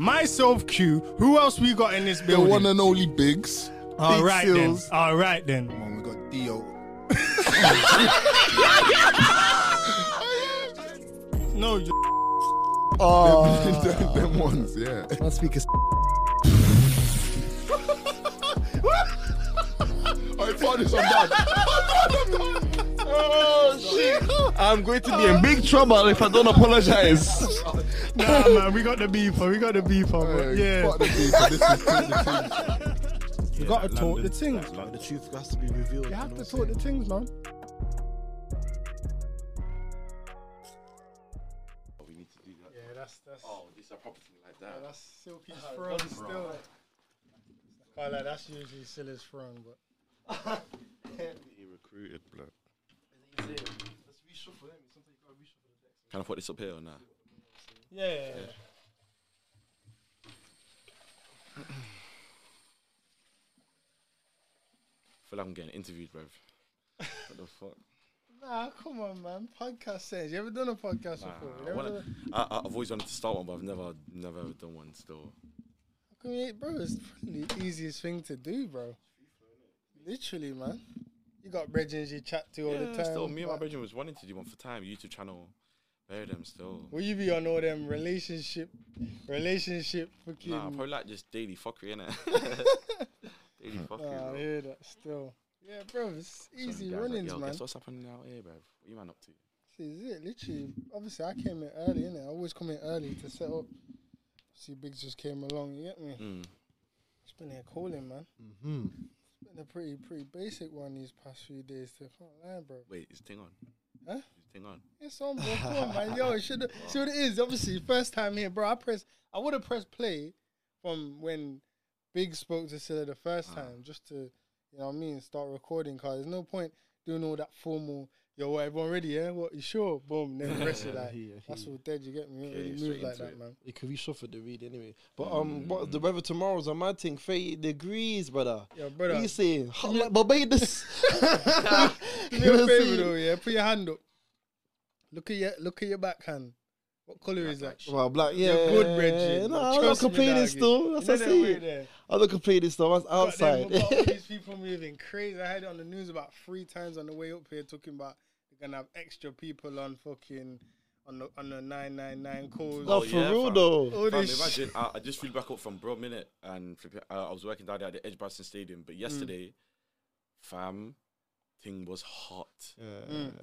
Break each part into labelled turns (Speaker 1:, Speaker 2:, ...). Speaker 1: Myself, Q. Who else we got in this
Speaker 2: The
Speaker 1: building?
Speaker 2: one and only Biggs.
Speaker 1: All
Speaker 2: Big
Speaker 1: right then.
Speaker 2: Seals.
Speaker 1: All right then.
Speaker 2: Come on, we got Dio.
Speaker 1: No, you
Speaker 3: Oh,
Speaker 2: them, them ones, yeah.
Speaker 3: my speaker's
Speaker 2: I found this, I'm bad.
Speaker 4: Oh shit! I'm going to be in big trouble if I don't apologize.
Speaker 1: nah, man. We got the beeper. We got the beeper. but yeah.
Speaker 2: Fuck the people, this is the thing.
Speaker 1: You gotta talk the things. man.
Speaker 4: the truth has to be revealed.
Speaker 1: You have to talk the things, man. Yeah, that's that's. Oh, it's a proper thing like that. that's Silky's throne still. Oh, like that's usually Silla's throne, but.
Speaker 4: Can I put this up here or not?
Speaker 1: Yeah. yeah, yeah.
Speaker 4: I feel like I'm getting interviewed, bruv. what the fuck?
Speaker 1: Nah, Ah, come on, man. Podcast says you ever done a podcast before? You
Speaker 4: I
Speaker 1: never
Speaker 4: wanna,
Speaker 1: done a-
Speaker 4: I, I- I've always wanted to start one, but I've never, never done one. Still,
Speaker 1: I mean, bro, it's probably the easiest thing to do, bro. Literally, man. You got brethren you chat to all the time.
Speaker 4: still, me and my
Speaker 1: like,
Speaker 4: brethren was wanting to do one for time YouTube channel. Bury them still.
Speaker 1: Will you be on all them relationship, relationship fucking?
Speaker 4: Nah, probably like just daily fuckery, innit? daily fuckery.
Speaker 1: Nah, I
Speaker 4: bro.
Speaker 1: hear that still. Yeah, bro, it's
Speaker 4: Some
Speaker 1: easy
Speaker 4: guys like,
Speaker 1: runnings,
Speaker 4: "Yo,
Speaker 1: man.
Speaker 4: Guess what's happening out here, bruv? What you man up to?
Speaker 1: This is it, literally. Obviously, I came in early, innit? I always come in early to set up. See, Biggs just came along, you get me?
Speaker 4: Mm.
Speaker 1: It's been here calling, man. Mm-hmm. It's been a pretty, pretty basic one these past few days, too. I can't lie, bro.
Speaker 4: Wait, is thing on?
Speaker 1: Huh?
Speaker 4: Is thing on?
Speaker 1: It's on, bro. Come on, man. Yo, it should see what it is. Obviously, first time here, bro. I press. I would have pressed play from when Big spoke to Silla the first
Speaker 3: Ah.
Speaker 1: time, just to you know what I mean, start recording. Cause there's no point doing all that formal. Yo, what, everyone ready? Yeah, what you sure? Boom, then the rest of that.
Speaker 3: hear you, I
Speaker 1: That's
Speaker 3: hear
Speaker 1: all dead. You get me? You don't
Speaker 4: Okay,
Speaker 1: really
Speaker 4: straight
Speaker 1: move like
Speaker 4: into
Speaker 1: that,
Speaker 4: it.
Speaker 1: man.
Speaker 3: It could reshuffle the read anyway. But um, what the weather tomorrow's a mad thing. 38 degrees, brother.
Speaker 1: Yo, brother.
Speaker 3: What you saying? Hot like Barbados.
Speaker 1: Do
Speaker 3: You
Speaker 1: me
Speaker 3: know
Speaker 1: a
Speaker 3: what I'm
Speaker 1: favor
Speaker 3: saying?
Speaker 1: though, yeah. Put your hand up. Look at your look at your backhand. What color is that?
Speaker 3: Well, black, yeah.
Speaker 1: You're good, Reggie.
Speaker 3: No, I'm not
Speaker 1: Trust me,
Speaker 3: complaining
Speaker 1: doggy.
Speaker 3: still. That's
Speaker 1: You
Speaker 3: what
Speaker 1: know
Speaker 3: I
Speaker 1: that way
Speaker 3: see.
Speaker 1: there?
Speaker 3: I'm not complaining still. I was
Speaker 1: Got them-
Speaker 3: outside.
Speaker 1: got all these people moving crazy. I heard it on the news about three times on the way up here talking about they're gonna have extra people on fucking on the on the nine nine nine calls.
Speaker 3: No,
Speaker 4: Oh,
Speaker 3: for
Speaker 4: yeah,
Speaker 3: real
Speaker 4: fam.
Speaker 3: though.
Speaker 1: all
Speaker 4: Fam,
Speaker 1: this
Speaker 4: imagine
Speaker 1: shit.
Speaker 4: I, I just flew back up from Bro Minute and flipping, uh, I was working down there at the Edge Bryson Stadium.
Speaker 1: Mm.
Speaker 4: But yesterday, fam, thing was hot.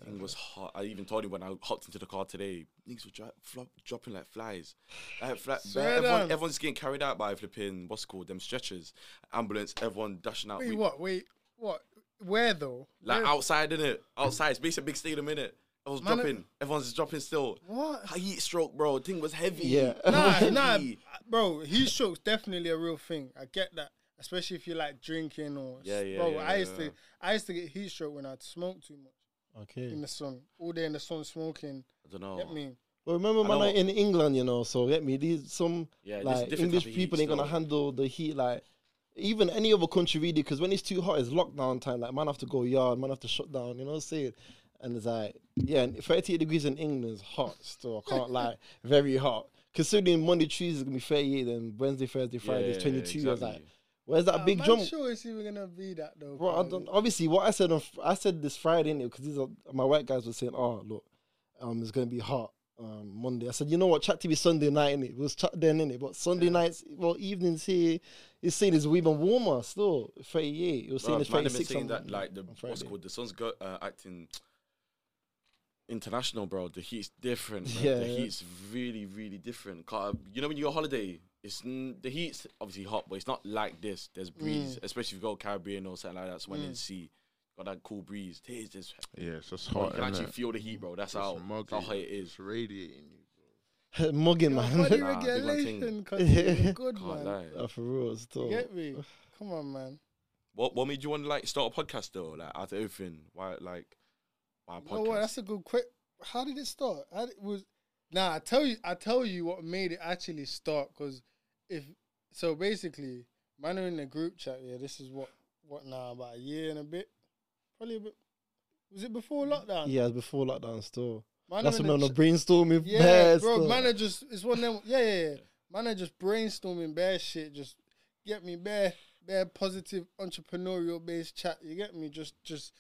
Speaker 4: Thing was hot. I even told him when I hopped into the car today, things were dri- flop, dropping like flies. Like, fla-
Speaker 1: Swear
Speaker 4: everyone,
Speaker 1: down.
Speaker 4: everyone's getting carried out by flipping what's it called them stretchers, ambulance. Everyone dashing out.
Speaker 1: Wait,
Speaker 4: We-
Speaker 1: what? Wait, what? Where though?
Speaker 4: Like
Speaker 1: Where-
Speaker 4: outside, in it outside. It's basically a big stadium, innit? Everyone's
Speaker 1: Man,
Speaker 4: dropping. Everyone's dropping still.
Speaker 1: What?
Speaker 4: A heat stroke, bro. Thing was heavy.
Speaker 3: Yeah.
Speaker 1: nah, nah,
Speaker 4: Heavy.
Speaker 1: bro. Heat stroke's definitely a real thing. I get that, especially if you like drinking or
Speaker 4: Yeah, yeah,
Speaker 1: bro.
Speaker 4: yeah,
Speaker 1: I
Speaker 4: yeah,
Speaker 1: used
Speaker 4: yeah.
Speaker 1: to, I used to get heat stroke when I'd smoke too much
Speaker 3: Okay.
Speaker 1: in the sun, all day in the sun smoking.
Speaker 4: I don't know.
Speaker 1: Get me?
Speaker 3: Well, remember, man,
Speaker 4: know-
Speaker 3: like, in England, you know, so get me. These some
Speaker 4: Yeah, this
Speaker 3: like
Speaker 4: different type
Speaker 3: English
Speaker 4: of heat
Speaker 3: people ain't gonna
Speaker 4: still.
Speaker 3: handle the heat like even any other country really. Because when it's too hot, it's lockdown time. Like man have to go yard, man have to shut down. You know what I'm saying? And it's like yeah, and 38 degrees in England is hot still. I can't lie, very hot. Considering Monday, Tuesday is gonna be 38, then Wednesday, Thursday, Friday is
Speaker 4: yeah,
Speaker 3: 22. I was like,
Speaker 4: exactly.
Speaker 3: where's that big
Speaker 1: I'm
Speaker 3: jump?
Speaker 1: sure it's even gonna be that though.
Speaker 3: Bro, I
Speaker 1: probably.
Speaker 3: don't, obviously, what I said on Fr- I said this Friday, innit? Because these are my white guys were saying, "Oh, look, um, it's gonna be hot um, Monday." I said, "You know what? Chat to be Sunday night, innit? It was chat then, innit? But Sunday nights, well, evenings here, it's saying it's even warmer still, thirty-eight. It was saying
Speaker 4: Bro,
Speaker 3: it's
Speaker 4: man, they've been
Speaker 3: thirty-six.
Speaker 4: saying
Speaker 3: on-
Speaker 4: that like the
Speaker 3: on
Speaker 4: what's
Speaker 3: Friday.
Speaker 4: called the sun's go, uh, acting international, bro. The heat's different. Man.
Speaker 3: Yeah,
Speaker 4: the
Speaker 3: yeah.
Speaker 4: heat's really, really different. 'Cause, you know when you go on holiday, it's n- the heat's obviously hot, but it's not like this. There's
Speaker 1: Mm.
Speaker 4: breeze, especially if you go Caribbean or something like that. So when in sea, got that cool breeze. Here's this.
Speaker 2: Yeah, it's just
Speaker 4: You
Speaker 2: hot.
Speaker 4: can actually
Speaker 2: innit?
Speaker 4: feel the heat, bro. That's how,
Speaker 2: It's muggy.
Speaker 4: that's how hot it is.
Speaker 2: It's radiating you.
Speaker 3: mugging,
Speaker 1: Your
Speaker 3: man.
Speaker 4: Nah,
Speaker 1: body
Speaker 4: big man thing.
Speaker 1: regulation, cause you're good
Speaker 4: Can't
Speaker 1: man.
Speaker 4: lie.
Speaker 3: Nah, for real, still.
Speaker 1: Get me? Come on, man.
Speaker 4: What what made you want to like start a podcast though? Like out of everything, why like why a
Speaker 1: You know what?
Speaker 4: podcast?
Speaker 1: That's a good quick. How did it start? How did, was nah? I tell you, I tell you what made it actually start. Cause if so, basically, man, are in the group chat. Yeah, this is what what now about a year and a bit, probably a bit. Was it before lockdown?
Speaker 3: Yeah, it's before lockdown, still.
Speaker 1: Man are
Speaker 3: That's
Speaker 1: in
Speaker 3: when I'm
Speaker 1: the
Speaker 3: a
Speaker 1: ch-
Speaker 3: brainstorming.
Speaker 1: Yeah,
Speaker 3: bear,
Speaker 1: bro.
Speaker 3: still.
Speaker 1: Managers, it's one of them. Yeah, yeah, yeah. Managers brainstorming bad shit. Just get me bare, bare positive entrepreneurial based chat. You get me? Just, just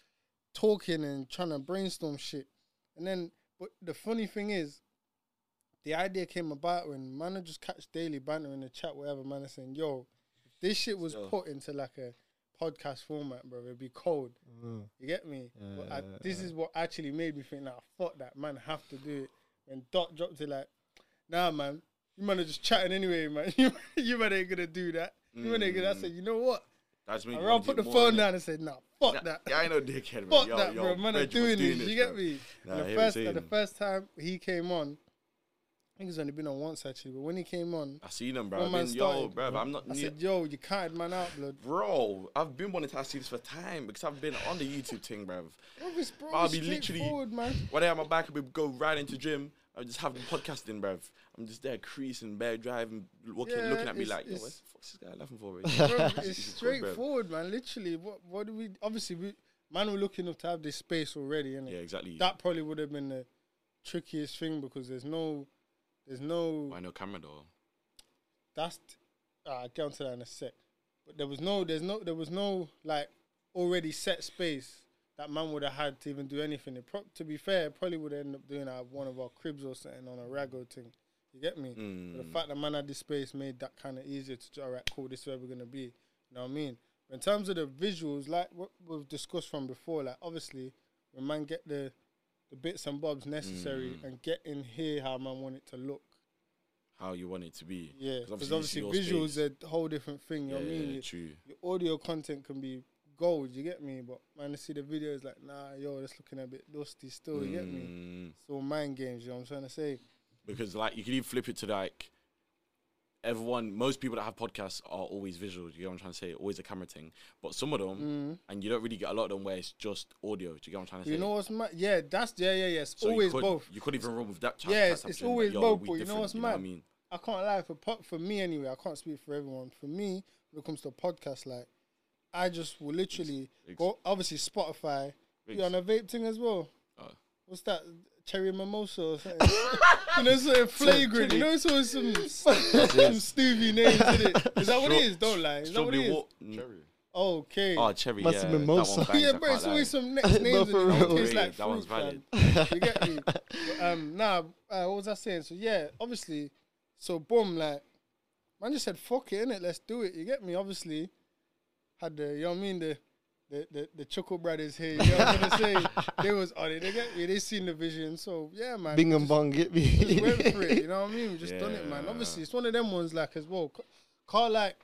Speaker 1: talking and trying to brainstorm shit. And then, but the funny thing is, the idea came about when managers catch daily banter in the chat, whatever. Man, is saying, "Yo, if this shit was
Speaker 4: Yo.
Speaker 1: put into like a podcast format, bro. It'd be cold."
Speaker 3: Mm.
Speaker 1: You get me? but I, this is what actually made me think, nah, fuck that, man, have to do it. And Dot dropped it like, nah, man, you man are just chatting anyway, man. you you man ain't gonna do that. You man ain't gonna.
Speaker 4: Mm.
Speaker 1: I said, you know what?
Speaker 4: That's me.
Speaker 1: I rather put the phone down and said, nah, fuck that.
Speaker 4: Yeah, I know dickhead. man.
Speaker 1: Fuck
Speaker 4: Yo,
Speaker 1: that,
Speaker 4: yo,
Speaker 1: bro. Man, I'm
Speaker 4: Reg was
Speaker 1: doing this. You get
Speaker 4: bro.
Speaker 1: me?
Speaker 4: Nah,
Speaker 1: and
Speaker 4: I
Speaker 1: the
Speaker 4: hear what
Speaker 1: first,
Speaker 4: you're
Speaker 1: and the
Speaker 4: saying.
Speaker 1: first time he came on, I think he's only been on once actually. But when he came on,
Speaker 4: I seen him,
Speaker 1: One
Speaker 4: bro. I've
Speaker 1: man
Speaker 4: been, yo,
Speaker 1: started.
Speaker 4: bro, I'm not.
Speaker 1: I
Speaker 4: new-
Speaker 1: said, yo, you can't man out, blood.
Speaker 4: Bro, I've been wanting to ask you this for time because I've been on the YouTube thing, bruv.
Speaker 1: Elvis, bro,
Speaker 4: I'll be
Speaker 1: straightforward,
Speaker 4: literally
Speaker 1: man.
Speaker 4: One day on my bike, I'll be go right into gym. I just have the podcasting, bruv. I'm just there creasing, bare driving, looking,
Speaker 1: Yeah,
Speaker 4: looking at me
Speaker 1: it's-
Speaker 4: like, yo, what the
Speaker 1: it's-
Speaker 4: fuck's this guy laughing for?
Speaker 1: Bro,
Speaker 4: bruv?
Speaker 1: it's
Speaker 4: is good, bruv.
Speaker 1: straightforward, man. Literally, what what do we? Obviously, we man, we're looking up to have this space already, innit?
Speaker 4: Yeah, exactly.
Speaker 1: That probably would have been the trickiest thing because there's no, there's no.
Speaker 4: Why no camera though?
Speaker 1: That's ah, I'll get onto that in a sec. But there was no, there's no, there was no like already set space that man would have had to even do anything. It pro- to be fair, it probably would end up doing at one of our cribs or something on a rago thing. You get me? But The fact that man had this space made that kind of easier to do. All right, cool. This is where we're gonna be. You know what I mean? But in terms of the visuals, like what we've discussed from before, like obviously when man get the the bits and bobs necessary and get in here how man want it to look.
Speaker 4: How you want it to be?
Speaker 1: Yeah, because
Speaker 4: you see
Speaker 1: obviously,
Speaker 4: your
Speaker 1: visuals
Speaker 4: space.
Speaker 1: are a whole different thing. You know what I
Speaker 4: Yeah,
Speaker 1: mean? Your-
Speaker 4: true.
Speaker 1: Your audio content can be gold. You get me? But man, to see the videos, like nah, yo, that's looking a bit dusty still. You get me?
Speaker 4: Mm,
Speaker 1: It's all mind games. You know what I'm trying to say?
Speaker 4: because like you can even flip it to like everyone. Most people that have podcasts are always visual. You get what I'm trying to say? Always a camera thing. But some of
Speaker 1: Mm.
Speaker 4: them, and you don't really get a lot of them where it's just audio. Do you get what I'm trying to
Speaker 1: You
Speaker 4: say?
Speaker 1: know what's mad? Yeah, that's yeah, yeah, yeah. It's
Speaker 4: So you
Speaker 1: always
Speaker 4: could-
Speaker 1: both.
Speaker 4: You could even run with that. type-
Speaker 1: Yeah,
Speaker 4: type
Speaker 1: it's,
Speaker 4: of
Speaker 1: it's
Speaker 4: thing, like,
Speaker 1: always
Speaker 4: yo,
Speaker 1: both.
Speaker 4: we
Speaker 1: But you know
Speaker 4: different,
Speaker 1: what's
Speaker 4: you
Speaker 1: mad?
Speaker 4: know what I mean,
Speaker 1: I can't lie for po- for me anyway. I can't speak for everyone. For me, when it comes to podcasts, like I just will literally
Speaker 4: Ex-
Speaker 1: go. Obviously, Spotify. You
Speaker 4: Ex-
Speaker 1: on a vape thing as well?
Speaker 4: Oh.
Speaker 1: What's that? Cherry mimosa or something? you know, something flagrant. You know, it's always some some Stevie names in it. Is that what it is? Don't lie. Is that what it
Speaker 4: Strawberry
Speaker 1: is?
Speaker 4: wa- mm,
Speaker 1: Okay.
Speaker 4: Oh, cherry.
Speaker 3: Must
Speaker 4: yeah,
Speaker 3: have
Speaker 4: that
Speaker 3: been
Speaker 4: one
Speaker 3: Mimosa.
Speaker 4: bangs,
Speaker 1: yeah,
Speaker 4: I
Speaker 1: bro,
Speaker 4: can't
Speaker 1: it's
Speaker 4: lie.
Speaker 1: always some next names in
Speaker 3: for
Speaker 1: it.
Speaker 3: real.
Speaker 1: It tastes like
Speaker 4: That one's
Speaker 1: fruit, fam.
Speaker 4: valid.
Speaker 1: You get me? But, um, nah, uh, what was I saying? So yeah, obviously, so boom, like, man just said, fuck it, innit? Let's do it. You get me? Obviously, had the, you know what I mean? The, the, the, the Chuckle Brothers here, you know what I'm gonna say? They was on it. They get me. They seen the vision. So yeah, man.
Speaker 3: Bing
Speaker 1: we
Speaker 3: and
Speaker 1: just-
Speaker 3: bong, get
Speaker 1: just went
Speaker 3: me.
Speaker 1: for it. You know what I mean? We just done it, man. Obviously, it's one of them ones like as well. C- Car like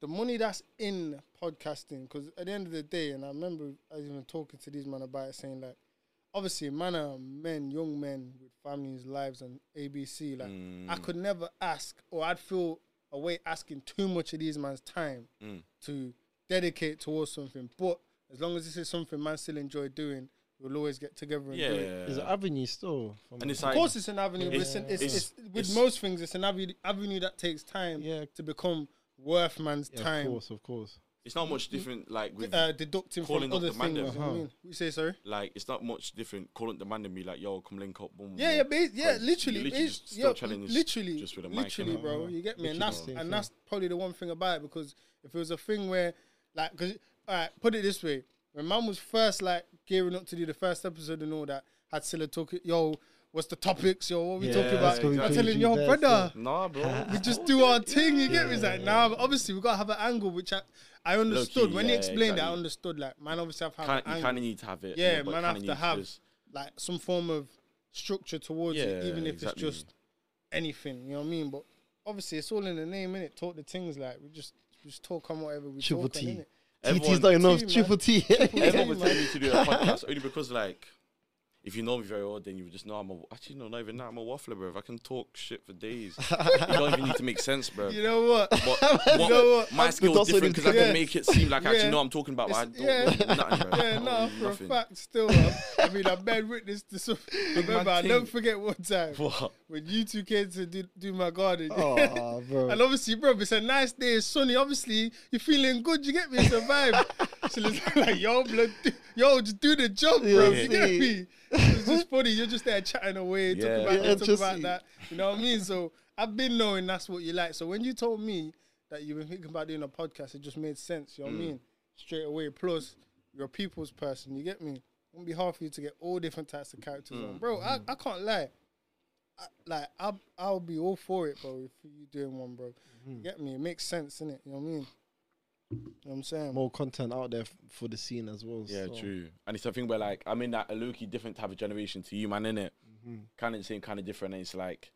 Speaker 1: the money that's in podcasting, because at the end of the day, and I remember I was even talking to these man about it, saying like, obviously, man are men, young men with families, lives, and ABC. Like, I could never ask, or I'd feel away asking too much of these man's time to dedicate towards something. But as long as this is something man still enjoy doing, we'll always get together and do it.
Speaker 3: There's an
Speaker 4: Yeah,
Speaker 3: avenue still. for
Speaker 4: and
Speaker 3: me.
Speaker 4: it's like
Speaker 1: Of course, it's an avenue. but
Speaker 4: It's-
Speaker 1: it's, an- it's,
Speaker 4: it's-
Speaker 1: it's, with
Speaker 4: it's-
Speaker 1: most things, it's an avenue, avenue that takes time
Speaker 3: Yeah.
Speaker 1: to become worth man's
Speaker 3: Yeah,
Speaker 1: time.
Speaker 3: Of course, of course.
Speaker 4: it's not much different. Like with
Speaker 1: Uh, deducting
Speaker 4: Calling
Speaker 1: from
Speaker 4: up
Speaker 1: other
Speaker 4: the man
Speaker 1: things.
Speaker 4: them.
Speaker 1: you know what I mean? We say sorry.
Speaker 4: like it's not much different. Calling the man and be like, yo, come link up. Boom,
Speaker 1: Yeah,
Speaker 4: boom.
Speaker 1: yeah, ba- yeah.
Speaker 4: Cause you're
Speaker 1: Literally,
Speaker 4: literally
Speaker 1: it's-
Speaker 4: just still
Speaker 1: yeah,
Speaker 4: challenging s-
Speaker 1: literally,
Speaker 4: just with a mic,
Speaker 1: literally,
Speaker 4: innit?
Speaker 1: bro. You get
Speaker 3: Literally
Speaker 1: me, and
Speaker 3: the
Speaker 1: that's
Speaker 3: same
Speaker 1: and that's probably the one thing about it because if it was a thing where, like, because all right, put it this way, when man was first like gearing up to do the first episode and all that, had still talk, yo, what's the topics, yo, what we
Speaker 3: Yeah,
Speaker 1: talking about?
Speaker 4: exactly.
Speaker 1: I'm telling
Speaker 3: Yeah.
Speaker 1: yo, brother.
Speaker 4: Nah, bro.
Speaker 1: we just do our thing. You get me? It's like, nah, but obviously we gotta have an angle, which I, I understood when he
Speaker 4: yeah,
Speaker 1: explained it. I
Speaker 4: exactly.
Speaker 1: understood. Like, man, obviously I've had
Speaker 4: Kind,
Speaker 1: an
Speaker 4: you kind
Speaker 1: angle.
Speaker 4: of need to have it.
Speaker 1: yeah,
Speaker 4: but
Speaker 1: man,
Speaker 4: kinda
Speaker 1: have
Speaker 4: need
Speaker 1: to have
Speaker 4: just-
Speaker 1: like some form of structure towards it,
Speaker 4: Yeah,
Speaker 1: even if
Speaker 4: exactly.
Speaker 1: it's just anything. You know what I mean? But obviously it's all in the name, innit? Talk the things like we just we just talk on whatever we
Speaker 3: Triple
Speaker 1: talk on,
Speaker 3: T.
Speaker 1: innit?
Speaker 3: TT's
Speaker 4: Everyone-
Speaker 3: not enough.
Speaker 1: T, man.
Speaker 3: Triple T.
Speaker 4: Everyone was telling me to do a podcast only because, like, if you know me very well, then you would just know I'm a actually no, not even that. I'm a waffler, bro. I can talk shit for days. you don't even need to make sense, bro.
Speaker 1: You know what?
Speaker 4: But what-
Speaker 1: know what?
Speaker 4: my
Speaker 3: That's the
Speaker 4: skill's
Speaker 3: dots
Speaker 4: different because I
Speaker 1: yeah.
Speaker 4: can make it seem like I
Speaker 1: Yeah.
Speaker 4: actually know what I'm talking about, but I
Speaker 1: It's-
Speaker 4: don't
Speaker 1: yeah.
Speaker 4: know nothing, bro.
Speaker 1: Yeah,
Speaker 4: I
Speaker 1: no,
Speaker 4: know
Speaker 1: for
Speaker 4: nothing.
Speaker 1: a fact, still. uh, I mean, I bear witness to some. Remember, I
Speaker 4: thing.
Speaker 1: don't forget one time
Speaker 4: What?
Speaker 1: when you two came to do, do my garden.
Speaker 3: Oh, Aw, bro.
Speaker 1: And obviously, bro, it's a nice day, it's sunny. Obviously, you're feeling good, you get me? It's a vibe. so it's like, yo, blood, do- yo, just do the job, bro.
Speaker 3: Yeah.
Speaker 1: You get me? It's just funny. You're just there chatting away,
Speaker 4: Yeah.
Speaker 1: talking about
Speaker 3: Yeah,
Speaker 1: this, talking
Speaker 3: just-
Speaker 1: about that. You know what I mean? So I've been knowing that's what you like. So when you told me that you've been thinking about doing a podcast, it just made sense. You know what
Speaker 3: Mm.
Speaker 1: I mean? Straight away. Plus, you're a people's person. You get me? It wouldn't be hard for you to get all different types of characters
Speaker 3: Mm.
Speaker 1: on, bro. I, I can't lie like I'll, I'll be all for it, bro. If you doing one, bro,
Speaker 4: Mm-hmm.
Speaker 1: You get me. It makes sense, innit? You know what I mean? You know what I'm saying?
Speaker 3: More content out there f- for the scene as well.
Speaker 4: Yeah,
Speaker 3: so.
Speaker 4: true. And it's something where like I'm in that a low-key different type of generation to you, man, innit?
Speaker 1: Mm-hmm.
Speaker 4: Kind of the same, kind of different. And it's like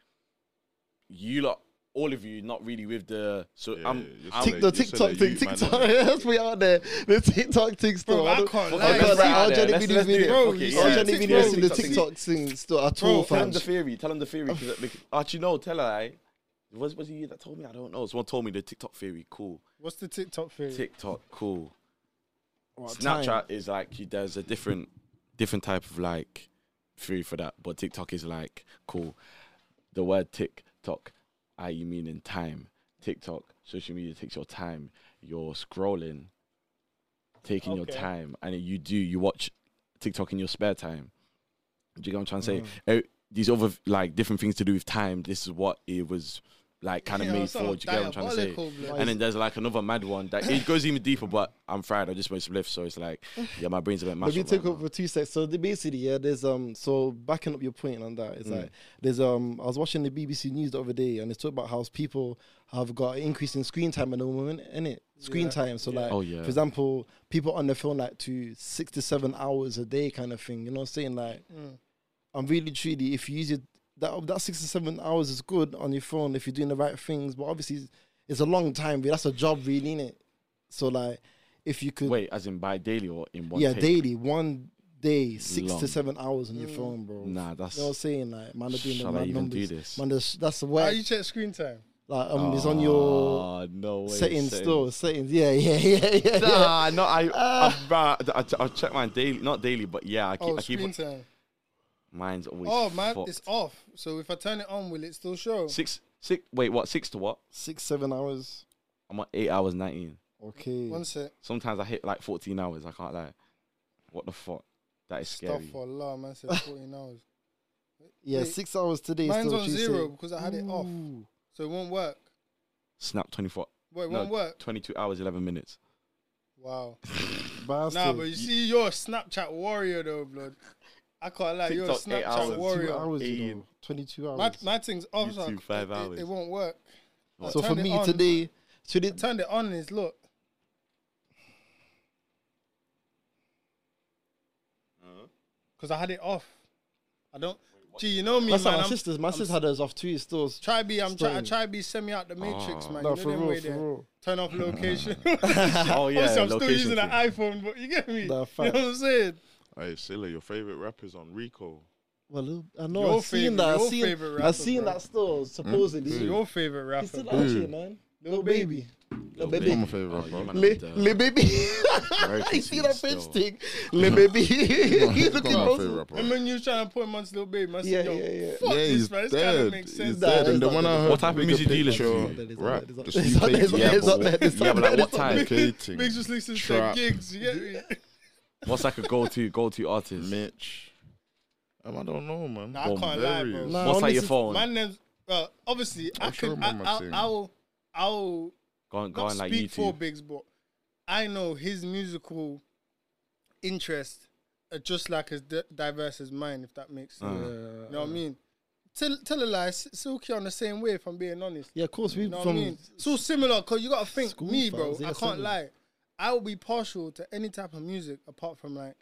Speaker 4: you lot, all of you, not really with the so
Speaker 2: Yeah,
Speaker 4: I'm,
Speaker 2: you're
Speaker 4: I'm
Speaker 2: Tick
Speaker 3: Tick,
Speaker 2: Like,
Speaker 3: the
Speaker 2: you said that
Speaker 3: TikTok thing,
Speaker 2: you, man,
Speaker 3: TikTok.
Speaker 2: don't
Speaker 3: Yeah, let's put it out there. The TikTok thing still.
Speaker 1: Bro, I
Speaker 3: don't-
Speaker 1: can't
Speaker 3: I
Speaker 1: lie.
Speaker 3: can't
Speaker 1: Let's
Speaker 3: lie.
Speaker 1: see
Speaker 3: Our
Speaker 4: that.
Speaker 3: Johnny
Speaker 4: Let's-
Speaker 3: videos
Speaker 4: let's do
Speaker 3: been-
Speaker 4: it.
Speaker 1: Bro,
Speaker 4: Okay,
Speaker 1: you
Speaker 3: Our
Speaker 1: see
Speaker 4: yeah.
Speaker 3: Johnny
Speaker 1: the
Speaker 4: TikTok,
Speaker 3: videos in the
Speaker 4: TikTok,
Speaker 3: TikTok thing still are
Speaker 1: Bro,
Speaker 3: tall
Speaker 4: Tell him
Speaker 3: fam. Oh.
Speaker 4: the theory. Tell him the theory. Cause, because, actually, no, tell her. I, was was it you that told me? I don't know. Someone told me the TikTok theory. Cool.
Speaker 1: What's the TikTok theory?
Speaker 4: TikTok. Cool.
Speaker 3: What time?
Speaker 4: Snapchat is like you, there's a different different type of like theory for that, but TikTok is like cool. The word TikTok, I you mean in time. TikTok social media takes your time. You're scrolling, taking your
Speaker 1: Okay.
Speaker 4: time, and then you do you watch TikTok in your spare time. Do you get what I'm trying to say? Eh, These other like different things to do with time. This is what it was like kind of
Speaker 1: Yeah,
Speaker 4: made
Speaker 1: sort
Speaker 4: for.
Speaker 1: of
Speaker 4: Do you get what I'm trying to say?
Speaker 1: diabolical, blood.
Speaker 4: And then there's like another mad one that it goes even deeper, but I'm fried. I just went spliff, so it's like, yeah, my brain's a bit
Speaker 3: Let
Speaker 4: mashed.
Speaker 3: me
Speaker 4: up
Speaker 3: take
Speaker 4: right
Speaker 3: over two seconds. So the, basically, yeah, there's um. So backing up your point on that is like there's um. I was watching the BBC News the other day, and it's talking about how people have got an increase in screen time at the moment, in it screen time. So like,
Speaker 4: Oh, yeah.
Speaker 3: for example, people on their phone like to six to seven hours a day, kind of thing. You know, what I'm saying like,
Speaker 4: Mm.
Speaker 3: I'm really truly if you use it that that six to seven hours is good on your phone if you're doing the right things, but obviously it's- it's a long time. But that's a job, really, innit? So like, if you
Speaker 4: now.
Speaker 3: could
Speaker 4: Wait, as in by daily or in one?
Speaker 3: yeah,
Speaker 4: take?
Speaker 3: daily, one day, six
Speaker 4: Long.
Speaker 3: to seven hours on your
Speaker 1: Mm.
Speaker 3: phone, bro.
Speaker 4: Nah, that's-
Speaker 3: you know what I'm saying. Like, man, are doing the
Speaker 4: Shall I
Speaker 3: mad
Speaker 4: even do
Speaker 3: numbers.
Speaker 4: this?
Speaker 3: Man, that's that's the
Speaker 1: How
Speaker 3: way.
Speaker 1: you check screen time?
Speaker 3: Like, um, it's on your
Speaker 4: Ah, no way.
Speaker 3: settings, still settings. Yeah, yeah, yeah, yeah. yeah.
Speaker 4: Nah, no, I, I've, uh, I, I check mine daily, not daily, but yeah, I keep,
Speaker 1: Oh,
Speaker 4: I keep
Speaker 1: screen time.
Speaker 4: mine's always.
Speaker 1: Oh man,
Speaker 4: fucked.
Speaker 1: it's off. So if I turn it on, will it still show?
Speaker 4: six, six. Wait, what? Six to what?
Speaker 3: Six, seven hours.
Speaker 4: I'm on eight hours nineteen.
Speaker 3: Okay.
Speaker 1: One sec.
Speaker 4: Sometimes I hit like fourteen hours. I can't lie. What the fuck? That is
Speaker 1: Stuff
Speaker 4: scary.
Speaker 1: for Allah, man. Says 14 hours.
Speaker 3: yeah,
Speaker 1: wait.
Speaker 3: six hours today.
Speaker 1: Mine's
Speaker 3: still,
Speaker 1: on
Speaker 3: Tuesday.
Speaker 1: zero because I had it off,
Speaker 3: Ooh.
Speaker 1: so it won't work.
Speaker 4: Snap twenty four.
Speaker 1: Wait, it
Speaker 4: no,
Speaker 1: won't work.
Speaker 4: Twenty-two hours, eleven minutes.
Speaker 1: Wow.
Speaker 3: Bastard.
Speaker 1: Nah, but you see, you're a Snapchat warrior though, blood. I can't lie, you're a
Speaker 4: TikTok, eight
Speaker 1: Snapchat
Speaker 4: hours.
Speaker 3: two
Speaker 1: warrior.
Speaker 3: hours, you
Speaker 4: Ian.
Speaker 3: know, twenty-two hours.
Speaker 1: My, my thing's off. so I
Speaker 4: YouTube
Speaker 1: c-
Speaker 4: five
Speaker 1: it- it- It,
Speaker 4: hours.
Speaker 1: won't work. I
Speaker 3: so for
Speaker 1: turned it
Speaker 3: me
Speaker 1: on,
Speaker 3: today, today,
Speaker 1: I turned it on. Is look.
Speaker 2: Uh-huh.
Speaker 1: Because I had it off. I don't. Gee, you know me,
Speaker 3: that's
Speaker 1: man.
Speaker 3: how my
Speaker 1: I'm-
Speaker 3: sister's. My sister had hers off too. Still,
Speaker 1: Try be, I'm try, I
Speaker 3: Story.
Speaker 1: try be semi out the matrix,
Speaker 2: Ah.
Speaker 1: man.
Speaker 3: No,
Speaker 1: you know
Speaker 3: for
Speaker 1: them
Speaker 3: real,
Speaker 1: way
Speaker 3: for
Speaker 1: there.
Speaker 3: real.
Speaker 1: Turn off location.
Speaker 4: oh yeah,
Speaker 1: Obviously, I'm still
Speaker 4: location
Speaker 1: using
Speaker 4: thing.
Speaker 1: an iPhone, but you get me.
Speaker 3: Nah,
Speaker 1: you know
Speaker 3: facts.
Speaker 1: what I'm saying?
Speaker 2: Hey, Silla, your favorite rapper's on Rico.
Speaker 3: Well, I know.
Speaker 1: Your
Speaker 3: I've seen
Speaker 1: favourite-
Speaker 3: that. I've
Speaker 1: your
Speaker 3: seen,
Speaker 1: favourite
Speaker 3: I've
Speaker 1: rapper,
Speaker 3: seen
Speaker 1: bro.
Speaker 3: that still,
Speaker 4: Mm,
Speaker 3: supposedly.
Speaker 1: This is your favorite rapper.
Speaker 3: He's still
Speaker 1: bro.
Speaker 3: out here, man. Little baby. Little
Speaker 2: I'm
Speaker 3: baby.
Speaker 2: a favorite rapper.
Speaker 4: man,
Speaker 3: Le,
Speaker 4: I'm dumb.
Speaker 3: le baby.
Speaker 4: Very
Speaker 3: you see that
Speaker 4: confused
Speaker 3: French
Speaker 4: still.
Speaker 3: thing? Le baby. He's
Speaker 2: He's
Speaker 3: looking
Speaker 2: not my favorite
Speaker 3: awesome.
Speaker 2: rapper.
Speaker 1: Remember when you was trying to put him onto Lil Baby? Man, I said,
Speaker 3: Yeah,
Speaker 1: yo,
Speaker 3: yeah, yeah.
Speaker 1: fuck
Speaker 2: yeah,
Speaker 1: this,
Speaker 2: he's
Speaker 1: man. This kind
Speaker 2: dead.
Speaker 1: of makes
Speaker 2: He's
Speaker 1: sense.
Speaker 3: Nah,
Speaker 2: dead.
Speaker 3: it's
Speaker 2: And the
Speaker 3: not
Speaker 2: one
Speaker 3: dead.
Speaker 2: I heard,
Speaker 4: What type of
Speaker 2: Bigger
Speaker 4: music do you listen
Speaker 2: Picture,
Speaker 3: to? It's not
Speaker 2: Rap.
Speaker 3: dead, it's not
Speaker 2: Just
Speaker 3: dead, it's
Speaker 2: you
Speaker 3: not dead,
Speaker 2: play
Speaker 3: it's not dead, it's not dead, it's
Speaker 4: Yeah, but like what type?
Speaker 2: Complicating.
Speaker 1: Makes us listen to
Speaker 2: Trap.
Speaker 1: gigs. You get me?
Speaker 4: What's like a go-to go-to artist?
Speaker 2: Mitch. Um, I don't know, man.
Speaker 1: Nah, I can't lie, bro.
Speaker 2: Various.
Speaker 3: Nah,
Speaker 4: What's
Speaker 3: I
Speaker 4: like your
Speaker 3: listen-
Speaker 4: phone?
Speaker 1: My name's well, obviously I
Speaker 2: I'm sure I'm
Speaker 1: can. I,
Speaker 2: on my
Speaker 1: I'll,
Speaker 2: team.
Speaker 1: I'll, I'll
Speaker 4: go on, go
Speaker 1: not
Speaker 4: on like
Speaker 1: speak for
Speaker 4: YouTube.
Speaker 1: Biggs, but I know his musical interests are just like as di- diverse as mine, if that makes sense.
Speaker 4: Uh.
Speaker 1: You know what I mean? Tell, tell a lie, S- Silky on the same way, if I'm being honest.
Speaker 3: Yeah, of course. We
Speaker 1: You know what I
Speaker 3: from.
Speaker 1: mean? It's all similar because you got to think,
Speaker 3: School
Speaker 1: me, bro,
Speaker 3: files, yeah,
Speaker 1: I can't
Speaker 3: similar.
Speaker 1: lie. I will be partial to any type of music apart from like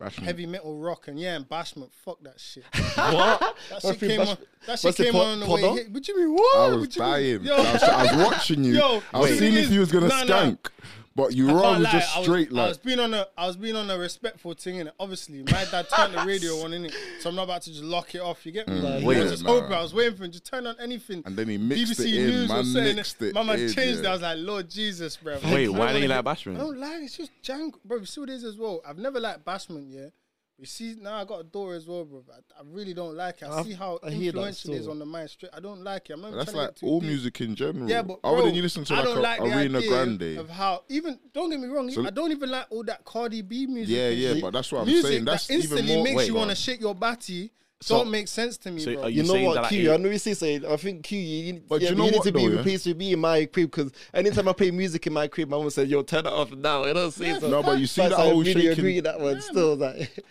Speaker 5: Mm.
Speaker 2: Rational.
Speaker 1: heavy metal rock and yeah, and bashment. Fuck that shit.
Speaker 3: What?
Speaker 1: That shit came on. That
Speaker 3: What's
Speaker 1: shit
Speaker 3: it,
Speaker 1: came
Speaker 3: pod-
Speaker 1: on on the
Speaker 3: podder?
Speaker 1: way. here. What you mean? What?
Speaker 2: I was
Speaker 1: What you mean?
Speaker 2: dying.
Speaker 1: Yo.
Speaker 2: I, was, I was watching you.
Speaker 1: Yo,
Speaker 2: I was
Speaker 1: wait.
Speaker 2: seeing if you was gonna
Speaker 1: Nah, nah.
Speaker 2: skank,
Speaker 5: But you
Speaker 1: can't
Speaker 5: rather
Speaker 1: lie,
Speaker 5: just
Speaker 1: I was-
Speaker 5: straight
Speaker 1: I
Speaker 5: like.
Speaker 1: was being on a I was being on a respectful thing, and obviously my dad turned the radio on in it, so I'm not about to just lock it off. You get me? Like, I
Speaker 5: weird,
Speaker 1: was just
Speaker 5: Mm. nah.
Speaker 1: hoping I was waiting for him to turn on anything.
Speaker 5: And then he mixed
Speaker 1: BBC
Speaker 5: it in,
Speaker 1: News
Speaker 5: man,
Speaker 1: was saying,
Speaker 5: mixed it
Speaker 1: my man
Speaker 5: in,
Speaker 1: changed. it.
Speaker 5: yeah.
Speaker 1: I was like, Lord Jesus, bro.
Speaker 4: Wait, why do you like
Speaker 1: I
Speaker 4: Bashman?
Speaker 5: Mm.
Speaker 1: don't like it's just jank, bro. You see what it is as well. I've never liked Bashment, yeah. You see, now I got a door as well, bro. I, I really don't like it. I,
Speaker 3: I've-
Speaker 1: see how
Speaker 3: I hear that
Speaker 1: influential it is
Speaker 3: still.
Speaker 1: on the mind. Straight, I don't like it. I'm not even
Speaker 5: That's
Speaker 1: trying to
Speaker 5: like
Speaker 1: get too
Speaker 5: all
Speaker 1: deep.
Speaker 5: music in general.
Speaker 1: Yeah, but
Speaker 2: Oh,
Speaker 5: How
Speaker 1: bro,
Speaker 5: wouldn't you listen to
Speaker 1: I
Speaker 5: like,
Speaker 1: don't
Speaker 5: a
Speaker 1: like the
Speaker 5: Arena
Speaker 1: idea
Speaker 5: Grande?
Speaker 1: of how even don't get me wrong,
Speaker 5: So-
Speaker 1: I don't even like all that Cardi B music.
Speaker 5: Yeah,
Speaker 1: and
Speaker 5: yeah,
Speaker 1: shit.
Speaker 5: but that's what I'm
Speaker 1: music
Speaker 5: saying. That's
Speaker 1: that
Speaker 5: even
Speaker 1: instantly
Speaker 5: more-
Speaker 1: makes
Speaker 4: Wait,
Speaker 1: you
Speaker 4: bro.
Speaker 1: want to shake your batty.
Speaker 4: So-
Speaker 1: don't make sense to me,
Speaker 4: so
Speaker 1: bro.
Speaker 4: are
Speaker 3: You, know
Speaker 4: saying
Speaker 3: what,
Speaker 4: that
Speaker 3: Q? I
Speaker 4: I-
Speaker 3: know you say say. I think Q, you, need-
Speaker 5: But
Speaker 3: yeah,
Speaker 5: you know
Speaker 3: need
Speaker 5: what
Speaker 3: to be
Speaker 5: though, yeah?
Speaker 3: replaced with me in my crib because anytime I play music in my crib, my mom says, "Yo, turn it off now." You know what I'm saying? So
Speaker 5: No, but you see
Speaker 3: that's
Speaker 5: that
Speaker 3: how I
Speaker 5: whole
Speaker 3: really
Speaker 5: shaking.
Speaker 3: agree with that one. Still, like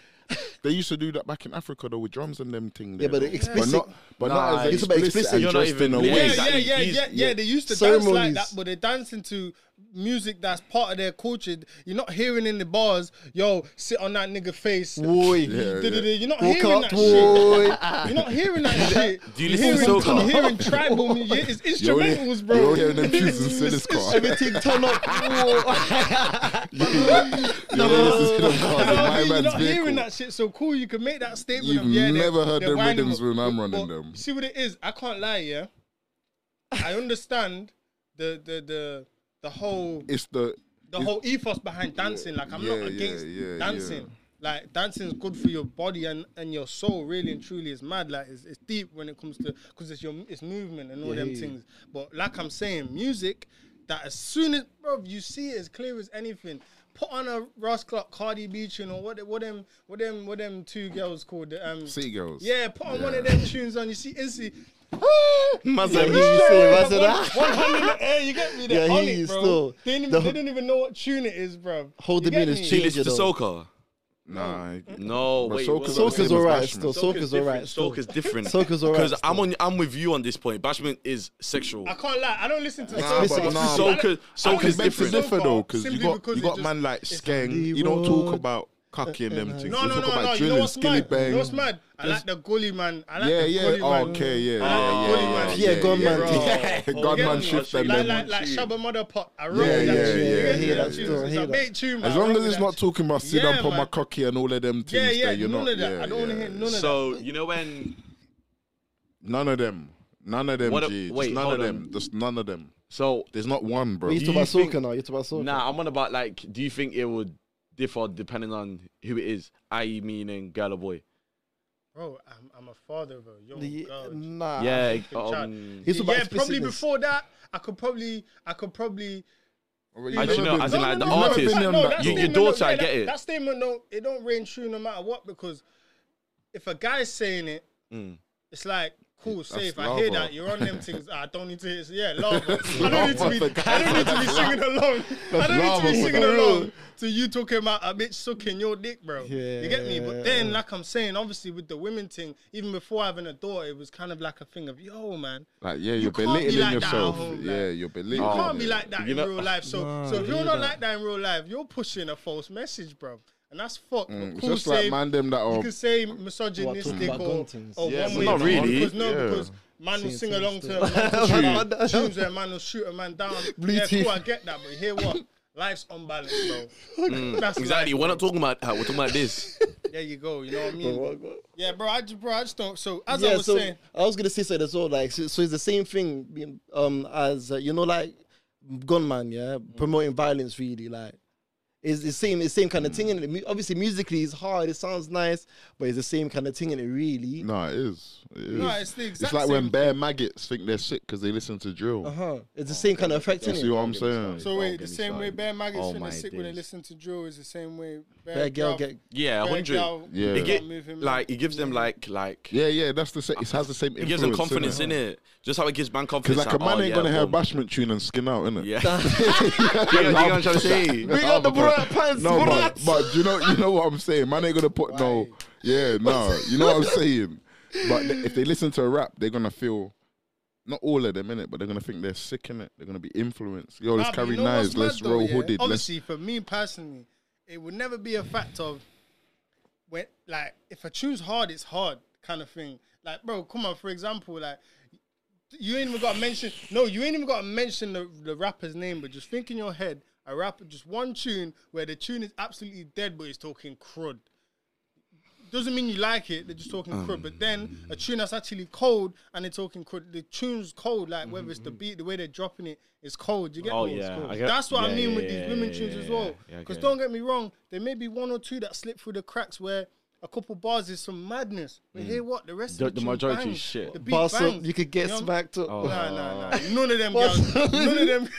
Speaker 5: They used to do that back in Africa though with drums and them thing.
Speaker 3: Yeah,
Speaker 5: there,
Speaker 3: but
Speaker 5: though.
Speaker 3: explicit-
Speaker 5: But not, but
Speaker 4: Nah,
Speaker 5: not as
Speaker 3: it's about
Speaker 5: explicit.
Speaker 3: explicit.
Speaker 5: and
Speaker 4: You're not
Speaker 5: just in
Speaker 4: even-
Speaker 5: a
Speaker 4: Yeah,
Speaker 5: way.
Speaker 1: yeah, yeah,
Speaker 4: exactly.
Speaker 1: yeah,
Speaker 4: These-
Speaker 1: yeah, yeah. They used to dance like
Speaker 3: Ceremonies.
Speaker 1: that, but they're dancing to music that's part of their culture. You're not hearing in the bars, yo, sit on that nigga face.
Speaker 3: Boy.
Speaker 5: Yeah,
Speaker 1: Da-da-da.
Speaker 5: yeah.
Speaker 1: You're not
Speaker 3: Walk
Speaker 1: hearing
Speaker 3: out,
Speaker 1: that shit.
Speaker 3: boy.
Speaker 1: You're not hearing that shit.
Speaker 4: Do you
Speaker 1: You're
Speaker 4: listen to
Speaker 1: hearing-
Speaker 4: soca?
Speaker 1: You're hearing tribal music. It's
Speaker 5: You're only-
Speaker 1: instrumentals, bro.
Speaker 5: You're only hearing them tunes in Silas car.
Speaker 3: Everything turn up.
Speaker 5: You're only listening to them cars
Speaker 1: You
Speaker 5: in
Speaker 1: know what I
Speaker 5: Oh, my
Speaker 1: mean? You're
Speaker 5: man's
Speaker 1: not hearing
Speaker 5: vehicle.
Speaker 1: that shit, so cool. You can make that statement.
Speaker 5: You've
Speaker 1: of, yeah, they're-
Speaker 5: never heard
Speaker 1: they're
Speaker 5: them
Speaker 1: whining,
Speaker 5: rhythms
Speaker 1: but-
Speaker 5: when I'm
Speaker 1: but-
Speaker 5: running
Speaker 1: but
Speaker 5: them.
Speaker 1: See what it is? I can't lie, yeah. I understand the the the the whole
Speaker 5: It's the
Speaker 1: the
Speaker 5: it's-
Speaker 1: whole ethos behind dancing. Like I'm
Speaker 5: yeah,
Speaker 1: not against
Speaker 5: yeah, yeah,
Speaker 1: dancing. Like dancing is good for your body and, and your soul, really and truly. It's mad. Like it's, it's deep when it comes to because it's your it's movement and all them things. But like I'm saying, music that as soon as bro, you see it as clear as anything. Put on a Ross Clark Cardi B tune or what what them what them what them two girls called um
Speaker 5: City Girls.
Speaker 1: yeah. Put on one of them tunes on. You see instantly.
Speaker 3: Man's like, "Hear you still, man's like, "Ah."
Speaker 1: One hand in the air, you get me? They're
Speaker 3: Yeah,
Speaker 1: on
Speaker 3: he
Speaker 1: it,
Speaker 3: is
Speaker 1: bro.
Speaker 3: still-
Speaker 1: They, didn't even,
Speaker 3: the
Speaker 1: they
Speaker 3: whole-
Speaker 1: don't even know what tune it is, bro.
Speaker 3: Whole
Speaker 1: You get
Speaker 3: demeanor's
Speaker 1: me?
Speaker 4: Do you
Speaker 3: changed.
Speaker 4: listen to
Speaker 3: you know.
Speaker 4: soca?
Speaker 5: Nah.
Speaker 4: No,
Speaker 5: But soca's
Speaker 4: wait. whoa,
Speaker 5: not the
Speaker 4: whoa, whoa.
Speaker 5: same
Speaker 3: Soca's
Speaker 5: as
Speaker 3: alright.
Speaker 5: Bashment.
Speaker 3: Still,
Speaker 4: Soca's
Speaker 3: soca's alright.
Speaker 4: different.
Speaker 3: still.
Speaker 4: Soca's different.
Speaker 3: Soca's alright
Speaker 4: Because I'm
Speaker 3: still.
Speaker 4: on. I'm with you on this point. Bashment is sexual.
Speaker 1: I can't lie. I don't listen to
Speaker 3: Nah,
Speaker 1: soca.
Speaker 3: but
Speaker 1: I
Speaker 3: nah,
Speaker 1: don't-
Speaker 4: but-
Speaker 1: I don't
Speaker 4: Soca's
Speaker 1: listen
Speaker 5: It's
Speaker 1: to
Speaker 4: different.
Speaker 5: different
Speaker 1: soca
Speaker 5: though, because you
Speaker 1: simply
Speaker 5: got you
Speaker 1: it
Speaker 5: got
Speaker 1: just-
Speaker 5: man like Skeng. You don't talk about cocky and them things.
Speaker 1: No,
Speaker 5: you
Speaker 1: no,
Speaker 5: talk
Speaker 1: no,
Speaker 5: about
Speaker 1: no. You
Speaker 5: drilling,
Speaker 1: know what's
Speaker 5: skinny
Speaker 1: mad? You
Speaker 5: bang.
Speaker 1: know what's mad? I like the gully man. I like
Speaker 5: yeah,
Speaker 1: the
Speaker 5: yeah.
Speaker 1: gully man.
Speaker 5: okay, yeah,
Speaker 1: I like
Speaker 5: yeah,
Speaker 1: the
Speaker 5: yeah,
Speaker 1: gully man.
Speaker 5: yeah,
Speaker 3: Yeah, gun man
Speaker 1: Bro.
Speaker 3: thing.
Speaker 1: You
Speaker 5: God
Speaker 1: get
Speaker 5: man
Speaker 1: me?
Speaker 5: shift and
Speaker 1: like,
Speaker 5: them.
Speaker 1: like, like Shabba Mother Pot. I roll
Speaker 5: Yeah,
Speaker 1: with that
Speaker 5: yeah,
Speaker 1: tune.
Speaker 5: yeah,
Speaker 1: You get me?
Speaker 5: yeah,
Speaker 1: That
Speaker 5: yeah,
Speaker 1: tune is-
Speaker 3: yeah.
Speaker 1: It's a big tune.
Speaker 5: As
Speaker 1: man. I
Speaker 5: long
Speaker 1: roll
Speaker 5: as
Speaker 1: with
Speaker 5: it's
Speaker 1: that
Speaker 5: not talking about sit
Speaker 1: Yeah,
Speaker 5: and put my
Speaker 1: man.
Speaker 5: cocky and all of them things.
Speaker 1: Yeah, yeah,
Speaker 5: there, you're
Speaker 1: none
Speaker 5: not,
Speaker 1: of that.
Speaker 5: yeah,
Speaker 1: I don't want to
Speaker 5: yeah,
Speaker 1: hear none of that.
Speaker 4: So you know when
Speaker 5: None of them. None of them.
Speaker 4: What a-
Speaker 5: G. Just
Speaker 4: wait,
Speaker 5: none
Speaker 4: hold
Speaker 5: of them.
Speaker 4: on.
Speaker 5: Just none of them.
Speaker 4: so
Speaker 5: There's not one, bro.
Speaker 3: You
Speaker 4: Do
Speaker 3: talk
Speaker 4: you
Speaker 3: about
Speaker 4: think-
Speaker 3: soca now. You talk about soca.
Speaker 4: Nah, I'm on about like, do you think it would differ depending on who it is, i.e., meaning girl or boy?
Speaker 1: Bro, I'm, I'm a father, bro. Yo,
Speaker 3: The-
Speaker 1: Oh, God.
Speaker 3: Nah.
Speaker 4: yeah,
Speaker 1: child.
Speaker 4: um,
Speaker 3: It's about
Speaker 1: yeah, probably
Speaker 3: explicitness.
Speaker 1: before that, I could probably, I could probably.
Speaker 4: I
Speaker 5: You've
Speaker 4: don't
Speaker 5: never
Speaker 4: know, as
Speaker 5: been-
Speaker 4: in
Speaker 5: you've
Speaker 4: like the
Speaker 5: never
Speaker 4: artist.
Speaker 5: been
Speaker 1: No,
Speaker 5: on
Speaker 1: no,
Speaker 5: that
Speaker 1: that
Speaker 4: Your- your
Speaker 1: statement
Speaker 5: though.
Speaker 4: daughter,
Speaker 1: don't-
Speaker 4: I
Speaker 1: yeah,
Speaker 4: get
Speaker 1: that-
Speaker 4: it.
Speaker 1: That statement don't, it don't ring true no matter what because if a guy's saying it,
Speaker 4: Mm.
Speaker 1: it's like. Cool, safe. I hear
Speaker 5: lava.
Speaker 1: that you're on them things. I don't need to. It's, yeah, love. I don't
Speaker 5: lava
Speaker 1: need to be.
Speaker 5: for guys,
Speaker 1: I don't need to be singing along. I don't need to
Speaker 5: lava
Speaker 1: be
Speaker 5: for
Speaker 1: singing
Speaker 5: the
Speaker 1: along to you talking about a bitch sucking your dick, bro. You get me? But
Speaker 3: Yeah.
Speaker 1: then, like I'm saying, obviously with the women thing, even before having a daughter, it was kind of like a thing of yo, man.
Speaker 5: Like, yeah,
Speaker 1: You
Speaker 5: you're
Speaker 1: can't be
Speaker 5: belittling
Speaker 1: like that at
Speaker 5: yourself.
Speaker 1: home, like-
Speaker 5: Oh, Yeah, you're
Speaker 1: You
Speaker 5: belittling.
Speaker 1: can't be
Speaker 5: it.
Speaker 1: like that
Speaker 4: You
Speaker 1: in
Speaker 4: know-
Speaker 1: real life. So, so if you're not like that in real life, you're pushing a false message, bro, and that's fucked.
Speaker 5: Mm,
Speaker 1: But
Speaker 5: It's
Speaker 1: cool,
Speaker 5: just like
Speaker 1: say-
Speaker 5: man them that
Speaker 1: you
Speaker 5: are.
Speaker 1: could say misogynistic
Speaker 3: about
Speaker 1: or,
Speaker 3: gun things.
Speaker 1: or
Speaker 5: Yeah,
Speaker 1: one
Speaker 5: but
Speaker 1: way
Speaker 4: not
Speaker 1: or
Speaker 4: really.
Speaker 1: Because no,
Speaker 5: Yeah.
Speaker 1: because man will sing
Speaker 3: things
Speaker 1: along to
Speaker 3: too.
Speaker 1: man to tune- tunes where man will shoot a man down.
Speaker 3: Blue
Speaker 1: yeah,
Speaker 3: teeth.
Speaker 1: cool, I get that, but hear what? Life's unbalanced, bro. Mm,
Speaker 5: Mm,
Speaker 1: That's
Speaker 4: exactly.
Speaker 1: life,
Speaker 4: We're
Speaker 1: bro.
Speaker 4: not talking about that. We're talking about this.
Speaker 1: There you go. You know what I
Speaker 3: But
Speaker 1: mean?
Speaker 3: what- what-
Speaker 1: Yeah, bro. I just, bro, I just don't. So as I
Speaker 3: yeah,
Speaker 1: was
Speaker 3: so
Speaker 1: saying,
Speaker 3: I was gonna say something as well. Like, so, so it's the same thing, being, um, as uh, you know, like gunman, yeah,
Speaker 1: Mm.
Speaker 3: promoting violence. Really, like, it's the same, it's the same kind of
Speaker 1: Mm.
Speaker 3: thing. And obviously, musically, it's hard. It sounds nice, but it's the same kind of thing. And it really,
Speaker 5: No, it is. It is.
Speaker 1: No, it's the exact
Speaker 5: like
Speaker 1: same Uh-huh.
Speaker 5: when bear maggots think they're sick because they listen to drill.
Speaker 3: uh huh, it's the
Speaker 1: Oh,
Speaker 3: same kind of effect.
Speaker 5: You see
Speaker 3: innit?
Speaker 5: what I'm saying?
Speaker 1: so wait, the
Speaker 4: get me
Speaker 1: same way
Speaker 4: started.
Speaker 1: bear maggots
Speaker 4: Oh
Speaker 1: think they're
Speaker 4: my
Speaker 1: sick when they
Speaker 4: days.
Speaker 1: listen to drill is the same way
Speaker 3: Bad girl get
Speaker 4: Yeah,
Speaker 1: bear
Speaker 4: hundred.
Speaker 1: gal
Speaker 5: Yeah.
Speaker 4: It
Speaker 5: It
Speaker 4: get,
Speaker 1: can't move him,
Speaker 4: like it gives them like like
Speaker 5: Yeah, yeah, that's the same. It has the same
Speaker 4: it gives them confidence in
Speaker 5: innit?
Speaker 4: it. Just how it gives man
Speaker 5: Because
Speaker 4: confidence.
Speaker 5: like a man
Speaker 4: oh,
Speaker 5: ain't
Speaker 4: yeah,
Speaker 5: gonna hear a
Speaker 4: boom.
Speaker 5: bashment tune and skin out, innit?
Speaker 4: Yeah. you know you know what I'm trying to say?
Speaker 3: Bring out the Borat pants,
Speaker 5: No, but,
Speaker 3: Borat.
Speaker 5: but you know, you know what I'm saying. Man ain't gonna put no. Yeah, no. You know what I'm saying. But th- if they listen to a rap, they're gonna feel. Not all of them in it, but they're gonna think they're sick in it. They're gonna be influenced. Yo, let's
Speaker 1: Nah, but
Speaker 5: carry
Speaker 1: you know what's
Speaker 5: knives.
Speaker 1: mad
Speaker 5: Let's
Speaker 1: though,
Speaker 5: roll
Speaker 1: yeah?
Speaker 5: hooded. Let's.
Speaker 1: Obviously, for me personally, it would never be a fact of when, like, if I choose hard, it's hard kind of thing. Like, bro, come on. For example, like, you ain't even got to mention. No, you ain't even got to mention the, the rapper's name, but just think in your head. a rapper, just one tune where the tune is absolutely dead, but he's talking crud. Doesn't mean you like it, they're just talking
Speaker 4: Um,
Speaker 1: crud. But then a tune that's actually cold and they're talking crud. The tune's cold, like whether it's the beat, the way they're dropping it is cold. You get
Speaker 4: Mm-hmm. Oh,
Speaker 1: me? It's
Speaker 4: yeah,
Speaker 1: cold.
Speaker 4: I get-
Speaker 1: that's what I
Speaker 4: yeah,
Speaker 1: mean
Speaker 4: yeah,
Speaker 1: with these
Speaker 4: yeah,
Speaker 1: women
Speaker 4: yeah,
Speaker 1: tunes
Speaker 4: yeah,
Speaker 1: as
Speaker 4: yeah.
Speaker 1: well.
Speaker 4: Yeah, I
Speaker 1: Because
Speaker 4: get it.
Speaker 1: don't get me wrong, there may be one or two that slip through the cracks where a couple bars is some madness. But hear what? The rest
Speaker 4: Mm. The-
Speaker 1: of the,
Speaker 4: the
Speaker 1: tune
Speaker 4: majority is
Speaker 1: bangs.
Speaker 4: shit.
Speaker 1: The beat
Speaker 3: Barca,
Speaker 1: bangs.
Speaker 3: you could get
Speaker 1: know what I'm-
Speaker 3: smacked up.
Speaker 4: Oh.
Speaker 1: Nah, nah, nah. None of them girls. None of them.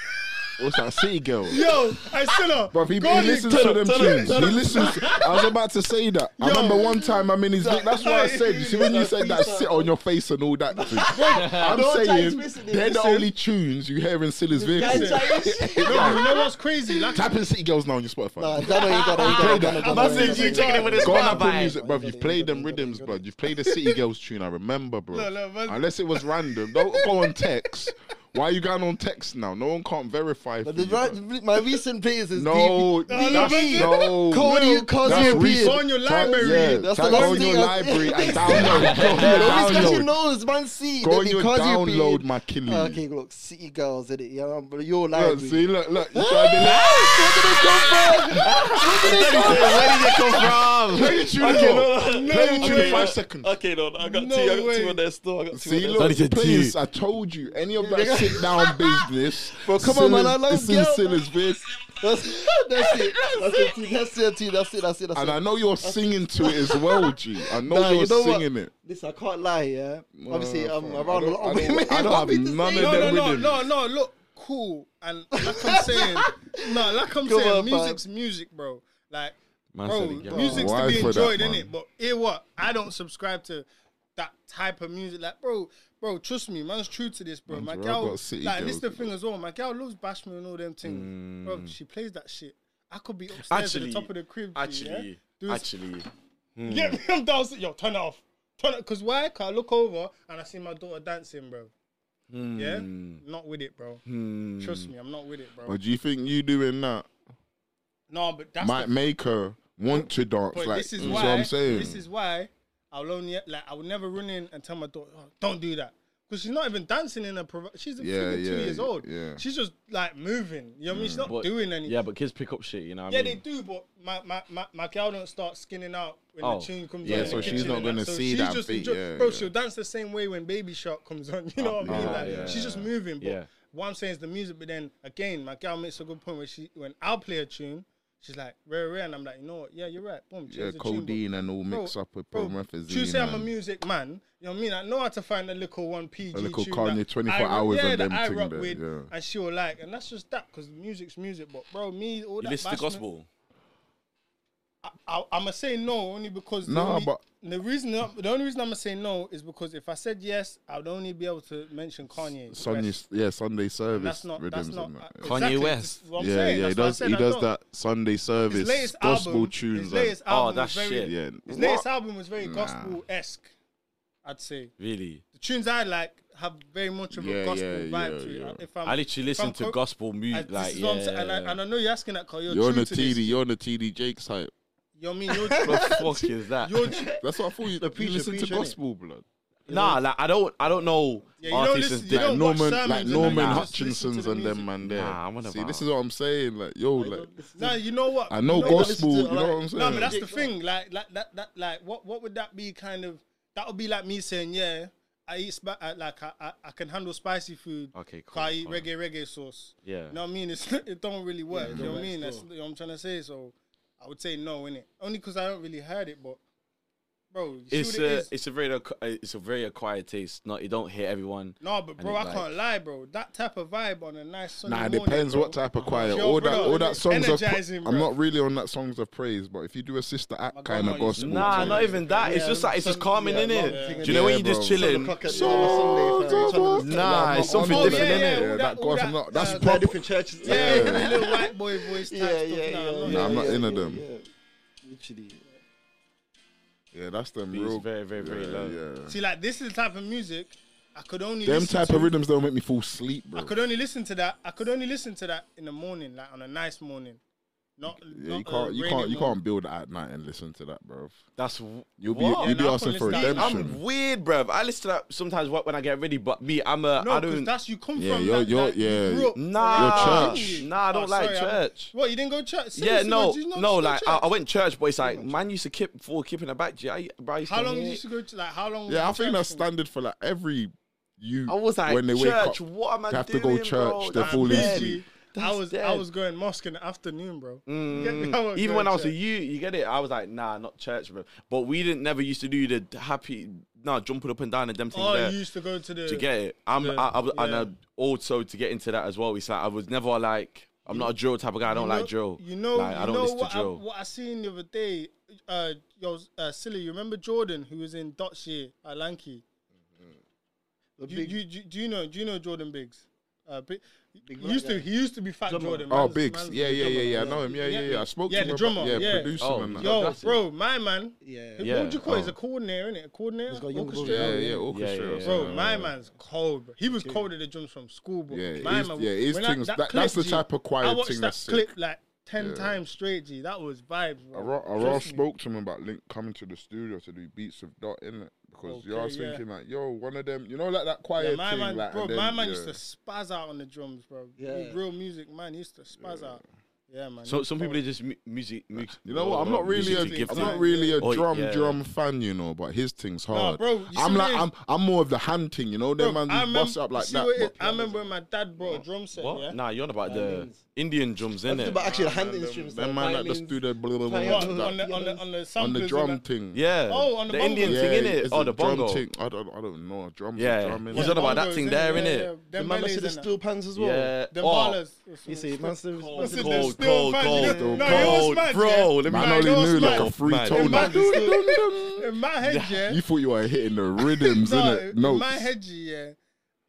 Speaker 5: What's that city girl?
Speaker 1: Yo, I still up.
Speaker 5: Bro, he, he
Speaker 1: God,
Speaker 5: listens
Speaker 1: tell
Speaker 5: to
Speaker 1: him,
Speaker 5: them
Speaker 1: tell him,
Speaker 5: tunes.
Speaker 1: tell
Speaker 5: He
Speaker 1: him.
Speaker 5: listens. I was about to say that. I remember one time I'm in his. Look, that's why I said. You see, when you said that, sit on your face and all that. thing, I'm
Speaker 6: Don't try
Speaker 5: saying
Speaker 6: explicitly,
Speaker 5: they're the
Speaker 6: listen.
Speaker 5: only tunes you hear in Silly's
Speaker 6: Guys,
Speaker 5: vehicle.
Speaker 6: try this.
Speaker 1: No, you know what's crazy? Like,
Speaker 5: Tap in City Girls now on your
Speaker 3: Nah,
Speaker 5: Spotify.
Speaker 3: that ain't got it. That ain't got
Speaker 6: Must have you checking it with his
Speaker 5: Go on Apple
Speaker 6: Spotify.
Speaker 5: Music, bruv. You've played them rhythms, bruv. You've played the City Girls tune. I remember, bro.
Speaker 1: No, no, but-
Speaker 5: Unless it was random. Don't go on text. Why are you going on text now? No one can't verify.
Speaker 3: But
Speaker 5: for
Speaker 3: the,
Speaker 5: you, bruv.
Speaker 3: right- my recent players is
Speaker 5: No,
Speaker 3: deep.
Speaker 5: that's
Speaker 3: Deep.
Speaker 5: no.
Speaker 3: Call you
Speaker 5: That's
Speaker 3: Cosmo
Speaker 5: recent.
Speaker 1: Go on your library.
Speaker 5: Yeah,
Speaker 3: That's
Speaker 5: tap
Speaker 3: the
Speaker 5: on
Speaker 3: last
Speaker 5: your
Speaker 3: thing I-
Speaker 5: library and download. Go on your
Speaker 3: Always because you
Speaker 5: download.
Speaker 3: knows, man. See,
Speaker 5: Go
Speaker 3: they
Speaker 5: on
Speaker 3: be
Speaker 5: your
Speaker 3: Cosmo P.
Speaker 5: download, my killing.
Speaker 3: Okay, look, city girls, in it? Yeah, but your
Speaker 5: Look,
Speaker 3: library.
Speaker 5: see, look, look. You tried to let-
Speaker 4: Where
Speaker 5: Play the tune now. Play the tune in
Speaker 6: Okay,
Speaker 5: five
Speaker 6: no.
Speaker 5: seconds.
Speaker 6: Okay, no, I got
Speaker 1: No
Speaker 6: two. I got
Speaker 1: way.
Speaker 6: two on there still. I got two.
Speaker 5: See,
Speaker 6: on
Speaker 5: look,
Speaker 4: Daddy said
Speaker 5: please,
Speaker 4: tea.
Speaker 5: I told you, any of that sit down business. But
Speaker 3: come on, man, I love
Speaker 5: it's in
Speaker 3: girl.
Speaker 5: Silla's vehicle.
Speaker 3: That's, that's it. That's it. T. That's it. T. That's it. That's it. That's
Speaker 5: And
Speaker 3: it.
Speaker 5: I know you're singing to it as well, G. I know
Speaker 3: Nah,
Speaker 5: you're
Speaker 3: you know what?
Speaker 5: singing it.
Speaker 3: Listen, I can't lie. Yeah, obviously, I'm
Speaker 5: fam,
Speaker 3: around
Speaker 5: I
Speaker 3: a
Speaker 5: don't-
Speaker 3: lot of
Speaker 5: I don't-
Speaker 3: women.
Speaker 5: I don't
Speaker 3: want me
Speaker 5: have
Speaker 3: to
Speaker 5: none
Speaker 3: say
Speaker 5: of
Speaker 3: it.
Speaker 5: them.
Speaker 1: no, no,
Speaker 5: rhythms.
Speaker 1: no, no, no. Look, cool. And like I'm saying, no, like
Speaker 3: Come
Speaker 1: I'm saying,
Speaker 3: on, man.
Speaker 1: music's music, bro. Like,
Speaker 4: Man
Speaker 1: bro,
Speaker 4: said it, yeah.
Speaker 1: music's
Speaker 5: Why
Speaker 1: to be
Speaker 5: for that,
Speaker 1: enjoyed,
Speaker 5: man?
Speaker 1: innit? But hear what? I don't subscribe to that type of music. Like, bro, bro, trust me, man's true to this, bro. my
Speaker 5: real
Speaker 1: girl,
Speaker 5: got city
Speaker 1: like, this
Speaker 5: girls,
Speaker 1: the thing as well. My girl loves Bashman and all them things. Bro, she plays that shit. I could be upstairs at
Speaker 4: Actually-
Speaker 1: the top of the crib. G, yeah?
Speaker 4: Actually,
Speaker 1: Do s-
Speaker 4: actually,
Speaker 1: Yeah,
Speaker 5: Mm.
Speaker 1: I'm downstairs. Yo, turn it off. Turn it. Cause why? Cause I look over and I see my daughter dancing, bro.
Speaker 5: Mm.
Speaker 1: Yeah, not with it, bro. Trust me, I'm not with it, bro.
Speaker 5: But do you think you doing that
Speaker 1: no, but that's
Speaker 5: might
Speaker 1: the,
Speaker 5: make her want to dance?
Speaker 1: but
Speaker 5: like,
Speaker 1: this is
Speaker 5: you know
Speaker 1: why.
Speaker 5: what I'm saying?
Speaker 1: This is why I'll only like I would never run in and tell my daughter, oh, don't do that. Cause she's not even dancing in a. Provo- she's a
Speaker 5: Yeah,
Speaker 1: freaking two
Speaker 5: yeah,
Speaker 1: years old.
Speaker 5: yeah. Mm.
Speaker 1: She's just like moving. You know what I mean? She's not
Speaker 4: but-
Speaker 1: doing anything.
Speaker 4: yeah, but kids pick up shit, you know. What
Speaker 1: Yeah,
Speaker 4: I
Speaker 1: they
Speaker 4: mean?
Speaker 1: do, but my, my, my, my girl don't start skinning out when
Speaker 4: Oh,
Speaker 1: the tune comes
Speaker 4: yeah,
Speaker 1: on. in
Speaker 4: so
Speaker 1: the
Speaker 4: she's
Speaker 1: kitchen
Speaker 5: not
Speaker 1: and
Speaker 5: gonna
Speaker 1: so
Speaker 5: see
Speaker 1: she's
Speaker 5: that
Speaker 1: just
Speaker 5: bit,
Speaker 1: enjoy-
Speaker 5: yeah,
Speaker 1: bro,
Speaker 5: yeah.
Speaker 1: she'll dance the same way when Baby Shark comes on. You know what I mean?
Speaker 4: yeah,
Speaker 1: like,
Speaker 4: yeah,
Speaker 1: she's just
Speaker 4: yeah.
Speaker 1: moving. But
Speaker 4: Yeah.
Speaker 1: what I'm saying is the music. But then again, my girl makes a good point where she when I'll play a tune, she's like rare rare, and I'm like, you know what? Yeah, you're right. Boom.
Speaker 5: yeah,
Speaker 1: change the tune, but-
Speaker 5: codeine and all
Speaker 1: Bro,
Speaker 5: mixed up with
Speaker 1: bro,
Speaker 5: promethazine.
Speaker 1: You say I'm a
Speaker 5: and-
Speaker 1: music man. You know what I mean? I know how to find a little one PG.
Speaker 5: A little
Speaker 1: tune
Speaker 5: Kanye
Speaker 1: that
Speaker 5: 24
Speaker 1: I rock-
Speaker 5: hours
Speaker 1: yeah,
Speaker 5: and
Speaker 1: that
Speaker 5: them
Speaker 1: I
Speaker 5: thing
Speaker 1: rock
Speaker 5: there,
Speaker 1: with,
Speaker 5: yeah.
Speaker 1: and she'll like, and that's just that because music's music. But bro, me all
Speaker 4: You
Speaker 1: that.
Speaker 4: listen to
Speaker 1: bashment-
Speaker 4: gospel.
Speaker 1: I, I, I'm gonna say no only because the
Speaker 5: Nah,
Speaker 1: only,
Speaker 5: but-
Speaker 1: the reason the only reason I'm gonna say no is because if I said yes, I would only be able to mention Kanye.
Speaker 5: Sunday,
Speaker 1: West.
Speaker 5: yeah, Sunday service
Speaker 1: that's not that's
Speaker 5: rhythms
Speaker 1: not
Speaker 5: and that.
Speaker 1: uh,
Speaker 5: yeah.
Speaker 4: Kanye
Speaker 1: exactly,
Speaker 4: West.
Speaker 1: this is what I'm
Speaker 5: yeah,
Speaker 1: saying.
Speaker 5: yeah, he
Speaker 1: that's why I
Speaker 5: does.
Speaker 1: said
Speaker 5: He
Speaker 1: I
Speaker 5: does
Speaker 1: don't.
Speaker 5: that Sunday
Speaker 1: His
Speaker 5: service,
Speaker 1: latest
Speaker 5: gospel
Speaker 1: album,
Speaker 5: tunes.
Speaker 1: His
Speaker 5: and-
Speaker 1: latest album
Speaker 4: that's
Speaker 1: was very,
Speaker 4: Oh, shit.
Speaker 5: yeah,
Speaker 1: His
Speaker 5: what?
Speaker 1: latest album was very
Speaker 5: Nah.
Speaker 1: gospel esque. I'd say
Speaker 4: Really,
Speaker 1: the tunes I like have very much of
Speaker 5: Yeah,
Speaker 1: a gospel
Speaker 5: yeah,
Speaker 1: vibe
Speaker 5: yeah,
Speaker 1: to it.
Speaker 5: yeah.
Speaker 1: If I'm,
Speaker 4: I literally
Speaker 1: if I'm
Speaker 4: listen to
Speaker 1: co-
Speaker 4: gospel
Speaker 1: I-
Speaker 4: music.
Speaker 1: this
Speaker 4: Like,
Speaker 1: is
Speaker 4: yeah,
Speaker 1: what I'm saying, and, I, and I know you're asking that because you're,
Speaker 5: You're on
Speaker 1: true
Speaker 5: the
Speaker 1: to this.
Speaker 5: TD. You're on the TD Jake's hype.
Speaker 1: You know what I mean? You're,
Speaker 4: what the fuck is that?
Speaker 1: you're, tr-
Speaker 5: That's what I thought. You, you
Speaker 3: preacher,
Speaker 5: listen to
Speaker 3: preacher, innit?
Speaker 5: gospel, blood.
Speaker 4: Nah, like I don't, I don't know
Speaker 1: Yeah, you don't
Speaker 4: artists
Speaker 1: listen-
Speaker 4: and
Speaker 1: you
Speaker 4: that.
Speaker 1: don't-
Speaker 5: Like
Speaker 1: watch
Speaker 5: Norman,
Speaker 1: sermons
Speaker 5: like
Speaker 1: and
Speaker 5: Norman
Speaker 1: then you just listen to
Speaker 5: Hutchinson's
Speaker 1: the
Speaker 5: and
Speaker 1: music.
Speaker 5: them man there.
Speaker 4: Nah, I'm on
Speaker 5: See,
Speaker 4: about-
Speaker 5: this is what I'm saying. Like, yo, like,
Speaker 1: nah, you know what?
Speaker 5: I
Speaker 1: You
Speaker 5: know
Speaker 1: what?
Speaker 5: gospel. You know what I'm saying?
Speaker 1: No, but that's the thing. Like, like that, that, like, what, what would that be? Kind of, that would be like me saying, yeah, I eat spi- I, like I, I, I can handle spicy food.
Speaker 4: Okay, cool,
Speaker 1: 'cause I eat
Speaker 4: cool.
Speaker 1: reggae, reggae sauce.
Speaker 4: Yeah.
Speaker 1: you know what I mean. It's, it don't really work. you know what I mean? That's you know what I'm trying to say. So, I would say no, innit? Only because I don't really heard it, but. Bro, you see
Speaker 4: It's
Speaker 1: what it
Speaker 4: a,
Speaker 1: is?
Speaker 4: it's a very, ac- uh, it's a very acquired taste. Not you don't hear everyone.
Speaker 1: No, but
Speaker 4: and
Speaker 1: bro,
Speaker 4: it,
Speaker 1: I
Speaker 4: like-
Speaker 1: can't lie, bro. That type of vibe on a nice Sunday
Speaker 5: Nah, it
Speaker 1: morning,
Speaker 5: depends
Speaker 1: bro.
Speaker 5: what type of choir.
Speaker 1: Yo,
Speaker 5: all that,
Speaker 1: brother,
Speaker 5: all that songs of.
Speaker 1: energizing,
Speaker 5: I'm
Speaker 1: bro.
Speaker 5: not really on that songs of praise, but if you do a sister act kind
Speaker 1: grandma
Speaker 5: of
Speaker 1: used to
Speaker 5: gospel,
Speaker 1: do
Speaker 4: Nah,
Speaker 1: Yeah.
Speaker 4: not even that. It's
Speaker 3: Yeah,
Speaker 4: just like it's just
Speaker 3: some-
Speaker 4: calming
Speaker 3: yeah,
Speaker 4: in
Speaker 3: yeah.
Speaker 4: it.
Speaker 3: Yeah.
Speaker 4: Do you know when
Speaker 5: Yeah,
Speaker 4: you just
Speaker 5: bro.
Speaker 4: chilling? Nah, it's something
Speaker 1: Oh, yeah,
Speaker 4: different,
Speaker 1: yeah,
Speaker 4: innit?
Speaker 1: all
Speaker 5: Yeah,
Speaker 1: that-
Speaker 5: that
Speaker 1: all
Speaker 5: gospel.
Speaker 1: that-
Speaker 5: not- That's
Speaker 1: uh,
Speaker 5: proper.
Speaker 3: Different churches.
Speaker 1: Yeah, the little white boy voice type
Speaker 3: yeah,
Speaker 1: stuff.
Speaker 3: yeah,
Speaker 1: nah,
Speaker 3: yeah,
Speaker 1: I'm
Speaker 5: Nah,
Speaker 1: not-
Speaker 5: I'm not
Speaker 3: yeah,
Speaker 5: into
Speaker 3: yeah,
Speaker 5: them.
Speaker 3: yeah. Literally.
Speaker 5: Yeah, that's them
Speaker 4: Beats
Speaker 5: real.
Speaker 4: very, very, very
Speaker 5: yeah,
Speaker 4: low.
Speaker 5: Yeah.
Speaker 1: See, like this is the type of music I could only
Speaker 5: Them
Speaker 1: listen
Speaker 5: type
Speaker 1: to-
Speaker 5: of rhythms don't make me fall asleep,
Speaker 1: I
Speaker 5: bro.
Speaker 1: could only listen to that. I could only listen to that in the morning, like on a nice morning. Not,
Speaker 5: Yeah,
Speaker 1: not
Speaker 5: you can't,
Speaker 1: uh,
Speaker 5: you
Speaker 1: Rainy
Speaker 5: can't, you
Speaker 1: Moon.
Speaker 5: can't build at night and listen to that, bro.
Speaker 4: That's w-
Speaker 5: You'll be,
Speaker 4: What?
Speaker 5: you'll be
Speaker 1: Yeah, nah,
Speaker 5: asking for
Speaker 1: I can't listen to that.
Speaker 4: I'm
Speaker 5: redemption.
Speaker 4: weird, bruv. I listen to that sometimes wh- when I get ready, but me, I'm a.
Speaker 1: No,
Speaker 4: I
Speaker 1: because
Speaker 4: don't.
Speaker 1: that's you come
Speaker 5: Yeah,
Speaker 1: from.
Speaker 5: you're-
Speaker 1: that,
Speaker 5: you're-
Speaker 1: that, you
Speaker 5: yeah.
Speaker 1: grew up
Speaker 4: Nah,
Speaker 1: around, didn't you?
Speaker 4: nah, I don't
Speaker 1: Oh,
Speaker 4: like
Speaker 1: sorry, I-
Speaker 4: church.
Speaker 1: What you didn't go to church?
Speaker 4: yeah,
Speaker 1: Seriously,
Speaker 4: no,
Speaker 1: did you not
Speaker 4: no,
Speaker 1: go to
Speaker 4: like I,
Speaker 1: church?
Speaker 4: I went to church, but it's like man used to keep for keeping it back. G. I, bro, I used
Speaker 1: How
Speaker 4: to
Speaker 1: long did
Speaker 4: hate
Speaker 1: you
Speaker 4: it.
Speaker 1: used to go to like? How long? was
Speaker 5: Yeah, I
Speaker 1: the
Speaker 5: think
Speaker 1: church
Speaker 5: that's
Speaker 1: for?
Speaker 5: standard for like every you.
Speaker 4: I was like,
Speaker 5: when they wake up,
Speaker 4: church, what am I
Speaker 5: they have to
Speaker 4: doing?
Speaker 5: go church,
Speaker 4: bro?
Speaker 5: they're
Speaker 4: That's
Speaker 5: fully
Speaker 4: dead.
Speaker 5: asleep.
Speaker 1: I
Speaker 4: That's
Speaker 1: was I
Speaker 4: dead.
Speaker 1: was going mosque in the afternoon, bro. You get me?
Speaker 4: Mm.
Speaker 1: I wasn't
Speaker 4: Even
Speaker 1: going
Speaker 4: when I was
Speaker 1: to
Speaker 4: a you, you get it. I was like, nah, not church, bro. But we didn't never used to do the d- happy, nah, jumping up and down and them things.
Speaker 1: Oh,
Speaker 4: there.
Speaker 1: you used to go to the.
Speaker 4: to get it, I'm,
Speaker 1: Yeah,
Speaker 4: I, I, was- and
Speaker 1: yeah.
Speaker 4: uh also to get into that as well. It's like I was never like, I'm not a drill type of guy. I don't
Speaker 1: you know,
Speaker 4: like drill.
Speaker 1: You know,
Speaker 4: like,
Speaker 1: you
Speaker 4: I don't
Speaker 1: know
Speaker 4: listen
Speaker 1: what,
Speaker 4: to drill.
Speaker 1: I, what I seen the other day. Uh, yo, uh, silly. You remember Jordan who was in Dutchie at Lanky? You, you, you, do you know? Do you know Jordan Biggs? Uh, big, he used to he used to be fat Jordan.
Speaker 5: Oh,
Speaker 1: Man's-
Speaker 5: Biggs.
Speaker 1: man's
Speaker 5: Yeah,
Speaker 1: the
Speaker 5: yeah,
Speaker 1: drummer.
Speaker 5: yeah, yeah. I know him. Yeah, yeah, yeah. I spoke
Speaker 1: Yeah,
Speaker 5: to
Speaker 1: the
Speaker 5: him.
Speaker 1: drummer,
Speaker 5: About, yeah,
Speaker 1: yeah.
Speaker 5: producing
Speaker 4: Oh,
Speaker 5: and that.
Speaker 4: yeah.
Speaker 1: Yo,
Speaker 4: That's it.
Speaker 1: bro, my man.
Speaker 7: Yeah.
Speaker 1: Who-
Speaker 4: Yeah.
Speaker 1: What do you call? it? He's
Speaker 4: Oh.
Speaker 1: a coordinator, isn't it? A coordinator,
Speaker 3: got young
Speaker 1: orchestrator.
Speaker 5: Yeah, yeah,
Speaker 4: Yeah, yeah,
Speaker 5: orchestra.
Speaker 4: yeah.
Speaker 5: or
Speaker 1: Bro,
Speaker 5: something.
Speaker 1: my man's cold. Bro. He was cold at the drums from school, bro.
Speaker 5: Yeah, it
Speaker 1: my
Speaker 5: is- yeah, it is
Speaker 1: when I-
Speaker 5: things- that- that's
Speaker 1: clip,
Speaker 5: the type of quiet
Speaker 1: I watched
Speaker 5: thing
Speaker 1: that
Speaker 5: that's sick.
Speaker 1: clip like ten times straight. G, that was vibes,
Speaker 5: I
Speaker 1: bro.
Speaker 5: ra- I
Speaker 1: Trust
Speaker 5: ra-
Speaker 1: me.
Speaker 5: spoke to him about Link coming to the studio to do beats with Dot in it because you
Speaker 1: Okay,
Speaker 5: I was
Speaker 1: yeah.
Speaker 5: thinking like, yo, one of them, you know, like that
Speaker 1: Yeah,
Speaker 5: quiet
Speaker 1: my
Speaker 5: thing,
Speaker 1: man,
Speaker 5: like,
Speaker 1: bro,
Speaker 5: and then,
Speaker 1: my man
Speaker 5: yeah.
Speaker 1: used to spaz out on the drums, bro. He was
Speaker 3: Yeah.
Speaker 1: real music man. He used to spaz out. Yeah, man.
Speaker 4: So
Speaker 1: he
Speaker 4: some
Speaker 1: was
Speaker 4: people are just mu- music, music.
Speaker 5: You know what? I'm not really
Speaker 4: music
Speaker 5: a,
Speaker 4: to give
Speaker 5: I'm
Speaker 4: to.
Speaker 5: not really a
Speaker 4: Oh,
Speaker 5: drum
Speaker 4: yeah.
Speaker 5: drum fan, you know, but his thing's hard.
Speaker 1: bro, you see
Speaker 5: I'm
Speaker 1: what
Speaker 5: like
Speaker 1: it is?
Speaker 5: I'm I'm more of the hand thing, you know. Them
Speaker 1: Bro,
Speaker 5: man
Speaker 1: I
Speaker 5: just bust
Speaker 1: remem-
Speaker 5: up like
Speaker 1: see
Speaker 5: that.
Speaker 1: what it is?
Speaker 5: but-
Speaker 1: I remember when my dad brought a drum set.
Speaker 4: What?
Speaker 1: Yeah.
Speaker 4: Nah, you're on about the Indian drums,
Speaker 3: I'm talking
Speaker 4: innit?
Speaker 3: about actually the hand
Speaker 5: Them-
Speaker 3: instruments.
Speaker 5: them
Speaker 3: like
Speaker 5: man like just
Speaker 3: violins.
Speaker 5: do the blah, blah, blah,
Speaker 3: Like,
Speaker 5: blah,
Speaker 1: What,
Speaker 5: that.
Speaker 1: on the on the on the,
Speaker 5: on
Speaker 1: samplers
Speaker 5: the
Speaker 1: and
Speaker 5: drum
Speaker 1: that-
Speaker 5: thing.
Speaker 4: Yeah.
Speaker 1: Oh, on the bongo.
Speaker 4: Indian
Speaker 5: yeah,
Speaker 4: thing, innit?
Speaker 5: it's
Speaker 4: Oh,
Speaker 5: a
Speaker 4: the
Speaker 5: drum
Speaker 4: bongo.
Speaker 5: thing. I don't I don't know. Drums,
Speaker 4: Yeah.
Speaker 5: drum,
Speaker 4: He's
Speaker 5: innit?
Speaker 4: on about that
Speaker 1: bongos,
Speaker 4: thing
Speaker 1: innit?
Speaker 4: there,
Speaker 1: Yeah,
Speaker 4: innit?
Speaker 1: yeah.
Speaker 3: The
Speaker 1: Them
Speaker 3: man that
Speaker 1: bellies
Speaker 3: said the
Speaker 1: and that.
Speaker 3: steel pans as well.
Speaker 4: Yeah.
Speaker 1: Them
Speaker 4: Oh,
Speaker 1: ballers.
Speaker 3: You see, man said-
Speaker 1: I
Speaker 4: Cold,
Speaker 1: said
Speaker 4: cold,
Speaker 1: they're still
Speaker 4: cold,
Speaker 1: fat,
Speaker 4: cold,
Speaker 1: yeah.
Speaker 4: cold,
Speaker 1: No, it was mad, yeah.
Speaker 4: bro. Let me
Speaker 5: Man
Speaker 1: Nah,
Speaker 4: know.
Speaker 5: only
Speaker 1: it was
Speaker 5: knew like
Speaker 1: mad.
Speaker 5: a free
Speaker 4: Man,
Speaker 5: tone.
Speaker 1: in my,
Speaker 5: like, dun, dun, dun.
Speaker 1: in my head, yeah.
Speaker 5: You thought you were hitting the rhythms,
Speaker 1: No,
Speaker 5: innit? No.
Speaker 1: in my head, yeah.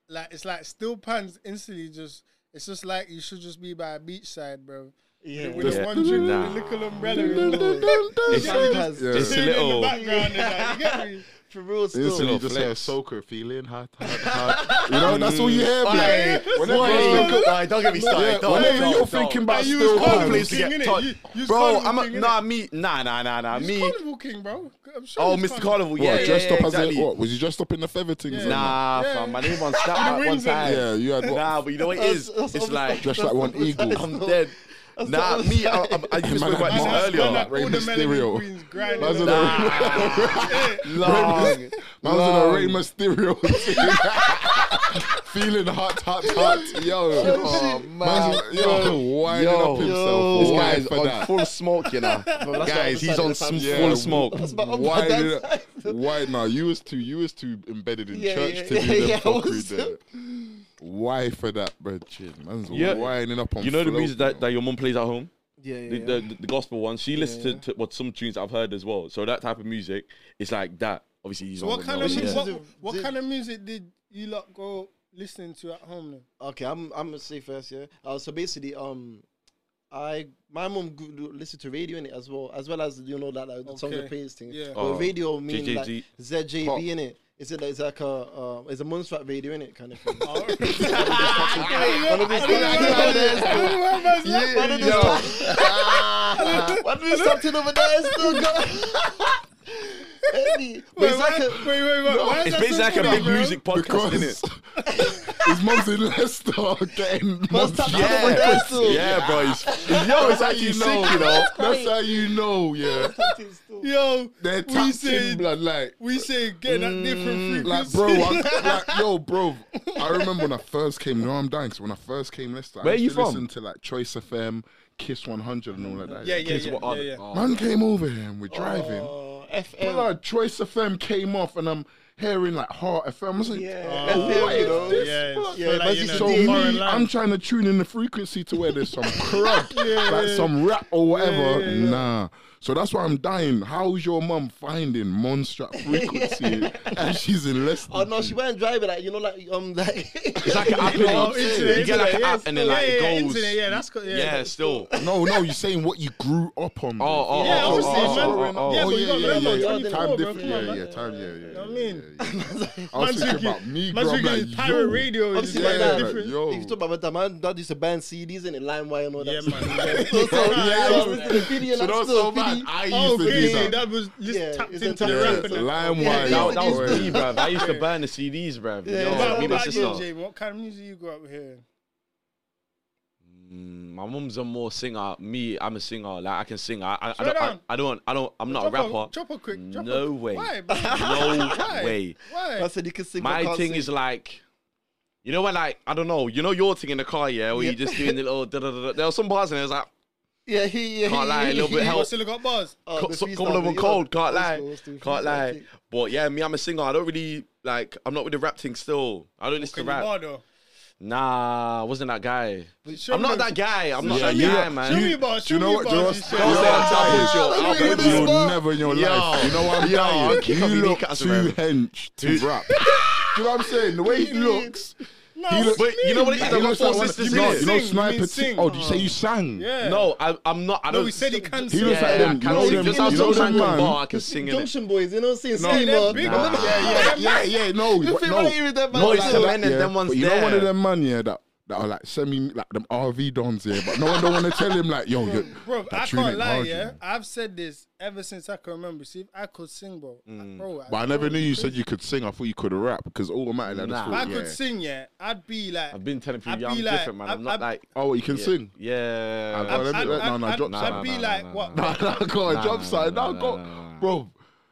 Speaker 1: Like it's like steel pans instantly just. It's just like you should just be by a beachside, bro.
Speaker 3: Yeah.
Speaker 1: With
Speaker 4: Yeah.
Speaker 1: a one drink,
Speaker 4: Nah.
Speaker 1: with a little umbrella. and all.
Speaker 4: It's-
Speaker 3: Sometimes,
Speaker 5: Yeah.
Speaker 4: It's a
Speaker 1: Sitting in
Speaker 4: little.
Speaker 1: the background, and like, you get me?
Speaker 3: For real,
Speaker 5: Instantly,
Speaker 3: still.
Speaker 5: you just hear soca feeling hot, hot, hot. You know, that's all you hear.
Speaker 4: Aye,
Speaker 5: man. Whenever
Speaker 4: boy,
Speaker 5: you think of-
Speaker 4: aye, don't get me started.
Speaker 5: Yeah,
Speaker 4: Don't,
Speaker 5: whenever
Speaker 4: don't,
Speaker 5: you're
Speaker 4: don't.
Speaker 5: thinking about
Speaker 1: you
Speaker 5: still
Speaker 1: was
Speaker 4: Can't
Speaker 1: carnival
Speaker 5: hot,
Speaker 4: please
Speaker 1: king,
Speaker 4: get
Speaker 1: innit?
Speaker 4: touched.
Speaker 1: You- you was
Speaker 4: Bro,
Speaker 1: carnival
Speaker 4: I'm a,
Speaker 1: king,
Speaker 4: nah me nah nah nah nah
Speaker 1: He's
Speaker 4: me.
Speaker 1: Carnival King, bro. I'm sure
Speaker 4: Oh,
Speaker 1: he's
Speaker 4: Mr. Carnival,
Speaker 5: What,
Speaker 4: yeah, yeah,
Speaker 5: dressed
Speaker 4: yeah,
Speaker 5: up as
Speaker 4: exactly.
Speaker 5: a, what? Was you dressed up in the feather things? and that?
Speaker 4: Nah,
Speaker 1: Yeah.
Speaker 4: fam, my name on Snapchat one
Speaker 1: wings on
Speaker 4: time.
Speaker 1: it.
Speaker 5: Yeah, you had what?
Speaker 4: Nah, but you know what it
Speaker 3: That's-
Speaker 4: is?
Speaker 3: that's
Speaker 4: it's
Speaker 3: obvious.
Speaker 4: like
Speaker 5: Dressed like one eagle.
Speaker 4: I'm dead. Nah,
Speaker 3: that's
Speaker 4: me,
Speaker 3: what
Speaker 4: I,
Speaker 3: I'm
Speaker 4: I, I used to
Speaker 5: Man,
Speaker 4: speak about
Speaker 5: I'm
Speaker 4: this
Speaker 5: not-
Speaker 4: earlier.
Speaker 5: I'm not- Rey
Speaker 1: all the
Speaker 5: Mysterio.
Speaker 1: Melanie Queens grind.
Speaker 5: Man's in a-
Speaker 1: Nah,
Speaker 4: Long.
Speaker 5: Man was in a Rey Mysterio feeling hot, hot, hot. Yo,
Speaker 7: Oh, man.
Speaker 5: man's yo, winding
Speaker 7: Yo.
Speaker 5: up himself.
Speaker 7: This
Speaker 5: Why
Speaker 7: guy is
Speaker 5: for
Speaker 7: on
Speaker 5: that?
Speaker 7: full smoke, you know.
Speaker 3: that's
Speaker 7: Guys,
Speaker 3: the
Speaker 7: he's
Speaker 3: other
Speaker 7: on
Speaker 3: side
Speaker 7: some
Speaker 3: of the
Speaker 5: family.
Speaker 7: full
Speaker 5: Yeah,
Speaker 7: smoke.
Speaker 3: my other
Speaker 5: Why
Speaker 3: side.
Speaker 5: did I- why now? You was too you was too embedded in
Speaker 3: Yeah,
Speaker 5: church
Speaker 3: yeah,
Speaker 5: to
Speaker 3: yeah,
Speaker 5: do
Speaker 3: yeah,
Speaker 5: them
Speaker 3: I
Speaker 5: fuckery
Speaker 3: was
Speaker 5: there. Why for that, bro? Chin, man's
Speaker 4: Yeah.
Speaker 5: winding up on.
Speaker 4: You know the
Speaker 5: flow,
Speaker 4: music
Speaker 5: bro.
Speaker 4: that, that your mum plays at home?
Speaker 3: Yeah, yeah,
Speaker 4: The,
Speaker 3: yeah.
Speaker 4: the, the gospel one. She listens to, to what some tunes I've heard as well. So that type of music, it's like that. Obviously, he's
Speaker 1: So
Speaker 4: on
Speaker 1: what
Speaker 4: with
Speaker 1: kind
Speaker 4: no-
Speaker 1: of
Speaker 4: yeah.
Speaker 1: music? What,
Speaker 3: Yeah.
Speaker 1: what kind of music did you lot go listening to at home then?
Speaker 3: Okay, I'm I'm gonna say first, yeah. Uh, so basically, um, I my mom g- l- listened to radio in it as well, as well as you know that like, the song
Speaker 1: Okay,
Speaker 3: and praise thing.
Speaker 1: yeah.
Speaker 3: But
Speaker 4: Oh,
Speaker 3: radio mean
Speaker 4: JJG.
Speaker 3: like
Speaker 5: Pop.
Speaker 3: ZJB in it. Is it like, it's like a uh, it's a Moonstrat radio in it kind of thing. Why did this stop- Why did this stop till over there? It's still going. But
Speaker 1: Wait,
Speaker 3: it's
Speaker 1: why-
Speaker 3: like
Speaker 1: wait,
Speaker 3: a-
Speaker 1: wait, wait. Why is
Speaker 4: It's
Speaker 1: that
Speaker 4: basically
Speaker 1: so
Speaker 4: like a
Speaker 1: funny,
Speaker 4: big
Speaker 1: bro?
Speaker 4: music podcast,
Speaker 5: because
Speaker 4: isn't it?
Speaker 5: his mum's in Leicester getting.
Speaker 3: Must
Speaker 5: mum's-
Speaker 3: have happened over there still.
Speaker 4: Yeah, bro. It's, yo, it's
Speaker 5: That's how
Speaker 4: actually
Speaker 5: you
Speaker 4: sick,
Speaker 5: know.
Speaker 4: you know.
Speaker 5: That's how you know. Yeah,
Speaker 1: Yo,
Speaker 5: they're
Speaker 1: we say
Speaker 5: tapping blood like. mm,
Speaker 1: we say getting that different
Speaker 5: Like
Speaker 1: frequency.
Speaker 5: bro, I, like yo, bro. I remember when I first came. No, I'm dying. So when I first came, Leicester,
Speaker 4: Where
Speaker 5: I
Speaker 4: you
Speaker 5: used to
Speaker 4: from?
Speaker 5: listen to like Choice FM, Kiss 100, and all like that.
Speaker 1: yeah, yeah,
Speaker 4: Kids
Speaker 1: yeah,
Speaker 4: were on-
Speaker 1: yeah, yeah.
Speaker 4: oh.
Speaker 5: Man came over here and we're driving.
Speaker 3: Oh, FM.
Speaker 5: Well, like, Choice FM came off and I'm hearing like Heart FM. I was like,
Speaker 3: Yeah.
Speaker 5: "Oh,
Speaker 3: Yeah,
Speaker 5: what
Speaker 3: you
Speaker 5: is
Speaker 3: know.
Speaker 5: this?
Speaker 1: Yeah,
Speaker 5: Fuck."
Speaker 1: yeah, like, you know,
Speaker 5: so me,
Speaker 1: foreign language.
Speaker 5: I'm trying to tune in the frequency to where there's some crap, like some rap or whatever. Nah. So that's why I'm dying. How's your mum finding Monstrap frequency and she's in Leicester?
Speaker 3: Oh no, she went driving like you know, like um, like
Speaker 4: It's like an app. innit?
Speaker 1: Oh, internet,
Speaker 4: you get like
Speaker 1: internet,
Speaker 4: an
Speaker 1: yeah,
Speaker 4: app and then
Speaker 1: still,
Speaker 4: like
Speaker 1: yeah, yeah,
Speaker 4: it goes.
Speaker 1: internet, yeah, that's co- yeah,
Speaker 4: Yeah, still. Oh,
Speaker 5: No, no, you're saying what you grew up on. bro.
Speaker 4: oh,
Speaker 1: Yeah,
Speaker 4: oh,
Speaker 1: obviously,
Speaker 4: oh,
Speaker 1: man.
Speaker 4: oh, oh, oh.
Speaker 1: Yeah, but you gotta
Speaker 5: yeah,
Speaker 1: remember,
Speaker 5: yeah.
Speaker 3: 24,
Speaker 5: Time
Speaker 1: bro,
Speaker 5: different.
Speaker 1: come on,
Speaker 5: Yeah,
Speaker 1: man.
Speaker 5: yeah, time, yeah, yeah. You
Speaker 1: know what I mean?
Speaker 5: I was
Speaker 1: Man's
Speaker 5: thinking
Speaker 1: thinking-
Speaker 5: about me, bro.
Speaker 1: Man's
Speaker 5: I'm
Speaker 1: thinking
Speaker 5: like,
Speaker 1: it's pirate
Speaker 5: yo.
Speaker 1: radio. it's
Speaker 3: Obviously,
Speaker 1: like
Speaker 3: like
Speaker 5: Yeah,
Speaker 3: that.
Speaker 1: different.
Speaker 5: yo.
Speaker 3: if
Speaker 4: oh.
Speaker 3: you talk about that man, that used to ban CDs and in LimeWire and all that.
Speaker 1: Yeah,
Speaker 3: stuff.
Speaker 1: man.
Speaker 3: so, so,
Speaker 5: Yeah,
Speaker 3: so, listen to Fiddy and
Speaker 5: So
Speaker 3: I'm
Speaker 5: that's
Speaker 3: still
Speaker 5: so bad.
Speaker 3: Fiddy.
Speaker 5: I used
Speaker 1: Oh,
Speaker 5: to do
Speaker 1: crazy.
Speaker 5: that.
Speaker 1: That was just
Speaker 3: Yeah,
Speaker 1: tapped
Speaker 3: it's
Speaker 1: into
Speaker 3: a
Speaker 1: the
Speaker 3: tap-
Speaker 1: rap. and that.
Speaker 5: Lime
Speaker 3: Yeah,
Speaker 5: wire.
Speaker 3: that
Speaker 4: That, that was
Speaker 5: bro.
Speaker 4: me, bruv. I used to burn the CDs, bruv.
Speaker 3: Yeah,
Speaker 4: Yo,
Speaker 3: yeah.
Speaker 1: What
Speaker 4: me and my
Speaker 1: about you,
Speaker 4: sister.
Speaker 1: Jay? What kind of music you grew up hearing?
Speaker 4: Mm, my mum's a more singer. Me, I'm a singer. Like I can sing. I, I, I,
Speaker 1: Slow
Speaker 4: don't, I,
Speaker 1: down.
Speaker 4: I don't. I don't. I'm not a
Speaker 1: Drop
Speaker 4: rapper.
Speaker 1: Drop a quick. Drop
Speaker 4: No
Speaker 1: a,
Speaker 4: way.
Speaker 1: Why? bro?
Speaker 4: No
Speaker 1: Why?
Speaker 4: way.
Speaker 3: I
Speaker 1: Why?
Speaker 3: said you can sing. but
Speaker 4: My
Speaker 3: can't
Speaker 4: thing
Speaker 3: sing.
Speaker 4: is like, you know when like I don't know. You know your thing in the car, yeah, where you
Speaker 3: Yeah.
Speaker 4: just doing the little. Da, da, da, da. There were some bars and it was like,
Speaker 3: yeah, he, yeah, he,
Speaker 4: Can't lie, a
Speaker 3: he-
Speaker 4: little bit
Speaker 3: he-
Speaker 4: help.
Speaker 1: You still got bars.
Speaker 3: Oh,
Speaker 4: co-
Speaker 3: the
Speaker 4: so-
Speaker 3: freestyle,
Speaker 4: couple of them
Speaker 3: yeah.
Speaker 4: cold. Can't
Speaker 3: Old
Speaker 4: lie.
Speaker 3: school, old school freestyle
Speaker 4: Can't lie.
Speaker 3: thing.
Speaker 4: But yeah, me, I'm a singer. I don't really like. I'm not with the rap thing still. I don't listen
Speaker 1: Can you
Speaker 4: to rap.
Speaker 1: bar though?
Speaker 4: Nah, I wasn't that guy.
Speaker 1: show
Speaker 4: I'm
Speaker 1: me
Speaker 4: not
Speaker 1: the-
Speaker 4: that guy. I'm not
Speaker 5: Yeah,
Speaker 4: that
Speaker 5: you-
Speaker 4: guy,
Speaker 1: Show
Speaker 4: man.
Speaker 1: me bars.
Speaker 5: Do
Speaker 1: Show
Speaker 5: you know
Speaker 1: me
Speaker 5: what? Do you know
Speaker 1: bars.
Speaker 5: what's- do
Speaker 1: you said.
Speaker 5: you know
Speaker 4: Don't
Speaker 5: what's
Speaker 4: say I'm
Speaker 5: sad
Speaker 4: dying.
Speaker 5: is-
Speaker 4: Joe.
Speaker 3: Look
Speaker 4: I'll
Speaker 3: at
Speaker 4: bet
Speaker 3: this
Speaker 4: you
Speaker 5: You'll
Speaker 3: Stop.
Speaker 5: never in your
Speaker 4: Yo.
Speaker 5: life. You know what I'm
Speaker 4: Yo.
Speaker 5: saying?
Speaker 4: Kick
Speaker 5: He
Speaker 4: off your
Speaker 5: look
Speaker 4: kneecaps,
Speaker 5: too
Speaker 4: man.
Speaker 5: hench to rap. Do you know what I'm saying? The way he looks, he looks.
Speaker 4: But you know what it
Speaker 5: He
Speaker 4: is? I've got
Speaker 5: looks like
Speaker 4: four
Speaker 5: one.
Speaker 4: sisters
Speaker 5: You know,
Speaker 4: here.
Speaker 5: you know
Speaker 1: Sing,
Speaker 5: sniper.
Speaker 1: mean
Speaker 5: T-
Speaker 1: sing.
Speaker 5: oh, did you say you sang?
Speaker 1: Yeah.
Speaker 4: No, I, I'm not. I
Speaker 1: No,
Speaker 4: don't.
Speaker 1: he said he can
Speaker 5: He
Speaker 1: sing.
Speaker 5: looks like
Speaker 4: Yeah,
Speaker 5: them.
Speaker 4: I
Speaker 5: You know
Speaker 4: can't
Speaker 5: them.
Speaker 4: sing. Just
Speaker 5: You
Speaker 4: have
Speaker 5: know
Speaker 4: some
Speaker 5: them
Speaker 4: man can bar.
Speaker 5: man.
Speaker 4: I can sing in it.
Speaker 3: Junction boys, you know what I'm saying?
Speaker 5: No,
Speaker 3: Skinny
Speaker 1: them
Speaker 3: man.
Speaker 1: big
Speaker 3: Remember
Speaker 4: man.
Speaker 3: that?
Speaker 1: Yeah,
Speaker 5: Yeah, yeah, yeah. No,
Speaker 3: You feel
Speaker 5: no.
Speaker 3: like you with that man,
Speaker 4: No, it's
Speaker 3: like,
Speaker 4: the
Speaker 3: so-
Speaker 4: men and them ones
Speaker 5: but you know one
Speaker 4: there.
Speaker 5: of them man yeah that that are like semi like them RV dons here, but no one don't want to tell him like yo, you
Speaker 1: Bro,
Speaker 5: that
Speaker 1: I
Speaker 5: tune
Speaker 1: can't
Speaker 5: ain't
Speaker 1: lie,
Speaker 5: hard, you
Speaker 1: yeah.
Speaker 5: know.
Speaker 1: I've said this ever since I can remember. See, if I could sing, bro. bro
Speaker 5: But I never knew you said you could sing. I thought you could rap because automatically I just
Speaker 4: Nah.
Speaker 1: If I
Speaker 5: thought, yeah.
Speaker 1: could sing, yeah, I'd be like.
Speaker 4: I've been telling
Speaker 1: I'd
Speaker 4: people, yeah, I'm
Speaker 1: be like-
Speaker 4: different, man. I'm
Speaker 1: I'd-
Speaker 4: not
Speaker 1: I'd-
Speaker 4: like,
Speaker 5: Oh, you can sing.
Speaker 4: yeah.
Speaker 5: I'd-
Speaker 1: I'd,
Speaker 5: let me-
Speaker 1: I'd,
Speaker 5: no, no,
Speaker 1: I'd-
Speaker 5: drop
Speaker 1: I'd
Speaker 5: something.
Speaker 1: be
Speaker 4: Nah, nah,
Speaker 1: like,
Speaker 4: nah,
Speaker 1: what?
Speaker 4: nah,
Speaker 5: Nah, nah, go on,
Speaker 4: Nah,
Speaker 5: drop
Speaker 4: nah,
Speaker 5: something.
Speaker 4: nah,
Speaker 5: Now
Speaker 4: nah,
Speaker 5: go,
Speaker 4: nah, nah, nah.
Speaker 5: bro.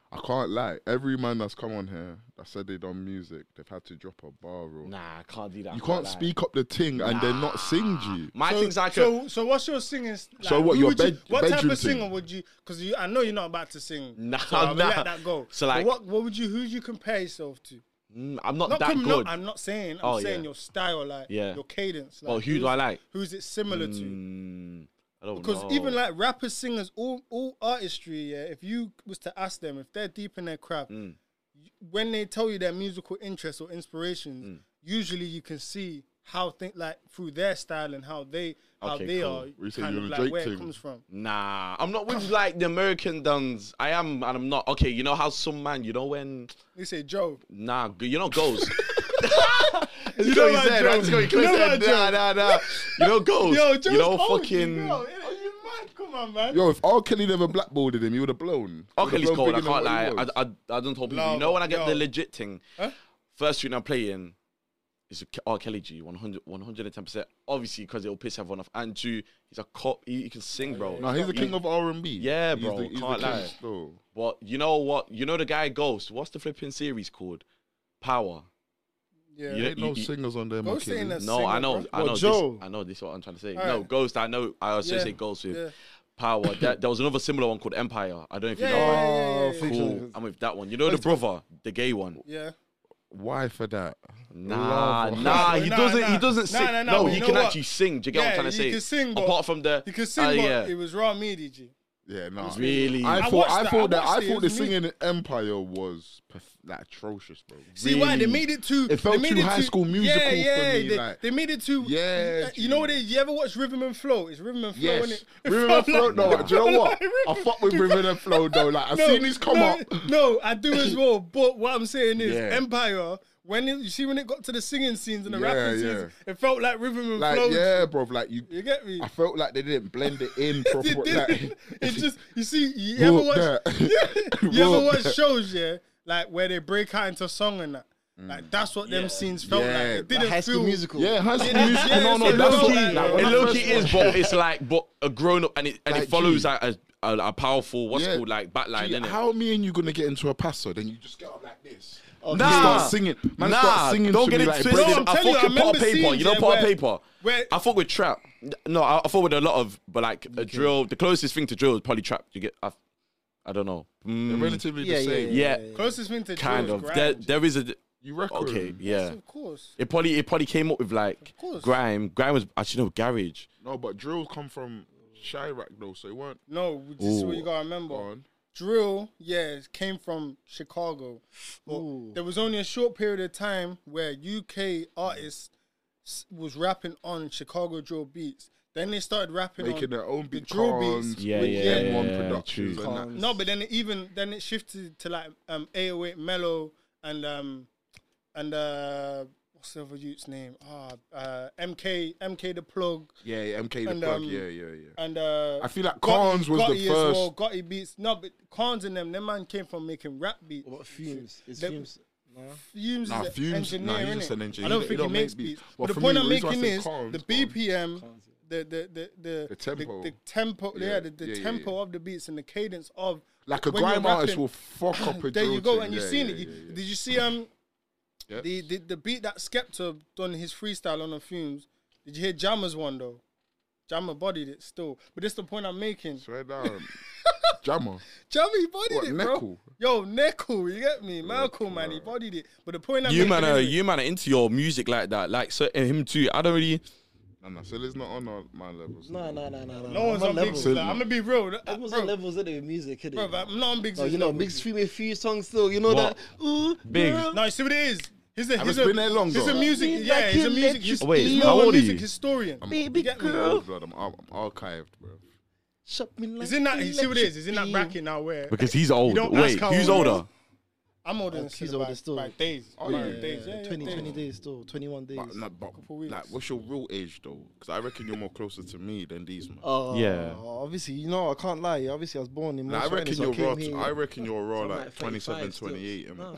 Speaker 5: I can't lie. Every man that's come on here that said they done music, they've had to drop a bar rule.
Speaker 4: Nah, I can't do that.
Speaker 5: you can't
Speaker 4: lie.
Speaker 5: speak up the ting and then not sing G.
Speaker 4: My
Speaker 1: So,
Speaker 4: thing's like, uh, a,
Speaker 1: so, so what's your singing? s- Like,
Speaker 5: So what,
Speaker 1: who
Speaker 5: your
Speaker 1: would you-
Speaker 5: bed-
Speaker 1: what type
Speaker 5: bedroom
Speaker 1: of singer
Speaker 5: thing?
Speaker 1: would you? Because you, I know you're not about to sing.
Speaker 4: Nah,
Speaker 1: so I'll
Speaker 4: nah.
Speaker 1: let that go.
Speaker 4: So,
Speaker 1: But
Speaker 4: like-
Speaker 1: what, what would you? Who would you compare yourself to?
Speaker 4: mm, I'm not,
Speaker 1: Not,
Speaker 4: that
Speaker 1: com-
Speaker 4: good.
Speaker 1: not I'm not saying. I'm
Speaker 4: Oh,
Speaker 1: saying
Speaker 4: yeah.
Speaker 1: your style, like
Speaker 4: Yeah.
Speaker 1: your cadence. Like,
Speaker 4: Well, who do
Speaker 1: who's-
Speaker 4: I like?
Speaker 1: Who's it similar to?
Speaker 4: Mm, I don't
Speaker 1: Because
Speaker 4: know.
Speaker 1: even like rappers, singers, all all artistry, yeah. If you was to ask them if they're deep in their craft,
Speaker 4: Mm.
Speaker 1: y- when they tell you their musical interests or inspirations,
Speaker 4: Mm.
Speaker 1: usually you can see how think like through their style and how they how
Speaker 4: Okay,
Speaker 1: they
Speaker 4: cool.
Speaker 1: are
Speaker 5: What you say,
Speaker 1: kind
Speaker 5: you're
Speaker 1: of
Speaker 5: a
Speaker 1: like
Speaker 5: Drake
Speaker 1: where it
Speaker 5: thing?
Speaker 1: comes from.
Speaker 4: Nah, I'm not with like the American duns. I am and I'm not. Okay, you know how some man, you know when,
Speaker 1: They say Joe.
Speaker 4: nah, g- you know goes. you
Speaker 1: know
Speaker 4: know he
Speaker 1: about
Speaker 4: said,
Speaker 1: Joe.
Speaker 4: I just go, he
Speaker 1: You know
Speaker 4: said, nah,
Speaker 1: about
Speaker 4: nah, nah. You know goes.
Speaker 1: Joe's
Speaker 4: you know
Speaker 1: old,
Speaker 4: fucking.
Speaker 1: Bro, are you mad? Come on, man.
Speaker 5: Yo, if R. Kelly never blackballed him, he would have blown. He
Speaker 4: Oh,
Speaker 5: would've
Speaker 4: Kelly's
Speaker 5: blown
Speaker 4: cold. I
Speaker 5: bigger than
Speaker 4: can't
Speaker 5: what he
Speaker 4: lie.
Speaker 5: was.
Speaker 4: I, I, I don't told people.
Speaker 1: Love,
Speaker 4: you know when I get the
Speaker 1: yo.
Speaker 4: legit thing,
Speaker 1: Huh?
Speaker 4: first tune I'm playing is K- R. Kelly G. 100, 110%. Obviously, because it'll piss everyone off. And two, he's a cop. He, he can sing,
Speaker 1: Oh,
Speaker 4: bro.
Speaker 5: No, he's the king of R and B.
Speaker 4: Yeah, bro, can't lie.
Speaker 5: Still.
Speaker 4: But you know what? You know the guy Ghost. What's the flipping series called? Power.
Speaker 1: Yeah.
Speaker 4: You
Speaker 5: Ain't no
Speaker 4: you-
Speaker 5: singers on there.
Speaker 1: Ghost ain't
Speaker 5: Mackay.
Speaker 1: a
Speaker 4: No,
Speaker 1: singer,
Speaker 4: I know,
Speaker 1: bro.
Speaker 4: I know.
Speaker 3: Well,
Speaker 4: This,
Speaker 3: Joe.
Speaker 4: I know this is what I'm trying to say.
Speaker 1: Alright.
Speaker 4: No, Ghost. I know. I associate
Speaker 1: Yeah,
Speaker 4: Ghost with
Speaker 1: yeah.
Speaker 4: Power. There, there was another similar one called Empire. I don't know if
Speaker 1: Yeah,
Speaker 4: you
Speaker 1: yeah,
Speaker 4: know.
Speaker 1: yeah,
Speaker 4: it.
Speaker 1: yeah, yeah, yeah.
Speaker 4: Cool. I'm with that one. You know the brother, the gay one.
Speaker 1: Yeah.
Speaker 5: Why for that?
Speaker 4: Nah,
Speaker 5: Love.
Speaker 4: nah, he
Speaker 1: Nah,
Speaker 4: doesn't. He
Speaker 1: nah.
Speaker 4: doesn't
Speaker 1: Nah,
Speaker 4: sing.
Speaker 1: nah, nah,
Speaker 4: no,
Speaker 1: but
Speaker 4: he
Speaker 1: you know
Speaker 4: can
Speaker 1: what?
Speaker 4: actually sing. Do you get what I'm
Speaker 1: Yeah,
Speaker 4: trying to
Speaker 1: he
Speaker 4: say?
Speaker 1: can sing, but-
Speaker 4: Apart from the,
Speaker 1: You could sing,
Speaker 4: uh,
Speaker 1: but
Speaker 4: yeah,
Speaker 1: it was raw meaty, G.
Speaker 5: Yeah, no.
Speaker 4: really.
Speaker 5: I
Speaker 1: I
Speaker 5: thought
Speaker 1: watched
Speaker 5: I
Speaker 1: that,
Speaker 5: thought
Speaker 1: I
Speaker 5: that I
Speaker 1: watched it,
Speaker 5: thought
Speaker 1: it
Speaker 5: the
Speaker 1: was
Speaker 5: singing in Empire was perf- like, atrocious, bro.
Speaker 1: See why they
Speaker 4: Really?
Speaker 1: made it too.
Speaker 5: It felt
Speaker 1: they made
Speaker 5: too High School Musical
Speaker 1: yeah,
Speaker 5: for
Speaker 1: yeah,
Speaker 5: me,
Speaker 1: They,
Speaker 5: like-
Speaker 1: they made it too.
Speaker 5: Yeah,
Speaker 1: You, you know what? It, is? you ever watch Rhythm and Flow? It's Rhythm and Flow. innit?
Speaker 5: Yes,
Speaker 1: It
Speaker 5: River and
Speaker 1: felt
Speaker 5: Flow.
Speaker 1: like-
Speaker 5: No,
Speaker 1: it
Speaker 5: do you know
Speaker 1: felt
Speaker 5: what?
Speaker 1: like
Speaker 5: I
Speaker 1: Rhythm-
Speaker 5: fuck with River and Flow though. Like I've seen this come
Speaker 1: no,
Speaker 5: up.
Speaker 1: No, I do as well. But what I'm saying is,
Speaker 5: Yeah.
Speaker 1: Empire. When it, you see when it got to the singing scenes and the
Speaker 5: Yeah,
Speaker 1: rapping scenes, it felt like Rhythm and Flow.
Speaker 5: Like yeah, bro. Like you,
Speaker 1: You get me?
Speaker 5: I felt like they didn't blend it in properly.
Speaker 1: it didn't. It's just you see. You
Speaker 5: Wrote
Speaker 1: ever watch?
Speaker 5: that.
Speaker 1: you ever
Speaker 5: Wrote
Speaker 1: watch
Speaker 5: that.
Speaker 1: shows? Yeah, like where they break out into song and that. Like that's what them scenes felt
Speaker 5: Mm. Yeah.
Speaker 1: like. It
Speaker 5: Like
Speaker 1: didn't
Speaker 3: High
Speaker 1: feel
Speaker 3: School Musical.
Speaker 5: yeah, High School
Speaker 1: Yeah,
Speaker 5: Musical.
Speaker 1: yeah,
Speaker 5: no,
Speaker 1: it's
Speaker 5: no,
Speaker 1: a
Speaker 5: that's
Speaker 1: low-key,
Speaker 5: what-
Speaker 1: like,
Speaker 5: when
Speaker 4: it
Speaker 5: I
Speaker 4: low
Speaker 5: first
Speaker 4: key is,
Speaker 5: watched
Speaker 4: but it's like, but a grown up, and it and
Speaker 5: Like,
Speaker 4: it follows
Speaker 5: gee.
Speaker 4: like a, a, a powerful, what's
Speaker 5: Yeah.
Speaker 4: called like backline,
Speaker 5: Gee,
Speaker 4: innit?
Speaker 5: How me and you gonna get into a paso? Then you just get up like this.
Speaker 1: Oh,
Speaker 4: nah,
Speaker 5: You start singing. Man,
Speaker 4: nah,
Speaker 5: start singing
Speaker 4: don't
Speaker 5: to
Speaker 4: get
Speaker 5: me
Speaker 4: it
Speaker 5: like
Speaker 4: twisted.
Speaker 5: Brady-
Speaker 1: No, I'm
Speaker 4: I
Speaker 1: telling you,
Speaker 4: fuck
Speaker 1: I
Speaker 4: with part
Speaker 1: remember
Speaker 4: paper.
Speaker 1: scenes,
Speaker 4: you know
Speaker 1: yeah,
Speaker 4: part
Speaker 1: where-
Speaker 4: paper.
Speaker 1: where-
Speaker 4: I fuck with trap. No, I, I fuck with a lot of, but like a drill. The closest thing to drill is probably trap. You get, I, I don't know. Mm,
Speaker 5: relatively
Speaker 3: Yeah,
Speaker 5: the
Speaker 3: yeah,
Speaker 5: same.
Speaker 4: yeah,
Speaker 1: closest thing to
Speaker 4: kind
Speaker 1: Jaws
Speaker 4: of. There,
Speaker 1: Grind.
Speaker 4: there is a.
Speaker 5: You reckon?
Speaker 4: Okay, yeah.
Speaker 1: Of course.
Speaker 4: It probably it probably came up with like
Speaker 1: course.
Speaker 4: grime. Grime was actually no garage.
Speaker 5: No, but drill come from Chirac though, so it weren't
Speaker 1: No, this is what you
Speaker 5: Ooh.
Speaker 1: gotta remember.
Speaker 5: gone.
Speaker 1: Drill, yeah, it came from Chicago. But there was only a short period of time where UK artists s- was rapping on Chicago drill beats. Then they started rapping
Speaker 5: Making
Speaker 1: on
Speaker 5: their own
Speaker 1: the
Speaker 5: beat
Speaker 1: drill
Speaker 5: cons,
Speaker 1: beats.
Speaker 8: Yeah,
Speaker 1: with
Speaker 8: yeah,
Speaker 1: them.
Speaker 8: yeah,
Speaker 5: M1
Speaker 8: yeah,
Speaker 5: Productions
Speaker 8: true.
Speaker 5: and that.
Speaker 3: Cons.
Speaker 1: No, but then it even then it shifted to like um 808 Mellow and um and uh what's the other youth's name? Ah, uh MK MK the plug
Speaker 5: Yeah, yeah, MK the
Speaker 1: And,
Speaker 5: plug.
Speaker 1: um,
Speaker 5: yeah, yeah, yeah.
Speaker 1: and uh
Speaker 5: I feel like
Speaker 1: Gotti-
Speaker 5: Cons was
Speaker 1: Gotti
Speaker 5: the
Speaker 1: as
Speaker 5: first.
Speaker 1: well, Gotti beats. No, but Cons and them, them man came from making rap beats.
Speaker 3: What fumes? Is
Speaker 1: They-
Speaker 3: fumes?
Speaker 1: Fumes
Speaker 5: Nah,
Speaker 1: is a
Speaker 5: Fumes-
Speaker 1: engineer,
Speaker 5: nah, he's
Speaker 1: innit?
Speaker 5: just an engineer.
Speaker 1: I don't
Speaker 5: He
Speaker 1: think
Speaker 5: don't
Speaker 1: he
Speaker 5: make
Speaker 1: makes
Speaker 5: beats.
Speaker 1: beats.
Speaker 5: Well,
Speaker 1: But the
Speaker 5: for
Speaker 1: point
Speaker 5: me,
Speaker 1: I'm
Speaker 5: the reason why I
Speaker 1: making
Speaker 5: say
Speaker 1: is
Speaker 5: Cons,
Speaker 1: the
Speaker 5: Cons.
Speaker 1: BPM, the the the the
Speaker 5: The tempo.
Speaker 1: the, the tempo, yeah,
Speaker 5: Yeah,
Speaker 1: the, the
Speaker 5: yeah, yeah,
Speaker 1: tempo
Speaker 5: yeah.
Speaker 1: of the beats and the cadence of
Speaker 5: Like a
Speaker 1: when you're
Speaker 5: grime artist
Speaker 1: rapping.
Speaker 5: will fuck up a
Speaker 1: there
Speaker 5: drill
Speaker 1: you go,
Speaker 5: tune.
Speaker 1: and you've
Speaker 5: Yeah,
Speaker 1: seen
Speaker 5: yeah,
Speaker 1: it. You-
Speaker 5: yeah, yeah.
Speaker 1: Did you see um
Speaker 5: Yeah.
Speaker 1: the, the the beat that Skepta done his freestyle on the fumes? Did you hear Jammer's one though? Jammer bodied it still, but this the point I'm making.
Speaker 5: Swear down. Jammer.
Speaker 1: Jammer he bodied
Speaker 5: What,
Speaker 1: it, bro.
Speaker 5: Neckle?
Speaker 1: Yo, Neckle, you get me? Malcolm, man, he bodied it. But the point I'm
Speaker 4: You
Speaker 1: making
Speaker 4: man, are,
Speaker 1: is-
Speaker 4: you man are into your music like that. Like so, and him too. I don't really.
Speaker 5: Nah, nah, Silly's not on our, my levels.
Speaker 3: No, no, no, no, no.
Speaker 1: No one's on big.
Speaker 3: levels.
Speaker 1: Like, I'm gonna be real. That-
Speaker 3: Everyone's
Speaker 1: bro,
Speaker 3: on levels, isn't it? with Music, isn't
Speaker 1: bro,
Speaker 3: it?
Speaker 1: but I'm not on big.
Speaker 3: No, you know, mixed few, a few songs still. You know
Speaker 4: What?
Speaker 3: that. Ooh,
Speaker 4: Big.
Speaker 3: girl.
Speaker 1: No, you see what it is. He's a
Speaker 5: Have
Speaker 1: he's
Speaker 5: it
Speaker 1: a,
Speaker 5: been there Oh, long,
Speaker 1: he's a
Speaker 5: though?
Speaker 1: music.
Speaker 3: Been
Speaker 1: Yeah,
Speaker 3: like
Speaker 1: he's a
Speaker 3: you
Speaker 1: music.
Speaker 3: let
Speaker 1: He's,
Speaker 4: Wait,
Speaker 1: he's
Speaker 4: how
Speaker 1: more of a
Speaker 4: old are
Speaker 1: music
Speaker 4: you?
Speaker 1: historian.
Speaker 3: Baby
Speaker 1: You get me?
Speaker 3: girl.
Speaker 5: Blood, I'm, ar- I'm archived, bro.
Speaker 3: Shut me like
Speaker 1: He's in that.
Speaker 3: an
Speaker 1: You see what it is. He's in that
Speaker 3: electric
Speaker 1: bracket now where
Speaker 4: Because he's old.
Speaker 1: don't
Speaker 4: Wait,
Speaker 1: ask how
Speaker 4: who's
Speaker 1: old he is.
Speaker 4: older?
Speaker 1: I'm older than
Speaker 3: He's
Speaker 1: Sid
Speaker 3: Oh, older
Speaker 1: by,
Speaker 3: still.
Speaker 1: by days.
Speaker 5: Oh,
Speaker 1: by
Speaker 5: yeah.
Speaker 1: days. Yeah,
Speaker 3: bee.
Speaker 1: yeah,
Speaker 3: 20,
Speaker 1: days.
Speaker 3: 20 days still, 21 days.
Speaker 5: But, nah, but
Speaker 1: Couple weeks.
Speaker 5: like, what's your real age, though? Because I reckon you're more closer to me than these, man.
Speaker 3: Oh,
Speaker 8: Yeah.
Speaker 3: Obviously, you know, I can't lie. Obviously, I was born in.
Speaker 5: Nah, I
Speaker 3: Morocco,
Speaker 5: reckon
Speaker 3: so
Speaker 5: you're raw.
Speaker 3: came
Speaker 5: t-
Speaker 3: here,
Speaker 5: I reckon you're raw
Speaker 3: so I'm
Speaker 5: like 27,
Speaker 3: 35 still.
Speaker 5: 28, and-
Speaker 3: Nah.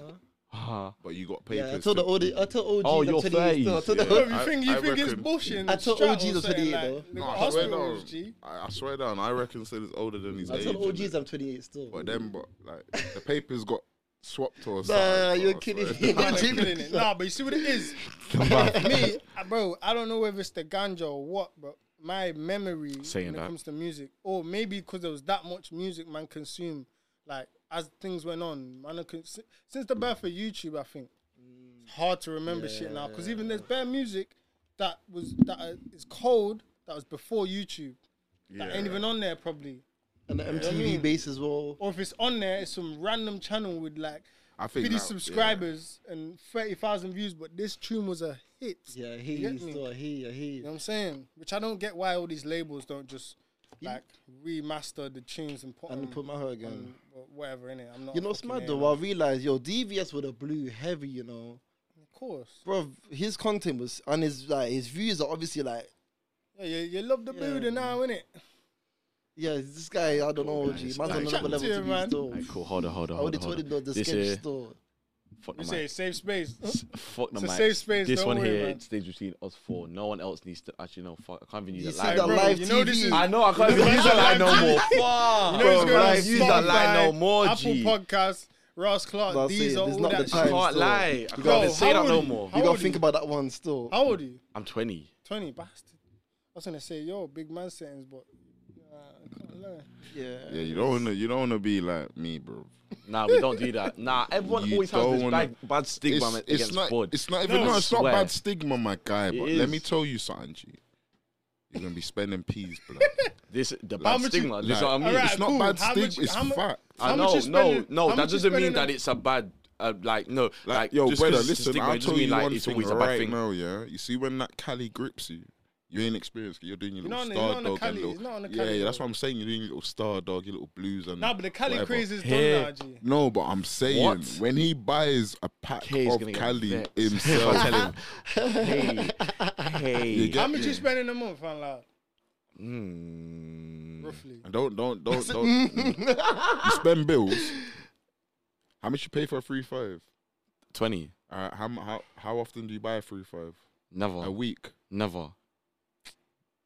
Speaker 1: Oh.
Speaker 5: but you got papers.
Speaker 3: Yeah, I told the
Speaker 5: still.
Speaker 3: OG. I told OG.
Speaker 8: Oh,
Speaker 3: I'm
Speaker 8: you're
Speaker 3: 28 still. I told the
Speaker 5: 30, yeah.
Speaker 1: Bro, you
Speaker 5: I-
Speaker 1: think you
Speaker 5: I
Speaker 1: think it's
Speaker 5: reckon-
Speaker 1: bullshit?
Speaker 3: I told OGs was 28 though.
Speaker 5: No, I swear
Speaker 1: Hospital
Speaker 5: down.
Speaker 1: OG.
Speaker 5: I, I swear down. I reckon still is older than his
Speaker 3: I
Speaker 5: age.
Speaker 3: told
Speaker 5: innit?
Speaker 3: OGs I'm 28 still.
Speaker 5: But then, but like the papers got swapped or something.
Speaker 3: Nah,
Speaker 5: bro,
Speaker 3: you're
Speaker 5: I
Speaker 3: kidding
Speaker 5: swear.
Speaker 3: me.
Speaker 1: I'm jiggling it. Nah, but you see what it is.
Speaker 8: Uh-huh.
Speaker 1: me, uh, bro, I don't know whether it's the ganja or what, but my memory
Speaker 4: Saying
Speaker 1: when it
Speaker 4: that.
Speaker 1: comes to music, or maybe because there was that much music man consumed, like as things went on, man, I could- si- since the birth of YouTube, I think it's hard to remember shit now because even there's bare music that was that uh, is cold that was before YouTube that ain't even on there probably,
Speaker 3: And the MTV base as well.
Speaker 1: or if it's on there, it's some random channel with like.
Speaker 5: I think
Speaker 1: 50
Speaker 5: that-
Speaker 1: subscribers and 30,000 views, but this tune was a hit.
Speaker 3: Yeah, he
Speaker 1: You get me?
Speaker 3: still. He, yeah, he.
Speaker 1: You know what I'm saying? Which I don't get why all these labels don't just like remaster the tunes and put
Speaker 3: And
Speaker 1: them
Speaker 3: put my hair again.
Speaker 1: on whatever in it. I'm not.
Speaker 3: You know, it's
Speaker 1: fucking
Speaker 3: mad
Speaker 1: here,
Speaker 3: though.
Speaker 1: man.
Speaker 3: I realized, yo, DVS would have blew heavy, you know.
Speaker 1: Of course.
Speaker 3: Bro, his content was, and his like his views are obviously like,
Speaker 1: Yeah, you, you love the
Speaker 3: Yeah.
Speaker 1: building now, innit?
Speaker 3: yeah, this guy, I don't know, G. Man's on
Speaker 1: like-
Speaker 3: another level
Speaker 1: Yeah,
Speaker 3: to be
Speaker 1: man.
Speaker 3: still.
Speaker 8: Alright, cool. Hold on, hold on,
Speaker 3: I
Speaker 8: hold
Speaker 3: would have
Speaker 8: on.
Speaker 3: told
Speaker 8: Hold
Speaker 3: him
Speaker 8: on.
Speaker 3: though, the
Speaker 8: This
Speaker 3: sketch
Speaker 8: here,
Speaker 3: still.
Speaker 8: fuck the
Speaker 1: You say
Speaker 8: mic.
Speaker 1: safe space.
Speaker 8: Fuck the
Speaker 1: It's a
Speaker 8: mic.
Speaker 1: safe space,
Speaker 8: This
Speaker 1: don't
Speaker 8: one
Speaker 1: worry,
Speaker 8: here,
Speaker 1: man.
Speaker 8: stage between us four. No one else needs to. Actually, no. Fuck. I can't even use
Speaker 3: You
Speaker 8: that
Speaker 3: see
Speaker 8: line.
Speaker 3: that
Speaker 1: Bro,
Speaker 3: live
Speaker 1: you know this is-
Speaker 3: TV?
Speaker 8: I know. I can't even
Speaker 1: You
Speaker 8: use
Speaker 1: know
Speaker 8: that line no
Speaker 1: it's
Speaker 8: more.
Speaker 1: going
Speaker 8: Fuck.
Speaker 1: You know it's
Speaker 8: bro,
Speaker 1: going
Speaker 8: man,
Speaker 1: on
Speaker 8: I use that line no
Speaker 1: Spotify,
Speaker 8: more.
Speaker 1: Apple
Speaker 8: G.
Speaker 1: Podcasts, Ross Clark,
Speaker 3: That's
Speaker 1: these
Speaker 3: it,
Speaker 1: are
Speaker 3: it's
Speaker 1: all
Speaker 3: not
Speaker 1: that
Speaker 3: the
Speaker 1: shit.
Speaker 3: time.
Speaker 8: can't
Speaker 3: still.
Speaker 8: lie. I
Speaker 3: You
Speaker 8: can't
Speaker 1: Yo,
Speaker 3: gotta
Speaker 8: even say
Speaker 1: how
Speaker 8: that
Speaker 1: old
Speaker 8: no
Speaker 1: are you?
Speaker 8: more.
Speaker 1: How
Speaker 3: You gotta
Speaker 1: old
Speaker 3: think
Speaker 1: you?
Speaker 3: about that one still.
Speaker 1: How old are you?
Speaker 4: I'm 20.
Speaker 1: 20, bastard. I was gonna say, yo, big man settings, but uh, I can't lie.
Speaker 5: Yeah, you don't wanna, you don't wanna be like me, bro.
Speaker 4: Nah, we don't do that. Nah, everyone
Speaker 5: You
Speaker 4: always has
Speaker 5: don't
Speaker 4: this
Speaker 5: wanna-
Speaker 4: bad, bad stigma
Speaker 5: It's,
Speaker 4: against
Speaker 5: it's not,
Speaker 4: Bud.
Speaker 5: it's not even,
Speaker 4: No,
Speaker 5: no,
Speaker 4: I
Speaker 5: it's not
Speaker 4: swear.
Speaker 5: bad stigma, my guy.
Speaker 4: It
Speaker 5: But let me
Speaker 4: is.
Speaker 5: tell you something, G. You're gonna be spending peas, blood.
Speaker 4: This the
Speaker 1: How
Speaker 4: bad
Speaker 1: much
Speaker 4: stigma.
Speaker 1: you-
Speaker 4: this is what I mean.
Speaker 1: Alright,
Speaker 5: it's not
Speaker 1: cool.
Speaker 5: bad
Speaker 1: How
Speaker 5: stigma.
Speaker 1: much-
Speaker 5: it's
Speaker 1: how mu-
Speaker 5: fact.
Speaker 4: I
Speaker 1: How much
Speaker 4: know,
Speaker 1: you
Speaker 4: no,
Speaker 1: spending-
Speaker 4: no.
Speaker 1: how
Speaker 4: That
Speaker 1: much you
Speaker 4: doesn't mean
Speaker 1: spending
Speaker 4: that
Speaker 1: on-
Speaker 4: it's a bad, uh, like, no, like,
Speaker 5: Like, yo,
Speaker 4: just
Speaker 5: brother,
Speaker 4: 'cause it's a
Speaker 5: listen.
Speaker 4: stigma, it
Speaker 5: I'll
Speaker 4: doesn't
Speaker 5: tell
Speaker 4: mean,
Speaker 5: you
Speaker 4: like
Speaker 5: one
Speaker 4: it's
Speaker 5: thing
Speaker 4: always a bad
Speaker 5: right
Speaker 4: thing.
Speaker 5: now, yeah. You see when that Cali grips you, you ain't experienced. You're doing your little
Speaker 1: You're not on the-
Speaker 5: star
Speaker 1: you're not on the
Speaker 5: dog and
Speaker 1: Cali,
Speaker 5: little,
Speaker 1: it's not on the
Speaker 5: yeah,
Speaker 1: Cali,
Speaker 5: yeah. That's
Speaker 1: bro.
Speaker 5: what I'm saying. You're doing your little star dog, your little blues and
Speaker 1: Nah, but the Cali
Speaker 5: whatever.
Speaker 1: craze is done
Speaker 4: Here.
Speaker 1: now, G.
Speaker 5: No, but I'm saying
Speaker 4: What?
Speaker 5: when he buys a pack
Speaker 4: K is
Speaker 5: of
Speaker 4: gonna get
Speaker 5: Cali
Speaker 4: vexed.
Speaker 5: himself,
Speaker 4: If I tell him, hey,
Speaker 5: you
Speaker 4: hey,
Speaker 5: get
Speaker 1: How much
Speaker 5: me?
Speaker 1: you spending a month, man? Like,
Speaker 4: mm,
Speaker 1: roughly.
Speaker 5: And don't, don't, don't, don't. you spend bills. How much you pay for a three five?
Speaker 4: twenty,
Speaker 5: Uh, how mu- how how often do you buy a three five? A
Speaker 4: never,
Speaker 5: week.
Speaker 4: never.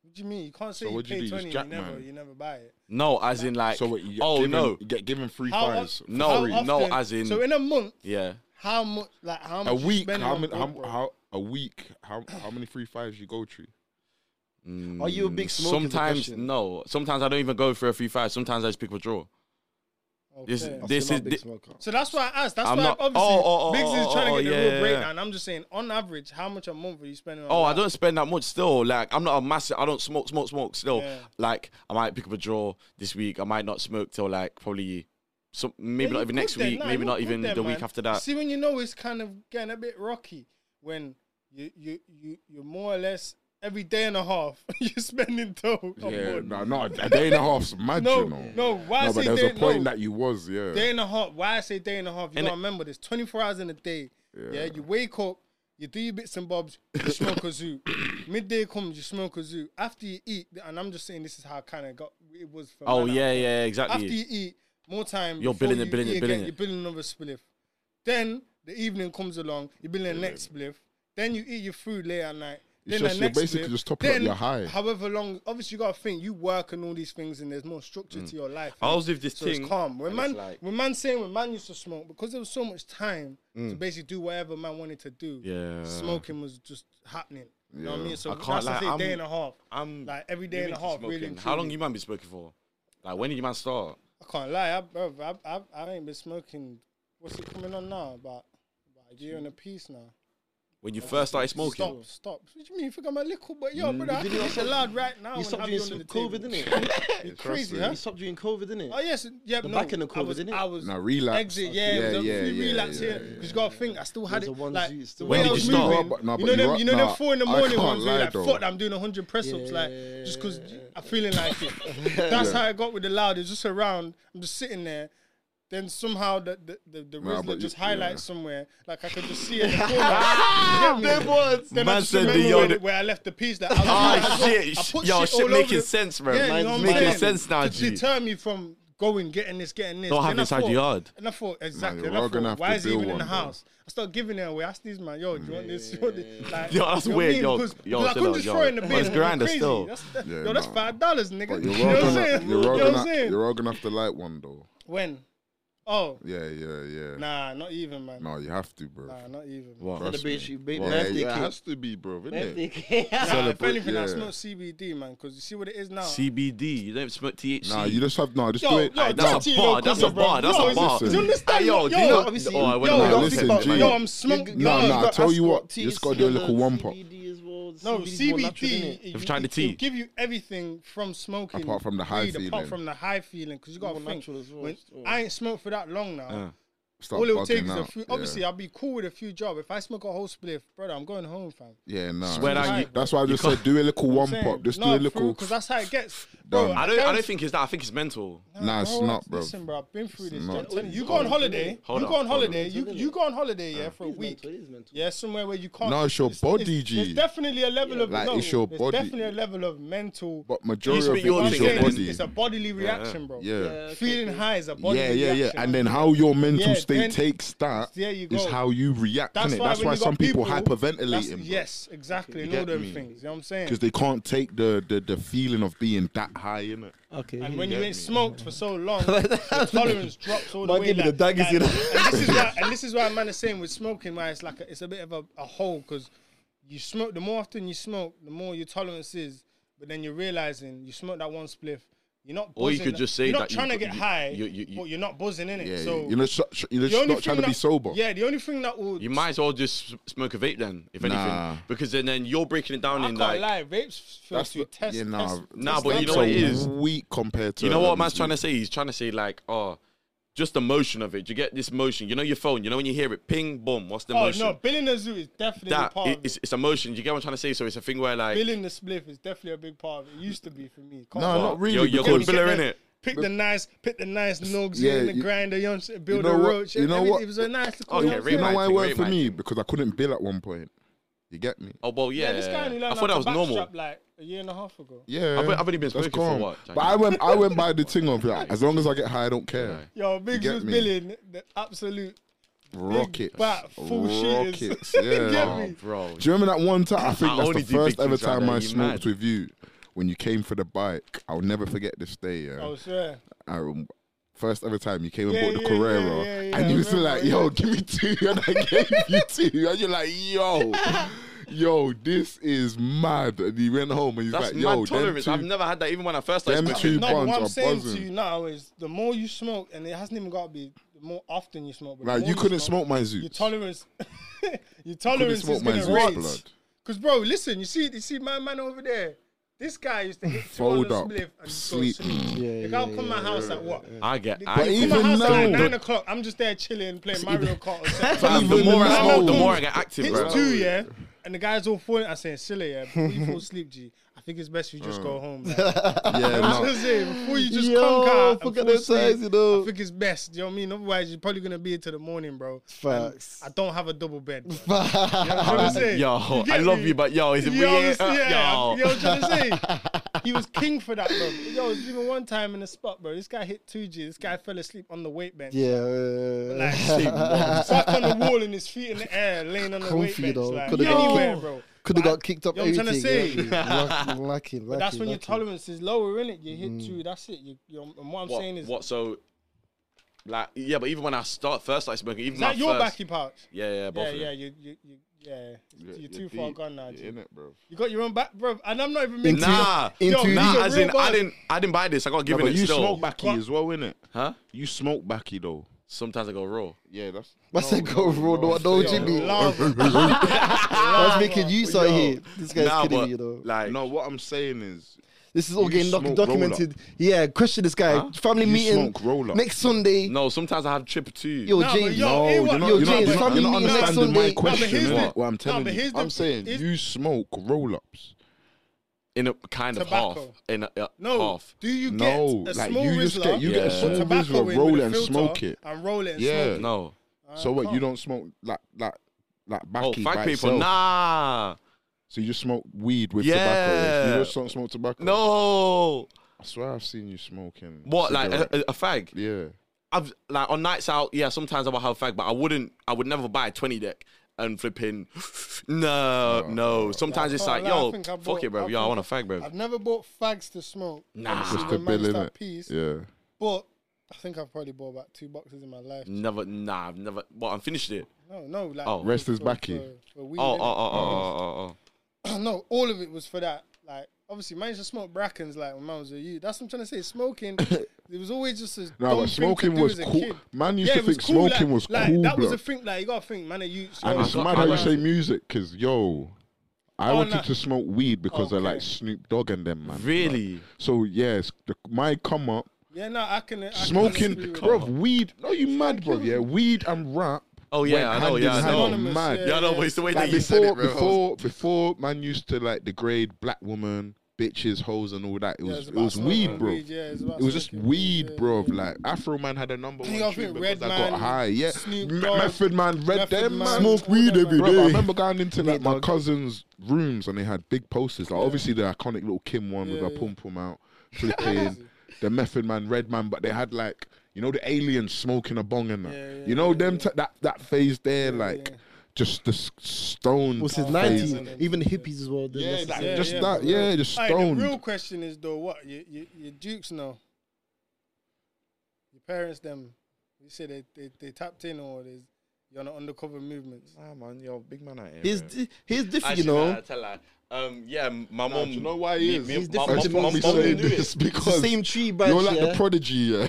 Speaker 1: What do you mean? You can't say
Speaker 5: So
Speaker 1: you
Speaker 5: what do you
Speaker 1: pay
Speaker 5: do? Just
Speaker 1: twenty. You
Speaker 5: jack
Speaker 1: never,
Speaker 5: man?
Speaker 1: you never buy it.
Speaker 4: No, as in like,
Speaker 5: so what? You get
Speaker 4: oh
Speaker 5: given,
Speaker 4: no,
Speaker 5: you get given three
Speaker 1: How
Speaker 5: fives.
Speaker 1: of-
Speaker 5: for
Speaker 4: No,
Speaker 5: free.
Speaker 1: how
Speaker 4: no,
Speaker 1: often-
Speaker 4: as in-
Speaker 1: so in a month,
Speaker 4: yeah,
Speaker 1: how much? Like how much?
Speaker 5: a
Speaker 1: you
Speaker 5: week.
Speaker 1: spending
Speaker 5: How
Speaker 1: on
Speaker 5: many?
Speaker 1: food,
Speaker 5: How,
Speaker 1: bro?
Speaker 5: how a week? How how many free fives you go through?
Speaker 3: Are you a
Speaker 4: Mm,
Speaker 3: big smoker? is the
Speaker 4: Sometimes
Speaker 3: question.
Speaker 4: no. Sometimes I don't even go for a free five. Sometimes I just pick withdraw. This,
Speaker 1: Okay.
Speaker 4: this
Speaker 3: Still not
Speaker 4: is
Speaker 3: a big
Speaker 4: thi-
Speaker 3: smoker.
Speaker 1: So that's why I asked. That's
Speaker 4: I'm
Speaker 1: why
Speaker 4: not-
Speaker 1: obviously
Speaker 4: oh, oh, oh,
Speaker 1: Biggs
Speaker 4: oh,
Speaker 1: is trying
Speaker 4: oh,
Speaker 1: to get
Speaker 4: yeah,
Speaker 1: the
Speaker 4: yeah,
Speaker 1: real
Speaker 4: yeah.
Speaker 1: breakdown. I'm just saying, on average, how much a month are you spending? on
Speaker 4: Oh, I
Speaker 1: that?
Speaker 4: don't spend that much still. Like, I'm not a massive. I don't smoke, smoke, smoke. Still,
Speaker 1: Yeah.
Speaker 4: like, I might pick up a draw this week. I might not smoke till like probably, some
Speaker 1: Yeah,
Speaker 4: maybe
Speaker 1: you
Speaker 4: not even
Speaker 1: good
Speaker 4: next
Speaker 1: then.
Speaker 4: week.
Speaker 1: Nah,
Speaker 4: maybe
Speaker 1: you're
Speaker 4: not
Speaker 1: good
Speaker 4: even
Speaker 1: then,
Speaker 4: the week
Speaker 1: man.
Speaker 4: after that.
Speaker 1: See, when you know it's kind of getting a bit rocky, when you you you you're more or less every day and a half you're spending dough. on
Speaker 5: Yeah,
Speaker 1: one.
Speaker 5: no, no, a day and a half's mad,
Speaker 1: no,
Speaker 5: you know.
Speaker 1: no, Why
Speaker 5: No,
Speaker 1: say
Speaker 5: but there's a
Speaker 1: day,
Speaker 5: point
Speaker 1: no,
Speaker 5: that you was, yeah.
Speaker 1: day and a half? Why I say day and a half? You
Speaker 4: And
Speaker 1: gotta
Speaker 4: it-
Speaker 1: remember this: 24 hours in a day. Yeah. you wake up. You do your bits and bobs, you smoke a zoo. Midday comes, you smoke a zoo. After you eat, and I'm just saying this is how kind of got it was for
Speaker 4: Oh
Speaker 1: man,
Speaker 4: yeah,
Speaker 1: I thought.
Speaker 4: yeah,
Speaker 1: After
Speaker 4: exactly.
Speaker 1: you eat, more time.
Speaker 4: You're
Speaker 1: before
Speaker 4: billing it,
Speaker 1: you
Speaker 4: billing
Speaker 1: eat
Speaker 4: it, billing
Speaker 1: again,
Speaker 4: it.
Speaker 1: You're billing another spliff. Then the evening comes along, you're billing the next spliff. Then you eat your food late at night.
Speaker 5: It's
Speaker 1: then the
Speaker 5: just- you're
Speaker 1: next
Speaker 5: basically
Speaker 1: spliff.
Speaker 5: just topping up
Speaker 1: Then
Speaker 5: your high.
Speaker 1: However long, obviously you got to think, you work and all these things and there's more structure to your life.
Speaker 4: I
Speaker 1: innit?
Speaker 4: was with this
Speaker 1: so
Speaker 4: thing,
Speaker 1: it's calm. When
Speaker 4: and it's
Speaker 1: man,
Speaker 4: like-
Speaker 1: when man saying when man used to smoke, because there was so much time to basically do whatever man wanted to do,
Speaker 4: Yeah.
Speaker 1: smoking was just happening. You know what I mean? So
Speaker 4: I
Speaker 1: that's
Speaker 4: can't
Speaker 1: why I
Speaker 4: lie,
Speaker 1: say
Speaker 4: I'm-
Speaker 1: day and a half.
Speaker 4: I'm
Speaker 1: like every day and a
Speaker 4: really
Speaker 1: half,
Speaker 4: smoking.
Speaker 1: really. and
Speaker 4: How long
Speaker 1: truly.
Speaker 4: you man be smoking for? Like, when did you man start?
Speaker 1: I can't lie, I, bruv, I, I, I ain't been smoking. What's it coming on now? About, about a year and a piece now.
Speaker 4: When you first started smoking?
Speaker 1: Stop, stop. What do you mean? You think I'm a little boy? Yo,
Speaker 3: Mm,
Speaker 1: brother, I can get allowed right now.
Speaker 3: You
Speaker 1: and
Speaker 3: stopped
Speaker 1: have you
Speaker 3: doing
Speaker 1: under the
Speaker 3: COVID,
Speaker 1: table.
Speaker 3: innit?
Speaker 1: You crazy,
Speaker 5: me.
Speaker 1: huh?
Speaker 3: You stopped doing COVID, innit?
Speaker 1: Oh yes, yeah.
Speaker 3: The
Speaker 1: no,
Speaker 3: back end of
Speaker 1: I was,
Speaker 3: COVID, innit?
Speaker 1: I was
Speaker 5: Now relapse.
Speaker 1: exit. Yeah,
Speaker 5: yeah,
Speaker 1: it was a
Speaker 5: yeah,
Speaker 1: few
Speaker 5: yeah,
Speaker 1: relapse
Speaker 5: yeah,
Speaker 1: here.
Speaker 5: yeah,
Speaker 1: Because you gotta think, I still had
Speaker 3: There's
Speaker 1: it.
Speaker 3: the ones
Speaker 1: Like,
Speaker 3: you still-
Speaker 1: the
Speaker 4: When
Speaker 1: way
Speaker 4: did
Speaker 1: I
Speaker 4: you
Speaker 1: was
Speaker 4: start?
Speaker 1: moving,
Speaker 5: No, but- no,
Speaker 1: you
Speaker 5: but
Speaker 1: know
Speaker 5: you
Speaker 1: them,
Speaker 5: are-
Speaker 1: you know them
Speaker 5: nah,
Speaker 1: four in the
Speaker 5: I
Speaker 1: morning
Speaker 5: can't
Speaker 1: ones. where
Speaker 5: lie,
Speaker 1: you're like,
Speaker 5: though.
Speaker 1: fuck, that, I'm doing hundred press ups. Like, just cause I'm feeling like it. That's how I got with the loud. It's just around. I'm just sitting there. Then somehow the the the, the
Speaker 5: Nah,
Speaker 1: Rizzler
Speaker 5: but you-
Speaker 1: just
Speaker 5: yeah.
Speaker 1: highlights somewhere. Like I could just see it. in the corner. You get me? Then I
Speaker 4: Man
Speaker 1: just
Speaker 4: said the
Speaker 1: remember
Speaker 4: yard-
Speaker 1: where, where I left the piece. That I was-
Speaker 4: Ah,
Speaker 1: I
Speaker 4: shit.
Speaker 1: put- I put
Speaker 4: Yo,
Speaker 1: shit all
Speaker 4: shit
Speaker 1: over
Speaker 4: making
Speaker 1: the-
Speaker 4: sense, bro.
Speaker 1: Yeah, you know what
Speaker 3: Mine's
Speaker 1: I'm
Speaker 4: making
Speaker 1: saying?
Speaker 4: sense now,
Speaker 1: To
Speaker 4: G.
Speaker 1: deter me from going, getting this, getting this.
Speaker 4: Don't have
Speaker 1: Then I
Speaker 4: inside
Speaker 1: thought-
Speaker 4: the yard.
Speaker 1: And I thought, exactly.
Speaker 5: you're
Speaker 1: and I
Speaker 5: all gonna
Speaker 1: thought,
Speaker 5: have
Speaker 1: why
Speaker 5: to
Speaker 1: is he even
Speaker 5: build
Speaker 1: in the
Speaker 5: one, bro.
Speaker 1: house? I start giving it away. I asked these man, yo, do you want this? You want this? Like,
Speaker 4: Yo, that's
Speaker 1: you know what I
Speaker 4: weird,
Speaker 1: mean?
Speaker 4: yo.
Speaker 1: Because-
Speaker 4: Yo,
Speaker 1: because I
Speaker 4: chill
Speaker 1: couldn't
Speaker 4: out,
Speaker 1: just
Speaker 4: yo.
Speaker 1: throw it in the
Speaker 4: But
Speaker 1: bin.
Speaker 4: it's
Speaker 1: You're
Speaker 4: grander
Speaker 1: crazy.
Speaker 4: still.
Speaker 1: That's, that,
Speaker 5: Yeah,
Speaker 1: yo, that's
Speaker 5: nah.
Speaker 1: five dollars, nigga.
Speaker 5: But you're
Speaker 1: You know what I'm
Speaker 5: all gonna-
Speaker 1: saying?
Speaker 5: you're all
Speaker 1: You know what
Speaker 5: gonna
Speaker 1: I'm
Speaker 5: have-
Speaker 1: saying?
Speaker 5: you're all gonna have to light one though.
Speaker 1: When? Oh,
Speaker 5: Yeah, yeah, yeah.
Speaker 1: nah, not even, man.
Speaker 5: No, you have to, bro.
Speaker 1: Nah, not even.
Speaker 3: Celebrate you, ba-
Speaker 5: Yeah, yeah,
Speaker 3: birthday
Speaker 5: it
Speaker 3: cake.
Speaker 5: has to be, bro, isn't
Speaker 3: Birthday
Speaker 5: it?
Speaker 3: cake.
Speaker 1: Nah, if
Speaker 5: Celebrate,
Speaker 1: anything, I
Speaker 5: yeah.
Speaker 1: smoke CBD, man, because you see what it is now.
Speaker 4: CBD. You don't smoke THC.
Speaker 5: Nah, you just have no, just do
Speaker 1: Yo,
Speaker 5: it.
Speaker 1: yo,
Speaker 5: Nah,
Speaker 4: that's a bar. That's a bar. That's a bar.
Speaker 1: Do you understand?
Speaker 4: Hey, yo, do you know-
Speaker 3: obviously-
Speaker 4: oh, I went
Speaker 1: yo,
Speaker 4: on
Speaker 5: Nah,
Speaker 4: that.
Speaker 1: yo,
Speaker 5: listen,
Speaker 1: but-
Speaker 5: G.
Speaker 1: yo, I'm smoking.
Speaker 5: Nah,
Speaker 1: yo,
Speaker 5: nah, I
Speaker 3: got
Speaker 5: tell you what,
Speaker 3: ascot,
Speaker 5: you just gotta
Speaker 3: THC,
Speaker 5: do a
Speaker 3: and
Speaker 5: little
Speaker 3: then
Speaker 5: one pop.
Speaker 3: CBD as well. CBD
Speaker 1: No,
Speaker 3: is more natural,
Speaker 1: CBD.
Speaker 3: innit?
Speaker 1: it-
Speaker 4: Have you tried the
Speaker 1: it- it'll
Speaker 4: tea?
Speaker 1: give you everything from smoking.
Speaker 5: Apart from the high
Speaker 1: weed, Apart
Speaker 5: feeling.
Speaker 1: from the high feeling, because you got to
Speaker 3: More
Speaker 1: think.
Speaker 3: natural as well,
Speaker 1: when-
Speaker 3: still.
Speaker 1: I ain't smoked for that long now.
Speaker 5: Start
Speaker 1: All it will
Speaker 5: bugging
Speaker 1: take is a
Speaker 5: out,
Speaker 1: few.
Speaker 5: yeah.
Speaker 1: Obviously, I'll be cool with a few job. If I smoke a whole spliff, brother, I'm going home, fam.
Speaker 5: Yeah, nah.
Speaker 4: Swear
Speaker 5: just-
Speaker 4: down, you-
Speaker 5: That's why I
Speaker 4: you
Speaker 5: just
Speaker 4: can't-
Speaker 5: said do a little one pop. Just do a little.
Speaker 1: because that's how it gets. Bro,
Speaker 5: Done.
Speaker 4: I don't. I don't think it's that. I think it's mental.
Speaker 5: Nah, it's
Speaker 1: bro,
Speaker 5: not, bro.
Speaker 1: Listen, bro, I've been through this.
Speaker 5: not.
Speaker 1: I'm telling you, you go on holiday.
Speaker 4: Hold
Speaker 1: you
Speaker 4: on,
Speaker 1: go on
Speaker 4: hold on.
Speaker 1: holiday. You you go on holiday, yeah, for a
Speaker 3: It is
Speaker 1: week.
Speaker 3: mental, it is mental.
Speaker 1: Yeah, somewhere where you can't.
Speaker 5: No, it's your body,
Speaker 1: it's, There's
Speaker 5: G.
Speaker 1: definitely a level of
Speaker 5: like,
Speaker 1: no,
Speaker 5: it's your
Speaker 1: there's
Speaker 5: body.
Speaker 1: definitely a level of mental.
Speaker 5: But
Speaker 4: You
Speaker 5: majority of
Speaker 4: speak
Speaker 5: it
Speaker 4: your
Speaker 5: is
Speaker 4: thing,
Speaker 5: your
Speaker 4: innit?
Speaker 1: it's,
Speaker 5: body.
Speaker 1: it's a bodily reaction, bro.
Speaker 5: Yeah.
Speaker 1: Feeling high is a bodily
Speaker 5: Yeah, yeah,
Speaker 1: reaction.
Speaker 5: yeah. And then
Speaker 1: man.
Speaker 5: how your mental
Speaker 1: Yeah,
Speaker 5: state
Speaker 1: then-
Speaker 5: takes that
Speaker 1: There you
Speaker 5: is
Speaker 1: go.
Speaker 5: how you react,
Speaker 1: that's
Speaker 5: innit?
Speaker 1: why,
Speaker 5: That's
Speaker 1: when
Speaker 5: why
Speaker 1: you got
Speaker 5: some people
Speaker 1: people that's-
Speaker 5: hyperventilating.
Speaker 1: Yes, exactly. And all
Speaker 5: get
Speaker 1: them
Speaker 5: me?
Speaker 1: things. You know what I'm saying?
Speaker 5: Because they can't take the, the, the feeling of being that high, innit?
Speaker 3: Okay.
Speaker 1: And when you ain't smoked for so long, the tolerance drops all the
Speaker 3: Man,
Speaker 1: way.
Speaker 3: give me the
Speaker 1: like-
Speaker 3: daggers,
Speaker 1: like-
Speaker 3: you know.
Speaker 1: and this is why, and this is why man is saying with smoking, why it's like a, it's a bit of a, a hole because you smoke. The more often you smoke, the more your tolerance is. But then you're realizing you smoke that one spliff. You're not.
Speaker 4: Or you
Speaker 1: buzzing
Speaker 4: could
Speaker 1: that-
Speaker 4: just say
Speaker 1: you're not
Speaker 4: that you-
Speaker 1: trying to get
Speaker 4: you-
Speaker 1: high,
Speaker 4: you- you- you-
Speaker 1: but you're not buzzing in it.
Speaker 5: Yeah,
Speaker 1: so
Speaker 5: you're not, sh- sh- you're
Speaker 1: the
Speaker 5: just
Speaker 1: only
Speaker 5: not
Speaker 1: thing
Speaker 5: trying to
Speaker 1: that-
Speaker 5: be sober.
Speaker 1: Yeah, the only thing that will
Speaker 4: You might as well just s- smoke a vape then, if
Speaker 5: Nah.
Speaker 4: anything, because then, then you're breaking it down
Speaker 1: I
Speaker 4: in like.
Speaker 1: can't lie, vapes feel
Speaker 5: That's
Speaker 1: too
Speaker 5: the,
Speaker 1: test.
Speaker 5: yeah,
Speaker 1: test-
Speaker 5: nah,
Speaker 4: Nah,
Speaker 5: that's-
Speaker 4: but you
Speaker 5: that's
Speaker 4: know what it
Speaker 5: so
Speaker 4: is?
Speaker 5: Weak compared to
Speaker 4: You know what man's trying to say? He's trying to say like, oh, just the motion of it. You get this motion. You know your phone. You know when you hear it, ping, boom. What's the
Speaker 1: Oh
Speaker 4: motion?
Speaker 1: no, billing the zoo is definitely
Speaker 4: that
Speaker 1: part
Speaker 4: it-
Speaker 1: of it.
Speaker 4: it's, it's a motion. You get what I'm trying to say? So it's a thing where like,
Speaker 1: Billing the spliff is definitely a big part of it. It used to be for me.
Speaker 5: No,
Speaker 1: Can't lie.
Speaker 5: not really.
Speaker 4: Yo, oh, you're
Speaker 5: because-
Speaker 4: called
Speaker 1: Get
Speaker 4: Biller
Speaker 1: the-
Speaker 4: innit?
Speaker 1: Pick the nice, pick the nice nogs
Speaker 5: Yeah,
Speaker 1: in the
Speaker 5: you-
Speaker 1: grinder, you know, what I'm saying? build
Speaker 5: know
Speaker 1: a
Speaker 5: what-
Speaker 1: roach.
Speaker 5: you know
Speaker 1: everything.
Speaker 5: what-
Speaker 1: It was a nice. Little,
Speaker 4: Oh,
Speaker 1: you know
Speaker 4: yeah,
Speaker 1: what I'm
Speaker 5: You
Speaker 4: really
Speaker 1: saying?
Speaker 5: know
Speaker 4: Right
Speaker 5: why it
Speaker 4: thing,
Speaker 5: worked for
Speaker 4: right
Speaker 5: me?
Speaker 4: thing.
Speaker 5: Because I couldn't bill at one point. You get me?
Speaker 4: Oh well, yeah.
Speaker 1: Yeah, this guy only learned
Speaker 4: I thought that was normal.
Speaker 1: like a year and a half ago.
Speaker 5: Yeah,
Speaker 4: I've- I've only been
Speaker 5: that's
Speaker 4: smoking for
Speaker 5: calm.
Speaker 4: what,
Speaker 5: But I went, I went by the thing of like, as long as I get high, I don't care.
Speaker 1: Yo, Biggs
Speaker 5: get
Speaker 1: was
Speaker 5: me?
Speaker 1: billing the absolute.
Speaker 5: Rockets,
Speaker 1: bat, full shooters.
Speaker 5: rockets.
Speaker 1: You get
Speaker 5: Yeah,
Speaker 1: me?
Speaker 4: Bro,
Speaker 5: Do you remember that one time? I think
Speaker 4: I
Speaker 5: that's
Speaker 4: only
Speaker 5: the
Speaker 4: do
Speaker 5: first
Speaker 4: big
Speaker 5: ever
Speaker 4: things like
Speaker 5: time
Speaker 4: that,
Speaker 5: I
Speaker 4: you
Speaker 5: smoked
Speaker 4: mad.
Speaker 5: with you when you came for the bike. I'll never forget this day. Yeah,
Speaker 4: Oh,
Speaker 1: I swear.
Speaker 5: I rem- first ever time you came
Speaker 1: Yeah,
Speaker 5: and bought the
Speaker 1: yeah, yeah,
Speaker 5: Carrera,
Speaker 1: yeah, yeah,
Speaker 5: and
Speaker 1: I
Speaker 5: you was
Speaker 1: remember,
Speaker 5: like,
Speaker 1: yeah.
Speaker 5: "Yo, give me two, and I gave you two, and you're like, "Yo, yo, this is mad. And he went home and he's
Speaker 4: That's
Speaker 5: like,
Speaker 4: mad
Speaker 5: yo, them
Speaker 4: tolerance.
Speaker 5: two,
Speaker 4: I've never had that even when I first started
Speaker 5: them
Speaker 4: smoking.
Speaker 5: two
Speaker 1: No, but what I'm
Speaker 5: buns are
Speaker 1: saying to
Speaker 5: buzzing.
Speaker 1: you now is the more you smoke, and it hasn't even got to be the more often you smoke. But the
Speaker 5: Like
Speaker 1: more
Speaker 5: you couldn't smoke my
Speaker 1: Your
Speaker 5: zoot.
Speaker 1: tolerance, your tolerance is
Speaker 5: smoke my
Speaker 1: gonna
Speaker 5: Zoot,
Speaker 1: raise.
Speaker 5: blood.
Speaker 1: Cause bro, listen, you see, you see my man over there. This guy used to hit two
Speaker 5: Fold
Speaker 1: on
Speaker 5: up,
Speaker 1: spliff and go
Speaker 5: sleep. Mm.
Speaker 1: sleep.
Speaker 3: Yeah,
Speaker 1: The
Speaker 3: yeah,
Speaker 1: guy will come my house at what?
Speaker 4: I get.
Speaker 1: The
Speaker 4: I,
Speaker 1: guy will
Speaker 5: even
Speaker 1: come my house at
Speaker 5: now-
Speaker 1: like nine o'clock. I'm just there chilling, playing Mario Kart. Or something.
Speaker 4: fam, the
Speaker 5: even
Speaker 4: more I
Speaker 5: now-
Speaker 4: smoke, the more I get active,
Speaker 1: Hits
Speaker 4: bro.
Speaker 1: two, yeah. And the guy's all falling. I saying, silly, yeah. Before you fall asleep, G, I think it's best you just go home. man."
Speaker 5: Uh. Yeah,
Speaker 1: I was
Speaker 5: no.
Speaker 1: gonna say, before you just
Speaker 3: Yo,
Speaker 1: conk out, and
Speaker 3: forget
Speaker 1: fall
Speaker 3: those times,
Speaker 1: asleep,
Speaker 3: you know.
Speaker 1: I think it's best. You know what I mean? Otherwise, you're probably gonna be here till the morning, bro.
Speaker 3: Facts.
Speaker 1: I don't have a double bed. Bro.
Speaker 3: Facts.
Speaker 1: You know what I'm saying?
Speaker 4: Yo, I
Speaker 1: get
Speaker 4: love
Speaker 1: me?
Speaker 4: you, but yo, is it
Speaker 1: Yo,
Speaker 4: weird?
Speaker 1: yeah,
Speaker 4: Yo.
Speaker 1: yeah. Yo, what I'm saying? He was king for that, bro. Yo, it was even one time in the spot, bro. This guy hit two G. This guy fell asleep on the weight bench. Like,
Speaker 3: Yeah.
Speaker 1: stuck on the wall and his feet in the air, laying on the weight
Speaker 3: Comfy,
Speaker 1: bench.
Speaker 3: though.
Speaker 1: Like,
Speaker 3: Could've
Speaker 1: anywhere,
Speaker 3: got-
Speaker 1: bro.
Speaker 3: Could have got kicked up.
Speaker 1: Yo, I'm trying to
Speaker 3: everything,
Speaker 1: say.
Speaker 3: yeah. Lucky, lucky, lucky.
Speaker 1: That's when your
Speaker 3: lucky.
Speaker 1: tolerance is lower, innit? You hit two, that's it. You, you're, and what I'm
Speaker 4: What,
Speaker 1: saying is,
Speaker 4: what? So, like, yeah, but even when I start first started smoking, even
Speaker 1: is that
Speaker 4: my
Speaker 1: your
Speaker 4: first,
Speaker 1: backy pouch?
Speaker 4: Yeah, yeah, both
Speaker 1: Yeah,
Speaker 4: of
Speaker 1: yeah,
Speaker 4: them.
Speaker 1: you, you, you, yeah. You're,
Speaker 5: You're
Speaker 1: too far
Speaker 5: deep.
Speaker 1: gone now,
Speaker 5: You're
Speaker 1: G.
Speaker 5: in it, bro.
Speaker 1: You got your own back, bro. And I'm not even making
Speaker 4: Nah,
Speaker 1: Yo,
Speaker 3: Into-
Speaker 1: he's
Speaker 4: nah.
Speaker 1: a
Speaker 4: As
Speaker 1: real
Speaker 4: in, I
Speaker 1: bug.
Speaker 4: didn't, I didn't buy this. I got
Speaker 5: No,
Speaker 4: given
Speaker 5: but
Speaker 4: it
Speaker 5: you
Speaker 4: still.
Speaker 5: smoke backy as well, innit?
Speaker 4: huh?
Speaker 5: You smoke backy though.
Speaker 4: Sometimes I go raw.
Speaker 5: Yeah, that's
Speaker 3: What's that go roll no, no,
Speaker 1: Yo,
Speaker 3: Jimmy?
Speaker 1: lava.
Speaker 3: That's making use out here. This guy's
Speaker 4: Nah,
Speaker 3: kidding
Speaker 4: but,
Speaker 3: you though.
Speaker 4: Like,
Speaker 5: no. What I'm saying is,
Speaker 3: This is all
Speaker 5: you
Speaker 3: getting doc-
Speaker 5: smoke roll
Speaker 3: documented. Yeah, question this guy. Family
Speaker 5: You
Speaker 3: meeting
Speaker 5: smoke roll up.
Speaker 3: next Sunday.
Speaker 4: no. Sometimes I have triple two.
Speaker 3: Yo,
Speaker 1: Nah, but
Speaker 3: James.
Speaker 1: yo, No, eh, what-
Speaker 5: you're not,
Speaker 3: yo,
Speaker 5: you're not-
Speaker 3: James,
Speaker 5: you're not,
Speaker 3: family
Speaker 5: you're not
Speaker 3: meeting next
Speaker 5: understanding
Speaker 3: Sunday.
Speaker 5: my
Speaker 1: but
Speaker 5: question.
Speaker 1: here's
Speaker 5: innit?
Speaker 1: the-
Speaker 5: what I'm
Speaker 1: nah,
Speaker 5: telling
Speaker 1: but
Speaker 5: you,
Speaker 1: here's the-
Speaker 5: I'm saying
Speaker 1: here's-
Speaker 5: you smoke roll ups.
Speaker 4: in a kind of half.
Speaker 1: Tobacco.
Speaker 4: In a, uh,
Speaker 1: No,
Speaker 4: half.
Speaker 1: do you get
Speaker 5: No,
Speaker 1: a
Speaker 5: like
Speaker 1: small
Speaker 5: you just
Speaker 1: Rizzler,
Speaker 5: get you get a
Speaker 4: Yeah.
Speaker 1: put
Speaker 5: small
Speaker 1: tobacco in
Speaker 5: Rizzler,
Speaker 1: with
Speaker 5: roll
Speaker 1: a
Speaker 5: it and
Speaker 1: filter
Speaker 5: smoke it.
Speaker 1: and roll it and
Speaker 5: Yeah.
Speaker 1: smoke it?
Speaker 4: No.
Speaker 5: So what? You don't smoke like like like backy
Speaker 4: Oh, fuck
Speaker 5: by
Speaker 4: people.
Speaker 5: itself.
Speaker 4: Nah.
Speaker 5: So you just smoke weed with tobacco.
Speaker 4: Yeah.
Speaker 5: You just don't smoke tobacco.
Speaker 4: No.
Speaker 5: I swear I've seen you smoking.
Speaker 4: What? Like uh, a,
Speaker 5: cigarette.
Speaker 4: a, a fag?
Speaker 5: yeah.
Speaker 4: I've like on nights out, yeah, sometimes I will have a fag, but I wouldn't I would never buy a 20 deck and flipping no,
Speaker 5: Oh,
Speaker 4: no. Sometimes
Speaker 1: Nah,
Speaker 4: it's
Speaker 1: I
Speaker 4: like,
Speaker 1: can't lie, I
Speaker 4: yo,
Speaker 1: think I
Speaker 4: fuck
Speaker 1: bought-
Speaker 4: it, bro.
Speaker 1: I
Speaker 4: Yo, I
Speaker 1: think
Speaker 4: want a fag, bro.
Speaker 1: I've never bought fags to smoke.
Speaker 4: Nah.
Speaker 1: Obviously,
Speaker 5: Just
Speaker 1: when
Speaker 5: a
Speaker 1: man
Speaker 5: bill,
Speaker 1: start
Speaker 5: innit?
Speaker 1: Peace,
Speaker 5: Yeah.
Speaker 1: But I think I've probably bought about two boxes in my life.
Speaker 5: Mm.
Speaker 4: Never nah, I've never well, I'm finished it.
Speaker 1: No, no, like
Speaker 4: Oh.
Speaker 5: Rest is backy.
Speaker 1: for- for weed,
Speaker 4: Oh, oh,
Speaker 1: innit?
Speaker 4: oh, oh, oh, oh, oh.
Speaker 1: no, all of it was for that. Like, obviously, man used to smoke brackens like when man was a youth. That's what I'm trying to say. Smoking, it was always just a
Speaker 5: No,
Speaker 1: dumb
Speaker 5: but
Speaker 1: thing
Speaker 5: smoking
Speaker 1: to do
Speaker 5: was
Speaker 1: as a
Speaker 5: cool.
Speaker 1: kid.
Speaker 5: Man used
Speaker 1: Yeah,
Speaker 5: to
Speaker 1: it was
Speaker 5: think
Speaker 1: cool,
Speaker 5: smoking
Speaker 1: like-
Speaker 5: was
Speaker 1: like,
Speaker 5: cool.
Speaker 1: That was
Speaker 5: blood.
Speaker 1: a thing. Like, you gotta think, man, a youth.
Speaker 5: And
Speaker 4: I
Speaker 5: it's
Speaker 4: got-
Speaker 5: mad
Speaker 4: I
Speaker 5: how you
Speaker 4: got-
Speaker 5: say music, because, yo, I
Speaker 1: Oh,
Speaker 5: wanted
Speaker 1: nah.
Speaker 5: to smoke weed because I
Speaker 1: Okay.
Speaker 5: like Snoop Dogg and them, man.
Speaker 4: Really?
Speaker 5: So, yes, the, my come up,
Speaker 1: Yeah, no, I can. I can
Speaker 5: smoking,
Speaker 1: disagree with
Speaker 5: bro,
Speaker 1: that.
Speaker 5: weed. No, you mad, bro, yeah? Weed and rap.
Speaker 4: Oh
Speaker 5: went
Speaker 4: yeah, I know,
Speaker 5: hand
Speaker 4: yeah,
Speaker 5: in
Speaker 4: I
Speaker 5: hand,
Speaker 4: know.
Speaker 1: Anonymous,
Speaker 5: mad.
Speaker 1: yeah.
Speaker 4: Yeah, I know, but it's the way
Speaker 5: Like
Speaker 4: that you said
Speaker 5: before,
Speaker 4: it, bro.
Speaker 5: before, before, man used to like degrade black woman, bitches, hoes, and all that. It
Speaker 1: Yeah,
Speaker 5: was,
Speaker 1: it's
Speaker 5: it
Speaker 1: about
Speaker 5: was weed,
Speaker 1: smoking
Speaker 5: bro.
Speaker 1: weed, yeah, it's about
Speaker 5: It was just
Speaker 1: smoking
Speaker 5: weed,
Speaker 1: yeah,
Speaker 5: bro.
Speaker 1: yeah.
Speaker 5: Like Afro Man had a number
Speaker 1: Think
Speaker 5: one
Speaker 1: of it,
Speaker 5: tune because
Speaker 1: Red
Speaker 5: I
Speaker 1: Man,
Speaker 5: got high. Yeah,
Speaker 1: Snoop
Speaker 5: Me-
Speaker 1: Dogg,
Speaker 5: Method Man, Red
Speaker 1: Method
Speaker 5: them
Speaker 1: Man,
Speaker 5: man.
Speaker 1: Smoke all weed them, every
Speaker 5: Bro,
Speaker 1: day.
Speaker 5: I remember going into like my cousin's rooms and they had big posters. Like obviously the iconic little Kim one with
Speaker 1: Yeah,
Speaker 5: her
Speaker 1: yeah.
Speaker 5: pum pum out, flipping the Method Man, Red Man, but they had like. You know the aliens smoking a bong and that.
Speaker 1: Yeah, yeah,
Speaker 5: you know them t- that that phase there, like
Speaker 1: yeah.
Speaker 5: just the s- stone.
Speaker 3: Was his
Speaker 5: phase.
Speaker 3: nineties?
Speaker 1: yeah.
Speaker 3: Even the hippies as well.
Speaker 5: Yeah,
Speaker 3: Yeah,
Speaker 5: like,
Speaker 1: yeah,
Speaker 5: just
Speaker 1: yeah,
Speaker 5: that.
Speaker 1: for real.
Speaker 5: Yeah, just
Speaker 1: Aye, the
Speaker 5: stoned.
Speaker 1: real question is though, what you you your Dukes know? Your parents them, you say they they, they tapped in or there's you're on undercover movements.
Speaker 4: Nah, man, yo, big man out here.
Speaker 3: he's
Speaker 4: bro.
Speaker 3: di- he's different, you
Speaker 4: Actually, nah, I
Speaker 3: know.
Speaker 4: tell her. Um, yeah, m- my
Speaker 5: Nah,
Speaker 4: mom.
Speaker 5: do you know why he
Speaker 4: me-
Speaker 5: is?
Speaker 4: me-
Speaker 3: He's
Speaker 4: my-
Speaker 3: different
Speaker 4: my-
Speaker 3: to me,
Speaker 4: my
Speaker 3: he's
Speaker 4: mom
Speaker 3: so
Speaker 4: knew it.
Speaker 5: this
Speaker 3: It's the
Speaker 5: because
Speaker 3: same tree branch.
Speaker 5: you're like
Speaker 3: yeah?
Speaker 5: the prodigy, yeah.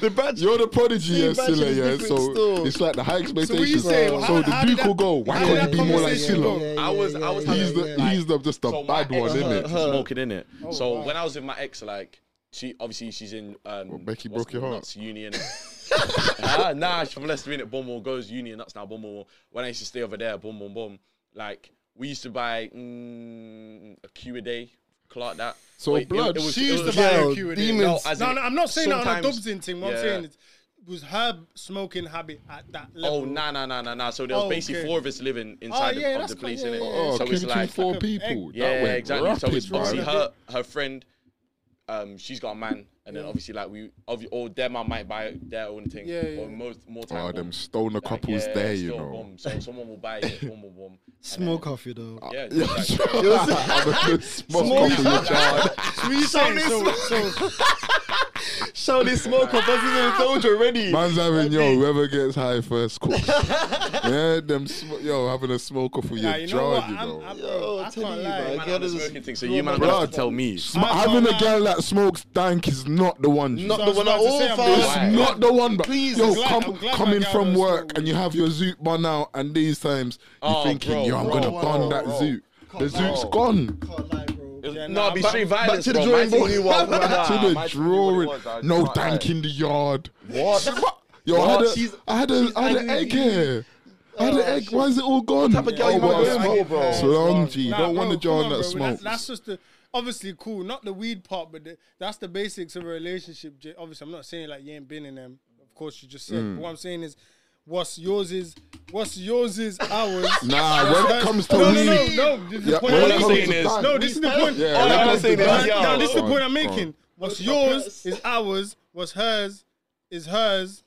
Speaker 5: the You're the prodigy,
Speaker 3: See,
Speaker 5: yeah,
Speaker 3: Badger
Speaker 5: Silla,
Speaker 3: is
Speaker 5: yeah.
Speaker 3: different
Speaker 5: So
Speaker 3: still.
Speaker 5: it's like the high
Speaker 1: So what you
Speaker 5: expectations. So,
Speaker 1: say? How,
Speaker 5: the
Speaker 1: how did
Speaker 5: Duke
Speaker 1: that-
Speaker 5: will go. Why
Speaker 1: how did
Speaker 5: can't
Speaker 1: that
Speaker 5: you be more like
Speaker 1: conversation
Speaker 5: Silla?
Speaker 1: go?
Speaker 4: I was, I was.
Speaker 5: He's the he's the just the
Speaker 4: so my
Speaker 5: bad one,
Speaker 4: ex
Speaker 5: isn't
Speaker 4: was
Speaker 5: it?
Speaker 4: Smoking in it. so
Speaker 1: Oh, wow.
Speaker 4: when I was with my ex, like she obviously she's in. Um,
Speaker 5: What, Becky
Speaker 4: what's
Speaker 5: broke your
Speaker 4: the
Speaker 5: heart?
Speaker 4: Nuts Union. ah, nah, she's from Leicester in it. Bournemouth goes Union nuts now. Bournemouth. When I used to stay over there, boom, boom, boom. Like we used to buy mm, a cube a day, clock that.
Speaker 5: So
Speaker 4: But it-
Speaker 5: blood,
Speaker 4: it was-
Speaker 5: she
Speaker 4: it
Speaker 5: used
Speaker 4: was-
Speaker 5: to buy
Speaker 3: Yo,
Speaker 1: Like, you with it.
Speaker 3: demons.
Speaker 4: No, as
Speaker 1: No,
Speaker 4: in,
Speaker 1: no, I'm not saying that on a
Speaker 4: sometimes-
Speaker 1: Dubsin thing. What I'm
Speaker 4: Yeah.
Speaker 1: saying is, was her smoking habit at that level?
Speaker 4: Oh nah nah nah nah nah. So there was
Speaker 1: Oh,
Speaker 4: basically
Speaker 1: okay. Oh,
Speaker 4: four of us living inside
Speaker 1: yeah,
Speaker 4: of, of
Speaker 1: that's
Speaker 4: the
Speaker 1: quite-
Speaker 4: place
Speaker 1: yeah,
Speaker 4: in it.
Speaker 1: yeah,
Speaker 5: Oh,
Speaker 4: so
Speaker 5: came
Speaker 4: it's
Speaker 5: between
Speaker 4: like
Speaker 5: four
Speaker 1: like a
Speaker 5: people.
Speaker 1: egg.
Speaker 4: yeah,
Speaker 5: that went
Speaker 4: exactly. so
Speaker 5: Rapid,
Speaker 4: it's obviously
Speaker 5: bruv.
Speaker 4: her her friend, um, she's got a man, and then obviously like we, obvi- or their man might buy their own thing.
Speaker 1: Yeah, yeah.
Speaker 4: Or most more time.
Speaker 5: Oh,
Speaker 4: boom.
Speaker 5: them stoner
Speaker 4: Like,
Speaker 5: couples
Speaker 4: yeah,
Speaker 5: there, you
Speaker 4: still
Speaker 5: know.
Speaker 4: boom. So someone will buy it. Boom, boom, boom.
Speaker 3: Smoke off, you know.
Speaker 4: Yeah. just like-
Speaker 5: Smoke couple, you child.
Speaker 1: So what you saying? So, so,
Speaker 3: Shout this smoke up. That's even told you already.
Speaker 5: Man's having yo, whoever gets high first cooks. yeah, them sm- yo having a smoke off with
Speaker 1: Nah,
Speaker 5: your
Speaker 1: you know
Speaker 5: jar,
Speaker 1: what?
Speaker 5: you
Speaker 1: I'm,
Speaker 5: know.
Speaker 1: I'm,
Speaker 3: Yo,
Speaker 1: I
Speaker 3: I'm
Speaker 1: can't
Speaker 3: telling you,
Speaker 1: lie.
Speaker 3: man. Yeah,
Speaker 1: man.
Speaker 4: Man, I'm
Speaker 3: this is-
Speaker 4: smoking thing, so you man
Speaker 5: Bro.
Speaker 4: got to tell me.
Speaker 5: Sm-
Speaker 1: I'm
Speaker 5: having
Speaker 1: not-
Speaker 5: a girl that smokes dank is not the one. G.
Speaker 3: Not the
Speaker 1: So I was
Speaker 3: one
Speaker 1: about
Speaker 3: at
Speaker 1: to
Speaker 3: all,
Speaker 1: say, I'm
Speaker 3: fam.
Speaker 1: glad-
Speaker 5: it's not the one. But
Speaker 3: Please,
Speaker 5: yo,
Speaker 3: I'm
Speaker 1: glad-
Speaker 5: come,
Speaker 1: I'm glad my
Speaker 5: coming
Speaker 1: girl
Speaker 5: from
Speaker 1: don't
Speaker 5: work
Speaker 1: smoke
Speaker 5: and you have your zoot bun out, and these times you're
Speaker 4: Oh,
Speaker 5: thinking,
Speaker 4: bro,
Speaker 5: yo, I'm
Speaker 4: bro,
Speaker 5: gonna
Speaker 4: bro,
Speaker 5: bun
Speaker 4: bro,
Speaker 5: that
Speaker 4: bro.
Speaker 5: zoot. The
Speaker 3: Can't lie.
Speaker 5: zoot's gone.
Speaker 3: Can't lie, bro.
Speaker 4: It was-
Speaker 1: Yeah,
Speaker 4: no,
Speaker 1: nah,
Speaker 4: it'd be
Speaker 1: back-
Speaker 4: street
Speaker 5: back
Speaker 4: violence,
Speaker 5: to the
Speaker 4: bro.
Speaker 5: drawing
Speaker 4: Mine's the
Speaker 5: board.
Speaker 4: only one.
Speaker 5: Back to
Speaker 4: Nah,
Speaker 5: the
Speaker 4: mine's only one it
Speaker 5: drawing.
Speaker 4: was, I
Speaker 5: no
Speaker 4: can't
Speaker 5: dank
Speaker 4: lie.
Speaker 5: in the yard.
Speaker 3: What?
Speaker 5: Yo, I had
Speaker 3: What?
Speaker 5: a,
Speaker 3: She's-
Speaker 5: I had a, I had an
Speaker 3: angry
Speaker 5: egg
Speaker 3: with you.
Speaker 5: here. I had an egg. Why is it all gone? Oh,
Speaker 3: type of girl you
Speaker 5: well,
Speaker 3: want
Speaker 5: it's
Speaker 3: to go
Speaker 5: not-
Speaker 3: with, bro?
Speaker 5: It's long,
Speaker 1: Nah,
Speaker 5: G. don't
Speaker 1: bro,
Speaker 5: want a
Speaker 1: come
Speaker 5: John
Speaker 1: on,
Speaker 5: that
Speaker 1: bro.
Speaker 5: smokes.
Speaker 1: That's just the obviously cool, not the weed part, but the, that's the basics of a relationship. J- Obviously, I'm not saying like you ain't been in them. Of course, you just said.
Speaker 5: Mm.
Speaker 1: But what I'm saying is, what's yours is what's yours is ours.
Speaker 5: Nah, when it
Speaker 1: That's-
Speaker 5: comes to
Speaker 1: no, no,
Speaker 5: weed.
Speaker 1: no, no. This is
Speaker 5: Yeah,
Speaker 1: the point
Speaker 5: when
Speaker 1: I'm
Speaker 5: it comes
Speaker 1: making.
Speaker 6: saying
Speaker 5: to
Speaker 6: is-
Speaker 5: dank-
Speaker 1: No, this is the point.
Speaker 5: Yeah,
Speaker 1: All
Speaker 5: when it
Speaker 1: I'm
Speaker 5: comes to
Speaker 1: saying is,
Speaker 5: dank-
Speaker 1: no, this is the
Speaker 5: Go
Speaker 1: point
Speaker 5: on,
Speaker 1: I'm
Speaker 5: go on.
Speaker 1: making. What's yours is ours. What's hers is hers.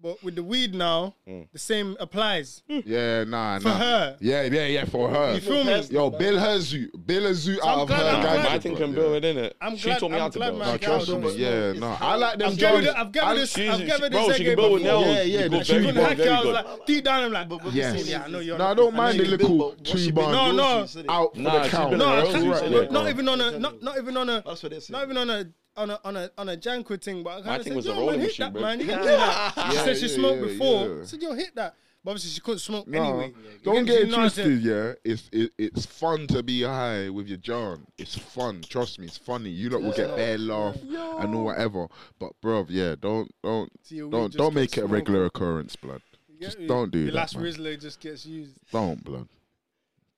Speaker 1: But with the weed now,
Speaker 5: Mm.
Speaker 1: the same applies.
Speaker 5: Yeah, nah,
Speaker 1: For
Speaker 5: nah.
Speaker 1: her.
Speaker 5: Yeah, yeah, yeah, for her.
Speaker 1: You feel me?
Speaker 5: Yo, Bill her zoo. Bill her zoo out
Speaker 1: I'm
Speaker 5: of
Speaker 1: glad-
Speaker 5: her.
Speaker 1: I'm
Speaker 5: guys,
Speaker 1: glad-
Speaker 5: bro.
Speaker 6: I think I'm built in it.
Speaker 1: I'm
Speaker 6: She
Speaker 1: glad-
Speaker 6: toowed me
Speaker 1: I'm
Speaker 6: how to
Speaker 1: glad
Speaker 6: build.
Speaker 1: my
Speaker 5: Nah,
Speaker 1: girl
Speaker 5: trust
Speaker 1: don't
Speaker 5: me.
Speaker 1: smoke.
Speaker 5: Yeah, nah. I like them
Speaker 1: I've given
Speaker 5: joints.
Speaker 1: her, I've given
Speaker 5: I-
Speaker 1: her,
Speaker 6: She's-
Speaker 1: I've given
Speaker 6: bro,
Speaker 1: her
Speaker 6: she
Speaker 1: Zegge
Speaker 6: can build with
Speaker 1: before.
Speaker 6: nails.
Speaker 5: Yeah, yeah,
Speaker 6: You
Speaker 5: the
Speaker 6: go
Speaker 1: She
Speaker 5: Very
Speaker 6: very
Speaker 1: couldn't
Speaker 5: good,
Speaker 6: well,
Speaker 1: hack it.
Speaker 6: very
Speaker 1: I was
Speaker 6: good.
Speaker 1: like, deep down, I'm like, but
Speaker 5: Yes.
Speaker 1: yeah, I know you're.
Speaker 5: Nah, I don't mind the
Speaker 3: she
Speaker 5: little
Speaker 3: built, but what she
Speaker 5: two
Speaker 3: built-
Speaker 5: bun
Speaker 1: No, no.
Speaker 5: out for
Speaker 6: Nah,
Speaker 5: the
Speaker 6: she
Speaker 5: count.
Speaker 6: built
Speaker 1: No,
Speaker 6: Right,
Speaker 1: I can't,
Speaker 6: right,
Speaker 1: look,
Speaker 6: yeah.
Speaker 1: not even on a, not, not even on a,
Speaker 3: That's what they say.
Speaker 1: not even on a, on a, on a, on a Janko thing. But I kind
Speaker 6: My
Speaker 1: of
Speaker 6: thing
Speaker 1: said,
Speaker 6: was the
Speaker 1: yo, man,
Speaker 6: rolling
Speaker 1: hit
Speaker 6: machine,
Speaker 1: that,
Speaker 6: bro.
Speaker 1: man. You can do that. She
Speaker 5: Yeah,
Speaker 1: said she
Speaker 5: yeah,
Speaker 1: smoked
Speaker 5: yeah,
Speaker 1: before.
Speaker 5: yeah.
Speaker 1: I said, yo, hit that. But obviously she couldn't smoke
Speaker 5: No,
Speaker 1: anyway. You
Speaker 5: don't
Speaker 1: can-
Speaker 5: get
Speaker 1: you
Speaker 5: it
Speaker 1: know what I'm saying?
Speaker 5: twisted, yeah. It's it, it's fun to be high with your John. It's fun. Trust me, it's funny. You lot will get bare laugh and all whatever. But bruv, yeah, don't don't
Speaker 1: See, your weed
Speaker 5: don't
Speaker 1: just
Speaker 5: don't make
Speaker 1: gets
Speaker 5: it a regular occurrence, blood.
Speaker 1: You get
Speaker 5: Just
Speaker 1: me?
Speaker 5: don't do
Speaker 1: Your
Speaker 5: that.
Speaker 1: last
Speaker 5: man.
Speaker 1: Rizzler just gets used.
Speaker 5: Don't blood.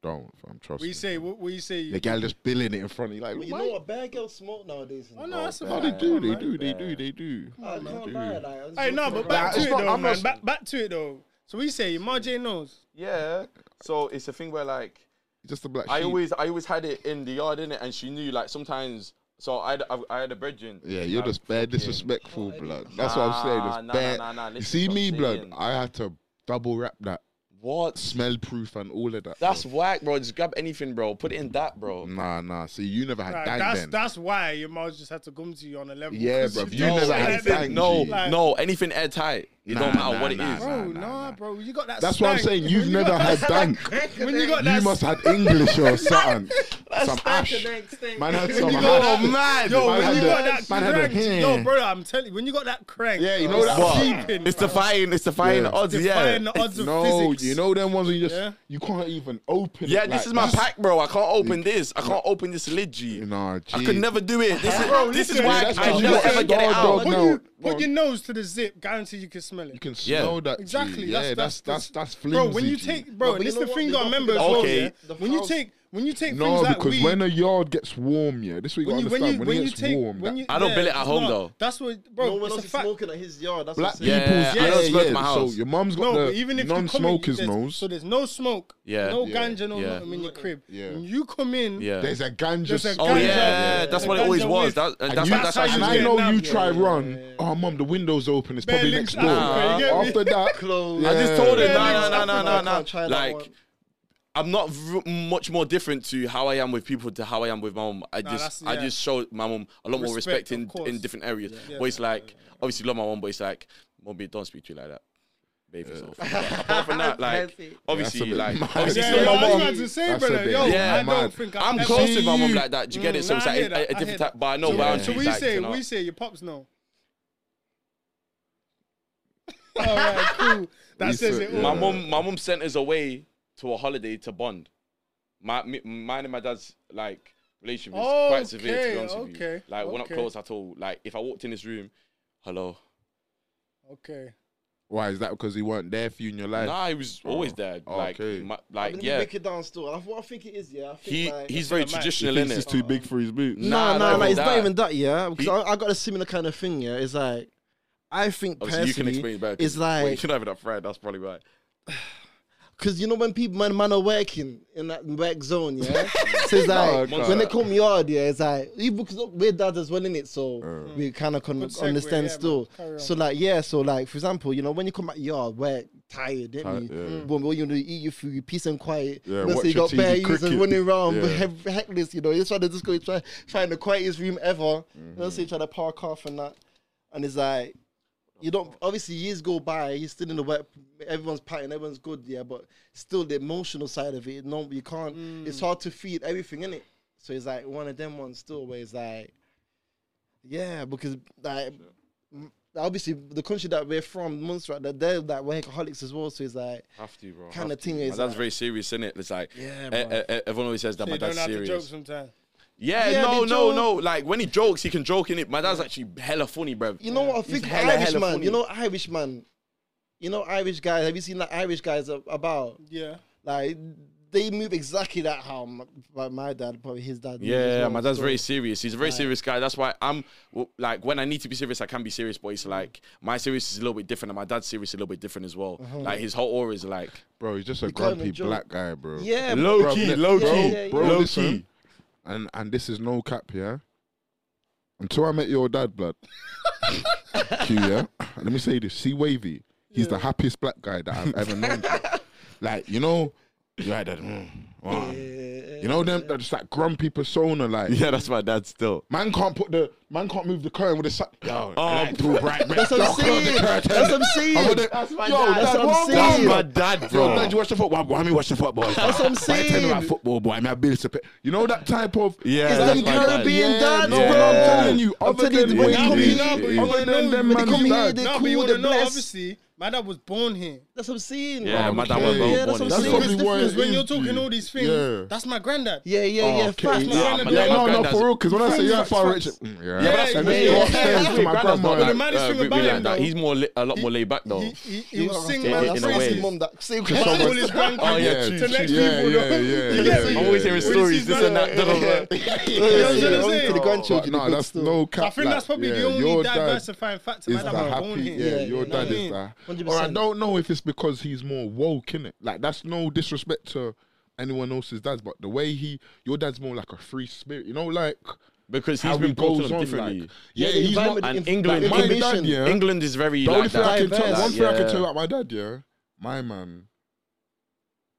Speaker 5: Don't. fam, trust
Speaker 1: We
Speaker 5: me.
Speaker 1: say, what we say.
Speaker 5: The gal just billing it in front of you, like,
Speaker 3: But you
Speaker 5: why-
Speaker 3: know what? Bad girls smoke nowadays.
Speaker 1: Oh no, that's a
Speaker 5: how they
Speaker 1: fact.
Speaker 5: do,
Speaker 1: Come on,
Speaker 5: they
Speaker 1: man.
Speaker 5: do, they do, they do.
Speaker 3: I can't lie. Like, I'm
Speaker 1: Hey, no, but
Speaker 3: joking,
Speaker 1: back
Speaker 5: Nah,
Speaker 1: to
Speaker 5: it's
Speaker 1: it
Speaker 5: not-
Speaker 1: though,
Speaker 5: I'm not-
Speaker 1: man. Back back to it though. So we say, Marjay knows.
Speaker 4: Yeah. So it's a thing where like
Speaker 5: Just a black sheep.
Speaker 4: I always I always had it in the yard in it, and she knew like sometimes. So I had, I, I had a brethren.
Speaker 5: Yeah, you're
Speaker 4: like,
Speaker 5: just bare disrespectful, blood. That's what I'm saying. Just
Speaker 4: Nah, nah,
Speaker 5: bare.
Speaker 4: nah, nah,
Speaker 5: you
Speaker 4: listen,
Speaker 5: see
Speaker 4: stop
Speaker 5: me, blood.
Speaker 4: saying.
Speaker 5: I had to double wrap that,
Speaker 4: What?
Speaker 5: smell proof and all of that.
Speaker 6: That's whack, bro. Just grab anything, bro. Put it in that, bro.
Speaker 5: nah, nah. See, you never had
Speaker 1: Right,
Speaker 5: dank
Speaker 1: that's
Speaker 5: then.
Speaker 1: that's why your mom just had to come to you on a level.
Speaker 5: Yeah,
Speaker 1: 'cause
Speaker 5: bruv,
Speaker 1: she
Speaker 5: you
Speaker 1: just
Speaker 5: never
Speaker 1: said
Speaker 5: had
Speaker 1: that
Speaker 5: dank,
Speaker 1: thing.
Speaker 6: No,
Speaker 5: G.
Speaker 1: Like-
Speaker 6: no, anything airtight. It
Speaker 5: Nah,
Speaker 6: don't matter
Speaker 5: nah,
Speaker 6: what it
Speaker 5: nah,
Speaker 6: is.
Speaker 1: Bro,
Speaker 5: Nah,
Speaker 1: nah,
Speaker 5: nah, nah.
Speaker 1: bro, you got that.
Speaker 5: That's what I'm
Speaker 1: stank.
Speaker 5: saying. You've
Speaker 1: When you
Speaker 5: never
Speaker 1: got
Speaker 5: had
Speaker 1: that
Speaker 5: dank.
Speaker 1: stank- When you got that,
Speaker 5: You must had English or something. Some ash. Man had some
Speaker 1: got-
Speaker 5: ash.
Speaker 4: mad.
Speaker 1: yo,
Speaker 5: man
Speaker 1: when
Speaker 5: had
Speaker 1: you
Speaker 5: the-
Speaker 1: got that
Speaker 5: man had the
Speaker 1: crank, yo,
Speaker 5: hand.
Speaker 1: bro, I'm telling you, when you got that crank,
Speaker 5: Yeah, you
Speaker 1: bro,
Speaker 5: know that
Speaker 1: it's
Speaker 5: sheep.
Speaker 1: deep in,
Speaker 4: It's
Speaker 1: bro.
Speaker 4: defying. It's defying
Speaker 5: Yeah.
Speaker 4: the odds.
Speaker 1: Defying
Speaker 4: Yeah.
Speaker 1: the odds of
Speaker 5: No,
Speaker 1: physics.
Speaker 5: you know them ones when you just
Speaker 1: Yeah.
Speaker 5: you can't even open.
Speaker 4: Yeah,
Speaker 5: it
Speaker 4: this
Speaker 5: like
Speaker 4: is my
Speaker 5: that.
Speaker 4: pack, bro. I can't open this. I can't open this lid, G.
Speaker 5: Nah, G.
Speaker 4: I could never do it. This is,
Speaker 1: Bro,
Speaker 4: this is
Speaker 1: listen,
Speaker 4: why
Speaker 5: that's
Speaker 4: I
Speaker 5: because you
Speaker 4: never
Speaker 5: got
Speaker 4: ever get it
Speaker 5: Star Dog
Speaker 4: out.
Speaker 1: Put,
Speaker 5: No,
Speaker 1: you,
Speaker 5: go
Speaker 1: put
Speaker 5: on.
Speaker 1: your nose to the zip, guarantee you can smell it.
Speaker 5: You can
Speaker 4: Yeah.
Speaker 5: smell that. G.
Speaker 1: Exactly,
Speaker 5: Yeah,
Speaker 1: that's-
Speaker 5: that's
Speaker 1: that's-
Speaker 5: that's that's flimsy.
Speaker 1: Bro, when you
Speaker 5: G.
Speaker 1: take, bro,
Speaker 3: No,
Speaker 1: and
Speaker 3: but
Speaker 1: it's
Speaker 3: you
Speaker 1: the
Speaker 3: know
Speaker 1: thing
Speaker 3: what?
Speaker 1: I
Speaker 3: The
Speaker 1: remember as
Speaker 3: fouls-
Speaker 1: well.
Speaker 4: Okay.
Speaker 1: yeah?
Speaker 3: the
Speaker 1: When you
Speaker 3: fouls-
Speaker 1: take, when you take
Speaker 5: No,
Speaker 1: things like
Speaker 5: because
Speaker 1: weed,
Speaker 5: when a yard gets warm, yeah, this week you gotta
Speaker 1: when you when
Speaker 5: understand.
Speaker 1: you
Speaker 5: When,
Speaker 1: when
Speaker 5: it
Speaker 1: you
Speaker 5: gets
Speaker 1: take,
Speaker 5: warm,
Speaker 1: when
Speaker 5: that-
Speaker 1: you,
Speaker 4: I don't
Speaker 1: yeah,
Speaker 4: bill it at
Speaker 1: it's
Speaker 4: home,
Speaker 1: not-
Speaker 4: though.
Speaker 1: That's what,
Speaker 3: No
Speaker 1: bro.
Speaker 3: one
Speaker 1: it's
Speaker 3: else
Speaker 1: a
Speaker 3: is
Speaker 1: fact.
Speaker 3: smoking at his yard. That's
Speaker 5: black
Speaker 3: what I'm saying.
Speaker 4: Yeah,
Speaker 5: people's
Speaker 4: I don't smoke at my
Speaker 5: so
Speaker 4: house.
Speaker 5: your mum's got
Speaker 1: No,
Speaker 5: the
Speaker 1: but even if
Speaker 5: non-smokers
Speaker 1: you come in, there's-
Speaker 5: nose.
Speaker 1: so there's no smoke,
Speaker 4: Yeah.
Speaker 1: no
Speaker 5: Yeah.
Speaker 1: ganja, no
Speaker 4: Yeah.
Speaker 1: nothing in your crib.
Speaker 5: Yeah.
Speaker 1: When you come in,
Speaker 4: Yeah.
Speaker 5: there's a ganja.
Speaker 1: There's a
Speaker 5: smell.
Speaker 4: Oh
Speaker 1: ganja.
Speaker 4: yeah,
Speaker 1: Yeah.
Speaker 4: that's
Speaker 1: Yeah.
Speaker 4: what it always
Speaker 1: Ganja
Speaker 4: was.
Speaker 1: with-
Speaker 4: That,
Speaker 5: And,
Speaker 4: that's
Speaker 5: you,
Speaker 4: that's how
Speaker 1: how
Speaker 5: and
Speaker 4: you
Speaker 1: you
Speaker 4: do
Speaker 5: I
Speaker 4: it.
Speaker 1: get
Speaker 5: know
Speaker 1: now.
Speaker 5: you
Speaker 1: Yeah,
Speaker 5: try
Speaker 1: yeah, yeah,
Speaker 5: run. Oh, mum, the window's open. It's
Speaker 1: Bare
Speaker 5: probably
Speaker 1: links
Speaker 5: next door.
Speaker 1: Africa, you get me?
Speaker 5: After that,
Speaker 3: Close.
Speaker 4: I just told her,
Speaker 1: Yeah,
Speaker 4: nah, nah,
Speaker 1: links
Speaker 4: nah,
Speaker 3: Africa,
Speaker 4: nah,
Speaker 3: I
Speaker 4: nah,
Speaker 3: can't try
Speaker 4: nah.
Speaker 3: that
Speaker 4: Like,
Speaker 3: one.
Speaker 4: I'm not v- much more different to how I am with people to how I am with my mum. I
Speaker 1: Nah,
Speaker 4: just,
Speaker 1: that's-
Speaker 4: I
Speaker 1: yeah.
Speaker 4: just show my mum a lot more
Speaker 1: Respect,
Speaker 4: respect in,
Speaker 1: of
Speaker 4: in
Speaker 1: course.
Speaker 4: different areas.
Speaker 1: Yeah.
Speaker 4: But it's like, obviously, love my mum, but it's like, mommy, don't speak to you like that. Babe yourself. But apart from that, like, obviously,
Speaker 5: bit
Speaker 4: like,
Speaker 5: mad.
Speaker 4: obviously,
Speaker 1: Yeah,
Speaker 4: it's
Speaker 1: yo,
Speaker 4: not
Speaker 1: I
Speaker 4: my
Speaker 1: was
Speaker 4: mum.
Speaker 1: about to say,
Speaker 5: That's a
Speaker 1: brother.
Speaker 5: bit
Speaker 1: Yo, I
Speaker 4: mad.
Speaker 1: don't think I've
Speaker 4: I'm
Speaker 1: ever
Speaker 4: close
Speaker 1: seen
Speaker 4: with my mum
Speaker 1: you.
Speaker 4: like that. Do you get it?
Speaker 1: Mm,
Speaker 4: So it's
Speaker 1: nah, I
Speaker 4: like
Speaker 1: hear
Speaker 4: a,
Speaker 1: that,
Speaker 4: a
Speaker 1: I hear
Speaker 4: different
Speaker 1: that.
Speaker 4: type, but I know
Speaker 1: So we-
Speaker 4: boundaries.
Speaker 1: So we
Speaker 4: like,
Speaker 1: say,
Speaker 4: you know.
Speaker 1: we say your pops know. All right, cool. That
Speaker 5: We
Speaker 1: says
Speaker 5: say-
Speaker 1: it
Speaker 5: yeah.
Speaker 1: all.
Speaker 4: My mum, my mum sent us away to a holiday to bond. My, me, mine and my dad's like relationship is quite severe. To
Speaker 1: Okay,
Speaker 4: be honest with you,
Speaker 1: okay,
Speaker 4: like we're not
Speaker 1: okay.
Speaker 4: close at all. Like if I walked in this room, hello.
Speaker 1: Okay.
Speaker 5: why is that? Because he weren't there for you in your life.
Speaker 4: Nah, he was always there. Like,
Speaker 5: okay.
Speaker 4: my,
Speaker 3: I'm
Speaker 4: like
Speaker 3: gonna
Speaker 4: yeah,
Speaker 3: break it down still. And I- What I think it is, yeah. I think
Speaker 4: he
Speaker 3: like,
Speaker 4: he's very
Speaker 1: think I might-
Speaker 4: traditional
Speaker 5: Thinks
Speaker 4: in it.
Speaker 5: it's too big for his boots.
Speaker 4: Nah,
Speaker 3: No,
Speaker 4: not
Speaker 3: no,
Speaker 4: even
Speaker 3: like it's not
Speaker 4: that.
Speaker 3: even that, yeah. Because
Speaker 4: He-
Speaker 3: I, I got a similar kind of thing, yeah. It's like I think
Speaker 4: Obviously,
Speaker 3: personally,
Speaker 4: you can explain it better. 'cause-
Speaker 3: it's like
Speaker 4: well, you should have that friend. That's probably why.
Speaker 3: Cause you know when people man man are working in that work zone, yeah. so it's like
Speaker 5: No, I
Speaker 3: when they
Speaker 5: can't.
Speaker 3: come yard, yeah, it's like even because we're dads as well in it, so
Speaker 5: Mm.
Speaker 3: we kind of con-
Speaker 1: Good segue,
Speaker 3: understand
Speaker 1: yeah,
Speaker 3: still.
Speaker 1: man. Carry on.
Speaker 3: So like yeah, so like for example, you know when you come at yard, work tired, didn't
Speaker 5: Tired,
Speaker 3: you?
Speaker 5: yeah.
Speaker 3: But when you know, you eat your food, peace and quiet.
Speaker 5: Yeah,
Speaker 3: Yeah,
Speaker 5: watch
Speaker 3: so you
Speaker 5: your
Speaker 3: got bare
Speaker 5: TV
Speaker 3: users
Speaker 5: cricket.
Speaker 3: running around,
Speaker 5: Yeah.
Speaker 3: but heck-
Speaker 5: Mm-hmm.
Speaker 3: heckless, you know. You're trying to just go try find the quietest room ever. Let's say try to park off and that. and it's like you don't obviously years go by. He's still in the wet. Everyone's patting. Everyone's good. Yeah, but still the emotional side of it. No, you can't.
Speaker 5: Mm.
Speaker 3: It's hard to feed everything in it. So it's like one of them ones still where it's like, yeah, because like m- obviously the country that we're from, Montserrat, that they're like workaholics as well. So it's like
Speaker 6: Have to, bro.
Speaker 3: kind of thing
Speaker 4: My
Speaker 3: is
Speaker 4: dad's
Speaker 3: like,
Speaker 4: very serious, isn't it? It's like
Speaker 3: Yeah,
Speaker 4: eh,
Speaker 3: bro.
Speaker 4: eh, eh, everyone always says that
Speaker 1: They
Speaker 4: my
Speaker 1: don't
Speaker 4: dad's
Speaker 1: have to joke
Speaker 4: serious.
Speaker 1: sometimes.
Speaker 4: Yeah,
Speaker 3: Yeah,
Speaker 4: no,
Speaker 3: they
Speaker 4: no,
Speaker 3: joke.
Speaker 4: no. Like when he jokes, he can joke in it. My dad's actually hella funny, bro.
Speaker 3: You know what? I
Speaker 4: He's
Speaker 3: think
Speaker 4: hella,
Speaker 3: Irish
Speaker 4: hella
Speaker 3: man.
Speaker 4: funny.
Speaker 3: You know Irish man. You know Irish guys. Have you seen that Irish guys a- about?
Speaker 1: Yeah.
Speaker 3: Like they move exactly that how my, my- my dad, probably his dad. moved as
Speaker 4: Yeah,
Speaker 3: well,
Speaker 4: my dad's
Speaker 3: so-
Speaker 4: very serious. He's a very serious guy. That's why I'm w- like when I need to be serious, I can be serious. But it's like my serious is a little bit different, and my dad's serious is a little bit different as well. Like his whole aura is like
Speaker 5: Bro, he's just a
Speaker 3: can't
Speaker 5: grumpy
Speaker 3: enjoy-
Speaker 5: black guy, bro.
Speaker 3: Yeah, bro.
Speaker 5: Bro,
Speaker 4: low key,
Speaker 5: let-
Speaker 4: low
Speaker 3: Yeah,
Speaker 4: key,
Speaker 3: yeah, yeah.
Speaker 5: bro,
Speaker 4: low
Speaker 5: listen,
Speaker 4: key.
Speaker 5: and and this is no cap, yeah. Until I met your dad, blood. Q, yeah. Let me say this: see Wavy, he's the happiest black guy that I've ever known. like you know, you had that, mm, wow. you know them, they're just that grumpy persona. Like
Speaker 4: Yeah, that's my dad still.
Speaker 5: man can't put the man can't move the curtain with the side. Yo,
Speaker 4: Oh,
Speaker 5: like, too bright, man.
Speaker 3: That's what I'm
Speaker 5: Yo, close the
Speaker 3: saying.
Speaker 5: curtain.
Speaker 3: That's what I'm saying.
Speaker 5: I wouldn't-
Speaker 3: That's my
Speaker 5: Yo,
Speaker 3: dad. That's what I'm
Speaker 5: well
Speaker 3: saying.
Speaker 5: done,
Speaker 3: That's
Speaker 4: My dad,
Speaker 5: Yo,
Speaker 4: bro.
Speaker 5: dad, you watch the football. Why, why me watch the football?
Speaker 3: That's what I'm
Speaker 5: Why you tell me about
Speaker 3: saying.
Speaker 5: football, boy? I mean, I bills to pay. You know that type of
Speaker 4: Yeah,
Speaker 3: Is
Speaker 4: that's
Speaker 3: that
Speaker 4: my dad.
Speaker 3: Caribbean dad?
Speaker 5: No,
Speaker 4: Yeah.
Speaker 5: but I'm telling you,
Speaker 3: I'm
Speaker 5: other
Speaker 3: telling you,
Speaker 5: than
Speaker 3: when
Speaker 5: Wavy,
Speaker 3: they come
Speaker 4: Wavy,
Speaker 3: here,
Speaker 4: yeah,
Speaker 1: but
Speaker 4: yeah.
Speaker 1: you
Speaker 5: Other
Speaker 1: wanna
Speaker 5: than them
Speaker 1: know- but
Speaker 3: they
Speaker 5: man's
Speaker 3: come here,
Speaker 5: dad.
Speaker 3: they
Speaker 1: No, but
Speaker 3: cool,
Speaker 1: you want to
Speaker 3: the
Speaker 1: know,
Speaker 3: blessed.
Speaker 1: obviously, my dad was born here.
Speaker 3: That's what I'm saying.
Speaker 4: Yeah,
Speaker 3: bro.
Speaker 4: my dad
Speaker 5: okay.
Speaker 4: was
Speaker 3: Yeah, that's
Speaker 4: well
Speaker 3: what I'm
Speaker 4: born.
Speaker 5: That's
Speaker 3: saying.
Speaker 5: probably
Speaker 3: It's
Speaker 5: why it
Speaker 3: different.
Speaker 1: Because when you're
Speaker 5: is,
Speaker 1: talking
Speaker 5: G.
Speaker 1: all these things,
Speaker 5: Yeah.
Speaker 1: that's my granddad.
Speaker 3: Yeah, yeah,
Speaker 5: Oh, okay.
Speaker 3: yeah. Facts,
Speaker 5: Yeah,
Speaker 3: man.
Speaker 4: Nah,
Speaker 5: Yeah,
Speaker 4: my dad- my
Speaker 5: no, no,
Speaker 4: granddad's-
Speaker 5: for real. Because when I say you're
Speaker 1: Facts,
Speaker 5: far
Speaker 1: facts.
Speaker 5: rich, Mm, yeah,
Speaker 4: Yeah,
Speaker 5: and
Speaker 4: yeah,
Speaker 5: then you
Speaker 4: yeah.
Speaker 5: go upstairs to my grandma.
Speaker 4: Granddad's not
Speaker 1: But the
Speaker 5: like,
Speaker 4: like-
Speaker 1: maddest
Speaker 4: uh,
Speaker 1: thing
Speaker 4: really
Speaker 1: about
Speaker 4: like
Speaker 1: him,
Speaker 4: that.
Speaker 1: though-
Speaker 4: He's more li- a lot more laid back though.
Speaker 1: He, he, he will sing
Speaker 4: Yeah,
Speaker 1: man
Speaker 4: in a
Speaker 3: That's
Speaker 4: way.
Speaker 3: his
Speaker 1: praises.
Speaker 3: mum that same
Speaker 1: That's
Speaker 3: grandma.
Speaker 1: all his grandkids
Speaker 4: Oh, yeah,
Speaker 1: to
Speaker 5: true,
Speaker 1: next
Speaker 5: true. Yeah,
Speaker 1: people,
Speaker 5: yeah,
Speaker 1: though.
Speaker 5: yeah,
Speaker 1: You
Speaker 5: yeah,
Speaker 1: get me?
Speaker 5: yeah,
Speaker 4: I'm always hearing
Speaker 5: yeah.
Speaker 4: stories, this and that. da-da-da.
Speaker 1: what I'm
Speaker 3: Yeah,
Speaker 1: saying?
Speaker 3: only to the
Speaker 1: Oh,
Speaker 5: But
Speaker 3: grandchildren.
Speaker 5: no,
Speaker 3: good
Speaker 5: that's
Speaker 3: still.
Speaker 5: no cap.
Speaker 1: I think
Speaker 5: like,
Speaker 1: that's probably
Speaker 5: yeah,
Speaker 1: the only
Speaker 5: your dad
Speaker 1: diversifying factor
Speaker 5: Is
Speaker 1: my
Speaker 5: the
Speaker 1: dad was born
Speaker 5: happy,
Speaker 1: here.
Speaker 5: yeah,
Speaker 3: Yeah,
Speaker 5: your
Speaker 3: yeah,
Speaker 1: know what
Speaker 5: dad
Speaker 1: I
Speaker 5: is
Speaker 1: mean?
Speaker 5: that. Or I
Speaker 3: 100%.
Speaker 5: don't know if it's because he's more woke in it. Like that's no disrespect to anyone else's dads, but the way he, your dad's more like a free spirit. You know, like
Speaker 4: Because he's
Speaker 5: how he
Speaker 4: been brought
Speaker 5: goes
Speaker 4: up
Speaker 5: on.
Speaker 4: differently.
Speaker 5: Like, yeah,
Speaker 3: the
Speaker 5: he's not.
Speaker 3: environment
Speaker 4: and
Speaker 3: inf-
Speaker 4: England-
Speaker 5: My
Speaker 3: information.
Speaker 5: dad, yeah.
Speaker 4: England is very
Speaker 5: The only
Speaker 4: like
Speaker 5: thing I
Speaker 4: that.
Speaker 5: can tell,
Speaker 3: Diverse.
Speaker 5: one thing I can
Speaker 4: Yeah.
Speaker 5: tell you about my dad, yeah, my man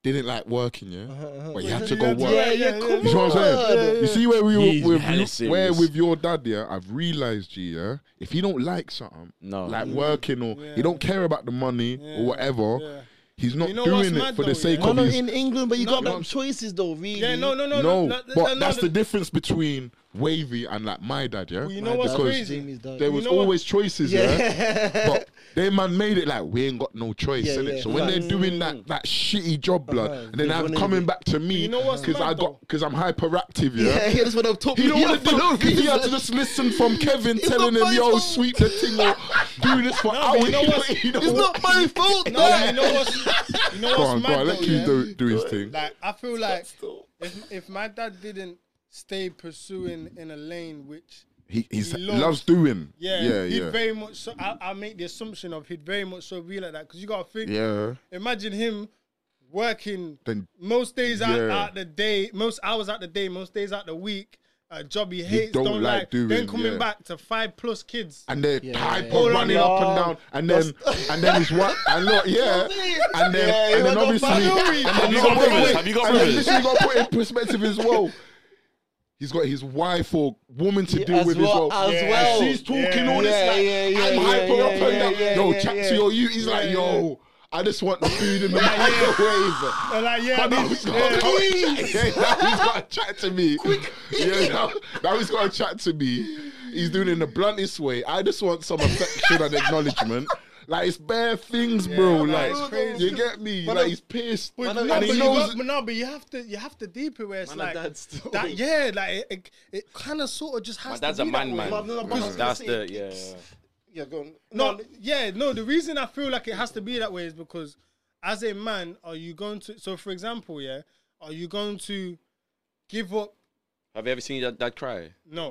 Speaker 5: didn't like working,
Speaker 1: Uh-huh,
Speaker 5: yeah, but he had to
Speaker 1: You
Speaker 5: go
Speaker 1: had to-
Speaker 5: work.
Speaker 3: Yeah, yeah, come
Speaker 5: You see what I'm saying?
Speaker 3: on.
Speaker 5: You see where we
Speaker 4: He's
Speaker 5: were
Speaker 4: hella
Speaker 5: with you, where
Speaker 4: serious.
Speaker 5: with your dad, yeah. I've realized, G, yeah. If he don't like something,
Speaker 4: No.
Speaker 5: like working or
Speaker 1: Yeah.
Speaker 5: he don't care about the money
Speaker 1: Yeah.
Speaker 5: or whatever,
Speaker 1: Yeah.
Speaker 5: he's not
Speaker 1: You know what's
Speaker 5: doing it
Speaker 1: mad
Speaker 5: for
Speaker 1: though,
Speaker 5: the sake
Speaker 1: yeah?
Speaker 3: No,
Speaker 5: of
Speaker 3: no,
Speaker 5: his.
Speaker 3: in England, but you
Speaker 1: No,
Speaker 3: got
Speaker 1: but-
Speaker 3: them choices though, really.
Speaker 1: Yeah, no, no, no,
Speaker 5: no,
Speaker 1: no, no,
Speaker 5: but
Speaker 1: no,
Speaker 5: that's
Speaker 1: no,
Speaker 5: the difference between Wavy and like my dad, yeah.
Speaker 1: You
Speaker 3: My
Speaker 1: know what's
Speaker 3: dad,
Speaker 5: Because
Speaker 1: crazy?
Speaker 3: Jamie's dad.
Speaker 5: There was
Speaker 1: know what-
Speaker 5: always choices, yeah.
Speaker 3: Yeah.
Speaker 5: But they man made it like we ain't got no choice,
Speaker 3: Yeah,
Speaker 5: innit?
Speaker 3: yeah.
Speaker 5: So when they're
Speaker 3: Facts.
Speaker 5: doing that that shitty job, blood,
Speaker 3: Uh-huh.
Speaker 5: and then
Speaker 3: They
Speaker 5: I'm
Speaker 3: wanna
Speaker 5: coming
Speaker 3: be-
Speaker 5: back to me
Speaker 1: You know what's
Speaker 5: because
Speaker 1: mad
Speaker 5: I
Speaker 1: though?
Speaker 5: got because I'm hyperactive, yeah.
Speaker 3: Yeah, yeah, that's what I'm talking
Speaker 5: He don't want
Speaker 3: Yeah,
Speaker 5: to
Speaker 3: for
Speaker 5: do.
Speaker 3: no
Speaker 5: He had to
Speaker 3: reason.
Speaker 5: just listen from Kevin
Speaker 3: It's
Speaker 5: telling
Speaker 3: not
Speaker 5: him,
Speaker 3: my
Speaker 5: "Yo,
Speaker 3: fault."
Speaker 5: sweep the thing or do this for
Speaker 1: No,
Speaker 5: hours."
Speaker 1: but you know what's-
Speaker 5: You know
Speaker 3: It's
Speaker 5: what?
Speaker 3: not my fault.
Speaker 1: No, but you know what's, you know
Speaker 5: Go
Speaker 1: what's
Speaker 5: on,
Speaker 1: mad
Speaker 5: go on. Let
Speaker 1: though,
Speaker 5: Q
Speaker 1: yeah?
Speaker 5: do, do his thing.
Speaker 1: Like I feel like if, if my dad didn't stay pursuing in a lane which
Speaker 5: He he's,
Speaker 1: he
Speaker 5: loves,
Speaker 1: loves-
Speaker 5: doing.
Speaker 1: yeah,
Speaker 5: yeah,
Speaker 1: he'd
Speaker 5: yeah.
Speaker 1: very much so I, I make the assumption of he'd very much so be like that because you gotta think
Speaker 5: yeah.
Speaker 1: imagine him working
Speaker 5: Then
Speaker 1: most days out,
Speaker 5: Yeah.
Speaker 1: out the day, most hours out the day, most days out the week, a job he hates,
Speaker 5: don't
Speaker 1: don't,
Speaker 5: like
Speaker 1: like,
Speaker 5: doing,
Speaker 1: then coming
Speaker 5: yeah.
Speaker 1: back to five plus kids.
Speaker 5: and they're
Speaker 3: Yeah.
Speaker 5: hyper
Speaker 1: Oh
Speaker 3: All
Speaker 5: running up and down, and then and then he's what and look, yeah, and then and
Speaker 3: Yeah, you
Speaker 5: then
Speaker 3: got
Speaker 5: obviously,
Speaker 3: Barry.
Speaker 5: and then
Speaker 4: Have you got Rivers? Have you got
Speaker 5: and then
Speaker 4: Rivers?
Speaker 5: literally got put in perspective as well. He's got his wife or woman to deal
Speaker 3: as
Speaker 5: with as
Speaker 3: well,
Speaker 5: well.
Speaker 3: as
Speaker 5: And
Speaker 3: well.
Speaker 5: she's talking all this
Speaker 3: Yeah,
Speaker 5: like,
Speaker 3: yeah, yeah,
Speaker 5: I'm
Speaker 3: yeah,
Speaker 5: hyper
Speaker 3: yeah,
Speaker 5: up and
Speaker 3: yeah,
Speaker 5: down.
Speaker 3: yeah,
Speaker 5: yo,
Speaker 3: yeah,
Speaker 5: chat
Speaker 3: yeah.
Speaker 5: to your you. He's like, yo, I just want the food in the microwave.
Speaker 1: And like, yeah, I
Speaker 5: But now
Speaker 1: mean,
Speaker 5: he's got
Speaker 1: yeah.
Speaker 5: to come and chat- yeah, now he's got to chat to me. Yeah, now, now he's got to chat to me. He's doing it in the bluntest way. I just want some affection and acknowledgement. Like it's bare things, bro.
Speaker 1: man,
Speaker 5: like
Speaker 1: it's crazy.
Speaker 5: you get me.
Speaker 3: But
Speaker 5: like
Speaker 3: no-
Speaker 5: he's pissed,
Speaker 1: But no,
Speaker 5: and
Speaker 1: but
Speaker 5: he
Speaker 1: you
Speaker 5: knows.
Speaker 1: got, but no, but you have to, you have to deep it where it's
Speaker 6: My
Speaker 1: like
Speaker 6: dad's still-
Speaker 1: that. Yeah, like it, it, it kind of sort of just has.
Speaker 6: My dad's
Speaker 1: to
Speaker 6: a
Speaker 1: be
Speaker 6: man,
Speaker 1: that way.
Speaker 6: man.
Speaker 3: Well, no, no,
Speaker 6: Because
Speaker 3: but-
Speaker 6: That's
Speaker 3: it's-
Speaker 6: the
Speaker 3: it's-
Speaker 6: yeah.
Speaker 3: Yeah, go on.
Speaker 1: No, yeah, no. The reason I feel like it has to be that way is because, as a man, are you going to? So, for example, yeah, are you going to give up?
Speaker 6: Have you ever seen your dad cry?
Speaker 1: No,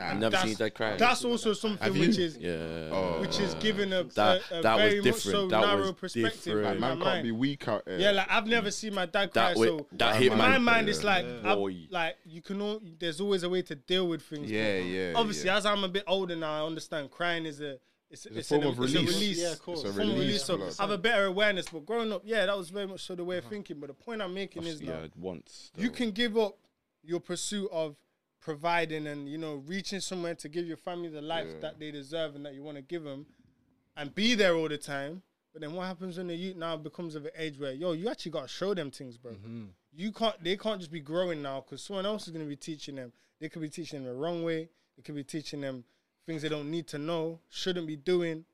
Speaker 6: I've never
Speaker 1: that's-
Speaker 6: seen your dad cry.
Speaker 1: That's Oh. also something
Speaker 5: you?
Speaker 1: which is
Speaker 6: yeah.
Speaker 1: which is given a,
Speaker 6: That-
Speaker 1: a, a
Speaker 6: that was
Speaker 1: very much
Speaker 6: different.
Speaker 1: so
Speaker 6: That was
Speaker 1: narrow perspective
Speaker 6: different.
Speaker 1: in
Speaker 5: man can't
Speaker 1: my mind.
Speaker 5: be weak out here.
Speaker 1: yeah, like I've never seen my dad cry,
Speaker 6: That way-
Speaker 1: so
Speaker 6: that
Speaker 5: hit
Speaker 1: in my
Speaker 5: man.
Speaker 1: mind it's like
Speaker 6: Yeah.
Speaker 1: I've-
Speaker 6: Boy.
Speaker 1: like you can all, there's always a way to deal with things.
Speaker 5: yeah, yeah.
Speaker 1: Obviously,
Speaker 5: yeah.
Speaker 1: as I'm a bit older now, I understand crying is a it's, it's,
Speaker 5: form
Speaker 1: an,
Speaker 5: of
Speaker 1: it's a
Speaker 5: release.
Speaker 1: release.
Speaker 3: Yeah, of course.
Speaker 5: It's a
Speaker 1: Form of
Speaker 5: release,
Speaker 1: so
Speaker 5: blood.
Speaker 1: I have a better awareness. But growing up, yeah, that was very much so
Speaker 5: Uh-huh.
Speaker 1: the way of thinking. But the point I'm making is now
Speaker 6: yeah, once.
Speaker 1: you can give up your pursuit of providing and you know reaching somewhere to give your family the life
Speaker 5: Yeah.
Speaker 1: that they deserve and that you want to give them, and be there all the time. But then what happens when the youth now becomes of an age where yo, you actually gotta show them things, bro.
Speaker 8: Mm-hmm.
Speaker 1: You can't. They can't just be growing now because someone else is gonna be teaching them. They could be teaching them the wrong way. They could be teaching them things they don't need to know, shouldn't be doing,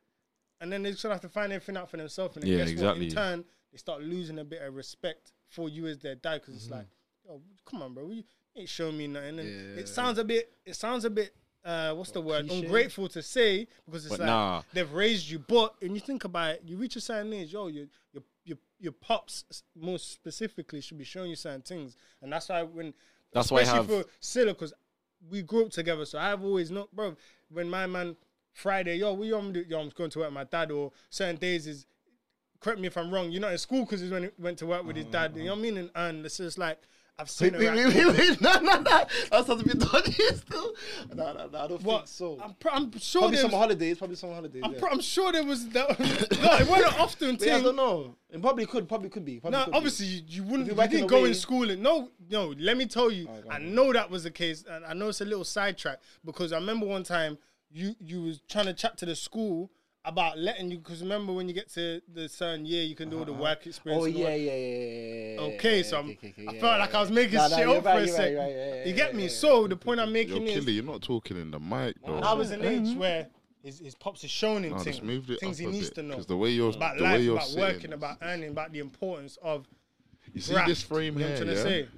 Speaker 1: and then they just have to find everything out for themselves. And then
Speaker 8: Yeah,
Speaker 1: guess
Speaker 8: exactly.
Speaker 1: what? In turn, they start losing a bit of respect for you as their dad because it's
Speaker 8: Mm-hmm.
Speaker 1: like, yo, come on, bro, you ain't showing me nothing. And
Speaker 3: Yeah.
Speaker 1: it sounds a bit. It sounds a bit. Uh, what's the word?
Speaker 3: cliche?
Speaker 1: Ungrateful to say because it's
Speaker 8: But
Speaker 1: like
Speaker 8: nah.
Speaker 1: they've raised you. But when you think about it, you reach a certain age, yo, your your your your pops s- more specifically should be showing you certain things, and that's why when
Speaker 8: That's why I
Speaker 1: especially
Speaker 8: have-
Speaker 1: for Silla because we grew up together, so I've always known, bro. When my man Friday, yo, we um, do- yo, I'm going to work with my dad, or certain days is correct me if I'm wrong, you're not in school because he went, went to work with his dad. You know what I mean? And, and it's just like, I've seen
Speaker 3: Wait,
Speaker 1: her.
Speaker 3: wait,
Speaker 1: act-
Speaker 3: wait, wait, wait. No, no, no. That sounds a bit dodgy still. No, no, no. I don't think
Speaker 1: What?
Speaker 3: so.
Speaker 1: I'm, pr- I'm sure
Speaker 3: probably
Speaker 1: there
Speaker 3: some
Speaker 1: was,
Speaker 3: holidays. Probably some holidays.
Speaker 1: I'm,
Speaker 3: yeah.
Speaker 1: pr- I'm sure there was that. no, it wasn't often.
Speaker 3: Wait, I
Speaker 1: thing.
Speaker 3: don't know. It probably could. Probably could be. Probably
Speaker 1: No,
Speaker 3: could be.
Speaker 1: obviously you, you wouldn't.
Speaker 3: If
Speaker 1: You
Speaker 3: you're
Speaker 1: didn't
Speaker 3: backing
Speaker 1: go
Speaker 3: away-
Speaker 1: in school and no, no. Let me tell you, I know that was the case, and I know it's a little sidetrack because I remember one time you you was trying to chat to the school about letting you because remember when you get to the certain year you can do all the work experience.
Speaker 3: Oh
Speaker 1: and all
Speaker 3: yeah,
Speaker 1: that.
Speaker 3: yeah, yeah, yeah.
Speaker 1: Okay, so I'm, I felt like I was making
Speaker 3: Nah, nah,
Speaker 1: shit
Speaker 3: you're
Speaker 1: up
Speaker 3: right,
Speaker 1: for a
Speaker 3: you're right,
Speaker 1: sec.
Speaker 3: you're right, yeah, yeah,
Speaker 1: you get
Speaker 3: yeah,
Speaker 1: me?
Speaker 3: yeah,
Speaker 1: so the point I'm
Speaker 5: Yo,
Speaker 1: making is,
Speaker 5: Killy, you're not talking in the mic, though.
Speaker 1: I was an age where his, his pops is showing him
Speaker 5: No,
Speaker 1: things,
Speaker 5: just moved it
Speaker 1: things
Speaker 5: up
Speaker 1: he
Speaker 5: a
Speaker 1: needs
Speaker 5: bit,
Speaker 1: to know
Speaker 5: 'cause the way you're-
Speaker 1: about
Speaker 5: the way
Speaker 1: life,
Speaker 5: you're
Speaker 1: about
Speaker 5: saying
Speaker 1: working,
Speaker 5: is-
Speaker 1: about earning, about the importance of.
Speaker 5: You see
Speaker 1: Graft,
Speaker 5: this frame
Speaker 1: you know
Speaker 5: here,
Speaker 1: what I'm
Speaker 5: yeah?
Speaker 1: trying to say?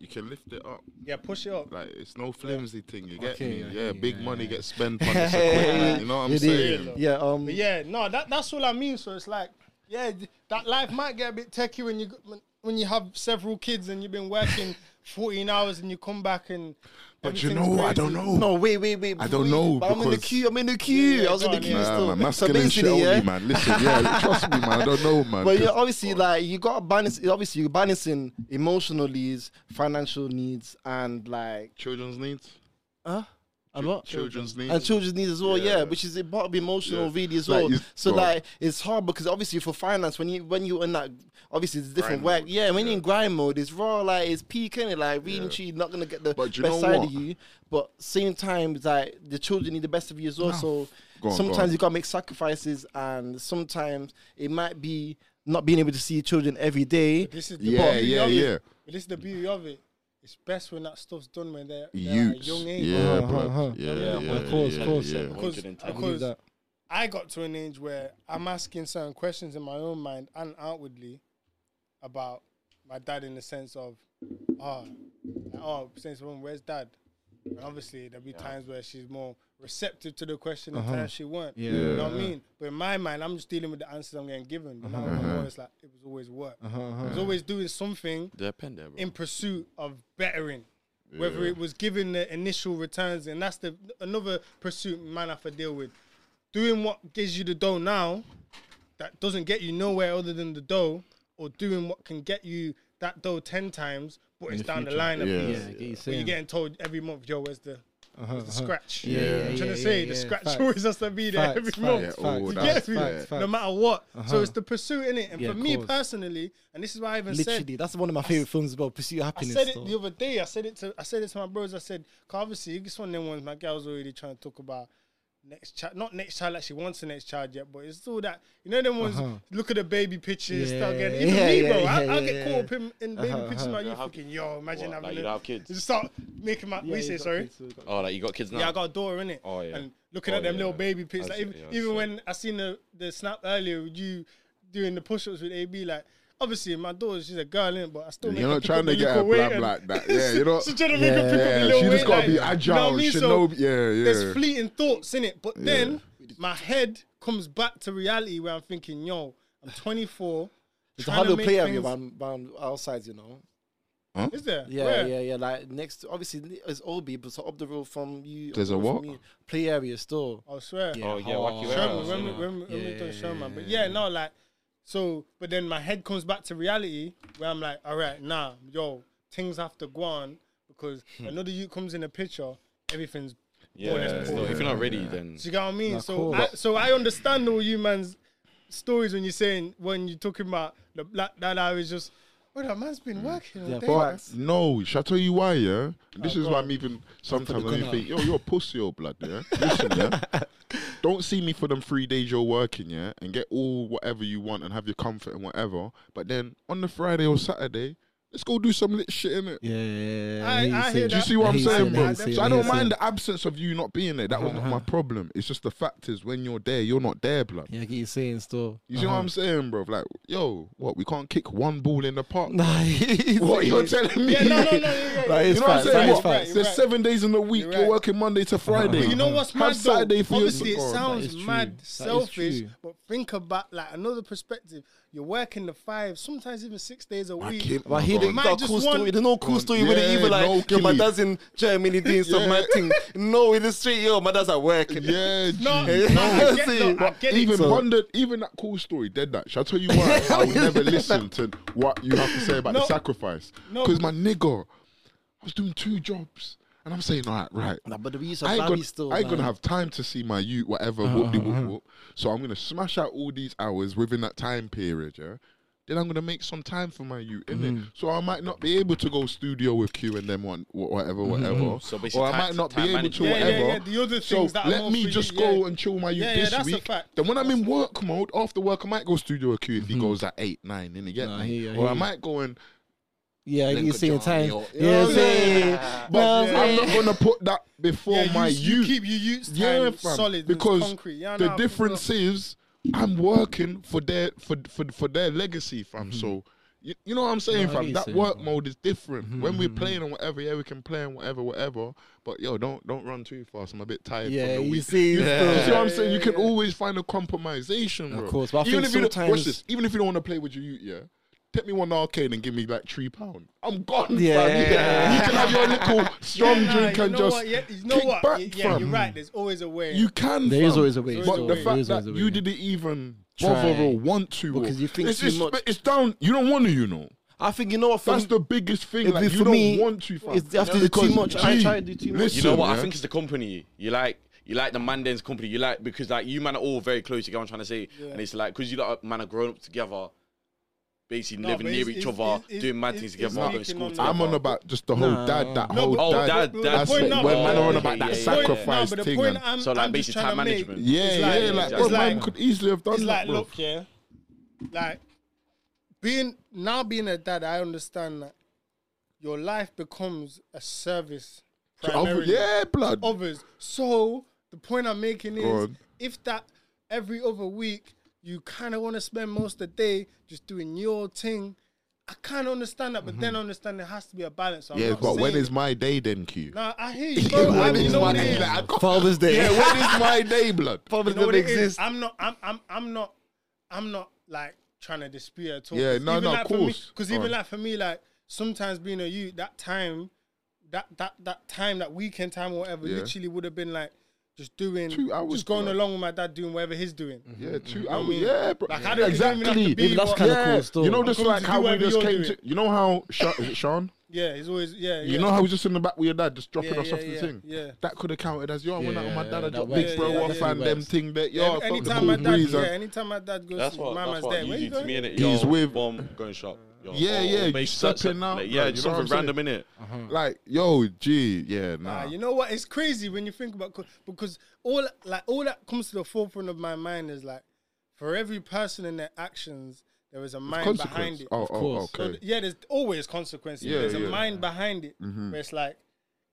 Speaker 5: You can lift it up.
Speaker 1: Yeah, push it up.
Speaker 5: Like it's no flimsy thing. You get
Speaker 3: Okay,
Speaker 5: me?
Speaker 3: I hear
Speaker 5: Yeah,
Speaker 3: you,
Speaker 5: big
Speaker 3: yeah,
Speaker 5: money
Speaker 3: yeah.
Speaker 5: gets spent on this equipment. You know what I'm
Speaker 3: It is.
Speaker 5: saying?
Speaker 3: Yeah. Um.
Speaker 1: But yeah, no, that that's all I mean. So it's like, yeah, th- that life might get a bit techie when you g- when, when you have several kids and you've been working fourteen hours and you come back and.
Speaker 5: But you
Speaker 1: everything's
Speaker 5: know, I don't
Speaker 1: crazy.
Speaker 5: know.
Speaker 3: No, wait, wait, wait.
Speaker 5: I don't
Speaker 3: wait,
Speaker 5: know,
Speaker 3: But I'm in the
Speaker 5: because-
Speaker 3: queue. I'm in the queue.
Speaker 1: yeah,
Speaker 3: I was in
Speaker 1: go
Speaker 3: the
Speaker 1: on,
Speaker 3: queue
Speaker 1: yeah.
Speaker 3: still.
Speaker 5: Nah, man,
Speaker 3: So
Speaker 5: masculine shit
Speaker 3: basically,
Speaker 5: only,
Speaker 3: yeah,
Speaker 5: man. Listen, yeah, trust me, man. I don't know, man.
Speaker 3: But
Speaker 5: 'cause-
Speaker 3: yeah, obviously, like you got to balance. Obviously, you're balancing emotional needs, financial needs, and like
Speaker 5: children's needs.
Speaker 3: huh, and what?
Speaker 5: Children's needs.
Speaker 3: And children's needs as well, yeah,
Speaker 5: Yeah.
Speaker 3: which is a part of emotional
Speaker 5: Yeah.
Speaker 3: really as
Speaker 5: Like,
Speaker 3: well.
Speaker 5: you-
Speaker 3: so
Speaker 5: well-
Speaker 3: like it's hard because obviously for finance when you when you in that obviously it's different
Speaker 5: Grind
Speaker 3: work.
Speaker 5: mode,
Speaker 3: Yeah, when you're
Speaker 5: yeah.
Speaker 3: in grind mode, it's raw, like it's peak, and it? Like reading
Speaker 5: Yeah.
Speaker 3: you not gonna get the
Speaker 5: But you
Speaker 3: best
Speaker 5: know
Speaker 3: side
Speaker 5: what?
Speaker 3: of you. But same time, it's like the children need the best of you as well. So
Speaker 5: Go on, go
Speaker 3: sometimes
Speaker 5: on.
Speaker 3: you gotta make sacrifices, and sometimes it might be not being able to see your children every day.
Speaker 1: This is the
Speaker 5: Yeah,
Speaker 1: beauty
Speaker 5: yeah,
Speaker 1: of
Speaker 5: yeah.
Speaker 1: It. But this is the beauty of it. It's best when that stuff's done when they're, they're at a
Speaker 5: Youths.
Speaker 1: young age.
Speaker 5: Yeah,
Speaker 3: Uh-huh,
Speaker 5: bro.
Speaker 3: uh-huh.
Speaker 5: Yeah,
Speaker 1: Yeah,
Speaker 5: yeah,
Speaker 1: man,
Speaker 5: yeah,
Speaker 3: of course,
Speaker 5: yeah,
Speaker 3: of course.
Speaker 5: yeah.
Speaker 1: Because,
Speaker 3: I believe
Speaker 1: because
Speaker 3: that.
Speaker 1: I got to an age where I'm asking certain questions in my own mind and outwardly about my dad in the sense of, ah, like, oh, since when, where's dad? And obviously, there'll be times where she's more receptive to the question and times she weren't.
Speaker 3: Uh-huh. Yeah.
Speaker 1: You know what
Speaker 3: Yeah.
Speaker 1: I
Speaker 3: Uh-huh.
Speaker 1: mean? But in my mind, I'm just dealing with the answers I'm getting given. But now in
Speaker 5: Uh-huh.
Speaker 1: my mind, it's like, it was always work. It was always doing something
Speaker 8: Their pen there, bro.
Speaker 1: in pursuit of bettering. Whether it was giving the initial returns, and that's the another pursuit man have to deal with. Doing what gives you the dough now, that doesn't get you nowhere other than the dough, or doing what can get you that dough ten times, but it's down the line a
Speaker 5: Yeah.
Speaker 1: piece.
Speaker 5: Yeah, I
Speaker 3: get you
Speaker 1: But
Speaker 3: saying.
Speaker 1: you're getting told every month, yo, where's the, where's the scratch?
Speaker 3: Uh-huh, Yeah, yeah,
Speaker 1: I'm
Speaker 3: yeah,
Speaker 1: trying
Speaker 3: yeah,
Speaker 1: to say
Speaker 3: yeah,
Speaker 1: the scratch
Speaker 3: facts.
Speaker 1: always has to be there
Speaker 3: Facts,
Speaker 1: every
Speaker 3: facts,
Speaker 1: month.
Speaker 5: Yeah, oh,
Speaker 1: You
Speaker 5: that's
Speaker 1: get me?
Speaker 5: facts,
Speaker 1: No matter what.
Speaker 3: Uh-huh.
Speaker 1: So it's the pursuit in it. And
Speaker 3: Yeah,
Speaker 1: for
Speaker 3: of
Speaker 1: me
Speaker 3: course.
Speaker 1: personally, and this is why I even said
Speaker 3: Literally, that's one of my favorite films about Pursue
Speaker 1: I
Speaker 3: Happiness.
Speaker 1: said it
Speaker 3: though.
Speaker 1: the other day. I said it to I said it to my bros. I said, 'Cause obviously, this one of them ones my girl's already trying to talk about next child. Not next child, like she wants the next child yet, but it's all that. You know, them ones,
Speaker 3: Uh-huh.
Speaker 1: look at the baby pictures,
Speaker 3: Yeah,
Speaker 1: start getting. Even
Speaker 3: yeah,
Speaker 1: me,
Speaker 3: yeah,
Speaker 1: bro. I,
Speaker 3: yeah,
Speaker 1: I'll
Speaker 3: yeah,
Speaker 1: get
Speaker 3: yeah.
Speaker 1: caught up in, in baby
Speaker 3: Uh-huh,
Speaker 1: pictures.
Speaker 3: uh-huh.
Speaker 1: Like, you
Speaker 8: Yeah, have-
Speaker 1: thinking, yo, imagine
Speaker 8: What,
Speaker 1: having
Speaker 8: like
Speaker 1: a-
Speaker 8: you have kids?
Speaker 1: Just start making my. we say, sorry?
Speaker 8: Oh, like you got kids now.
Speaker 1: Yeah, I got a daughter in it.
Speaker 8: Oh, yeah.
Speaker 1: And looking
Speaker 8: Oh,
Speaker 1: at them
Speaker 8: yeah,
Speaker 1: little
Speaker 8: yeah.
Speaker 1: baby pics,
Speaker 8: I
Speaker 1: like
Speaker 8: see,
Speaker 1: even,
Speaker 8: yeah, I
Speaker 1: even
Speaker 8: see.
Speaker 1: when I seen the, the snap earlier, with you doing the push ups with AB, like obviously my daughter, she's a girl in, but I still make
Speaker 5: You're
Speaker 1: her
Speaker 5: not
Speaker 1: pick up
Speaker 5: trying
Speaker 1: the
Speaker 5: to get her
Speaker 1: little weight
Speaker 5: blab
Speaker 1: and-
Speaker 5: like that. Yeah, you know.
Speaker 1: She's trying to make her pick up
Speaker 5: Yeah,
Speaker 1: the little
Speaker 5: she just
Speaker 1: weight,
Speaker 5: gotta be
Speaker 1: like, you know what I
Speaker 5: agile.
Speaker 1: mean?
Speaker 5: She
Speaker 1: So
Speaker 5: know. Yeah,
Speaker 1: There's
Speaker 5: yeah.
Speaker 1: fleeting thoughts in it, but then my head comes back to reality where I'm thinking, yo, I'm 24.
Speaker 3: It's a
Speaker 1: trying to
Speaker 3: hard to
Speaker 1: make
Speaker 3: play area
Speaker 1: things-
Speaker 3: round, round outside, you know.
Speaker 1: Is there?
Speaker 3: Yeah,
Speaker 1: Where?
Speaker 3: yeah, yeah. Like next, obviously it's OB, but so up the road from you. up
Speaker 5: There's
Speaker 3: the
Speaker 5: a
Speaker 3: road from
Speaker 5: what?
Speaker 3: you, play area still?
Speaker 1: I swear.
Speaker 8: Oh, yeah, Wacky
Speaker 1: Sherman,
Speaker 8: Warehouse.
Speaker 1: when, we,
Speaker 8: yeah.
Speaker 1: when, we- when we done Sherman. But yeah, no, like, so, but then my head comes back to reality where I'm like, all right, nah, yo, things have to go on because
Speaker 3: Hmm.
Speaker 1: another you comes in the picture, everything's.
Speaker 8: Yeah, so if you're not ready, then
Speaker 1: Do you get what I mean?
Speaker 3: Nah,
Speaker 1: so,
Speaker 3: cool.
Speaker 1: I, so I understand all you man's stories when you're saying, when you're talking about the black that I was just. Well, that man's
Speaker 5: Mm.
Speaker 1: been working.
Speaker 3: Yeah,
Speaker 1: all day,
Speaker 3: but-
Speaker 1: man.
Speaker 5: No, shall I tell you why, yeah? This
Speaker 1: Oh,
Speaker 5: is
Speaker 1: go
Speaker 5: why
Speaker 1: on.
Speaker 5: I'm even sometimes
Speaker 3: the
Speaker 5: I even
Speaker 3: gunner.
Speaker 5: think, yo, you're a pussy or blood, yeah? Listen, yeah? Don't see me for them three days you're working, yeah? And get all whatever you want and have your comfort and whatever. But then on the Friday or Saturday, let's go do some lit shit, innit?
Speaker 3: Yeah, yeah, yeah.
Speaker 1: I-
Speaker 3: hear you
Speaker 1: I
Speaker 3: saying
Speaker 1: hear
Speaker 3: that.
Speaker 5: Do you see what
Speaker 3: I
Speaker 5: I'm
Speaker 3: hear you
Speaker 5: saying,
Speaker 3: saying
Speaker 5: bro?
Speaker 3: that, I hear
Speaker 5: So I
Speaker 3: you
Speaker 5: don't
Speaker 3: saying
Speaker 5: mind
Speaker 3: that.
Speaker 5: the absence of you not being there. That was not my problem. It's just the fact is when you're there, you're not there, blood.
Speaker 3: Yeah, I get you saying still.
Speaker 5: You see what I'm saying, bro? Like, yo, what? We can't kick one ball in the park.
Speaker 3: Nah,
Speaker 5: What you're telling me?
Speaker 1: Yeah, no, no, no, yeah, yeah,
Speaker 3: That
Speaker 5: you
Speaker 3: is
Speaker 5: know what I'm saying?
Speaker 3: facts, that is
Speaker 5: What?
Speaker 3: facts.
Speaker 5: There's
Speaker 1: You're right.
Speaker 5: seven days in the week.
Speaker 1: You're
Speaker 5: You're,
Speaker 1: right.
Speaker 5: working Monday to Friday.
Speaker 1: But you know what's
Speaker 5: Have
Speaker 1: mad though?
Speaker 5: Saturday for
Speaker 1: Obviously, it
Speaker 5: yourself.
Speaker 3: That
Speaker 1: sounds
Speaker 3: is true.
Speaker 1: mad
Speaker 3: That is
Speaker 1: selfish,
Speaker 3: true.
Speaker 1: but think about like another perspective. You're working the five, sometimes even six days a week.
Speaker 5: kid-
Speaker 1: You
Speaker 5: my
Speaker 3: But he
Speaker 5: God.
Speaker 1: might
Speaker 5: Might
Speaker 7: Got a
Speaker 1: just
Speaker 7: cool
Speaker 1: want-
Speaker 7: story. There's no cool
Speaker 5: on.
Speaker 7: story with it.
Speaker 5: Yeah,
Speaker 7: Even like,
Speaker 5: no,
Speaker 7: yo, my
Speaker 5: Killy.
Speaker 7: dad's in Germany doing some
Speaker 5: Yeah.
Speaker 7: mad thing. No, in the street, yo, my dad's at work.
Speaker 5: Yeah, G.
Speaker 1: No,
Speaker 7: Yeah.
Speaker 1: I get,
Speaker 7: See,
Speaker 1: though, I
Speaker 7: but
Speaker 1: get it.
Speaker 5: even
Speaker 7: So-
Speaker 5: wondered, even that cool story, dead that. Shall I tell you why? I would never listen to what you have to say about
Speaker 1: No.
Speaker 5: the sacrifice.
Speaker 1: No.
Speaker 5: Because my nigga, I was doing two jobs, and I'm saying, all right, right.
Speaker 3: Nah, but the reason
Speaker 5: I ain't,
Speaker 3: Larry
Speaker 5: gonna,
Speaker 3: still.
Speaker 5: I ain't gonna
Speaker 3: man.
Speaker 5: have time to see my youth, whatever,
Speaker 3: Uh-huh,
Speaker 5: whoop de whoop whoop. So I'm gonna smash out all these hours within that time period, yeah. Then I'm gonna make some time for my youth, innit?
Speaker 3: Mm-hmm.
Speaker 5: So I might not be able to go studio with Q and them one, wha- whatever,
Speaker 3: Mm-hmm.
Speaker 5: whatever.
Speaker 1: Mm-hmm.
Speaker 8: So basically
Speaker 5: or I
Speaker 8: time-
Speaker 5: might not be
Speaker 8: time
Speaker 5: able to
Speaker 8: management.
Speaker 1: Yeah,
Speaker 5: whatever.
Speaker 1: yeah, yeah, the other
Speaker 5: so
Speaker 1: things that are
Speaker 5: let
Speaker 1: more
Speaker 5: me
Speaker 1: for you,
Speaker 5: just
Speaker 1: yeah.
Speaker 5: go and chill my youth
Speaker 1: Yeah, yeah,
Speaker 5: this
Speaker 1: that's a
Speaker 5: week.
Speaker 1: fact.
Speaker 5: Then when I'm in work mode after work, I might go studio with Q if he goes at eight, nine, in again,
Speaker 3: Mm-hmm. Nah, uh, I hear you, I hear
Speaker 5: or I
Speaker 3: you.
Speaker 5: might go and
Speaker 3: Yeah, I get you
Speaker 5: Lincoln
Speaker 3: saying
Speaker 5: Johnny
Speaker 3: times.
Speaker 5: or-
Speaker 3: Yeah, I'm saying.
Speaker 5: But
Speaker 1: Yeah.
Speaker 5: I'm not gonna put that before
Speaker 1: Yeah,
Speaker 5: my
Speaker 1: you, you
Speaker 5: youth.
Speaker 1: keep your youths time
Speaker 5: Yeah, fam,
Speaker 1: solid and
Speaker 5: because
Speaker 1: concrete. Yeah,
Speaker 5: the
Speaker 1: nah, for
Speaker 5: difference is I'm working for their for for, for their legacy, fam. So you, you know what I'm saying,
Speaker 3: Mm-hmm. No, I get
Speaker 5: fam.
Speaker 3: you
Speaker 5: That
Speaker 3: saying, Mm-hmm.
Speaker 5: work
Speaker 3: fam.
Speaker 5: mode is different. When we're playing and whatever, yeah, we can play and whatever, whatever. But yo, don't don't run too fast. I'm a bit tired. from
Speaker 3: Yeah,
Speaker 5: the
Speaker 3: you
Speaker 5: week.
Speaker 3: see,
Speaker 5: You
Speaker 3: yeah.
Speaker 5: feel- you see what I'm
Speaker 1: Yeah,
Speaker 5: saying? You
Speaker 1: yeah,
Speaker 5: can
Speaker 1: yeah.
Speaker 5: always find a compromisation,
Speaker 3: Of
Speaker 5: bro.
Speaker 3: course, but I
Speaker 5: even
Speaker 3: think
Speaker 5: if you don't, watch
Speaker 3: sometimes-
Speaker 5: this, even if you don't want to play with your youth, yeah. Take me one arcade and give me like three pound. I'm gone.
Speaker 3: Yeah.
Speaker 5: fam. You can- you can have your little strong
Speaker 1: nah,
Speaker 5: drink
Speaker 1: you
Speaker 5: and
Speaker 1: know
Speaker 5: just
Speaker 1: what? Yeah, you know
Speaker 5: kick
Speaker 1: what?
Speaker 5: back,
Speaker 1: yeah, yeah, you're
Speaker 5: fam.
Speaker 1: right. There's always a way.
Speaker 5: You can.
Speaker 3: There is
Speaker 5: fam.
Speaker 3: always a way.
Speaker 5: But
Speaker 1: There is a
Speaker 5: the fact
Speaker 1: way.
Speaker 3: There is
Speaker 5: that
Speaker 3: always a way,
Speaker 5: you
Speaker 3: yeah.
Speaker 5: didn't even
Speaker 3: Try.
Speaker 5: bother or want to, or-
Speaker 3: Because you think
Speaker 5: it's,
Speaker 3: too
Speaker 5: it's,
Speaker 3: much.
Speaker 5: It's down. You don't want to, you know.
Speaker 7: I think you know what? for
Speaker 5: That's
Speaker 7: me-
Speaker 5: the biggest thing.
Speaker 3: If
Speaker 5: Like
Speaker 3: it's
Speaker 5: you
Speaker 3: for
Speaker 5: don't
Speaker 3: me,
Speaker 5: want to. Fam.
Speaker 3: it's- I have to do too
Speaker 5: Because,
Speaker 3: much. I
Speaker 5: gee,
Speaker 3: try to do too much.
Speaker 5: Listen,
Speaker 8: You know what?
Speaker 5: yeah?
Speaker 8: I think it's the company. You like you like the man den's company. You like because like you man are all very close. You get what I'm trying to say? And it's like because you like man are grown up together, basically
Speaker 1: No,
Speaker 8: living
Speaker 1: but
Speaker 8: near
Speaker 1: it's-
Speaker 8: each
Speaker 1: it's-
Speaker 8: other,
Speaker 1: it's-
Speaker 8: doing mad
Speaker 1: it's-
Speaker 8: things
Speaker 1: it's
Speaker 8: together, going to
Speaker 1: making
Speaker 8: school
Speaker 1: on-
Speaker 8: together.
Speaker 5: I'm on about just the whole
Speaker 3: Nah.
Speaker 5: dad. That
Speaker 1: No,
Speaker 5: whole
Speaker 1: but-
Speaker 8: Oh, dad,
Speaker 5: dad.
Speaker 1: but-
Speaker 8: dad.
Speaker 1: but the point
Speaker 5: aspect.
Speaker 1: not-
Speaker 5: When
Speaker 1: but-
Speaker 5: man are on
Speaker 8: yeah,
Speaker 5: about
Speaker 8: yeah,
Speaker 5: that
Speaker 8: yeah,
Speaker 1: Point-
Speaker 5: sacrifice
Speaker 1: no, but the
Speaker 5: thing.
Speaker 1: point
Speaker 5: and-
Speaker 1: I'm,
Speaker 8: So, like,
Speaker 1: I'm just
Speaker 8: basic
Speaker 1: trying
Speaker 8: time
Speaker 1: to make
Speaker 8: management.
Speaker 5: yeah,
Speaker 1: is
Speaker 5: yeah. Like,
Speaker 1: it's
Speaker 5: bro,
Speaker 1: like-
Speaker 5: man could easily have
Speaker 1: It's
Speaker 5: done
Speaker 1: like,
Speaker 5: that, bro.
Speaker 1: look, yeah, like being now being a dad, I understand that your life becomes a service
Speaker 5: To other-
Speaker 1: primarily
Speaker 5: Yeah, blood.
Speaker 1: others. So the point I'm making is,
Speaker 5: Go on.
Speaker 1: if that every other week you kind of want to spend most of the day just doing your thing, I kind of understand that, but then I understand there has to be a balance. So I'm
Speaker 5: Mm-hmm. Yeah,
Speaker 1: not
Speaker 5: but when
Speaker 1: saying-
Speaker 5: is my day then, Q?
Speaker 1: Nah, I hear you, bro.
Speaker 5: When
Speaker 1: I
Speaker 5: is
Speaker 1: you know
Speaker 5: my
Speaker 1: what it
Speaker 5: day?
Speaker 1: is.
Speaker 5: Like, I can't-
Speaker 3: Father's Day.
Speaker 5: Yeah, when is my day, blood?
Speaker 7: Father
Speaker 1: You know what
Speaker 7: doesn't
Speaker 1: it is?
Speaker 7: exist.
Speaker 1: I'm not. I'm. I'm. I'm not. I'm not like trying to dispute at all.
Speaker 5: Yeah, no, no, of course.
Speaker 1: Because
Speaker 5: Go
Speaker 1: even
Speaker 5: on.
Speaker 1: like for me, like sometimes being a youth, that time, that that that time, that weekend time or whatever,
Speaker 5: Yeah.
Speaker 1: literally would have been like just doing,
Speaker 5: Two hours, Mm.
Speaker 1: just going
Speaker 5: bro.
Speaker 1: along with my dad doing whatever he's doing.
Speaker 5: Yeah, two
Speaker 1: I
Speaker 5: hours.
Speaker 1: mean,
Speaker 5: Yeah, bro.
Speaker 1: like, I don't even have to
Speaker 5: exactly.
Speaker 1: be Even
Speaker 3: that's what- kinda cool still.
Speaker 5: You know,
Speaker 3: I'm
Speaker 5: just
Speaker 1: coming
Speaker 5: like
Speaker 1: to do
Speaker 5: how we
Speaker 1: whatever
Speaker 5: just
Speaker 1: you're
Speaker 5: came
Speaker 1: doing.
Speaker 5: to. You know how Sha- is it Sean?
Speaker 1: Yeah, he's always yeah.
Speaker 5: You
Speaker 1: yeah.
Speaker 5: know how he was just in the back with your dad, just dropping
Speaker 1: Yeah,
Speaker 5: us
Speaker 1: yeah,
Speaker 5: off the
Speaker 1: yeah,
Speaker 5: thing.
Speaker 1: yeah.
Speaker 5: That could have counted as yo. I went out with my
Speaker 3: Yeah,
Speaker 5: dad. I
Speaker 3: that
Speaker 5: dropped
Speaker 3: works.
Speaker 5: big
Speaker 1: Yeah,
Speaker 5: bro
Speaker 1: yeah,
Speaker 5: off
Speaker 1: definitely
Speaker 5: and them
Speaker 3: works.
Speaker 5: thing that
Speaker 1: Yeah,
Speaker 5: yo. I felt Oh, the
Speaker 1: anytime
Speaker 5: cool
Speaker 1: my dad,
Speaker 5: breeze.
Speaker 1: yeah,
Speaker 5: and-
Speaker 1: anytime my dad goes,
Speaker 8: That's
Speaker 1: to
Speaker 8: what
Speaker 1: mama's
Speaker 8: that's what
Speaker 1: there.
Speaker 8: you
Speaker 1: Where
Speaker 8: do
Speaker 1: you
Speaker 8: to
Speaker 1: going?
Speaker 8: me, innit?
Speaker 5: He's
Speaker 8: Yo,
Speaker 5: with-
Speaker 8: bomb, going shop. Yo,
Speaker 5: Yeah,
Speaker 8: oh,
Speaker 5: yeah, you
Speaker 8: base- that's
Speaker 5: stepping
Speaker 8: a-
Speaker 5: out,
Speaker 8: like,
Speaker 5: bro,
Speaker 8: yeah,
Speaker 5: you
Speaker 8: just
Speaker 5: know what
Speaker 8: something
Speaker 5: I'm saying?
Speaker 8: random, innit?
Speaker 5: Like yo, gee, yeah, nah.
Speaker 1: Nah, you know what? It's crazy when you think about co- because all like all that comes to the forefront of my mind is like for every person and their actions, there is a mind behind
Speaker 5: Consequence.
Speaker 1: it.
Speaker 5: Oh, oh,
Speaker 3: course.
Speaker 1: So
Speaker 5: okay.
Speaker 1: th- yeah, there's always consequences.
Speaker 5: Yeah,
Speaker 1: there's a
Speaker 5: yeah. Mm-hmm.
Speaker 1: mind behind it where it's like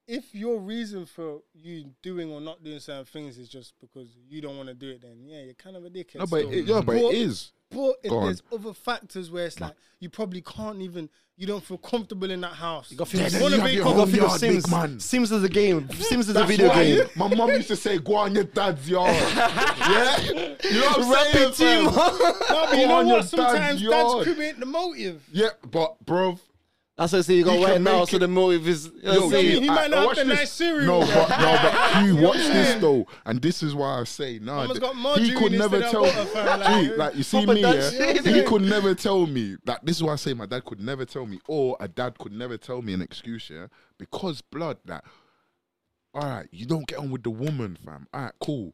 Speaker 1: if your reason for you doing or not doing certain things is just because you don't want to do it, then yeah, you're kind of a dickhead.
Speaker 5: No, but
Speaker 1: still.
Speaker 5: it, yeah, but it is.
Speaker 1: But if
Speaker 5: Go on.
Speaker 1: there's other factors where it's like you probably can't even, you don't feel comfortable in that house. You
Speaker 3: gotta think-
Speaker 5: then
Speaker 1: One
Speaker 5: you
Speaker 1: of
Speaker 5: have
Speaker 1: it
Speaker 5: your
Speaker 1: comes-
Speaker 5: own
Speaker 7: Think of
Speaker 5: yard,
Speaker 7: Sims.
Speaker 5: big man.
Speaker 7: Sims is a game. Sims is a
Speaker 5: That's
Speaker 7: video
Speaker 5: why
Speaker 7: game.
Speaker 5: My mum used to say, "Go on your dad's yard." yeah, you know what I'm saying? fam?
Speaker 1: No, but you
Speaker 5: Go
Speaker 1: know
Speaker 5: on your
Speaker 1: what?
Speaker 5: dad's
Speaker 1: Sometimes dads
Speaker 5: yard.
Speaker 1: crib ain't the motive.
Speaker 5: Yeah, but bro,
Speaker 7: That's what I say. You got
Speaker 5: You
Speaker 7: right
Speaker 5: can
Speaker 7: now,
Speaker 5: make
Speaker 7: so
Speaker 5: it-
Speaker 7: the motive is.
Speaker 5: Yo,
Speaker 7: Yo,
Speaker 1: see,
Speaker 5: yeah,
Speaker 1: he
Speaker 5: I-
Speaker 1: might
Speaker 5: I
Speaker 1: not have
Speaker 5: watch
Speaker 1: the
Speaker 5: this.
Speaker 1: nice
Speaker 5: No,
Speaker 1: cereal.
Speaker 5: but no, but you watch this
Speaker 1: Yeah.
Speaker 5: though, and this is why I say nah.
Speaker 1: Mama's
Speaker 5: th-
Speaker 1: got more
Speaker 5: he
Speaker 1: juice
Speaker 5: could
Speaker 1: instead
Speaker 5: never
Speaker 1: of
Speaker 5: tell
Speaker 1: butter, fam,
Speaker 5: Gee,
Speaker 1: like-
Speaker 5: like you see
Speaker 7: Papa
Speaker 5: me,
Speaker 7: does
Speaker 5: yeah,
Speaker 7: shit.
Speaker 5: he could never tell me. Like this is why I say my dad could never tell me, or a dad could never tell me an excuse, yeah, because blood. Like, all right, you don't get on with the woman, fam. All right, cool.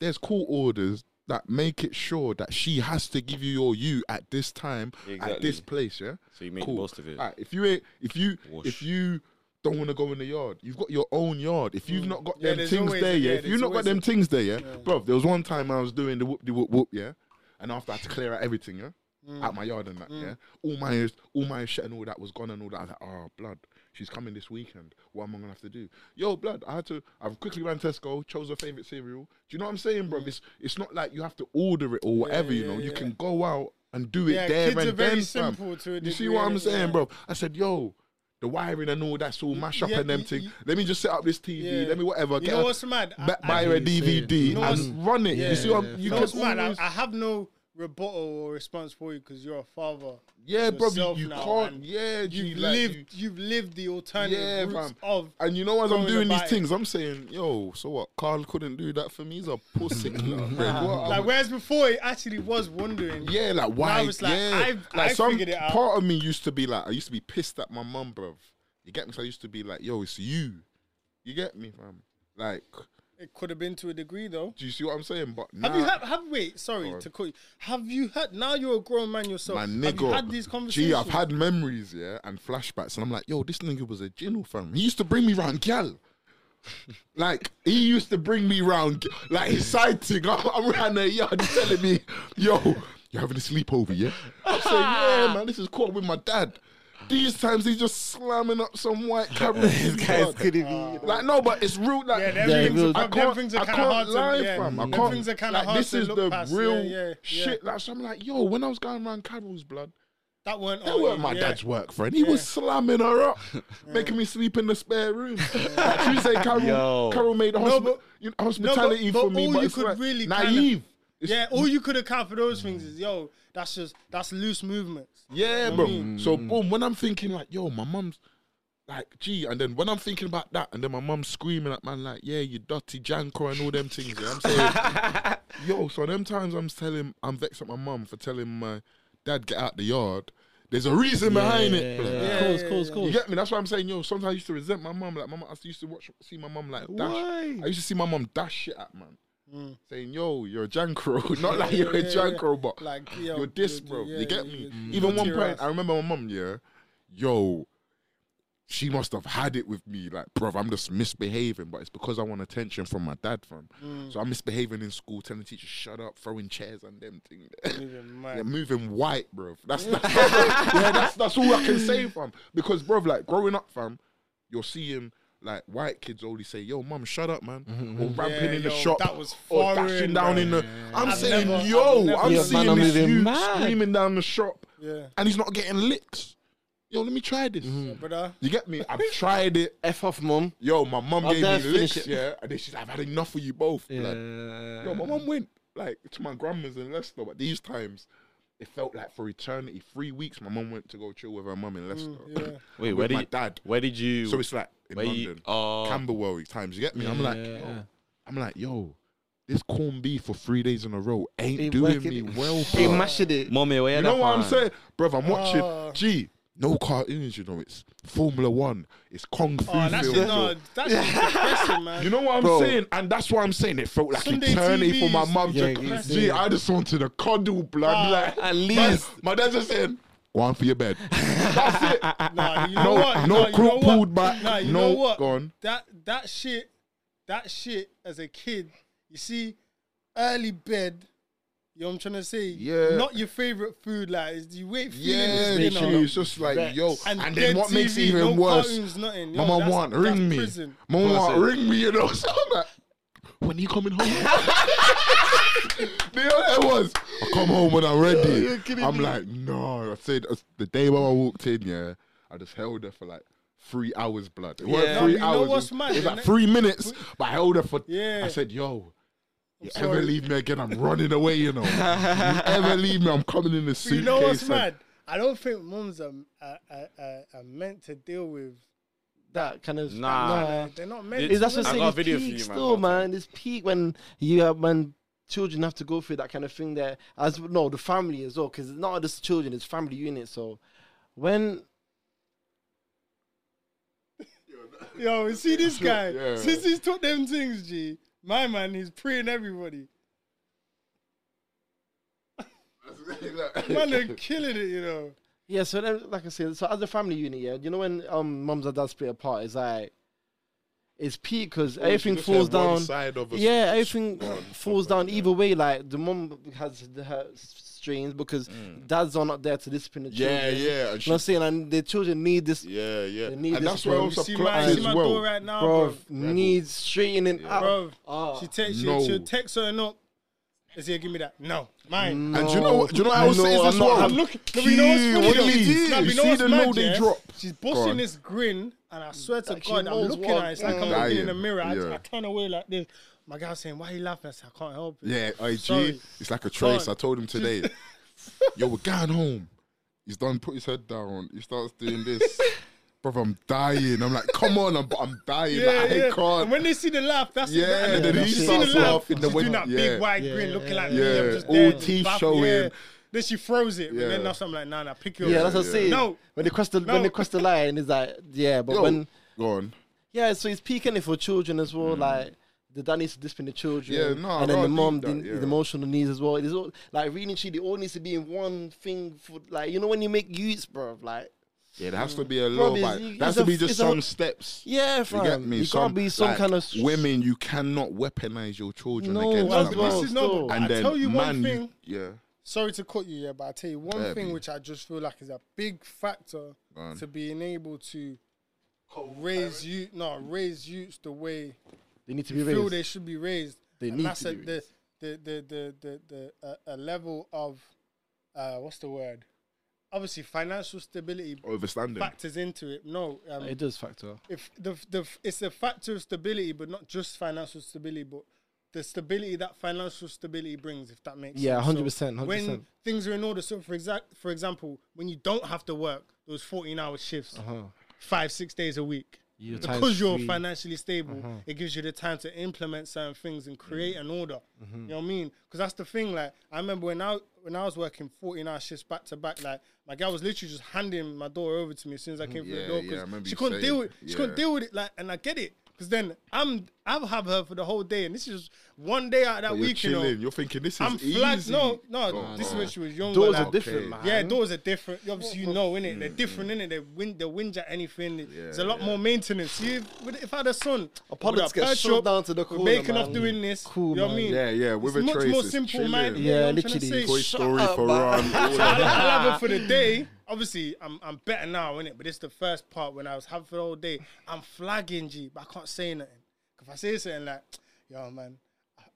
Speaker 5: There's court orders. that make it sure that she has to give you your you at this time, at
Speaker 8: Exactly.
Speaker 5: this place, yeah?
Speaker 8: So you make
Speaker 5: Cool.
Speaker 8: the most of it.
Speaker 5: Alright, if you ain't, if you,
Speaker 8: Wash.
Speaker 5: if you don't want to go in the yard, you've got your own yard. If you've not got
Speaker 1: Mm. Yeah,
Speaker 5: them
Speaker 1: there's
Speaker 5: things
Speaker 1: always-
Speaker 5: there, yeah,
Speaker 1: yeah,
Speaker 5: if you've
Speaker 1: there's
Speaker 5: not got
Speaker 1: always
Speaker 5: them
Speaker 1: a-
Speaker 5: things there, yeah, bro. There was one time I was doing the whoop de whoop whoop, yeah, and after I had to clear out everything, yeah,
Speaker 1: Mm.
Speaker 5: out my yard and that, yeah, all my all my shit and all that was gone and all that. I was like, oh, blood, she's coming this weekend. What am I gonna have to do? Yo, blood, I had to. I've quickly ran Tesco, chose her favorite cereal. Do you know what I'm saying, bro? It's it's not like you have to order it or whatever. you
Speaker 1: Mm. yeah,
Speaker 5: know, you
Speaker 1: yeah.
Speaker 5: can go out. And do it
Speaker 1: Yeah,
Speaker 5: there
Speaker 1: kids
Speaker 5: and
Speaker 1: are very
Speaker 5: then, fam.
Speaker 1: simple to a
Speaker 5: You see
Speaker 1: degree,
Speaker 5: what I'm
Speaker 1: innit?
Speaker 5: saying,
Speaker 1: Yeah.
Speaker 5: bro? I said, yo, the wiring and all that's all mash up
Speaker 1: yeah,
Speaker 5: and them
Speaker 1: y-
Speaker 5: thing.
Speaker 1: y-
Speaker 5: Let me just set up this TV.
Speaker 1: Yeah.
Speaker 5: Let me whatever.
Speaker 1: You
Speaker 5: get
Speaker 1: know
Speaker 5: a-
Speaker 1: what's mad? I-
Speaker 5: b-
Speaker 1: I-
Speaker 5: buy a DVD
Speaker 1: You know what's-
Speaker 5: and run it.
Speaker 1: Yeah,
Speaker 5: you see what I'm,
Speaker 1: yeah,
Speaker 5: you
Speaker 1: no,
Speaker 5: can
Speaker 1: it's mad. I,
Speaker 5: always-
Speaker 1: I have no rebuttal or response for you because you're a father.
Speaker 5: yeah, bro. You,
Speaker 1: yourself
Speaker 5: you
Speaker 1: now,
Speaker 5: can't.
Speaker 1: and
Speaker 5: Yeah, G,
Speaker 1: You've
Speaker 5: like,
Speaker 1: lived.
Speaker 5: you-
Speaker 1: You, have lived the alternative
Speaker 5: Yeah,
Speaker 1: routes
Speaker 5: fam.
Speaker 1: of.
Speaker 5: and you know as I'm
Speaker 1: going
Speaker 5: doing these
Speaker 1: about it.
Speaker 5: things, I'm saying, yo, so what? Carl couldn't do that for me. He's a pussy. like, bro, what? I'm-
Speaker 1: Like whereas before, it actually was wondering.
Speaker 5: Yeah, like why?
Speaker 1: it's like,
Speaker 5: yeah,
Speaker 1: I've-
Speaker 5: like
Speaker 1: I
Speaker 5: some
Speaker 1: figured it out.
Speaker 5: part of me used to be like, I used to be pissed at my mum, bruv. You get me? So I used to be like, yo, it's you. You get me, fam? Like,
Speaker 1: It could have been to a degree though.
Speaker 5: do you see what I'm saying? But now,
Speaker 1: Have you had? Have wait? Sorry to cut you. Have you had? Now you're a grown man yourself.
Speaker 5: my
Speaker 1: Have you
Speaker 5: nigga,
Speaker 1: had these conversations?
Speaker 5: gee, I've had memories, yeah, and flashbacks, and I'm like, yo, this nigga was a gino, fam. He used to bring me round gal. Like he used to bring me round, g- like exciting. I'm, I'm around the yard, he's telling me, "Yo, you're having a sleepover, yeah?" I'm saying, "Yeah, man, this is cool I'm with my dad." These times he's just slamming up some white cabbage.
Speaker 7: Guys, could it be?
Speaker 5: Like no, but it's real. Like
Speaker 1: Yeah, them
Speaker 7: Yeah,
Speaker 1: things,
Speaker 7: real-
Speaker 1: are-
Speaker 5: I
Speaker 1: them
Speaker 5: can't,
Speaker 1: things
Speaker 5: I
Speaker 1: are kind of
Speaker 5: can't
Speaker 1: hard to
Speaker 5: lie,
Speaker 1: yeah,
Speaker 5: fam. I
Speaker 1: them
Speaker 5: can't.
Speaker 1: things are kind of
Speaker 5: like,
Speaker 1: hard
Speaker 5: this
Speaker 1: to
Speaker 5: is
Speaker 1: look
Speaker 5: the
Speaker 1: past.
Speaker 5: real
Speaker 1: yeah, yeah, yeah.
Speaker 5: shit. Like, so I'm like, yo, when I was going around Carol's blood,
Speaker 1: That weren't,
Speaker 5: that
Speaker 1: all
Speaker 5: weren't
Speaker 1: you,
Speaker 5: my
Speaker 1: Oh, yeah.
Speaker 5: dad's work, friend. He was slamming her up, making me sleep in the spare room. Like, Tuesday, Carol,
Speaker 8: Yo.
Speaker 5: Carol made hospi-
Speaker 1: but-
Speaker 5: you know, hospitality
Speaker 1: but
Speaker 5: for me,
Speaker 1: all
Speaker 5: but
Speaker 1: you
Speaker 5: it's
Speaker 1: could
Speaker 5: like
Speaker 1: really kinda-
Speaker 5: naive. It's-
Speaker 1: Yeah, all you could account for those things is yo, that's just that's loose movements.
Speaker 5: Yeah,
Speaker 1: I
Speaker 5: bro.
Speaker 1: mean-
Speaker 5: So boom, when I'm thinking like, yo, my mum's like, gee, and then when I'm thinking about that, and then my mum's screaming at man like, yeah, you dirty janko and all them things. Yeah, I'm saying, yo, so them times I'm telling, I'm vexed at my mum for telling my dad get out the yard. There's a reason behind it. bro.
Speaker 1: Yeah,
Speaker 7: Cool,
Speaker 1: yeah,
Speaker 7: cool,
Speaker 1: yeah.
Speaker 5: You
Speaker 7: cool.
Speaker 5: get me? That's why I'm saying, yo. Sometimes I used to resent my mum. Like, mum, I used to watch, see my mum like dash.
Speaker 7: Why?
Speaker 5: I used to see my mum dash shit at man, saying, "Yo, you're a jankro, not like you're a
Speaker 1: Hmm. yeah, yeah.
Speaker 5: jankro, but
Speaker 1: Like, yo,
Speaker 5: you're this,
Speaker 1: you're-
Speaker 5: bro.
Speaker 1: yeah,
Speaker 5: you get
Speaker 1: yeah,
Speaker 5: me?
Speaker 1: you're-
Speaker 5: Even
Speaker 1: you're
Speaker 5: one
Speaker 1: your
Speaker 5: point,
Speaker 1: ass.
Speaker 5: I remember my mum. Yeah, yo, she must have had it with me. Like, bro, I'm just misbehaving, but it's because I want attention from my dad, fam.
Speaker 1: Mm.
Speaker 5: So I'm misbehaving in school, telling teachers, "Shut up," throwing chairs and them thing.
Speaker 1: Moving
Speaker 5: They're
Speaker 1: mad.
Speaker 5: moving white, bro. That's that's, yeah, that's that's all I can say, fam. Because, bro, like growing up, fam, you're seeing like white kids only say, "Yo, mum, shut up, man," or ramping
Speaker 1: Yeah,
Speaker 5: in the
Speaker 1: yo,
Speaker 5: shop,
Speaker 1: that was
Speaker 5: or
Speaker 1: foreign,
Speaker 5: dashing down
Speaker 1: bro.
Speaker 5: in the. I'm
Speaker 1: I've
Speaker 5: saying,
Speaker 1: never- I've
Speaker 5: yo,
Speaker 1: never-
Speaker 5: I'm
Speaker 7: Yeah, man,
Speaker 5: seeing
Speaker 7: I'm
Speaker 5: this
Speaker 7: moving
Speaker 5: youth
Speaker 7: mad.
Speaker 5: screaming down the shop,
Speaker 1: Yeah.
Speaker 5: and he's not getting licks. Yo, let me try this.
Speaker 1: Brother.
Speaker 5: You get me? I've tried it.
Speaker 7: Mm-hmm. F off, mum.
Speaker 5: Yo, my mum
Speaker 7: I'll
Speaker 5: gave
Speaker 7: dare
Speaker 5: me
Speaker 7: finish
Speaker 5: licks,
Speaker 7: it.
Speaker 5: yeah, and then she's like, "I've had enough of you both." blood." Yo,
Speaker 7: Yeah.
Speaker 5: my mum went like to my grandma's in Leicester, but these times it felt like for eternity. Three weeks, my mum went to go chill with her mum in Leicester.
Speaker 8: Wait,
Speaker 5: with
Speaker 8: where did
Speaker 5: my
Speaker 8: you-
Speaker 5: dad?
Speaker 8: Where did you?
Speaker 5: So it's like in
Speaker 8: where you-
Speaker 5: London,
Speaker 8: oh.
Speaker 5: Camberwell times. You get me? I'm like, yo, I'm like, yo, this corned beef for three days in a row ain't
Speaker 7: Ain't
Speaker 5: doing
Speaker 7: working.
Speaker 5: me well.
Speaker 7: He
Speaker 5: bruv.
Speaker 7: mashed it. Ah.
Speaker 8: Mommy, where
Speaker 5: You know
Speaker 8: that
Speaker 5: what I'm
Speaker 8: fine?
Speaker 5: saying, bruv? I'm watching.
Speaker 1: Oh.
Speaker 5: Gee, no cartoons. You know, it's Formula One. It's kung fu
Speaker 1: Oh, that's
Speaker 5: films.
Speaker 1: just, no, that's just depressing, man.
Speaker 5: You know what I'm
Speaker 7: Bro.
Speaker 5: saying? And that's why I'm saying it felt like
Speaker 1: Sunday
Speaker 5: eternity
Speaker 1: TV
Speaker 5: for my
Speaker 1: is
Speaker 5: mum.
Speaker 7: Yeah,
Speaker 5: to,
Speaker 7: it's- Ah,
Speaker 5: gee, I just wanted a cuddle, blood. like,
Speaker 7: at
Speaker 5: my,
Speaker 7: least.
Speaker 5: my dad's just saying, one for your bed. That's it.
Speaker 1: Nah, you know
Speaker 5: No, no
Speaker 1: what? Nah, you know
Speaker 5: crook pulled
Speaker 1: what?
Speaker 5: back.
Speaker 1: Nah, you
Speaker 5: No,
Speaker 1: know what?
Speaker 5: gone.
Speaker 1: That that shit, that shit. As a kid, you see, early bed. You know what I'm trying to say?
Speaker 5: Yeah.
Speaker 1: Not your favorite food, like it's- you wait feeling
Speaker 5: Yeah,
Speaker 1: this dinner.
Speaker 5: gee, it's just like, yo. And,
Speaker 1: And
Speaker 5: then
Speaker 1: dead
Speaker 5: what makes it
Speaker 1: TV,
Speaker 5: even
Speaker 1: no
Speaker 5: worse?
Speaker 1: cartoons, nothing.
Speaker 5: my
Speaker 1: Yo,
Speaker 5: mum
Speaker 1: that's-
Speaker 5: want
Speaker 1: that's
Speaker 5: ring me.
Speaker 1: prison.
Speaker 5: My mum want ring me, you know. So I'm like, when are you coming home? The other was, I come home when I'm ready. I'm like, no. I said uh, the day when I walked in, yeah, I just held her for like three hours, blood. It
Speaker 7: Yeah.
Speaker 5: wasn't
Speaker 7: No,
Speaker 5: three
Speaker 1: you know
Speaker 5: hours.
Speaker 1: what's
Speaker 5: it was-
Speaker 1: mad,
Speaker 5: it was
Speaker 1: the
Speaker 5: like
Speaker 1: ne-
Speaker 5: three minutes, but I held her for.
Speaker 1: Yeah.
Speaker 5: I said, yo. You
Speaker 1: I'm
Speaker 5: ever
Speaker 1: sorry.
Speaker 5: leave me again? I'm running away, you know. you ever leave me? I'm coming in the suitcase.
Speaker 1: You know what's
Speaker 5: and-
Speaker 1: mad? I don't think mums are, are, are- are, are meant to deal with.
Speaker 7: That kind of.
Speaker 8: Nah.
Speaker 5: Uh,
Speaker 1: Nah, they're not meant.
Speaker 8: It's-
Speaker 1: to.
Speaker 7: Is that what
Speaker 8: I
Speaker 7: I'm saying?
Speaker 8: got a
Speaker 7: It's
Speaker 8: video for
Speaker 7: peak
Speaker 8: you, man,
Speaker 7: still,
Speaker 8: about
Speaker 7: man. It's peak when you have when children have to go through that kind of thing. There, as no, the family as well, because it's not just children; it's family unit. So, when
Speaker 1: Yo, you see this guy.
Speaker 5: Yeah.
Speaker 1: Since he's took them things, G, my man, he's preying everybody. Man, they're killing it, you know.
Speaker 3: Yeah, so then, like I said, so as a family unit, yeah, you know when um mums and dads split apart, it's like it's peak because everything
Speaker 5: just have
Speaker 3: falls
Speaker 5: one
Speaker 3: down.
Speaker 5: side of a
Speaker 3: yeah, everything
Speaker 5: squad,
Speaker 3: falls
Speaker 5: something,
Speaker 3: down
Speaker 5: yeah.
Speaker 3: either way. Like the mum has the- her strains because dads are not there to discipline the
Speaker 5: Mm. Yeah,
Speaker 3: children.
Speaker 5: yeah, and
Speaker 3: You know what I'm saying? And the children need this,
Speaker 5: yeah, yeah.
Speaker 3: They need
Speaker 5: And
Speaker 3: this
Speaker 5: that's where
Speaker 3: bro.
Speaker 1: You
Speaker 5: also
Speaker 1: see my,
Speaker 5: clutch
Speaker 1: see
Speaker 5: as
Speaker 1: my
Speaker 5: well.
Speaker 1: door right now,
Speaker 3: bro,
Speaker 1: bro.
Speaker 3: needs straightening out.
Speaker 1: Bro,
Speaker 3: Ah.
Speaker 1: she takes
Speaker 5: No.
Speaker 1: she, she'll text her and up. And say, give me that. No, mine.
Speaker 5: And do you know what? Do you know how
Speaker 3: No,
Speaker 5: I say this
Speaker 3: I'm
Speaker 5: as
Speaker 3: not-
Speaker 5: well?
Speaker 3: I'm
Speaker 1: Look, no, we know what's
Speaker 5: Cute,
Speaker 1: funny.
Speaker 5: what
Speaker 1: though.
Speaker 5: do you mean?
Speaker 1: No, we
Speaker 5: You
Speaker 1: know
Speaker 5: see
Speaker 1: what's
Speaker 5: the
Speaker 1: mad,
Speaker 5: load they
Speaker 1: yeah?
Speaker 5: drop.
Speaker 1: She's
Speaker 5: Go
Speaker 1: busting
Speaker 5: on.
Speaker 1: this grin, and I swear to
Speaker 3: Like she
Speaker 1: God, I'm
Speaker 3: knows
Speaker 1: looking
Speaker 3: what
Speaker 1: at it. It's like I'm
Speaker 5: I'm
Speaker 1: looking in the
Speaker 5: dying.
Speaker 1: mirror. I,
Speaker 5: Yeah.
Speaker 1: I turn away like this. My girl's saying, "Why are you laughing?" I said, "I can't help it."
Speaker 5: Yeah, IG.
Speaker 1: Sorry.
Speaker 5: It's like a trace.
Speaker 1: Gone.
Speaker 5: I told him today. Yo, we're going home. He's done. Put his head down. He starts doing this. Brother, I'm dying. I'm like, come on, I'm, I'm dying.
Speaker 1: Yeah,
Speaker 5: like, I
Speaker 1: yeah.
Speaker 5: can't.
Speaker 1: And when they see the laugh, that's
Speaker 5: Yeah,
Speaker 1: it. And
Speaker 5: then
Speaker 1: then
Speaker 5: he
Speaker 1: you see
Speaker 5: starts
Speaker 1: the laugh.
Speaker 5: laughing.
Speaker 1: She's
Speaker 5: The
Speaker 1: doing
Speaker 5: wind-
Speaker 1: that
Speaker 5: yeah.
Speaker 1: big wide grin, looking like me.
Speaker 5: yeah.
Speaker 1: I'm just
Speaker 5: All
Speaker 1: there, just
Speaker 5: teeth
Speaker 1: baffled,
Speaker 5: showing.
Speaker 1: yeah. Then she throws it, but
Speaker 5: Yeah.
Speaker 1: then that's I'm like, nah, nah, pick your.
Speaker 3: Yeah, that's what I'm saying.
Speaker 1: No.
Speaker 3: When they cross the when
Speaker 1: No.
Speaker 3: they cross the line, it's like yeah, but
Speaker 5: Yo,
Speaker 3: when
Speaker 5: go on.
Speaker 3: yeah, so it's peaking it for children as well. Like the dad needs to discipline the children,
Speaker 5: Yeah, no, I
Speaker 3: and then
Speaker 5: gotta
Speaker 3: the mom
Speaker 5: do
Speaker 3: the,
Speaker 5: that, yeah.
Speaker 3: the emotional needs as well. It is all like really and they all needs to be in one thing for like you know when you make use, bro. Like
Speaker 5: Yeah, there has to be a
Speaker 3: Bro,
Speaker 5: little
Speaker 3: it's-
Speaker 5: bit.
Speaker 3: it's
Speaker 5: There has
Speaker 3: a-
Speaker 5: to be just
Speaker 3: it's a-
Speaker 5: some steps.
Speaker 3: yeah,
Speaker 5: You
Speaker 3: fam,
Speaker 5: get me?
Speaker 3: you
Speaker 5: some,
Speaker 3: can't be some
Speaker 5: like,
Speaker 3: kind of s-
Speaker 5: women. You cannot weaponize your children
Speaker 3: No,
Speaker 5: against
Speaker 3: as
Speaker 1: Well,
Speaker 5: that,
Speaker 3: well.
Speaker 5: man.
Speaker 1: this is not.
Speaker 3: still.
Speaker 5: And
Speaker 1: I
Speaker 5: then,
Speaker 1: tell you
Speaker 5: man,
Speaker 1: one thing.
Speaker 5: You, yeah.
Speaker 1: Sorry to cut you, yeah, but I tell you one
Speaker 5: Yeah,
Speaker 1: thing
Speaker 5: B.
Speaker 1: which I just feel like is a big factor
Speaker 5: Go on.
Speaker 1: to being able to raise you, no, raise youths the way
Speaker 3: they need to be
Speaker 1: you feel
Speaker 3: raised.
Speaker 1: they should be raised.
Speaker 3: They
Speaker 1: and
Speaker 3: need
Speaker 1: that's
Speaker 3: to
Speaker 1: a,
Speaker 3: be
Speaker 1: the, the the the the the uh, a level of uh, what's the word? Obviously, financial stability
Speaker 5: Overstanding.
Speaker 1: factors into it. No, um,
Speaker 3: it does factor.
Speaker 1: if the the it's a factor of stability, but not just financial stability, but the stability that financial stability brings, if that makes
Speaker 3: Yeah,
Speaker 1: sense.
Speaker 3: 100%, 100%.
Speaker 1: So When things are in order, so for exact for example, when you don't have to work those fourteen hour shifts,
Speaker 3: Uh-huh.
Speaker 1: five six days a week,
Speaker 3: Your time's
Speaker 1: because you're
Speaker 3: free.
Speaker 1: financially stable,
Speaker 5: Uh-huh.
Speaker 1: it gives you the time to implement certain things and create an order.
Speaker 5: Mm-hmm.
Speaker 1: You know what I mean? Because that's the thing. Like I remember when I when I was working fourteen hour shifts back to back, like my guy was literally just handing my door over to me as soon as I came through
Speaker 5: Yeah,
Speaker 1: the door
Speaker 5: yeah, I
Speaker 1: because
Speaker 5: remember
Speaker 1: she
Speaker 5: you
Speaker 1: couldn't deal
Speaker 5: saying.
Speaker 1: with she couldn't
Speaker 5: Yeah.
Speaker 1: deal with it. Like, and I get it because then I'm I've have her for the whole day, and this is just one day out of that
Speaker 5: You're
Speaker 1: week. You
Speaker 5: chilling.
Speaker 1: know,
Speaker 5: You're thinking this is
Speaker 1: I'm
Speaker 5: easy.
Speaker 1: flagged. No, no,
Speaker 5: Go on,
Speaker 1: this is
Speaker 5: go
Speaker 1: when
Speaker 5: on.
Speaker 1: she was younger.
Speaker 3: Doors
Speaker 1: like,
Speaker 3: are different, man.
Speaker 1: yeah, doors are different. Obviously, you know, innit? They're different, innit? They win, they whinge at anything. There's a lot more maintenance. You, with- if I had a son,
Speaker 3: Apollos
Speaker 1: would have
Speaker 3: get
Speaker 1: perched
Speaker 3: shoved
Speaker 1: up,
Speaker 3: down to the
Speaker 1: we're
Speaker 3: corner,
Speaker 1: Making off
Speaker 3: man.
Speaker 1: doing this.
Speaker 3: Cool,
Speaker 1: you know what I
Speaker 3: man.
Speaker 1: mean?
Speaker 5: Yeah, yeah, with
Speaker 1: it's
Speaker 5: a
Speaker 1: much
Speaker 5: trace,
Speaker 1: more
Speaker 5: it's
Speaker 1: simple
Speaker 5: chilling.
Speaker 1: minded.
Speaker 3: Yeah,
Speaker 1: you know what I'm trying to
Speaker 3: literally.
Speaker 1: say?
Speaker 5: Toy Story for Ron.
Speaker 1: So I I'll have it for the day. Obviously, I'm I'm better now, innit? But it's the first part when I was having for the whole day. I'm flagging G, but I can't say nothing. If I say something like, yo, man,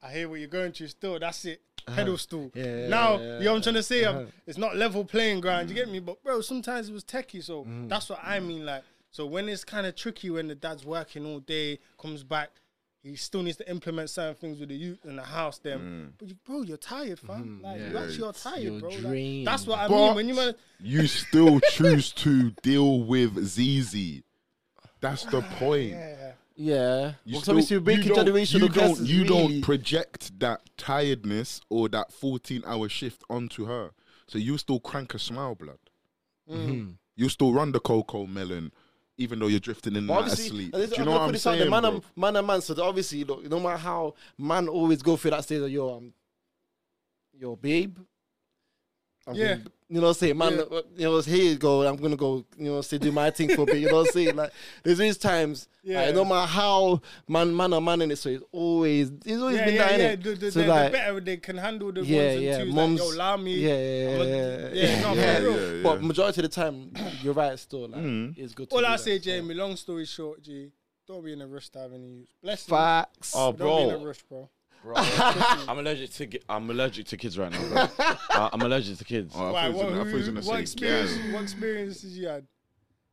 Speaker 1: I, I hear what you're going through still, that's it. Pedal stool.
Speaker 3: Uh-huh. Yeah,
Speaker 1: now,
Speaker 3: yeah, uh-huh. Mm.
Speaker 1: you know what I'm trying to say? I'm- it's not level playing ground, you get me? But, bro, sometimes it was techie, so that's what I mean. Like, so when it's kind of tricky when the dad's working all day, comes back, he still needs to implement certain things with the youth in the house, then.
Speaker 3: Mm.
Speaker 1: But, you, bro, you're tired, fam.
Speaker 3: Mm-hmm.
Speaker 1: like, you actually are tired, bro. Like, that's what I mean. When you man,
Speaker 5: You still choose to deal with ZZ. That's the point.
Speaker 3: Yeah,
Speaker 5: You
Speaker 3: well,
Speaker 5: still-
Speaker 3: so it's breaking
Speaker 5: you don't-
Speaker 3: generational
Speaker 5: You don't,
Speaker 3: curses,
Speaker 5: you
Speaker 3: really.
Speaker 5: don't project that tiredness or that 14 hour shift onto her. So you still crank a smile, blood.
Speaker 1: Mm.
Speaker 3: Hmm.
Speaker 5: You still run the cocoa melon, even though you're drifting in and
Speaker 3: But
Speaker 5: out of
Speaker 3: obviously,
Speaker 5: sleep.
Speaker 3: and this-
Speaker 5: Do you know
Speaker 3: gonna
Speaker 5: what
Speaker 3: put
Speaker 5: I'm
Speaker 3: this out
Speaker 5: saying?
Speaker 3: there, man,
Speaker 5: bro?
Speaker 3: and- man and man. So that obviously, look, no matter how man always go through that stage of yo, I'm your babe. I'm
Speaker 1: Yeah.
Speaker 3: gonna- you know what I'm saying, man.
Speaker 1: Yeah.
Speaker 3: You know, here you go. I'm gonna go. You know, say do my thing for a bit. You know what I'm saying? Like there's these times. Yeah.
Speaker 1: Yeah.
Speaker 3: no matter how man, man, and man in it. So it's always, it's always
Speaker 1: yeah,
Speaker 3: been
Speaker 1: yeah,
Speaker 3: that.
Speaker 1: yeah.
Speaker 3: innit?
Speaker 1: The, the,
Speaker 3: so
Speaker 1: the,
Speaker 3: like,
Speaker 1: the better they can handle the
Speaker 3: yeah,
Speaker 1: ones and
Speaker 3: yeah,
Speaker 1: twos.
Speaker 3: mom's,
Speaker 1: like, yo, allow me.
Speaker 3: Yeah, yeah,
Speaker 1: I'ma-
Speaker 3: yeah,
Speaker 1: yeah, no,
Speaker 5: Yeah,
Speaker 1: for real.
Speaker 5: yeah, yeah.
Speaker 3: But majority of the time, you're right. Still, like, it's good. To
Speaker 1: All
Speaker 3: do
Speaker 1: I
Speaker 3: that,
Speaker 1: say,
Speaker 3: so.
Speaker 1: Jamie. Long story short, G. Don't be in a rush to have any use. Bless you.
Speaker 3: Facts.
Speaker 4: Oh,
Speaker 1: Don't be in a
Speaker 4: bro,
Speaker 1: rush, bro.
Speaker 4: bro. I'm allergic to ki- I'm allergic to kids right now. Bro. uh, I'm allergic to kids.
Speaker 5: Oh, I thought
Speaker 1: Why?
Speaker 5: he was
Speaker 1: What,
Speaker 5: gonna- I thought he was
Speaker 1: who-
Speaker 5: gonna
Speaker 1: what
Speaker 5: say
Speaker 1: experience?
Speaker 5: gas.
Speaker 1: What experiences you had?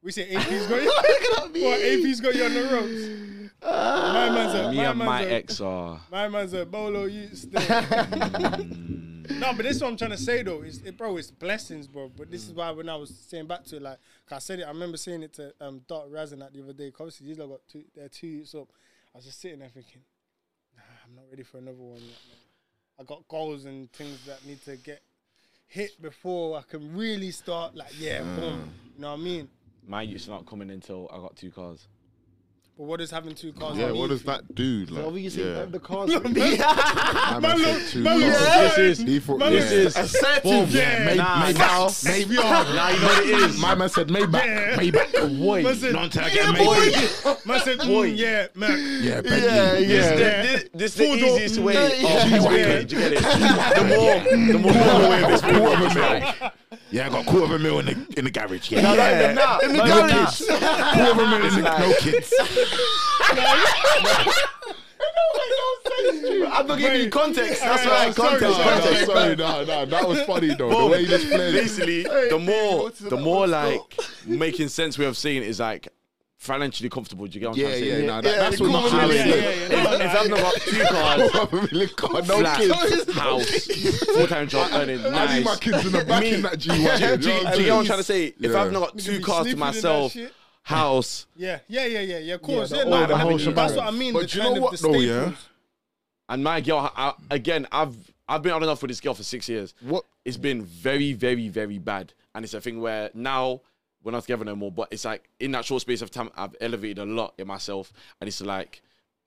Speaker 1: We say AP's got you. what AP's got you on the ropes?
Speaker 3: Ah.
Speaker 1: my man's a,
Speaker 4: Me
Speaker 1: my
Speaker 4: and
Speaker 1: man's
Speaker 4: my
Speaker 1: a-
Speaker 4: ex are.
Speaker 1: My man's a bolo you still. no, but this is what I'm trying to say though. It's, it, bro, it's blessings, bro. But this is why when I was saying back to it, like 'cause I said it, I remember saying it to um Dot Razin that the other day. 'cause Obviously, these lot got two, they're two years up. I was just sitting there thinking, nah, I'm not ready for another one yet. Man. I got goals and things that need to get hit before I can really start. Like, yeah, boom. You know what I mean?
Speaker 4: My youth's not coming until I got two cars.
Speaker 1: But what does having two cars?
Speaker 5: Yeah,
Speaker 1: mean
Speaker 5: what does
Speaker 1: for you?
Speaker 5: that do? Like,
Speaker 3: What were you saying?
Speaker 5: yeah.
Speaker 3: The cars.
Speaker 5: Man,
Speaker 1: Man,
Speaker 5: I said
Speaker 1: look-
Speaker 5: two
Speaker 1: man, look-
Speaker 5: cars.
Speaker 1: Yeah.
Speaker 4: This is
Speaker 5: He thought,
Speaker 1: Man,
Speaker 5: yeah.
Speaker 1: look-
Speaker 4: this is
Speaker 5: Boom.
Speaker 1: Yeah.
Speaker 5: May-
Speaker 4: Nah.
Speaker 5: Maybach. Maybe
Speaker 4: now you know what it is.
Speaker 5: My man said Maybach. Maybach. Boy.
Speaker 1: Man said,
Speaker 5: Non tag
Speaker 1: yeah,
Speaker 5: Maybach.
Speaker 1: boy. Man said, mm, yeah, Mac.
Speaker 5: Yeah, Bentley.
Speaker 1: yeah.
Speaker 4: This, this, this the
Speaker 1: Bulldog.
Speaker 4: easiest way.
Speaker 3: Yeah.
Speaker 1: Oh,
Speaker 4: of this way.
Speaker 1: Yeah.
Speaker 4: Do you get it? The more, the more the way of this
Speaker 5: Quarter of
Speaker 4: movement
Speaker 5: a
Speaker 4: is like,
Speaker 5: mil. Yeah, I got quarter of a mil in the in the garage. Yeah,
Speaker 3: Yeah. Nah,
Speaker 5: No kids. Quarter of a mil in the no kids.
Speaker 3: I'm not giving you context. That's right.
Speaker 1: Alright, I'm sorry,
Speaker 3: Context.
Speaker 1: sorry,
Speaker 3: Context.
Speaker 5: sorry, no, no, that was funny though. The way you just played. it.
Speaker 4: basically, the more, the more like making sense way of saying it is like financially comfortable. Do you get what I'm
Speaker 5: Yeah,
Speaker 4: trying to
Speaker 5: yeah,
Speaker 4: say?
Speaker 5: no, that, that's what
Speaker 1: quarter
Speaker 5: my
Speaker 1: of a
Speaker 5: family
Speaker 1: mil, yeah,
Speaker 5: said.
Speaker 1: yeah, yeah.
Speaker 4: If, if I've not got two cars,
Speaker 5: Quarter of a mil in car, no
Speaker 4: flat,
Speaker 5: kids.
Speaker 4: house, full time job, earning
Speaker 5: I need
Speaker 4: nice.
Speaker 5: my kids in the back in that G wagon.
Speaker 4: Do you, do you get what I'm trying to say? If
Speaker 5: Yeah.
Speaker 4: I've not got
Speaker 1: Nigga
Speaker 4: two
Speaker 1: be
Speaker 4: cars
Speaker 1: sleeping
Speaker 4: to
Speaker 1: in that
Speaker 4: myself,
Speaker 1: shit.
Speaker 4: house,
Speaker 1: Yeah, yeah, yeah, yeah, yeah. Of course,
Speaker 3: the
Speaker 1: yeah.
Speaker 3: whole-
Speaker 1: no,
Speaker 3: the
Speaker 1: but
Speaker 3: whole
Speaker 1: that's
Speaker 3: shebang.
Speaker 1: what I mean.
Speaker 5: But
Speaker 1: the
Speaker 5: do you
Speaker 1: kind
Speaker 5: know
Speaker 1: of
Speaker 5: what
Speaker 1: the
Speaker 5: though, yeah?
Speaker 1: staples.
Speaker 4: and my girl, I, again, I've I've been on and off with this girl for six years.
Speaker 5: What?
Speaker 4: It's been very, very, very bad, and it's a thing where now we're not together no more. But it's like in that short space of time, I've elevated a lot in myself, and it's like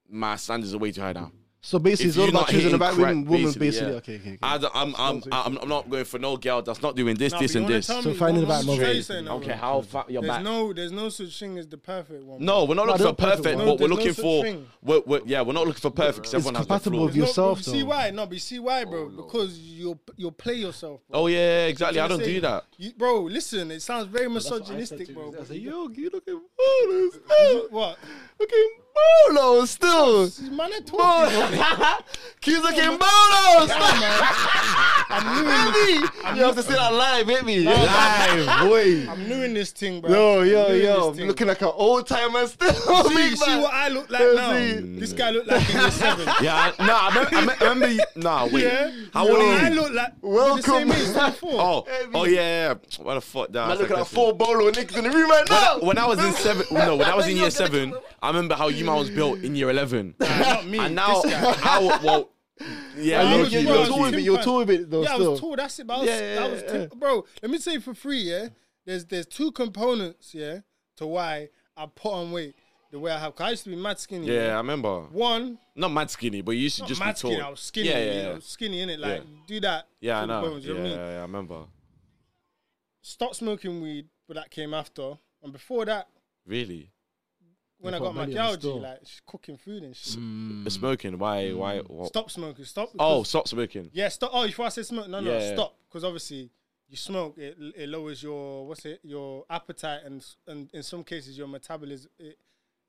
Speaker 4: my standards are way too high now.
Speaker 3: So basically,
Speaker 4: If
Speaker 3: it's all
Speaker 4: you're
Speaker 3: about
Speaker 4: not
Speaker 3: choosing
Speaker 4: hitting
Speaker 3: the right
Speaker 4: crack,
Speaker 3: woman, woman,
Speaker 4: basically,
Speaker 3: basically.
Speaker 4: yeah.
Speaker 3: Okay, okay, okay.
Speaker 4: I, am I'm, I'm I'm not going for no girl that's not doing this,
Speaker 1: Nah,
Speaker 4: this,
Speaker 1: but you
Speaker 4: and
Speaker 1: wanna
Speaker 4: this.
Speaker 1: tell
Speaker 4: I
Speaker 3: So
Speaker 1: me-
Speaker 3: finding the
Speaker 1: what's
Speaker 3: right
Speaker 1: the
Speaker 3: moment.
Speaker 1: choice in that,
Speaker 4: don't care
Speaker 1: bro?
Speaker 4: how fat your
Speaker 1: There's
Speaker 4: back.
Speaker 1: no, there's no such thing as the perfect one.
Speaker 4: No, we're not looking
Speaker 3: there's
Speaker 4: for perfect.
Speaker 3: no-
Speaker 4: What we're
Speaker 1: there's no
Speaker 4: looking
Speaker 1: such
Speaker 4: for,
Speaker 1: thing.
Speaker 4: we're, we're, yeah, we're not looking for perfect.
Speaker 3: It's
Speaker 4: 'cause everyone has their
Speaker 3: compatible with
Speaker 4: flaws.
Speaker 1: There's
Speaker 3: yourself,
Speaker 1: No, see
Speaker 3: though.
Speaker 1: why? No, but see why, bro? because you'll you'll play yourself. Bro.
Speaker 4: Oh yeah, exactly. I don't do that.
Speaker 1: You, bro, listen, it sounds very misogynistic, bro.
Speaker 3: I
Speaker 1: but
Speaker 3: said,
Speaker 1: you-
Speaker 3: yo, you looking ballers.
Speaker 1: you-
Speaker 3: Oh,
Speaker 1: What?
Speaker 3: looking ballers still.
Speaker 1: This Man, I told you.
Speaker 3: Ball- Keep looking ballers.
Speaker 1: I'm new in
Speaker 3: Hit me. You have to say that live, hit me.
Speaker 1: Live,
Speaker 3: boy.
Speaker 1: I'm new in this thing, bro.
Speaker 3: Yo,
Speaker 1: I'm
Speaker 3: yo,
Speaker 1: new in
Speaker 3: yo.
Speaker 1: this thing.
Speaker 3: Looking like an old timer still.
Speaker 1: See,
Speaker 3: Big
Speaker 1: see
Speaker 3: man.
Speaker 1: what I look like
Speaker 3: Yeah,
Speaker 1: now.
Speaker 3: see.
Speaker 1: This guy look like he was seven.
Speaker 4: Yeah, I- nah, I remember. I me- I remember you, nah, wait.
Speaker 1: Yeah.
Speaker 4: How old
Speaker 1: I
Speaker 4: are you?
Speaker 1: look like
Speaker 3: Welcome.
Speaker 1: We're the same age, four.
Speaker 4: Oh, oh yeah. yeah. What the fuck? Nah,
Speaker 3: I'm
Speaker 4: that's
Speaker 3: looking at
Speaker 4: aggressive.
Speaker 3: four bolo niggas in the room right now.
Speaker 4: When I was in seven, no, when I was in
Speaker 3: You're
Speaker 4: year
Speaker 3: gonna
Speaker 4: seven, I remember how you man was built in year eleven.
Speaker 1: not me.
Speaker 4: And now, I wa- well, yeah,
Speaker 1: I
Speaker 3: You're,
Speaker 4: low
Speaker 1: was
Speaker 4: key,
Speaker 3: you're,
Speaker 1: bro, I
Speaker 4: low
Speaker 3: you're
Speaker 1: was
Speaker 3: tall
Speaker 4: key.
Speaker 3: with it. You're
Speaker 1: timber.
Speaker 3: tall with it though.
Speaker 1: yeah, I
Speaker 3: still.
Speaker 1: was tall. That's it. But I was,
Speaker 3: Yeah,
Speaker 1: that was
Speaker 3: yeah,
Speaker 1: tim-
Speaker 3: yeah.
Speaker 1: bro. Let me say for free, yeah. There's there's two components, yeah, to why I put on weight the way I have. 'Cause I used to be mad skinny.
Speaker 4: Yeah, I remember.
Speaker 1: One,
Speaker 4: Not mad skinny, but you used to
Speaker 1: not
Speaker 4: just
Speaker 1: mad
Speaker 4: be tall.
Speaker 1: skinny. I was skinny.
Speaker 4: Yeah,
Speaker 1: you
Speaker 4: yeah, yeah.
Speaker 1: know, skinny in it. Like
Speaker 4: Yeah.
Speaker 1: do that.
Speaker 4: Yeah, I
Speaker 1: to the
Speaker 4: know.
Speaker 1: bones, you
Speaker 4: Yeah,
Speaker 1: know what I mean?
Speaker 4: yeah, I remember.
Speaker 1: Stop smoking weed, but that came after. And before that,
Speaker 4: Really,
Speaker 1: when I
Speaker 3: got
Speaker 1: got my
Speaker 3: millions
Speaker 1: gal G,
Speaker 3: still.
Speaker 1: like she's cooking food and shit.
Speaker 4: The smoking. Why? Why? What?
Speaker 1: Stop smoking. Stop.
Speaker 4: Mm. Oh,
Speaker 1: because-
Speaker 4: stop smoking.
Speaker 1: yeah. Stop. Oh, before I say smoke, no, no,
Speaker 4: Yeah.
Speaker 1: stop. Because obviously, you smoke, it it lowers your what's it your appetite and s- and in some cases your metabolism. It,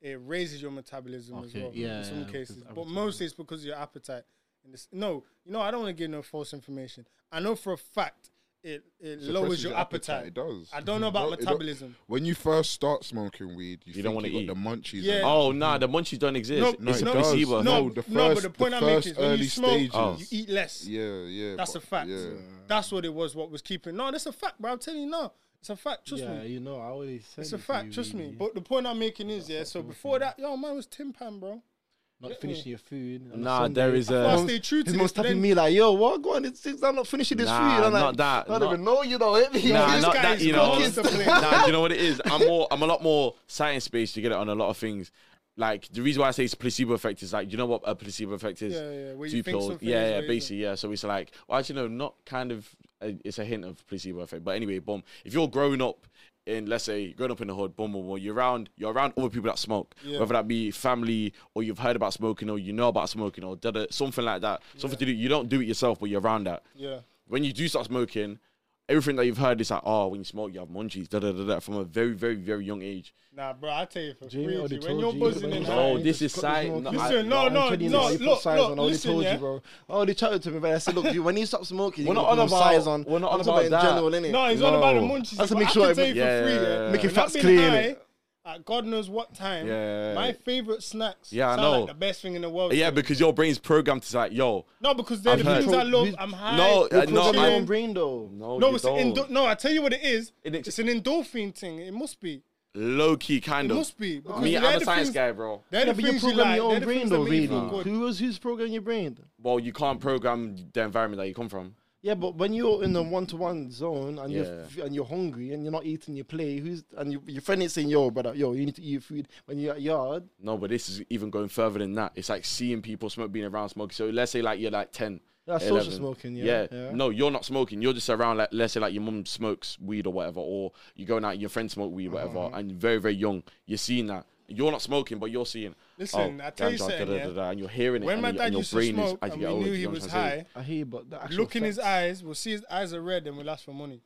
Speaker 1: it raises your metabolism as
Speaker 3: Okay,
Speaker 1: well.
Speaker 3: yeah,
Speaker 1: in some
Speaker 3: yeah,
Speaker 1: cases,
Speaker 3: because
Speaker 1: but
Speaker 3: appetite-
Speaker 1: mostly it's because of your appetite. And it's, no, you know, I don't want to give no false information. I know for a fact it it lowers
Speaker 5: Suppresses
Speaker 1: your appetite.
Speaker 5: It does.
Speaker 1: I don't know about
Speaker 5: It don't-
Speaker 1: metabolism.
Speaker 5: When you first start smoking weed, you,
Speaker 4: You don't
Speaker 5: don't want
Speaker 4: wanna
Speaker 5: to eat
Speaker 4: eat.
Speaker 5: the munchies.
Speaker 1: Yeah.
Speaker 5: and-
Speaker 4: Oh nah, the munchies don't exist.
Speaker 1: No,
Speaker 5: No,
Speaker 4: it's
Speaker 5: it
Speaker 4: a
Speaker 1: no,
Speaker 5: does.
Speaker 4: placebo.
Speaker 1: No,
Speaker 5: No, the first,
Speaker 1: no, but the point
Speaker 5: the
Speaker 1: I'm making
Speaker 5: first
Speaker 1: is when
Speaker 5: early
Speaker 1: you smoke,
Speaker 5: stages.
Speaker 4: Oh.
Speaker 1: you eat less.
Speaker 5: Yeah, yeah.
Speaker 1: That's
Speaker 5: but-
Speaker 1: a fact.
Speaker 5: Yeah.
Speaker 1: That's what it was. What was keeping? No, that's a fact, bro. I'm telling you, no, it's a fact. Trust
Speaker 3: Yeah,
Speaker 1: me,
Speaker 3: you know, I always said
Speaker 1: it's a
Speaker 3: it to
Speaker 1: fact.
Speaker 3: you,
Speaker 1: Trust me.
Speaker 3: really.
Speaker 1: But the point I'm making is, yeah. So before that, yo, man was tin pan, bro.
Speaker 3: not finishing your food. on a
Speaker 4: Nah,
Speaker 3: Sunday.
Speaker 4: there is
Speaker 1: Well, I
Speaker 4: a.
Speaker 1: stay true to
Speaker 3: His
Speaker 1: this.
Speaker 3: mom's
Speaker 1: but
Speaker 3: tapping
Speaker 1: then-
Speaker 3: me like, yo, what? Go on, it's, it's, I'm not finishing this
Speaker 4: Nah,
Speaker 3: food. I'm like,
Speaker 4: not that,
Speaker 3: I don't
Speaker 4: not-
Speaker 3: even know you though. Hit me.
Speaker 4: Nah,
Speaker 3: This
Speaker 4: not
Speaker 3: guy
Speaker 4: that,
Speaker 3: is
Speaker 4: you know.
Speaker 3: cooking stuff.
Speaker 4: nah, do you know what it is? I'm more, I'm a lot more science based. You get it on a lot of things. Like the reason why I say it's placebo effect is like, you know what a placebo effect is?
Speaker 1: Yeah, yeah, where you
Speaker 4: Two
Speaker 1: think
Speaker 4: pills.
Speaker 1: something is
Speaker 4: Yeah, yeah,
Speaker 1: what it
Speaker 4: basically, yeah. So it's like, well, actually, no, not kind of. uh, It's a hint of placebo effect. But anyway, boom. If you're growing up in, let's say, growing up in the hood, boom, boom, boom, you're around, you're around other people that smoke,
Speaker 1: Yeah.
Speaker 4: whether that be family or you've heard about smoking or you know about smoking or da da something like that. Something to do. You don't do it yourself, but you're around that
Speaker 1: Yeah,
Speaker 4: when you do start smoking, everything that you've heard is like, oh, when you smoke, you have munchies, da da da da, from a very, very, very young age.
Speaker 1: nah, bro. I tell you for
Speaker 3: Jimmy
Speaker 1: free,
Speaker 3: already
Speaker 1: G,
Speaker 3: told
Speaker 1: when you're
Speaker 3: you,
Speaker 1: buzzing
Speaker 3: but
Speaker 1: in
Speaker 3: he's
Speaker 1: high,
Speaker 4: Oh,
Speaker 3: you
Speaker 4: this
Speaker 3: just
Speaker 4: is
Speaker 3: cut
Speaker 4: sci-
Speaker 3: this
Speaker 4: no,
Speaker 3: milk.
Speaker 4: I-
Speaker 1: Listen, no, no,
Speaker 3: I'm telling you,
Speaker 1: no,
Speaker 3: they put
Speaker 1: look,
Speaker 3: size
Speaker 1: look,
Speaker 3: on. I already
Speaker 1: listen,
Speaker 3: told
Speaker 1: yeah.
Speaker 3: you, bro. I already chatted to him, but I said, look, you, when you stop smoking,
Speaker 4: We're
Speaker 3: you
Speaker 4: not
Speaker 3: gotta
Speaker 4: on
Speaker 3: put more size
Speaker 4: about-
Speaker 3: on.
Speaker 4: we're not
Speaker 3: I'm
Speaker 4: on
Speaker 3: talking
Speaker 4: about
Speaker 3: in general, innit?
Speaker 1: no, he's all about the
Speaker 4: No.
Speaker 1: munchies.
Speaker 3: That's to
Speaker 1: but
Speaker 3: make
Speaker 1: I
Speaker 3: sure
Speaker 1: can
Speaker 3: I-
Speaker 1: tell you
Speaker 4: yeah,
Speaker 1: for free,
Speaker 4: yeah,
Speaker 1: yeah.
Speaker 4: yeah.
Speaker 3: Making
Speaker 1: When I've
Speaker 3: facts
Speaker 1: been
Speaker 3: clear, innit?
Speaker 1: high At God knows what time.
Speaker 4: Yeah.
Speaker 1: My favorite snacks.
Speaker 4: Yeah, I
Speaker 1: sound like
Speaker 4: know.
Speaker 1: the best thing in the world.
Speaker 4: Yeah,
Speaker 1: to me.
Speaker 4: because your brain's programmed to like, yo,
Speaker 1: no, because they're
Speaker 4: I've
Speaker 1: the
Speaker 4: heard-
Speaker 1: things I love.
Speaker 3: Who's-
Speaker 1: I'm high.
Speaker 4: No,
Speaker 3: You're
Speaker 4: I- no,
Speaker 3: programming
Speaker 4: I-
Speaker 3: your own brain though.
Speaker 4: no,
Speaker 1: No,
Speaker 4: you
Speaker 1: it's an
Speaker 4: don't.
Speaker 1: endo- no. I tell you what it is.
Speaker 4: It ex-
Speaker 1: it's an endorphin thing. It must be.
Speaker 4: low key kind
Speaker 1: It
Speaker 4: of.
Speaker 1: must be. Because
Speaker 4: Me,
Speaker 1: they're
Speaker 4: I'm a
Speaker 1: the
Speaker 4: science
Speaker 1: things-
Speaker 4: guy, bro.
Speaker 1: They're
Speaker 3: Yeah,
Speaker 1: the
Speaker 3: but you
Speaker 1: things you
Speaker 3: program
Speaker 1: like.
Speaker 3: your
Speaker 1: They're
Speaker 3: own
Speaker 1: the
Speaker 3: brain
Speaker 1: things
Speaker 3: though,
Speaker 1: that make you
Speaker 3: really.
Speaker 1: feel good.
Speaker 3: Who was who's programming your brain?
Speaker 4: Well, you can't program the environment that you come from.
Speaker 3: Yeah, but when you're in the one-to-one zone and you're
Speaker 4: Yeah.
Speaker 3: f- and you're hungry and you're not eating your play, who's and you, your friend is saying, "Yo, brother, yo, you need to eat your food." When you're at yard,
Speaker 4: No, but this is even going further than that. It's like seeing people smoke, being around smoking. So let's say like you're like ten.
Speaker 3: that's
Speaker 4: 11.
Speaker 3: social smoking. Yeah,
Speaker 4: No, you're not smoking. You're just around like let's say like your mum smokes weed or whatever, or you're going out and your friends smoke weed, whatever,
Speaker 1: Uh-huh.
Speaker 4: and you're very, very young. You're seeing that. You're not smoking, but you're seeing oh,
Speaker 1: Listen, I tell you
Speaker 4: ganja,
Speaker 1: something, yeah.
Speaker 4: and you're hearing it
Speaker 1: When
Speaker 4: and,
Speaker 1: my
Speaker 4: your-
Speaker 1: dad
Speaker 4: and your
Speaker 1: used to
Speaker 4: brain is
Speaker 1: smoke
Speaker 4: as you
Speaker 1: and
Speaker 4: get
Speaker 1: we
Speaker 4: older,
Speaker 1: knew
Speaker 4: you
Speaker 1: he
Speaker 4: know what
Speaker 1: was
Speaker 4: I'm trying to say?
Speaker 1: high,
Speaker 3: I hear, but the actual
Speaker 1: look in his
Speaker 3: effects-
Speaker 1: eyes, we'll see his eyes are red and we'll ask for money.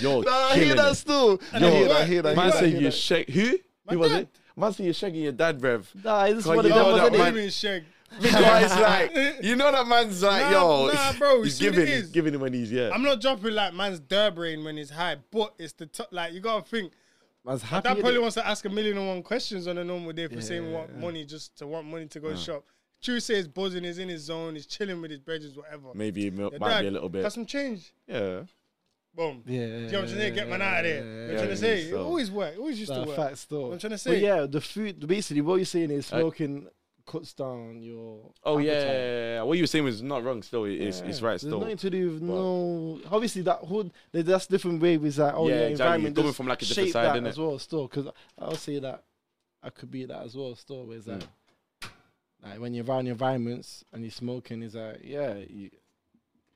Speaker 4: You're
Speaker 3: I
Speaker 4: killing
Speaker 3: hear that
Speaker 4: it.
Speaker 3: still.
Speaker 1: And it worked, it
Speaker 4: Man
Speaker 1: worked.
Speaker 4: say you shake who?
Speaker 1: My
Speaker 4: Who was
Speaker 1: dad.
Speaker 4: it? Man say you're shaking your dad, brev.
Speaker 3: Nah, it's
Speaker 4: Can't
Speaker 3: one
Speaker 4: you
Speaker 3: of
Speaker 4: know
Speaker 3: them. wasn't it?
Speaker 4: that
Speaker 1: what do
Speaker 4: man-
Speaker 1: you mean, Shag?
Speaker 4: Big guy's like, you know that man's like,
Speaker 1: Nah,
Speaker 4: yo,
Speaker 1: nah, bro, you
Speaker 4: he's
Speaker 1: see what it
Speaker 4: giving, he's
Speaker 1: is?
Speaker 4: giving him when he's yeah.
Speaker 1: I'm not dropping like man's der brain when he's high, but it's the top. Like you gotta think.
Speaker 3: Man's
Speaker 1: That
Speaker 3: happy.
Speaker 1: dad probably
Speaker 3: innit?
Speaker 1: wants to ask a million and one questions on a normal day for saying what money just to want money to go shop. True says buzzing, he's in his zone, he's chilling with his bridges, whatever.
Speaker 4: Maybe it mi-
Speaker 1: Your
Speaker 4: might
Speaker 1: dad
Speaker 4: be a little bit.
Speaker 1: Got some change.
Speaker 4: yeah.
Speaker 1: Boom.
Speaker 3: Yeah,
Speaker 1: Do you know what I'm trying to say? Get man out of there. you know what I'm trying to say? It always worked. It always used to
Speaker 3: Nah,
Speaker 1: work.
Speaker 3: facts though.
Speaker 1: I'm trying to
Speaker 3: But
Speaker 1: say.
Speaker 3: yeah, the food. Basically, what you're saying is smoking cuts down your.
Speaker 4: Oh yeah, yeah,
Speaker 3: appetite.
Speaker 4: yeah, yeah. What you were saying was not wrong. Still, It- it's it's right.
Speaker 3: There's
Speaker 4: Still.
Speaker 3: nothing to do with no. Obviously, that hood. that- That's different way with that. Oh
Speaker 4: Yeah,
Speaker 3: yeah,
Speaker 4: exactly.
Speaker 3: environment.
Speaker 4: Coming
Speaker 3: does
Speaker 4: from, like, a different
Speaker 3: shape
Speaker 4: side,
Speaker 3: that
Speaker 4: innit?
Speaker 3: as well. Still, because I'll say that I could be that as well. Still, where it's like,
Speaker 4: Mm.
Speaker 3: like when you're around environments and you're smoking, it's like yeah, you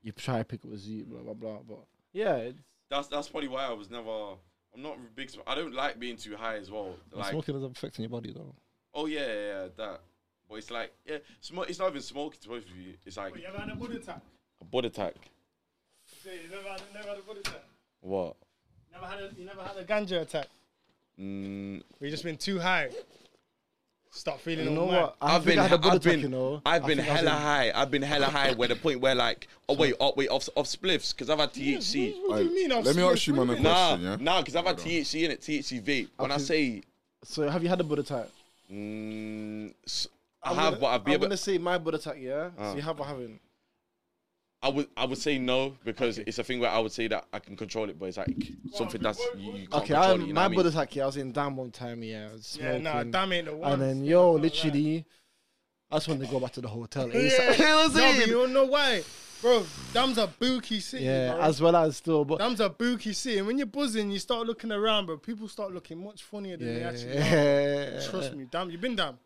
Speaker 3: you try to pick up a zoo, blah blah blah. But yeah, it's,
Speaker 4: That's that's probably why I was never. I'm not a big. sm- I don't like being too high as well. Like,
Speaker 3: smoking is affecting your body though.
Speaker 4: oh yeah, yeah, yeah, that. But it's like, yeah, sm- it's not even smoking. To be honest with you, it's like
Speaker 1: But you ever had a bud attack?
Speaker 4: a butt attack.
Speaker 1: Say, you never had, never had a bud attack?
Speaker 4: What?
Speaker 1: Never had a, you never had a ganja attack?
Speaker 4: Mm,
Speaker 1: We just been too high. Stop feeling
Speaker 3: You
Speaker 1: all
Speaker 3: know
Speaker 1: mad.
Speaker 3: what? I
Speaker 4: I've
Speaker 3: think
Speaker 4: been,
Speaker 3: I had a
Speaker 4: I've
Speaker 3: blood attack,
Speaker 4: been,
Speaker 3: you know.
Speaker 4: I've been
Speaker 3: I think I was
Speaker 4: hella
Speaker 3: in-
Speaker 4: high. I've been hella high. Where the point where like, oh wait, oh wait, off, off spliffs because I've had THC.
Speaker 1: What do you mean? I'm
Speaker 5: Let me
Speaker 1: smoking?
Speaker 5: ask you, man, a question,
Speaker 4: Nah,
Speaker 5: yeah?
Speaker 4: nah, because I've had THC in it, THC vape. When I say,
Speaker 3: So have you had a Buddha type?
Speaker 4: mm, s- I have, but I've been, Ah.
Speaker 3: I'm gonna say my Buddha type. Yeah. So you have or haven't?
Speaker 4: I would, I would say no because it's a thing where I would say that I can control it, but it's like something that's you, you can't
Speaker 3: Okay,
Speaker 4: control.
Speaker 3: I,
Speaker 4: it, you know
Speaker 3: my
Speaker 4: what I mean?
Speaker 3: Buddha type. Yeah, I was in down one time. Yeah. I was
Speaker 1: Yeah,
Speaker 3: Smoking.
Speaker 1: nah, damn ain't the one.
Speaker 3: And then, yo, literally, I just wanted to go back to the hotel. ASAP. You know what I'm
Speaker 1: No, but
Speaker 3: saying?
Speaker 1: you don't know why, bro. Dam's a bookie city.
Speaker 3: yeah,
Speaker 1: bro.
Speaker 3: as well as still, but
Speaker 1: Dam's a bookie city. And when you're buzzing, you start looking around, bro. People start looking much funnier than they actually are.
Speaker 3: yeah.
Speaker 1: Trust me, damn, you've been damn.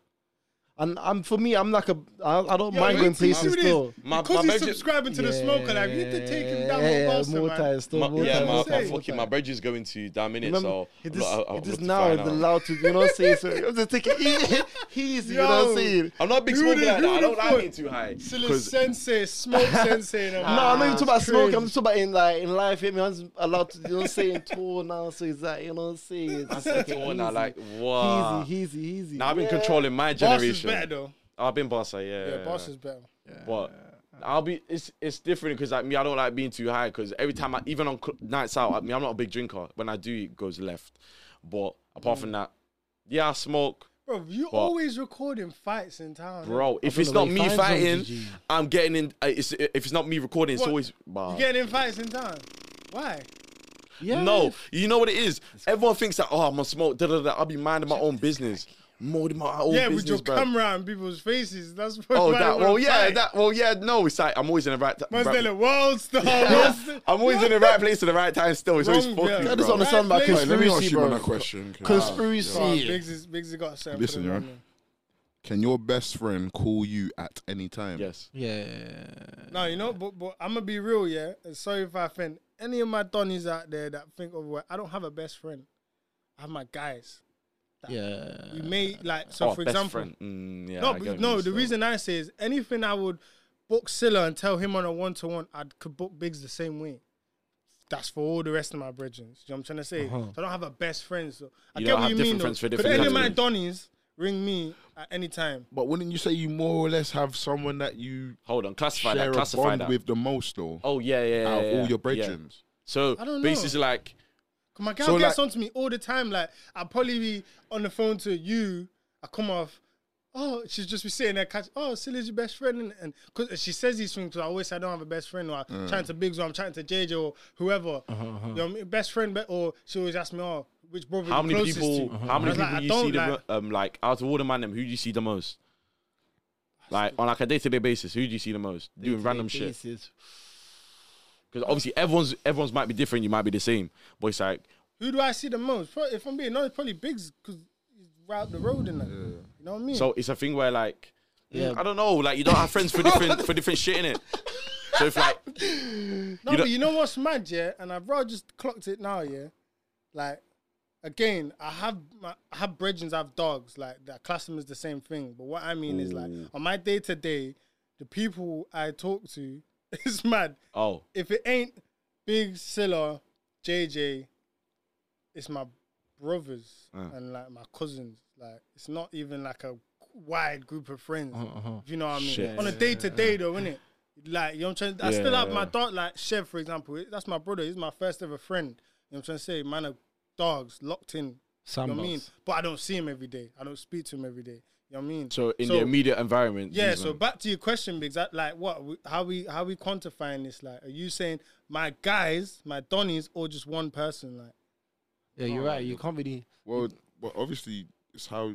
Speaker 3: And I'm for me, I'm like a, I, I don't
Speaker 1: Yo,
Speaker 3: mind
Speaker 1: wait
Speaker 3: going
Speaker 1: till you
Speaker 3: places
Speaker 1: see what it
Speaker 3: still.
Speaker 1: is.
Speaker 4: My-
Speaker 1: because
Speaker 4: my
Speaker 1: he's
Speaker 4: budget-
Speaker 1: subscribing to the smoker, like, we need to take him down
Speaker 3: yeah,
Speaker 1: more
Speaker 3: yeah,
Speaker 1: faster,
Speaker 3: more
Speaker 1: man.
Speaker 3: times, still,
Speaker 4: My-
Speaker 3: more
Speaker 4: yeah,
Speaker 3: times,
Speaker 4: my,
Speaker 3: still.
Speaker 4: my
Speaker 1: say.
Speaker 4: fucking my bridge is going to damn in it,
Speaker 3: Remember,
Speaker 4: so
Speaker 3: it
Speaker 4: I'm
Speaker 3: is,
Speaker 4: not- I'm
Speaker 3: it is
Speaker 4: not
Speaker 3: now
Speaker 4: fine
Speaker 3: is allowed to, you know what I'm saying? So I'm just taking it easy, you know what
Speaker 1: Yo.
Speaker 3: I'm saying?
Speaker 4: I'm not a big
Speaker 1: Who
Speaker 4: smoker
Speaker 1: the-
Speaker 4: like that.
Speaker 1: who
Speaker 4: I
Speaker 1: the
Speaker 4: don't like
Speaker 1: fuck?
Speaker 4: being too high.
Speaker 1: Silly sensei, smoke sensei.
Speaker 3: No, I'm not even talking about smoking. I'm just talking about in like in life. Hit me, I'm just allowed to, you know what I'm saying? Tour now, so it's like, you know what I'm saying? Just take it
Speaker 4: Torn out,
Speaker 3: easy.
Speaker 4: like what?
Speaker 3: Easy, easy, easy.
Speaker 4: Now I've been controlling my
Speaker 1: Boss is
Speaker 4: generation.
Speaker 1: better though.
Speaker 4: I've been Barca, yeah.
Speaker 1: Yeah, boss is better.
Speaker 4: But I'll be. It's it's different because like me, I don't like being too high because every time I even on cl- nights out, I mean, I'm not a big drinker. When I do, it goes left. But apart from
Speaker 1: Mm.
Speaker 4: that, yeah, I smoke,
Speaker 1: Bro, you
Speaker 4: What?
Speaker 1: always recording fights in town. eh?
Speaker 4: bro. If
Speaker 3: don't
Speaker 4: it's
Speaker 3: know
Speaker 4: not
Speaker 3: where
Speaker 4: me
Speaker 3: you find some
Speaker 4: fighting,
Speaker 3: GG.
Speaker 4: I'm getting in. uh, It's, if it's not me recording, it's
Speaker 1: What?
Speaker 4: always. Bah.
Speaker 1: You getting in fights in town? Why?
Speaker 3: Yeah.
Speaker 4: No, you know what it is. Everyone thinks that oh, I'm gonna smoke. Da, da, da. I'll be minding my own business, minding my own
Speaker 1: yeah,
Speaker 4: business,
Speaker 1: with your
Speaker 4: bro.
Speaker 1: camera and people's faces. That's what
Speaker 4: Oh,
Speaker 1: why
Speaker 4: that.
Speaker 1: they
Speaker 4: Well,
Speaker 1: wanna
Speaker 4: yeah,
Speaker 1: fight.
Speaker 4: that. Well, yeah. No, it's like I'm always in the right.
Speaker 1: Man's
Speaker 4: right-
Speaker 1: telling world star.
Speaker 4: Yeah. Oh,
Speaker 1: world star.
Speaker 4: I'm always in the right place at the right time. Still, it's always
Speaker 1: Wrong,
Speaker 4: fuck
Speaker 1: yeah.
Speaker 4: you,
Speaker 1: That
Speaker 3: I just
Speaker 4: bro.
Speaker 3: don't understand about
Speaker 1: Right,
Speaker 5: Right, let me ask
Speaker 3: conspiracy,
Speaker 5: you man
Speaker 3: bro.
Speaker 5: a question. Can,
Speaker 1: Bro,
Speaker 3: Conspiracy.
Speaker 1: Biggs, is, Biggs has got something. for
Speaker 5: Listen,
Speaker 1: the
Speaker 5: yeah.
Speaker 1: man.
Speaker 5: can your best friend call you at any time?
Speaker 4: Yes.
Speaker 3: Yeah.
Speaker 1: No, you know, but, but I'm going to be real, yeah? And Sorry if I offend any of my Donnies out there that think of what I don't have a best friend. I have my guys.
Speaker 3: Yeah.
Speaker 1: You may, like, so
Speaker 4: Oh,
Speaker 1: for
Speaker 4: best
Speaker 1: example.
Speaker 4: friend. Mm, yeah, I
Speaker 1: no,
Speaker 4: get
Speaker 1: but,
Speaker 4: what
Speaker 1: no,
Speaker 4: you
Speaker 1: the
Speaker 4: mean,
Speaker 1: reason I say is anything I would book Silla and tell him on a one to one, I could book Biggs the same way. That's for all the rest of my brethren. You know what I'm trying to say? So I don't have a best friend. So I
Speaker 4: Uh-huh. You
Speaker 1: get
Speaker 4: don't
Speaker 1: what
Speaker 4: have
Speaker 1: you
Speaker 4: different
Speaker 1: mean. Though.
Speaker 4: friends for
Speaker 1: Could
Speaker 4: different
Speaker 1: any of my Donnies ring me at any time?
Speaker 5: But wouldn't you say you more or less have someone that you
Speaker 4: so. Hold on, classify
Speaker 5: share
Speaker 4: that.
Speaker 5: a
Speaker 4: Classify
Speaker 5: bond
Speaker 4: that.
Speaker 5: with the most, though,
Speaker 4: oh yeah, yeah, yeah.
Speaker 5: out of
Speaker 4: yeah,
Speaker 5: all your
Speaker 4: yeah.
Speaker 5: brethren?
Speaker 4: So
Speaker 1: I don't
Speaker 4: basically,
Speaker 1: know.
Speaker 4: like
Speaker 1: My girl
Speaker 5: So,
Speaker 1: gets
Speaker 5: like-
Speaker 1: on to me all the time. Like I'll probably be on the phone to you. I come off. Oh, she's just be sitting there catch. Oh, Silly's your best friend, and, and cause she says these things. 'cause I always say I don't have a best friend, or I'm
Speaker 5: Mm.
Speaker 1: chatting to Biggs, or I'm chatting to JJ, or whoever.
Speaker 4: Uh-huh,
Speaker 1: You know, what I mean? best friend, be- or she always asks me, oh, which brother?
Speaker 4: how
Speaker 1: you
Speaker 4: many
Speaker 1: closest
Speaker 4: people?
Speaker 1: To?
Speaker 4: How
Speaker 1: I
Speaker 4: many
Speaker 1: was
Speaker 4: people
Speaker 1: like, I
Speaker 4: you
Speaker 1: don't
Speaker 4: see the
Speaker 1: like-
Speaker 4: mo- um like out of all the man them? Who do you see the most? Like on like a day to day basis, who do you see the most doing random shit? Because obviously everyone's everyone's might be different. You might be the same, but it's like
Speaker 1: Who do I see the most? Pro- If I'm being honest, probably Biggs because he's right up the road in that. You know what I mean?
Speaker 4: so. It's a thing where like
Speaker 9: Yeah.
Speaker 4: I don't know. Like you don't have friends for different for different shit in it. So if like
Speaker 1: no,
Speaker 4: you
Speaker 1: but
Speaker 4: know-
Speaker 1: you know what's mad, yeah? And I've rather just clocked it now, yeah. Like, again, I have my, I have bridges, I have dogs. Like, that class them as the same thing. But what I mean is, like, on my day to day, the people I talk to is mad.
Speaker 4: oh
Speaker 1: If it ain't Big Silla, JJ, it's my brothers
Speaker 4: Mm.
Speaker 1: and like my cousins. Like, it's not even like a wide group of friends. If you know what I mean?
Speaker 4: Uh-huh, Shit.
Speaker 1: On a day to day though, innit? Like, you know what I'm trying I still
Speaker 4: Yeah,
Speaker 1: have my
Speaker 4: yeah.
Speaker 1: dog, like Chev, for example. It- That's my brother. He's my first ever friend. You know what I'm trying to say? Man of dogs, locked in. You know what I mean? But I don't see him every day. I don't speak to him every day. You know what I mean?
Speaker 4: so in the immediate environment.
Speaker 1: Yeah,
Speaker 4: these
Speaker 1: so
Speaker 4: men-
Speaker 1: back to your question, because that, like, what, we- how we, how we quantifying this? Like, are you saying my guys, my Donnies, or just one person? Like,
Speaker 3: Yeah, you're right. You can't really.
Speaker 5: Well, well, obviously it's how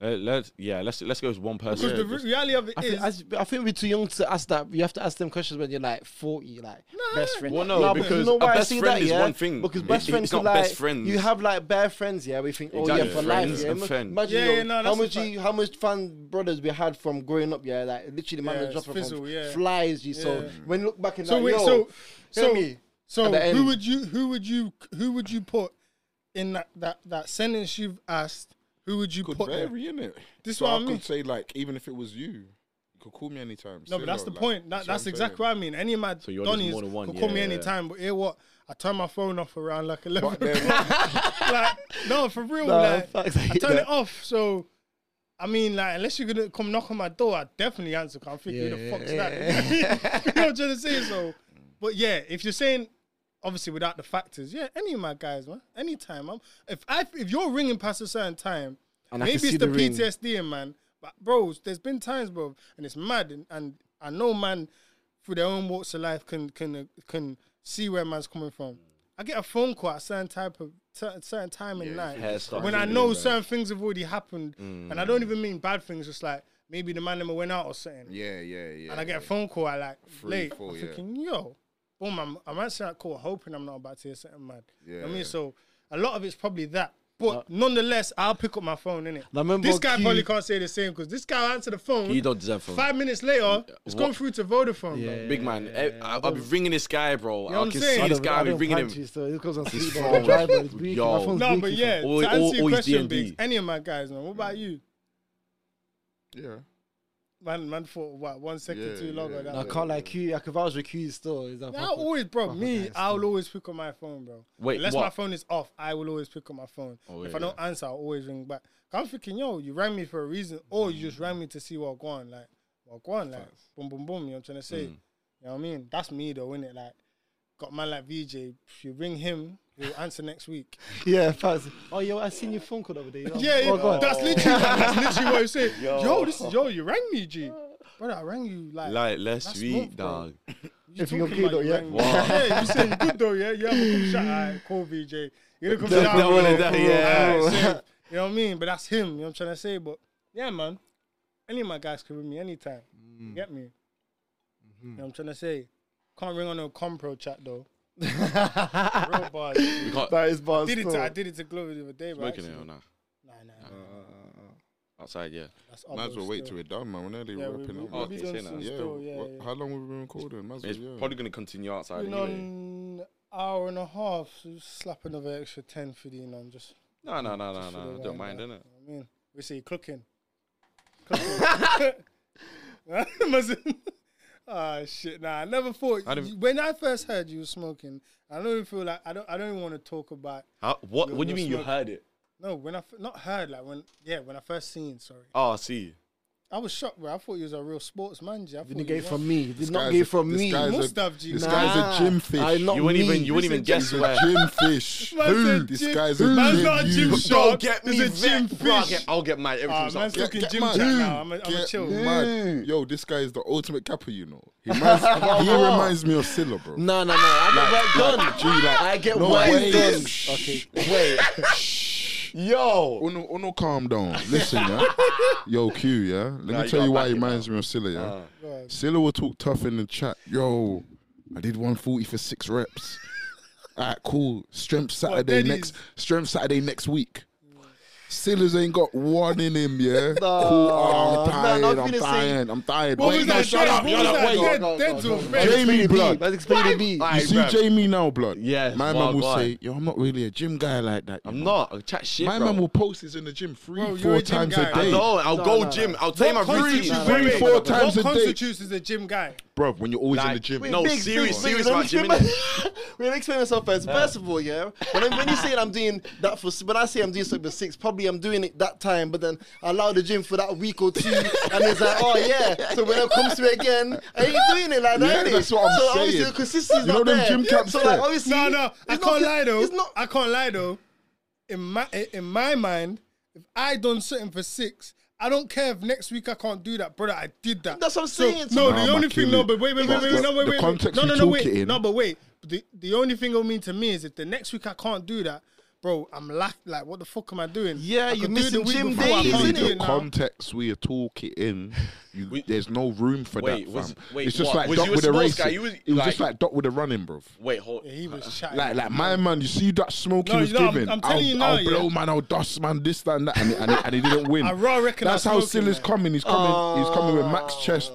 Speaker 4: Let, let yeah let's let's go with one person.
Speaker 1: because the re- reality of it
Speaker 3: I
Speaker 1: is,
Speaker 3: think, as- I think we're too young to ask that. You have to ask them questions when you're like 40, like best friend.
Speaker 4: Well, no,
Speaker 3: Nah, but
Speaker 4: because
Speaker 3: you know
Speaker 4: a
Speaker 3: why I
Speaker 4: best
Speaker 3: see
Speaker 4: friend
Speaker 3: that,
Speaker 4: is
Speaker 3: yeah?
Speaker 4: one thing.
Speaker 3: Because
Speaker 4: It-
Speaker 3: best
Speaker 4: it's
Speaker 3: friends, is
Speaker 4: not
Speaker 3: like,
Speaker 4: best friends.
Speaker 3: You have like bare friends, yeah. We think, oh
Speaker 4: Exactly,
Speaker 3: yeah, for
Speaker 4: friends
Speaker 3: life, yeah.
Speaker 4: and
Speaker 3: Ima-
Speaker 4: friend.
Speaker 3: Imagine
Speaker 1: Yeah,
Speaker 3: yo,
Speaker 1: yeah, no,
Speaker 3: how
Speaker 1: that's a
Speaker 3: much
Speaker 1: fact.
Speaker 3: you, how much fan brothers we had from growing up, yeah. Like literally, man,
Speaker 1: Yeah,
Speaker 3: was
Speaker 1: it's
Speaker 3: just from
Speaker 1: fizzle, yeah.
Speaker 3: flies. You so
Speaker 1: Yeah.
Speaker 3: when you look back in
Speaker 1: So
Speaker 3: that,
Speaker 1: wait,
Speaker 3: yo,
Speaker 1: so-
Speaker 3: hear
Speaker 1: so-
Speaker 3: me?
Speaker 1: So
Speaker 3: at the
Speaker 1: who
Speaker 3: end.
Speaker 1: would you who would you who would you put in that that, that sentence you've asked? Who would you
Speaker 5: could
Speaker 1: put there?
Speaker 5: vary in it.
Speaker 1: This
Speaker 5: so
Speaker 1: what I
Speaker 5: I
Speaker 1: mean.
Speaker 5: could say like even if it was you, you could call me anytime.
Speaker 1: No, but that's the point. That, that's exactly what I mean. Any of my
Speaker 4: you want
Speaker 1: Donnies
Speaker 4: more than one,
Speaker 1: could call
Speaker 4: yeah,
Speaker 1: me
Speaker 4: yeah.
Speaker 1: anytime, but hear what? I turn my phone off around like eleven.
Speaker 5: But then,
Speaker 1: like no, for real.
Speaker 3: Nah,
Speaker 1: like
Speaker 3: facts, I
Speaker 1: I
Speaker 3: hate
Speaker 1: turn
Speaker 3: that.
Speaker 1: it off. So I mean, like unless you're gonna come knock on my door, I definitely answer. 'cause I'm thinking, who the
Speaker 3: Yeah,
Speaker 1: fuck's
Speaker 3: yeah.
Speaker 1: that? you know what I'm trying to say? So, but yeah, if you're saying obviously without the factors, yeah, any of my guys, man, anytime. I'm, if I if you're ringing past a certain time,
Speaker 3: And I can
Speaker 1: maybe
Speaker 3: see
Speaker 1: it's the,
Speaker 3: the ring.
Speaker 1: PTSD, in man. But bros, there's been times, bro, and it's mad, and, and I know, man, through their own walks of life can can uh, can see where man's coming from. I get a phone call at certain type of cer- certain time in night
Speaker 4: hairstyle.
Speaker 1: when I know certain things have already happened, and I don't even mean bad things. Just like maybe the man never went out or something,
Speaker 5: yeah, yeah, yeah.
Speaker 1: and I get a phone call at like late.
Speaker 5: four,
Speaker 1: I'm
Speaker 5: yeah.
Speaker 1: thinking, yo, boom, I'm, I'm answering that call, hoping I'm not about to hear something mad. You know what I
Speaker 5: Yeah.
Speaker 1: mean, so a lot of it's probably that. But nonetheless, I'll pick up my phone, innit?
Speaker 3: I remember
Speaker 1: This guy
Speaker 3: Q-
Speaker 1: probably can't say the same because this guy answered the phone.
Speaker 4: He don't deserve phone.
Speaker 1: Five minutes later, it's
Speaker 4: What?
Speaker 1: gone through to Vodafone, bro.
Speaker 4: Big man, eh, I, I'll be ringing this guy, bro.
Speaker 1: know
Speaker 4: I
Speaker 1: what
Speaker 4: can
Speaker 1: I'm saying?
Speaker 4: see this
Speaker 3: I
Speaker 4: guy. I'll be
Speaker 3: don't
Speaker 4: ringing
Speaker 3: punch
Speaker 4: him.
Speaker 3: you, so it goes on sleep.
Speaker 4: phone.
Speaker 3: I'm driving, it's weak,
Speaker 4: Yo.
Speaker 3: my phone's
Speaker 1: No,
Speaker 3: weak,
Speaker 1: but
Speaker 3: you
Speaker 1: yeah,
Speaker 4: Always-
Speaker 1: to answer your
Speaker 4: always
Speaker 1: question,
Speaker 4: DMD.
Speaker 1: Biggs, any of my guys, man. What about you?
Speaker 5: yeah.
Speaker 1: Man, man, for what one second
Speaker 5: Yeah,
Speaker 1: too long or that?
Speaker 3: I can't like Q. I can vouch for Q still. He's a
Speaker 1: Nah, I
Speaker 3: proper-
Speaker 1: always, bro.
Speaker 3: proper
Speaker 1: Me,
Speaker 3: guy
Speaker 1: I'll
Speaker 3: still.
Speaker 1: always pick up my phone, bro.
Speaker 4: Wait,
Speaker 1: unless
Speaker 4: what? Oh,
Speaker 1: my phone is off, I will always pick up my phone. if I don't answer, I'll always ring back. 'Cause I'm thinking, yo, you rang me for a reason, or you just rang me to see what go on, like what go on, like boom, boom, boom. You know what I'm trying
Speaker 4: Mm.
Speaker 1: to say? You know what I mean? That's me though, innit? Like, got man like VJ. If you ring him, he'll answer next week.
Speaker 3: Yeah, facts. Oh, yo, I seen your phone call the other day. yo.
Speaker 1: Yeah,
Speaker 3: oh,
Speaker 1: yeah,
Speaker 3: God.
Speaker 1: that's literally that's literally what you say. Yo. this is yo, you rang me, G. Brother, I rang you like,
Speaker 4: Like last
Speaker 1: That's
Speaker 4: week,
Speaker 1: not, bro.
Speaker 4: dog.
Speaker 3: If you're
Speaker 1: talking
Speaker 3: okay though,
Speaker 1: about you
Speaker 3: yeah.
Speaker 1: rang me. Yeah, you saying good though, yeah. You have a good shot. Alright, cool, VJ. You're gonna come
Speaker 4: That-
Speaker 1: down.
Speaker 4: that one is that,
Speaker 1: cool,
Speaker 4: yeah.
Speaker 1: alright, safe. you know what I mean? But that's him. You know what I'm trying to say. But yeah, man. Any of my guys could ring me anytime.
Speaker 4: Mm.
Speaker 1: You get me?
Speaker 4: Mm-hmm.
Speaker 1: You know what I'm trying to say. Can't ring on no compro chat though. Real bars.
Speaker 4: We can't
Speaker 3: That is bars.
Speaker 1: Did it to,
Speaker 3: still.
Speaker 1: I did it to Glover the other day, bro.
Speaker 4: smoking it
Speaker 1: actually.
Speaker 4: or not.
Speaker 1: Nah, nah, nah.
Speaker 4: Outside, yeah.
Speaker 1: That's
Speaker 5: Might as
Speaker 1: Obbo
Speaker 5: well wait
Speaker 1: still.
Speaker 5: till we're done, man. We're nearly
Speaker 1: Yeah, we, we,
Speaker 5: wrapping
Speaker 1: we,
Speaker 5: up.
Speaker 4: Oh,
Speaker 1: we
Speaker 4: okay,
Speaker 1: done
Speaker 4: say
Speaker 1: some
Speaker 4: that.
Speaker 5: yeah,
Speaker 1: still, yeah,
Speaker 5: what-
Speaker 1: yeah.
Speaker 5: How long have we been recording? Might as well,
Speaker 4: It's
Speaker 5: yeah.
Speaker 4: probably gonna continue outside
Speaker 1: Been
Speaker 4: anyway.
Speaker 1: on hour and a half, so just slap another extra 10, 15 on just.
Speaker 4: No, no, no, no,
Speaker 1: just for the
Speaker 4: no.
Speaker 1: wind
Speaker 4: Don't mind,
Speaker 1: down,
Speaker 4: innit?
Speaker 1: you know what I mean, we see cooking. Cooking. Mustn't- Ah shit! Nah, I never thought.
Speaker 4: I don't-
Speaker 1: when I first heard you were smoking, I don't even feel like I don't. I don't even want to talk about.
Speaker 4: How, what?
Speaker 1: You're-
Speaker 4: What do you
Speaker 1: you're
Speaker 4: mean you
Speaker 1: smoking.
Speaker 4: heard it?
Speaker 1: No, when I f- not heard like when yeah when I first seen. Sorry,
Speaker 4: Oh, I see.
Speaker 1: I was shocked. Bro, I thought you was a real sportsman. G. I thought
Speaker 3: Didn't
Speaker 1: you
Speaker 3: get it
Speaker 1: was-
Speaker 3: from me. Did not
Speaker 5: guy's
Speaker 3: get
Speaker 5: a-
Speaker 3: it from
Speaker 5: this
Speaker 3: me.
Speaker 5: guy's a-
Speaker 1: Must have, G.
Speaker 5: This
Speaker 1: Nah.
Speaker 5: guy's a gym fish.
Speaker 3: I not
Speaker 4: You wouldn't
Speaker 3: me.
Speaker 4: even. You wouldn't even guess
Speaker 5: He's a
Speaker 4: where.
Speaker 5: gym fish.
Speaker 1: Man
Speaker 5: Who?
Speaker 1: said
Speaker 5: This
Speaker 1: gym-
Speaker 5: guy's a
Speaker 1: Man's
Speaker 5: gym
Speaker 1: not a gym
Speaker 5: fish.
Speaker 1: shark.
Speaker 4: Don't get
Speaker 1: He's
Speaker 4: me
Speaker 1: a gym
Speaker 4: vet, bro. I'll
Speaker 1: fish.
Speaker 4: get- I'll get mad.
Speaker 1: Ah,
Speaker 4: Everything's
Speaker 1: man's
Speaker 4: up.
Speaker 1: talking gym
Speaker 5: mad.
Speaker 1: chat now. I'm, a- I'm a
Speaker 5: Get
Speaker 1: chill.
Speaker 5: mad. Yo, this guy is the ultimate capper, you know. He reminds, he reminds me of Silla, bro.
Speaker 3: No, no, no. I get what done.
Speaker 5: G, like,
Speaker 3: I get
Speaker 5: no
Speaker 3: what
Speaker 5: way.
Speaker 3: done.
Speaker 5: Shh.
Speaker 3: Okay, wait.
Speaker 5: Shh.
Speaker 4: Yo,
Speaker 5: Uno, Uno, calm down. Listen, yeah. Yo, Q, yeah. Let
Speaker 4: Nah,
Speaker 5: me
Speaker 4: you
Speaker 5: tell
Speaker 4: gotta
Speaker 5: you why
Speaker 4: back
Speaker 5: he
Speaker 4: it
Speaker 5: reminds me of Silla, yeah.
Speaker 4: Uh.
Speaker 1: God.
Speaker 5: Silla will talk tough in the chat. Yo, I did 140 for six reps. All right, cool. Strength Saturday
Speaker 1: then
Speaker 5: next. Strength Saturday next week. Silla's ain't got one in him, yeah. cool. Oh, I'm
Speaker 3: nah,
Speaker 5: tired.
Speaker 3: not
Speaker 5: I'm
Speaker 3: feeling safe.
Speaker 5: tired. I'm tired.
Speaker 1: What
Speaker 5: Wait,
Speaker 1: was
Speaker 5: no,
Speaker 1: that?
Speaker 5: shut up.
Speaker 1: What
Speaker 5: You're
Speaker 1: was
Speaker 5: not-
Speaker 1: that?
Speaker 5: wait.
Speaker 1: Dead- dental face.
Speaker 5: Jamie Blood.
Speaker 3: Let's explain the beat.
Speaker 5: You
Speaker 4: Alright,
Speaker 5: see
Speaker 4: bruv.
Speaker 5: Jamie now, blood.
Speaker 4: Yeah,
Speaker 5: my
Speaker 4: well,
Speaker 5: man will
Speaker 4: go on.
Speaker 5: say, "Yo, I'm not really a gym guy like that." you
Speaker 4: I'm
Speaker 5: know.
Speaker 4: not. I'll chat shit,
Speaker 5: My
Speaker 4: bro.
Speaker 5: man will post he's in the gym three,
Speaker 1: Bro, you're
Speaker 5: four
Speaker 1: a gym
Speaker 5: times
Speaker 1: guy.
Speaker 5: a
Speaker 1: I
Speaker 5: day.
Speaker 4: No, I'll go gym. I'll take my
Speaker 1: What
Speaker 4: free.
Speaker 1: constitutes-
Speaker 5: three,
Speaker 1: wait, wait,
Speaker 5: four
Speaker 1: what
Speaker 5: times a day.
Speaker 1: constitutes as a gym guy?
Speaker 5: Bro, when you're always in the
Speaker 4: Like,
Speaker 5: gym.
Speaker 4: no,
Speaker 3: Big,
Speaker 4: serious,
Speaker 3: big, big,
Speaker 4: serious about
Speaker 3: let
Speaker 4: gym.
Speaker 3: me
Speaker 4: innit?
Speaker 3: explain my- Let me explain myself first. First of all, yeah, when, I- when you say I'm doing that for, when I say I'm doing something for six, probably I'm doing it that time, but then I allow the gym for that week or two, and it's like, oh yeah. So when it comes to it again, I ain't doing it like
Speaker 5: Yeah,
Speaker 3: that. innit?
Speaker 5: that's what I'm
Speaker 3: so obviously
Speaker 5: saying.
Speaker 3: the
Speaker 5: You
Speaker 3: consistency's
Speaker 5: know
Speaker 3: not
Speaker 5: them
Speaker 3: there.
Speaker 5: gym cats
Speaker 3: so
Speaker 5: there?
Speaker 3: like, obviously,
Speaker 1: No, no, I
Speaker 3: it's
Speaker 1: can't
Speaker 3: not-
Speaker 1: lie though.
Speaker 3: It's not.
Speaker 1: I can't lie though. In my in my mind, if I done something for six, I don't care if next week I can't do that, brother. I did that.
Speaker 3: That's what I'm
Speaker 1: So,
Speaker 3: saying. So-
Speaker 1: no,
Speaker 5: Nah,
Speaker 1: the only
Speaker 5: man,
Speaker 1: thing,
Speaker 5: kill
Speaker 1: no,
Speaker 5: it.
Speaker 1: but wait, wait, wait,
Speaker 5: Because
Speaker 1: wait,
Speaker 5: the-
Speaker 1: no, wait,
Speaker 5: the
Speaker 1: wait, wait,
Speaker 5: context
Speaker 1: no,
Speaker 5: we
Speaker 1: no, no,
Speaker 5: talk
Speaker 1: wait,
Speaker 5: it in-
Speaker 1: no, but wait. The the only thing it'll mean to me is if the next week I can't do that, bro, I'm lack like, what the fuck am I doing?
Speaker 3: Yeah,
Speaker 1: I
Speaker 3: you
Speaker 1: could do
Speaker 3: missing
Speaker 1: the week
Speaker 3: gym
Speaker 1: before, I
Speaker 3: days,
Speaker 1: can't
Speaker 5: Really,
Speaker 1: do
Speaker 5: the
Speaker 1: it now.
Speaker 5: context we are talking in, you, there's no room for
Speaker 4: Wait,
Speaker 5: that.
Speaker 4: was-
Speaker 5: fam.
Speaker 4: wait,
Speaker 5: it's just
Speaker 4: what?
Speaker 5: like
Speaker 4: Was
Speaker 5: Dot
Speaker 4: you a
Speaker 5: with a
Speaker 4: sports
Speaker 5: race.
Speaker 4: guy? You was-
Speaker 5: It was just
Speaker 4: like-
Speaker 5: like Dot with a running, bro.
Speaker 4: Wait, hold.
Speaker 1: Yeah, he was chatting.
Speaker 5: Like, like my man, you see that smoking
Speaker 1: No,
Speaker 5: was
Speaker 1: no, I'm-
Speaker 5: giving.
Speaker 1: I'm telling
Speaker 5: will
Speaker 1: you now,
Speaker 5: I'll
Speaker 1: yeah.
Speaker 5: blow man, I'll dust man, this that, and that, and, and, and he didn't win.
Speaker 1: I raw reckon
Speaker 5: That's
Speaker 1: I
Speaker 5: how
Speaker 1: smoking,
Speaker 5: Silla's
Speaker 1: man.
Speaker 5: coming. He's coming. he's coming with max chest.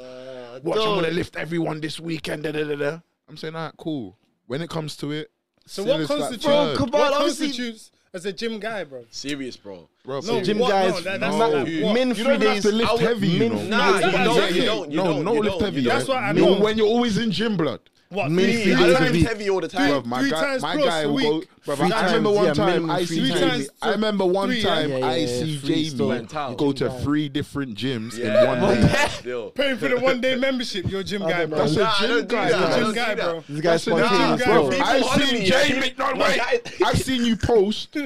Speaker 5: Watch, I'm
Speaker 3: dog.
Speaker 5: gonna lift everyone this weekend. Da, da, da, da. I'm saying, alright, cool. When it comes to it,
Speaker 1: So what
Speaker 5: Silla's that
Speaker 1: constitutes
Speaker 5: third.
Speaker 3: Bro, come
Speaker 1: what
Speaker 3: on, obviously-
Speaker 1: constitutes as a gym guy, bro?
Speaker 4: Serious, bro.
Speaker 5: Bro,
Speaker 1: No,
Speaker 5: you
Speaker 3: Gym
Speaker 1: what?
Speaker 3: guys,
Speaker 1: no, that, that's
Speaker 5: no.
Speaker 1: like,
Speaker 5: You-
Speaker 1: what?
Speaker 3: min
Speaker 5: you
Speaker 3: three
Speaker 5: don't have
Speaker 3: days.
Speaker 5: to lift
Speaker 4: I would-
Speaker 5: heavy, you
Speaker 3: min-
Speaker 5: know.
Speaker 3: Nah,
Speaker 4: Nah,
Speaker 1: you don't,
Speaker 5: yeah,
Speaker 1: you
Speaker 5: yeah.
Speaker 4: don't, you
Speaker 5: no,
Speaker 4: don't,
Speaker 5: no
Speaker 4: you
Speaker 5: lift
Speaker 4: don't,
Speaker 5: heavy.
Speaker 4: you
Speaker 5: yeah.
Speaker 4: don't.
Speaker 1: That's what I
Speaker 5: No,
Speaker 1: know.
Speaker 5: when you're always in gym blood.
Speaker 1: What?
Speaker 3: Min
Speaker 1: three-
Speaker 3: three
Speaker 4: I
Speaker 3: days a
Speaker 4: lift
Speaker 3: week.
Speaker 4: heavy all the
Speaker 5: Bro,
Speaker 4: time.
Speaker 5: my
Speaker 1: three
Speaker 5: guy,
Speaker 1: times
Speaker 5: my
Speaker 1: plus
Speaker 5: guy
Speaker 1: a
Speaker 5: will go.
Speaker 1: week.
Speaker 5: Bro,
Speaker 3: Three
Speaker 5: I
Speaker 3: times,
Speaker 5: remember one
Speaker 3: yeah,
Speaker 5: time
Speaker 3: minimum
Speaker 5: I
Speaker 3: three
Speaker 5: see
Speaker 3: times.
Speaker 5: Jamie. I remember one
Speaker 1: Three,
Speaker 5: time
Speaker 3: yeah. Yeah,
Speaker 5: I
Speaker 3: yeah,
Speaker 5: see
Speaker 3: yeah, free store.
Speaker 5: Jamie
Speaker 3: Went out.
Speaker 5: go to
Speaker 3: Gym guy.
Speaker 5: three different gyms in
Speaker 4: Yeah.
Speaker 5: one day.
Speaker 4: Still.
Speaker 1: Paying for the one day membership, you're a gym guy,
Speaker 3: don't know.
Speaker 1: bro.
Speaker 5: That's
Speaker 1: You're
Speaker 5: a
Speaker 4: Nah, I
Speaker 5: gym
Speaker 4: don't do
Speaker 5: guy.
Speaker 4: that. I
Speaker 1: a
Speaker 5: bro.
Speaker 4: don't
Speaker 1: gym
Speaker 4: do
Speaker 1: guy,
Speaker 4: that.
Speaker 1: bro.
Speaker 3: This
Speaker 5: That's
Speaker 3: guy's
Speaker 5: a gym
Speaker 3: spontaneous.
Speaker 5: guy,
Speaker 1: Nah,
Speaker 3: bro.
Speaker 5: bro.
Speaker 1: bro.
Speaker 5: I've
Speaker 4: People
Speaker 5: seen
Speaker 4: honour me.
Speaker 5: Jamie. No,
Speaker 4: My
Speaker 5: wait.
Speaker 4: guy-
Speaker 5: I've seen you post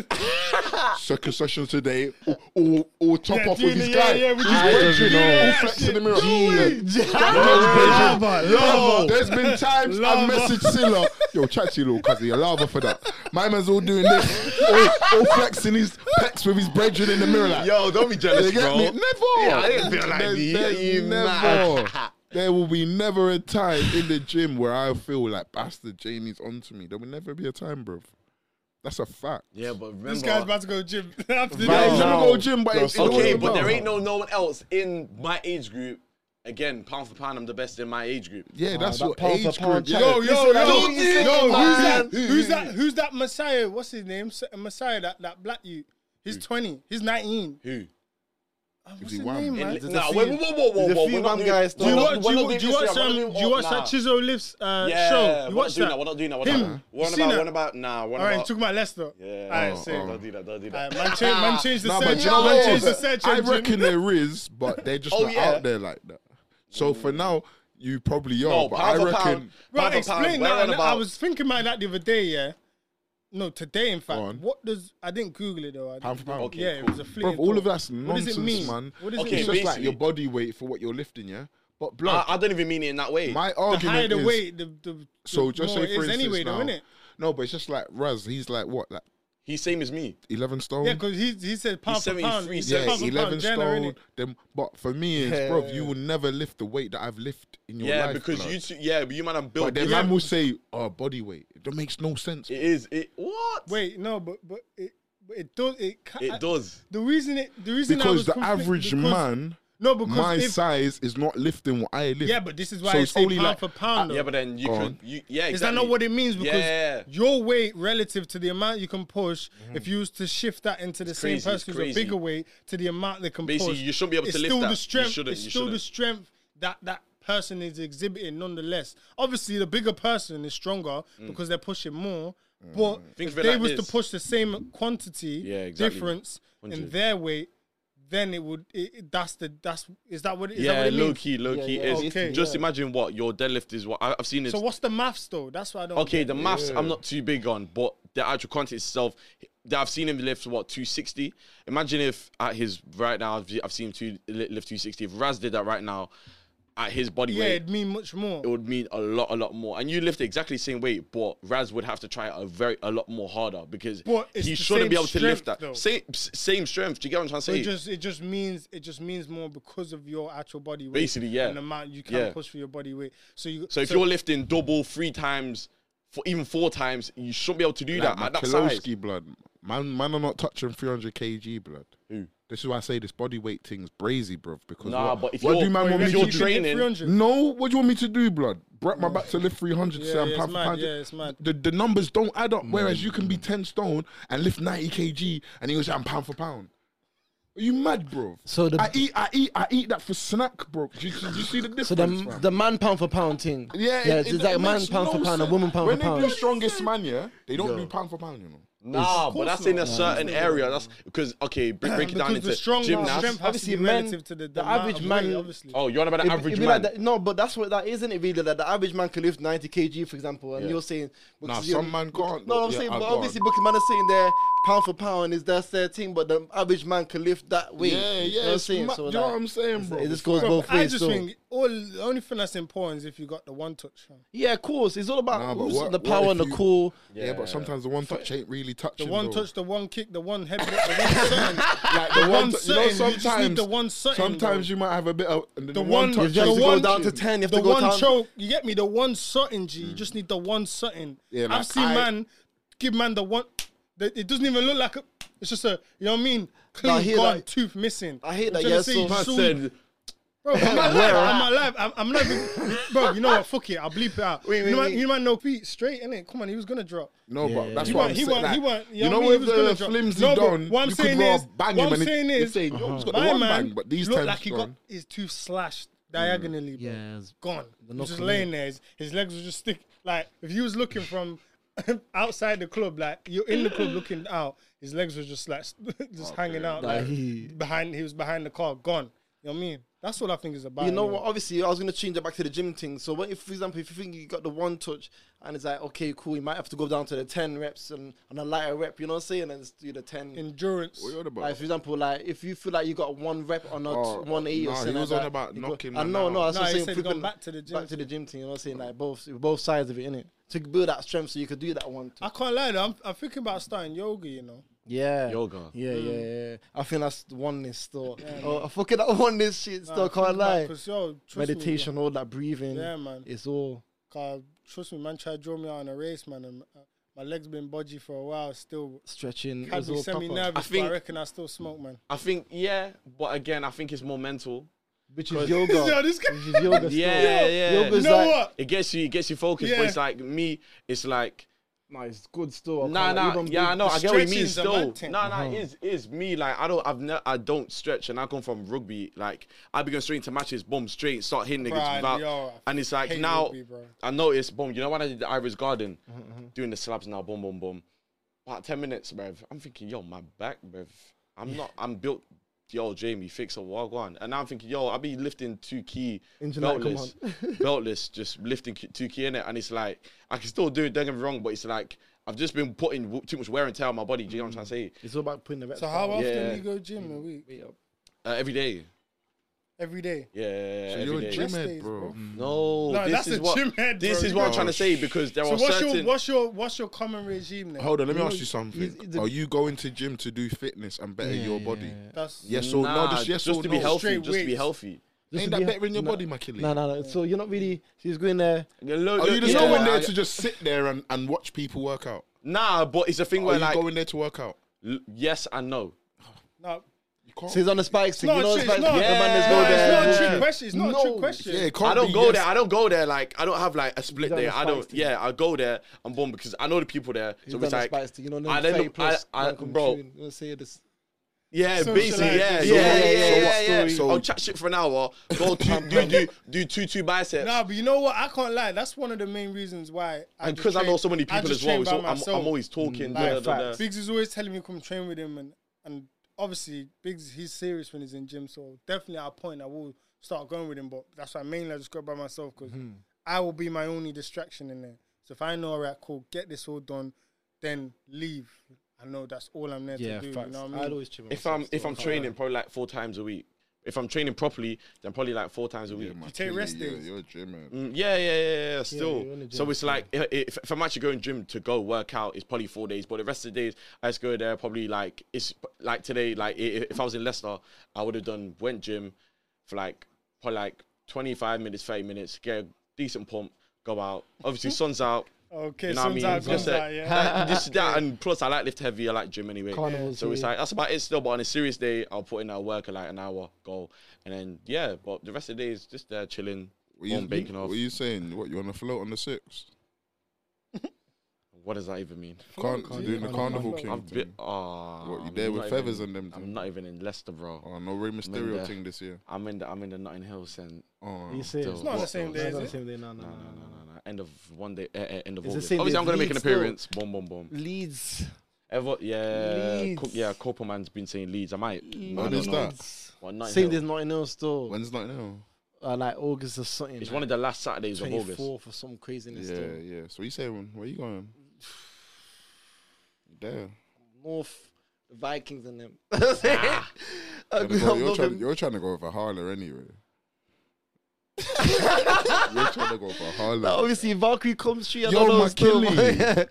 Speaker 5: second session today, or, or, or top off
Speaker 1: Yeah,
Speaker 5: with
Speaker 1: Junior,
Speaker 5: his
Speaker 1: yeah,
Speaker 5: guy.
Speaker 1: yeah, we
Speaker 5: He's
Speaker 1: just- I
Speaker 5: wedging,
Speaker 1: don't know.
Speaker 5: all flex in the mirror.
Speaker 1: Lava, lava.
Speaker 5: Yo, there's been times I've
Speaker 1: Lava.
Speaker 5: messaged Silla. Yo, chat to you little cuz you're lava for that. My man's all doing this, all, all flexing his pecs with his brethren in the mirror. Like,
Speaker 4: Yo, don't be
Speaker 5: you
Speaker 4: jealous,
Speaker 5: get
Speaker 4: bro.
Speaker 5: me? Never.
Speaker 4: Yeah, I didn't feel like
Speaker 5: There's-
Speaker 4: me.
Speaker 5: there's
Speaker 4: You
Speaker 5: never. There will be never a time in the gym where I feel like bastard Jamie's onto me. There will never be a time, bro. That's a fact.
Speaker 4: Yeah, but remember.
Speaker 1: This guy's about to go gym after
Speaker 5: Yeah,
Speaker 1: this.
Speaker 5: he's
Speaker 3: now.
Speaker 5: gonna go gym, but
Speaker 3: Yo,
Speaker 5: it's
Speaker 4: Okay,
Speaker 5: all
Speaker 4: but there
Speaker 5: about-
Speaker 4: ain't no no one else in my age group. Again, pound for pound, I'm the best in my age group.
Speaker 5: Yeah, that's
Speaker 3: that
Speaker 5: your
Speaker 3: pound for
Speaker 5: age
Speaker 3: pound
Speaker 5: group. Yeah.
Speaker 1: Yo,
Speaker 3: Listen,
Speaker 1: yo, yo,
Speaker 3: I
Speaker 1: yo,
Speaker 3: don't think so,
Speaker 1: who's that?
Speaker 3: man.
Speaker 1: Who's that? Who's that Messiah? What's his name? S- Messiah, that, that black you. He's 20. He's 19.
Speaker 4: Who?
Speaker 1: Ah,
Speaker 5: Is
Speaker 1: What's
Speaker 5: he
Speaker 1: his
Speaker 5: wham?
Speaker 1: name,
Speaker 5: Is
Speaker 1: man?
Speaker 3: it-
Speaker 4: Nah, wait, whoa, whoa, whoa, whoa,
Speaker 3: there's a
Speaker 4: whoa.
Speaker 3: few
Speaker 4: we're not
Speaker 3: man
Speaker 4: doing-
Speaker 3: guys
Speaker 4: we're
Speaker 1: Do you
Speaker 4: not-
Speaker 3: still-
Speaker 1: watch?
Speaker 4: we're
Speaker 1: Do
Speaker 4: not doing
Speaker 1: you, do you
Speaker 4: this
Speaker 1: watch
Speaker 4: here, we're
Speaker 1: um,
Speaker 4: not doing-
Speaker 1: Do you
Speaker 4: oh,
Speaker 1: watch
Speaker 4: nah.
Speaker 1: that Chisel Lifts uh,
Speaker 4: Yeah,
Speaker 1: show? You
Speaker 4: we're not
Speaker 1: watch
Speaker 4: doing that.
Speaker 1: that?
Speaker 4: We're not doing that. We're
Speaker 1: Him.
Speaker 4: not. We're on
Speaker 1: You seen
Speaker 4: about.
Speaker 1: that?
Speaker 4: One about. Nah, one
Speaker 1: All right,
Speaker 4: about.
Speaker 1: talk about Leicester.
Speaker 4: Yeah. Oh,
Speaker 3: Oh,
Speaker 1: All right, same.
Speaker 4: Don't do that. Don't do
Speaker 1: All
Speaker 4: that.
Speaker 1: right, man, change, man, change the
Speaker 5: Nah,
Speaker 1: search.
Speaker 5: but you know
Speaker 1: man, change the
Speaker 5: what?
Speaker 1: search
Speaker 5: I
Speaker 1: engine.
Speaker 5: reckon there is, but they're just
Speaker 4: Oh,
Speaker 5: not
Speaker 4: yeah.
Speaker 5: out there like that. So for now, you probably are,
Speaker 4: No,
Speaker 5: but
Speaker 4: pound
Speaker 5: I
Speaker 4: for
Speaker 5: reckon.
Speaker 4: pound.
Speaker 1: Right,
Speaker 4: pound for pound,
Speaker 1: explain
Speaker 4: we're
Speaker 1: that.
Speaker 4: on
Speaker 1: and I
Speaker 4: about-
Speaker 1: was thinking about that the other day, yeah. No, today, in fact.
Speaker 5: on.
Speaker 1: What does I didn't Google it though. I
Speaker 5: Pound for
Speaker 1: didn't-
Speaker 5: pound.
Speaker 4: Okay,
Speaker 1: yeah, it
Speaker 4: cool.
Speaker 1: was a flea.
Speaker 5: Bro,
Speaker 1: and
Speaker 5: all of
Speaker 1: thought.
Speaker 5: that's
Speaker 1: What does
Speaker 5: nonsense,
Speaker 1: it mean?
Speaker 5: man.
Speaker 1: What does
Speaker 5: it's
Speaker 4: Okay,
Speaker 1: it
Speaker 5: just
Speaker 1: mean?
Speaker 5: like
Speaker 4: basically-
Speaker 5: your body weight for what you're lifting, yeah. But blood,
Speaker 4: I, I don't even mean it in that way.
Speaker 5: my
Speaker 1: The higher
Speaker 5: argument
Speaker 1: the
Speaker 5: is
Speaker 1: weight, the, the
Speaker 5: so
Speaker 1: the
Speaker 5: just
Speaker 1: more
Speaker 5: say for
Speaker 1: it is
Speaker 5: instance
Speaker 1: anyway,
Speaker 5: now,
Speaker 1: though, innit?
Speaker 5: No, but it's just like Raz. He's like what, like
Speaker 4: He's same as me.
Speaker 5: eleven stone.
Speaker 1: Yeah, because he he said pound for pound.
Speaker 4: 73,
Speaker 1: He
Speaker 5: um, Yeah,
Speaker 1: said pound for
Speaker 5: eleven
Speaker 1: pound. Jenner,
Speaker 5: stone.
Speaker 1: innit?
Speaker 5: Them, but for me, it's bro, you will never lift the weight that I've lifted in your
Speaker 4: Yeah,
Speaker 5: life.
Speaker 4: because
Speaker 5: blood.
Speaker 4: you two. Yeah, but you man, I'm built.
Speaker 5: But then
Speaker 4: different.
Speaker 5: man will say, "Oh, body weight." That makes no sense.
Speaker 4: It is. It what?
Speaker 1: Wait, no, but but it but it does it. ca- I-
Speaker 4: It does.
Speaker 1: The reason it the reason I
Speaker 5: because
Speaker 1: was
Speaker 5: the
Speaker 1: conflict-
Speaker 5: average
Speaker 1: because-
Speaker 5: man,
Speaker 1: No, because
Speaker 5: my
Speaker 1: if-
Speaker 5: size is not lifting what I lift.
Speaker 1: Yeah, but this is why
Speaker 5: So
Speaker 1: I
Speaker 5: it's
Speaker 1: say
Speaker 5: only
Speaker 1: pound
Speaker 5: like-
Speaker 1: for pound.
Speaker 4: Yeah,
Speaker 1: though.
Speaker 4: but then you
Speaker 5: Go
Speaker 4: could.
Speaker 5: on.
Speaker 4: You, yeah, exactly.
Speaker 1: Is that not what it means? Because
Speaker 4: Yeah.
Speaker 1: your weight relative to the amount you can push, if you was to shift that into the same
Speaker 4: crazy, it's
Speaker 1: person who's a
Speaker 4: crazy.
Speaker 1: bigger weight to the amount they can
Speaker 4: Basically,
Speaker 1: push,
Speaker 4: you shouldn't be able
Speaker 1: it's
Speaker 4: to lift
Speaker 1: still
Speaker 4: that.
Speaker 1: The
Speaker 4: You
Speaker 1: strength,
Speaker 4: shouldn't-
Speaker 1: it's
Speaker 4: you
Speaker 1: still the
Speaker 4: shouldn't.
Speaker 1: strength that that person is exhibiting nonetheless. Obviously, the bigger person is stronger because they're pushing more. But
Speaker 4: Mm. Think
Speaker 1: if
Speaker 4: of it
Speaker 1: they
Speaker 4: like
Speaker 1: was to
Speaker 4: this.
Speaker 1: push the same quantity
Speaker 4: Yeah, exactly.
Speaker 1: difference in
Speaker 4: 100.
Speaker 1: their weight, then it would. It, it- that's the that's is that what it, is that
Speaker 4: Yeah,
Speaker 1: what it
Speaker 4: low
Speaker 1: means?
Speaker 4: key, low
Speaker 3: Yeah,
Speaker 4: key
Speaker 3: yeah,
Speaker 4: is.
Speaker 1: okay,
Speaker 4: just
Speaker 3: yeah.
Speaker 4: imagine what your deadlift is. What I, I've seen it.
Speaker 1: So what's the maths though? That's what I don't.
Speaker 4: okay,
Speaker 1: get.
Speaker 4: the maths I'm not too big on, but the actual content itself, that I've seen him lift what 260. Imagine if at his right now, I've, I've seen him two, li- lift 260. If Raz did that right now, at his body
Speaker 1: yeah,
Speaker 4: weight,
Speaker 1: it'd mean much more.
Speaker 4: it would mean a lot, a lot more. And you lift exactly the same weight, but Raz would have to try a very, a lot more harder because
Speaker 1: But it's
Speaker 4: he
Speaker 1: the
Speaker 4: shouldn't
Speaker 1: same
Speaker 4: be able to lift that
Speaker 1: strength, though.
Speaker 4: same s- same strength. Do you get what I'm trying to
Speaker 1: So
Speaker 4: say?
Speaker 1: it just it just means it just means more because of your actual body weight.
Speaker 4: Basically, yeah.
Speaker 1: And the amount you can
Speaker 4: Yeah.
Speaker 1: push for your body weight. So you
Speaker 4: so if you're lifting double, three times, for even four times, you shouldn't be able to do that at that size.
Speaker 5: Makalowski blood. Man, man are not touching 300 kg blood. This is why I say this body weight thing's brazy, bruv. Because
Speaker 4: Nah,
Speaker 5: what,
Speaker 4: but if
Speaker 5: what
Speaker 4: you're-
Speaker 5: do you man
Speaker 4: but
Speaker 5: want
Speaker 4: if
Speaker 5: me
Speaker 4: you're
Speaker 5: to do?
Speaker 4: trained- training-
Speaker 1: 300,
Speaker 5: No, what do you want me to do, blood? Break my back to lift 300
Speaker 1: Yeah,
Speaker 5: so I'm
Speaker 1: yeah, it's
Speaker 5: pound for
Speaker 1: mad,
Speaker 5: pound.
Speaker 1: yeah, it's mad.
Speaker 5: The, the numbers don't add up. Whereas you can be 10 stone and lift 90 kg and you go, I'm pound for pound. Are you mad, bro?
Speaker 3: So the-
Speaker 5: I eat, I eat, I eat that for snack, bro. Do you, do you see the difference?
Speaker 3: So the
Speaker 5: fam?
Speaker 3: the man pound for pound thing.
Speaker 5: Yeah,
Speaker 3: yeah.
Speaker 5: it-
Speaker 3: It's
Speaker 5: it-
Speaker 3: like
Speaker 5: it
Speaker 3: man
Speaker 5: makes
Speaker 3: pound
Speaker 5: no
Speaker 3: for pound and
Speaker 5: sense.
Speaker 3: woman pound
Speaker 5: when
Speaker 3: for pound.
Speaker 5: they do strongest man, yeah, they don't do pound for pound, you know.
Speaker 4: Nah, but
Speaker 1: course
Speaker 4: that's in a
Speaker 1: not.
Speaker 4: certain area. That's because okay, break, break it down
Speaker 1: because
Speaker 4: into
Speaker 1: the strong
Speaker 4: gymnast.
Speaker 1: strength has to
Speaker 3: Obviously,
Speaker 1: be
Speaker 3: men-
Speaker 1: relative to the,
Speaker 3: the
Speaker 1: amount
Speaker 3: average
Speaker 1: of
Speaker 3: man-
Speaker 1: weight, obviously.
Speaker 4: Oh, you're on about the
Speaker 3: It'd be-
Speaker 4: average
Speaker 3: it'd be
Speaker 4: man.
Speaker 3: like that- no, but that's what that isn't it really? That the average man can lift 90 kg, for example, and you're saying
Speaker 5: Nah,
Speaker 3: you're-
Speaker 5: some man can't.
Speaker 3: No, I'm
Speaker 5: Yeah,
Speaker 3: saying,
Speaker 5: I
Speaker 3: but
Speaker 5: can't.
Speaker 3: obviously, because man is saying there pound for pound is that's their thing, but the average man can lift that weight.
Speaker 5: Yeah,
Speaker 3: You know
Speaker 5: yeah.
Speaker 3: what I'm
Speaker 5: it's
Speaker 3: saying?
Speaker 5: ma-
Speaker 3: So
Speaker 5: do you know
Speaker 3: like,
Speaker 5: what I'm saying, bro?
Speaker 3: it just goes
Speaker 1: Bro,
Speaker 3: both
Speaker 1: I
Speaker 3: ways.
Speaker 1: just
Speaker 3: So.
Speaker 1: think all the only thing that's important is if you got the one touch. fam.
Speaker 3: yeah, of course, it's all about
Speaker 5: Nah, but
Speaker 3: who's
Speaker 5: what-
Speaker 3: the
Speaker 5: what
Speaker 3: power
Speaker 5: if
Speaker 3: and the
Speaker 5: you-
Speaker 3: core.
Speaker 5: Yeah, but sometimes the one touch ain't really
Speaker 1: The
Speaker 5: touching.
Speaker 1: one
Speaker 5: though.
Speaker 1: touch, the one kick, the one headbutt, the
Speaker 5: like
Speaker 1: one certain. the one
Speaker 5: tou-
Speaker 1: certain, you just need the one certain,
Speaker 5: Sometimes
Speaker 1: though.
Speaker 5: you might have a bit of and then
Speaker 1: The
Speaker 5: the one,
Speaker 1: one-
Speaker 5: touch.
Speaker 1: you have
Speaker 5: is
Speaker 1: to go
Speaker 5: touching.
Speaker 3: down to 10, you have
Speaker 1: the
Speaker 3: to go
Speaker 1: one
Speaker 3: down.
Speaker 1: choke, you get me? The one certain G. You just need the one certain.
Speaker 5: Yeah,
Speaker 1: I've
Speaker 5: like,
Speaker 1: seen
Speaker 5: I-
Speaker 1: man give man the one. The, it doesn't even look like a. It's just a. You know what I mean?
Speaker 3: I
Speaker 1: Clean
Speaker 3: hear
Speaker 1: gone,
Speaker 3: that.
Speaker 1: tooth missing.
Speaker 3: I hear
Speaker 1: I'm
Speaker 3: that,
Speaker 1: trying to
Speaker 3: yeah,
Speaker 1: say
Speaker 3: so-
Speaker 1: you
Speaker 3: Man
Speaker 1: saw-
Speaker 4: said-
Speaker 1: Bro, I'm not live. I'm alive. I'm, I'm not even. Bro, you know what? Fuck it. I'll bleep it out. you, might, you might know Pete straight, innit? Come on, he was gonna drop.
Speaker 5: No, but that's
Speaker 1: He
Speaker 5: what
Speaker 1: won't-
Speaker 5: I'm
Speaker 1: he
Speaker 5: saying.
Speaker 1: won't-
Speaker 5: like,
Speaker 1: he won't-
Speaker 5: you know,
Speaker 1: what I mean?
Speaker 5: with
Speaker 1: He was gonna
Speaker 5: the
Speaker 1: drop.
Speaker 5: flimsy
Speaker 1: No, but
Speaker 5: don,
Speaker 1: what I'm
Speaker 5: you could
Speaker 1: saying
Speaker 5: raw
Speaker 1: is-
Speaker 5: bang
Speaker 1: what
Speaker 5: him
Speaker 1: I'm
Speaker 5: and it-
Speaker 1: saying
Speaker 5: you're
Speaker 1: is,
Speaker 5: saying, yo, he's got the
Speaker 1: My
Speaker 5: one
Speaker 1: man
Speaker 5: bang, but these
Speaker 1: looked
Speaker 5: times
Speaker 1: like he got
Speaker 5: gone.
Speaker 1: his tooth slashed diagonally, bro.
Speaker 10: Yeah, it's-
Speaker 1: gone. He was just
Speaker 10: knuckle
Speaker 1: laying there. His, his legs were just stick. Like if you was looking from outside the club, like you're in the club looking out, his legs were just like just hanging out.
Speaker 3: Like,
Speaker 1: like,
Speaker 3: he-
Speaker 1: behind, he was behind the car, gone. You know what I mean? That's what I think is about.
Speaker 3: You know
Speaker 1: anyway.
Speaker 3: what? Obviously, I was gonna change it back to the gym thing. So, what if, for example, if you think you got the one touch and it's like, okay, cool, you might have to go down to the ten reps and, and a lighter rep. You know what I'm saying? And just do the ten.
Speaker 1: Endurance.
Speaker 5: What you on about?
Speaker 3: like, for example, like if you feel like you got one rep on a
Speaker 5: Oh,
Speaker 3: t- one eight
Speaker 5: nah,
Speaker 3: or
Speaker 5: he
Speaker 3: something,
Speaker 5: was
Speaker 3: like
Speaker 5: on
Speaker 3: that,
Speaker 5: about
Speaker 3: you go-
Speaker 5: knocking
Speaker 3: I
Speaker 5: man
Speaker 3: know, no,
Speaker 5: out.
Speaker 3: that's
Speaker 1: Nah,
Speaker 3: what
Speaker 1: he
Speaker 3: I'm saying.
Speaker 1: said he gone
Speaker 3: flipping-
Speaker 1: back to the gym
Speaker 3: back to the gym thing. You know what I'm saying? Like both, both sides of it, innit? To build that strength, so you could do that one. Too.
Speaker 1: I can't lie though. I'm, I'm thinking about starting yoga. You know.
Speaker 3: Yeah.
Speaker 4: Yoga.
Speaker 3: Yeah,
Speaker 1: Mm.
Speaker 3: yeah, yeah. I think that's the oneness still. oh, I fucking that oneness shit still. can't lie.
Speaker 1: Because yo, trust
Speaker 3: Meditation, all that
Speaker 1: Me,
Speaker 3: breathing.
Speaker 1: yeah. yeah, man.
Speaker 3: It's all.
Speaker 1: Cause trust me, man. Try to draw me out in a race, man. And uh, my legs been bodgy for a while. Still,
Speaker 3: stretching. it
Speaker 1: had
Speaker 3: was
Speaker 1: me
Speaker 3: all
Speaker 1: semi
Speaker 3: proper.
Speaker 1: nervous.
Speaker 4: think-
Speaker 1: but I reckon I still smoke, man.
Speaker 4: I think yeah, but again, I think it's more mental.
Speaker 3: Which is yoga.
Speaker 1: Yo, this guy-
Speaker 3: Which is yoga. still.
Speaker 4: Yeah, yeah, yeah.
Speaker 3: Yoga's
Speaker 1: You know
Speaker 3: like,
Speaker 1: what?
Speaker 4: It gets you, it gets you focused.
Speaker 1: Yeah.
Speaker 4: But it's like me, it's like
Speaker 3: Nah, it's good still. I
Speaker 4: nah,
Speaker 3: can't-
Speaker 4: nah,
Speaker 3: even-
Speaker 4: yeah, I know. I get what you mean.
Speaker 1: stretching's a
Speaker 4: Still,
Speaker 1: mad thing.
Speaker 4: nah, nah, it is it is me. Like I don't, I've ne- I don't stretch, and I come from rugby. Like I be going straight into matches, boom, straight, start hitting niggas
Speaker 1: Bruh,
Speaker 4: without,
Speaker 1: yo, I
Speaker 4: and it's like
Speaker 1: hate
Speaker 4: now
Speaker 1: rugby, bruh.
Speaker 4: I noticed, boom. You know when I did the Irish Garden, doing the slabs now, boom, boom, boom. About ten minutes, bruv. I'm thinking, yo, my back, bruv. I'm not. I'm built. Yo, Jamie, fix a wagwan. And now I'm thinking, yo, I'll be lifting two key
Speaker 3: Internet, come
Speaker 4: beltless, beltless, just lifting ki- two key in it, and it's like I can still do it. Don't get me wrong, but it's like I've just been putting w- too much wear and tear on my body. Do you know what I'm trying to say?
Speaker 3: It's all about putting the reps.
Speaker 1: So how often
Speaker 4: Yeah.
Speaker 1: do you go gym a week?
Speaker 4: Uh, every day,
Speaker 1: Every day.
Speaker 4: yeah. yeah,
Speaker 5: Mm. So
Speaker 4: every
Speaker 5: you're
Speaker 4: day.
Speaker 5: a gym
Speaker 1: Rest
Speaker 5: head,
Speaker 1: days,
Speaker 5: bro.
Speaker 1: bro.
Speaker 4: No,
Speaker 1: No,
Speaker 4: this
Speaker 1: that's
Speaker 4: is
Speaker 1: a
Speaker 4: what
Speaker 1: gym head,
Speaker 4: this
Speaker 1: bro.
Speaker 4: is what I'm
Speaker 5: No,
Speaker 4: trying to say because there
Speaker 1: So
Speaker 4: are
Speaker 1: what's your
Speaker 4: certain.
Speaker 1: what's your what's your common regime then?
Speaker 5: Hold on, let me
Speaker 3: You
Speaker 5: ask
Speaker 3: know,
Speaker 5: you
Speaker 3: he's- he's
Speaker 5: something.
Speaker 3: a-
Speaker 5: Are you going to gym to do fitness and better your body?
Speaker 1: That's
Speaker 5: Yes or no?
Speaker 4: Nah,
Speaker 5: Just yes
Speaker 4: just
Speaker 5: or
Speaker 4: to be
Speaker 5: no?
Speaker 4: healthy,
Speaker 1: Straight
Speaker 4: just to be
Speaker 1: weights.
Speaker 4: healthy.
Speaker 5: Ain't that better in your body, Makili?
Speaker 3: No, no, no. So you're not really. She's going there.
Speaker 5: Are you just going there to just sit there and, and watch people work out?
Speaker 4: Nah, but it's a thing
Speaker 5: Are
Speaker 4: where
Speaker 5: Oh, you
Speaker 4: like
Speaker 5: going there to work out?
Speaker 4: l- yes and no.
Speaker 1: no.
Speaker 5: You can't.
Speaker 3: So he's on the spikes. thing,
Speaker 1: No,
Speaker 3: you know,
Speaker 1: it's,
Speaker 3: the spikes.
Speaker 1: it's not.
Speaker 3: the man is
Speaker 4: no,
Speaker 3: going
Speaker 4: it's
Speaker 3: there.
Speaker 1: it's not a
Speaker 4: Yeah.
Speaker 1: trick question. It's not a
Speaker 5: No.
Speaker 1: trick question.
Speaker 5: Yeah, it can't
Speaker 4: I don't
Speaker 5: be
Speaker 4: go
Speaker 5: yes
Speaker 4: there. I don't go there. Like I don't have like a split
Speaker 3: done
Speaker 4: day.
Speaker 3: the
Speaker 4: I don't.
Speaker 3: spikes thing.
Speaker 4: Yeah, I go there. I'm born because I know the people there. So
Speaker 3: He's
Speaker 4: it's
Speaker 3: done the
Speaker 4: like
Speaker 3: spikes. thing, You know,
Speaker 4: I
Speaker 3: then
Speaker 4: don't
Speaker 3: 30
Speaker 4: know- I-
Speaker 3: plus.
Speaker 4: I-
Speaker 3: man come
Speaker 4: bro.
Speaker 3: tune, you know, say this.
Speaker 4: yeah, basically
Speaker 1: Socialize.
Speaker 4: yeah,
Speaker 1: So
Speaker 4: yeah,
Speaker 3: what-
Speaker 4: yeah, yeah,
Speaker 3: so
Speaker 4: yeah,
Speaker 3: what
Speaker 4: yeah.
Speaker 3: story?
Speaker 4: I'll chat shit for an hour. Go do do do do two two biceps.
Speaker 1: Nah, but you know what? I can't lie. That's one of the main reasons why. I
Speaker 4: and
Speaker 1: just
Speaker 4: because I
Speaker 1: train-
Speaker 4: know so many people
Speaker 1: just
Speaker 4: as well,
Speaker 1: train by
Speaker 4: so I'm,
Speaker 1: myself. Mm,
Speaker 4: I'm always talking.
Speaker 1: Like,
Speaker 4: da, da, da, da.
Speaker 1: Biggs is always telling me come train with him, and and obviously Biggs he's serious when he's in gym, so definitely at a point I will start going with him. But that's why mainly I just go by myself because I will be my only distraction in there. So if I know alright, cool, get this all done, then leave. I know that's all I'm there
Speaker 10: Yeah,
Speaker 1: to do.
Speaker 10: facts.
Speaker 1: You know what I mean?
Speaker 3: I'd always chip
Speaker 4: If I'm if I'm training probably like four times a week, If I'm training properly, then probably like four times a
Speaker 5: Yeah,
Speaker 4: week.
Speaker 5: man,
Speaker 1: You take
Speaker 5: clearly
Speaker 1: rest
Speaker 5: you're-
Speaker 1: days.
Speaker 5: You're a gym man.
Speaker 4: Mm, yeah, yeah, yeah, yeah. Still,
Speaker 3: you're in the
Speaker 4: so
Speaker 3: gym,
Speaker 4: it's like i- if, if I'm actually going gym to go work out, it's probably four days. But the rest of the days, I just go there. Probably like it's p- like today. Like i- i- if I was in Leicester, I would have done went gym for like probably like 25 minutes, 30 minutes, get a decent pump, go out. Obviously, sun's out.
Speaker 1: Okay,
Speaker 4: You know what I
Speaker 1: sun's
Speaker 4: mean?
Speaker 1: out,
Speaker 4: It's just
Speaker 1: guns out,
Speaker 4: that,
Speaker 1: yeah.
Speaker 4: that- this, that, and plus I like lift heavy. I like gym anyway.
Speaker 3: Carnivals,
Speaker 4: so it's
Speaker 3: yeah.
Speaker 4: like that's about it still. But on a serious day, I'll put in that work of like an hour, go, and then yeah. But the rest of the day is just there chilling,
Speaker 5: What you,
Speaker 4: warm baking
Speaker 5: what
Speaker 4: off.
Speaker 5: you saying? What you on the float on the six?
Speaker 4: What does that even mean?
Speaker 5: Can't
Speaker 1: Float,
Speaker 5: doing
Speaker 1: yeah.
Speaker 5: the carnival
Speaker 1: Float.
Speaker 5: king.
Speaker 4: I've
Speaker 5: thing.
Speaker 4: been. ah,
Speaker 5: What, you
Speaker 4: I'm
Speaker 5: there with
Speaker 4: not
Speaker 5: feathers and
Speaker 4: even-
Speaker 5: them
Speaker 4: I'm
Speaker 5: thing?
Speaker 4: not even in Leicester, bro.
Speaker 5: Oh, no Rey Mysterio
Speaker 4: there.
Speaker 5: thing this year.
Speaker 4: I'm in the I'm in the Notting Hill and
Speaker 5: Oh,
Speaker 3: You see, it's
Speaker 4: Still.
Speaker 1: It's not on the
Speaker 4: What
Speaker 1: same
Speaker 4: those?
Speaker 1: day,
Speaker 3: not
Speaker 1: is
Speaker 3: the
Speaker 1: it?
Speaker 3: same day. No, no,
Speaker 4: no,
Speaker 3: no,
Speaker 4: no,
Speaker 3: no.
Speaker 4: no, no. End of one day, eh, eh, end of
Speaker 3: It's the
Speaker 4: August.
Speaker 3: same day
Speaker 4: Obviously,
Speaker 3: as
Speaker 4: I'm gonna make an
Speaker 3: Leeds, though.
Speaker 4: appearance. Boom, boom, boom.
Speaker 3: Leeds.
Speaker 4: Ever, yeah,
Speaker 3: Leeds.
Speaker 4: Co- yeah. Copeman's been saying Leeds. I might. I
Speaker 5: When
Speaker 4: don't
Speaker 5: is
Speaker 4: know.
Speaker 5: that?
Speaker 4: Well, Notting
Speaker 3: Same
Speaker 4: Hill.
Speaker 3: there's nothing else still.
Speaker 5: When's not now?
Speaker 3: Uh, like August or something.
Speaker 4: It's
Speaker 3: like
Speaker 4: one of the last Saturdays of August.
Speaker 3: 24th or some craziness.
Speaker 5: Yeah,
Speaker 3: still.
Speaker 5: yeah. So what you saying? Where you going? There.
Speaker 3: North the Vikings and them.
Speaker 4: Ah.
Speaker 5: Tryna go- you're, trying, you're trying to go for Harler anyway. you're trying to go for Harler.
Speaker 3: Obviously, Valkyrie comes through. I
Speaker 5: Yo,
Speaker 3: don't know still.
Speaker 5: Makili.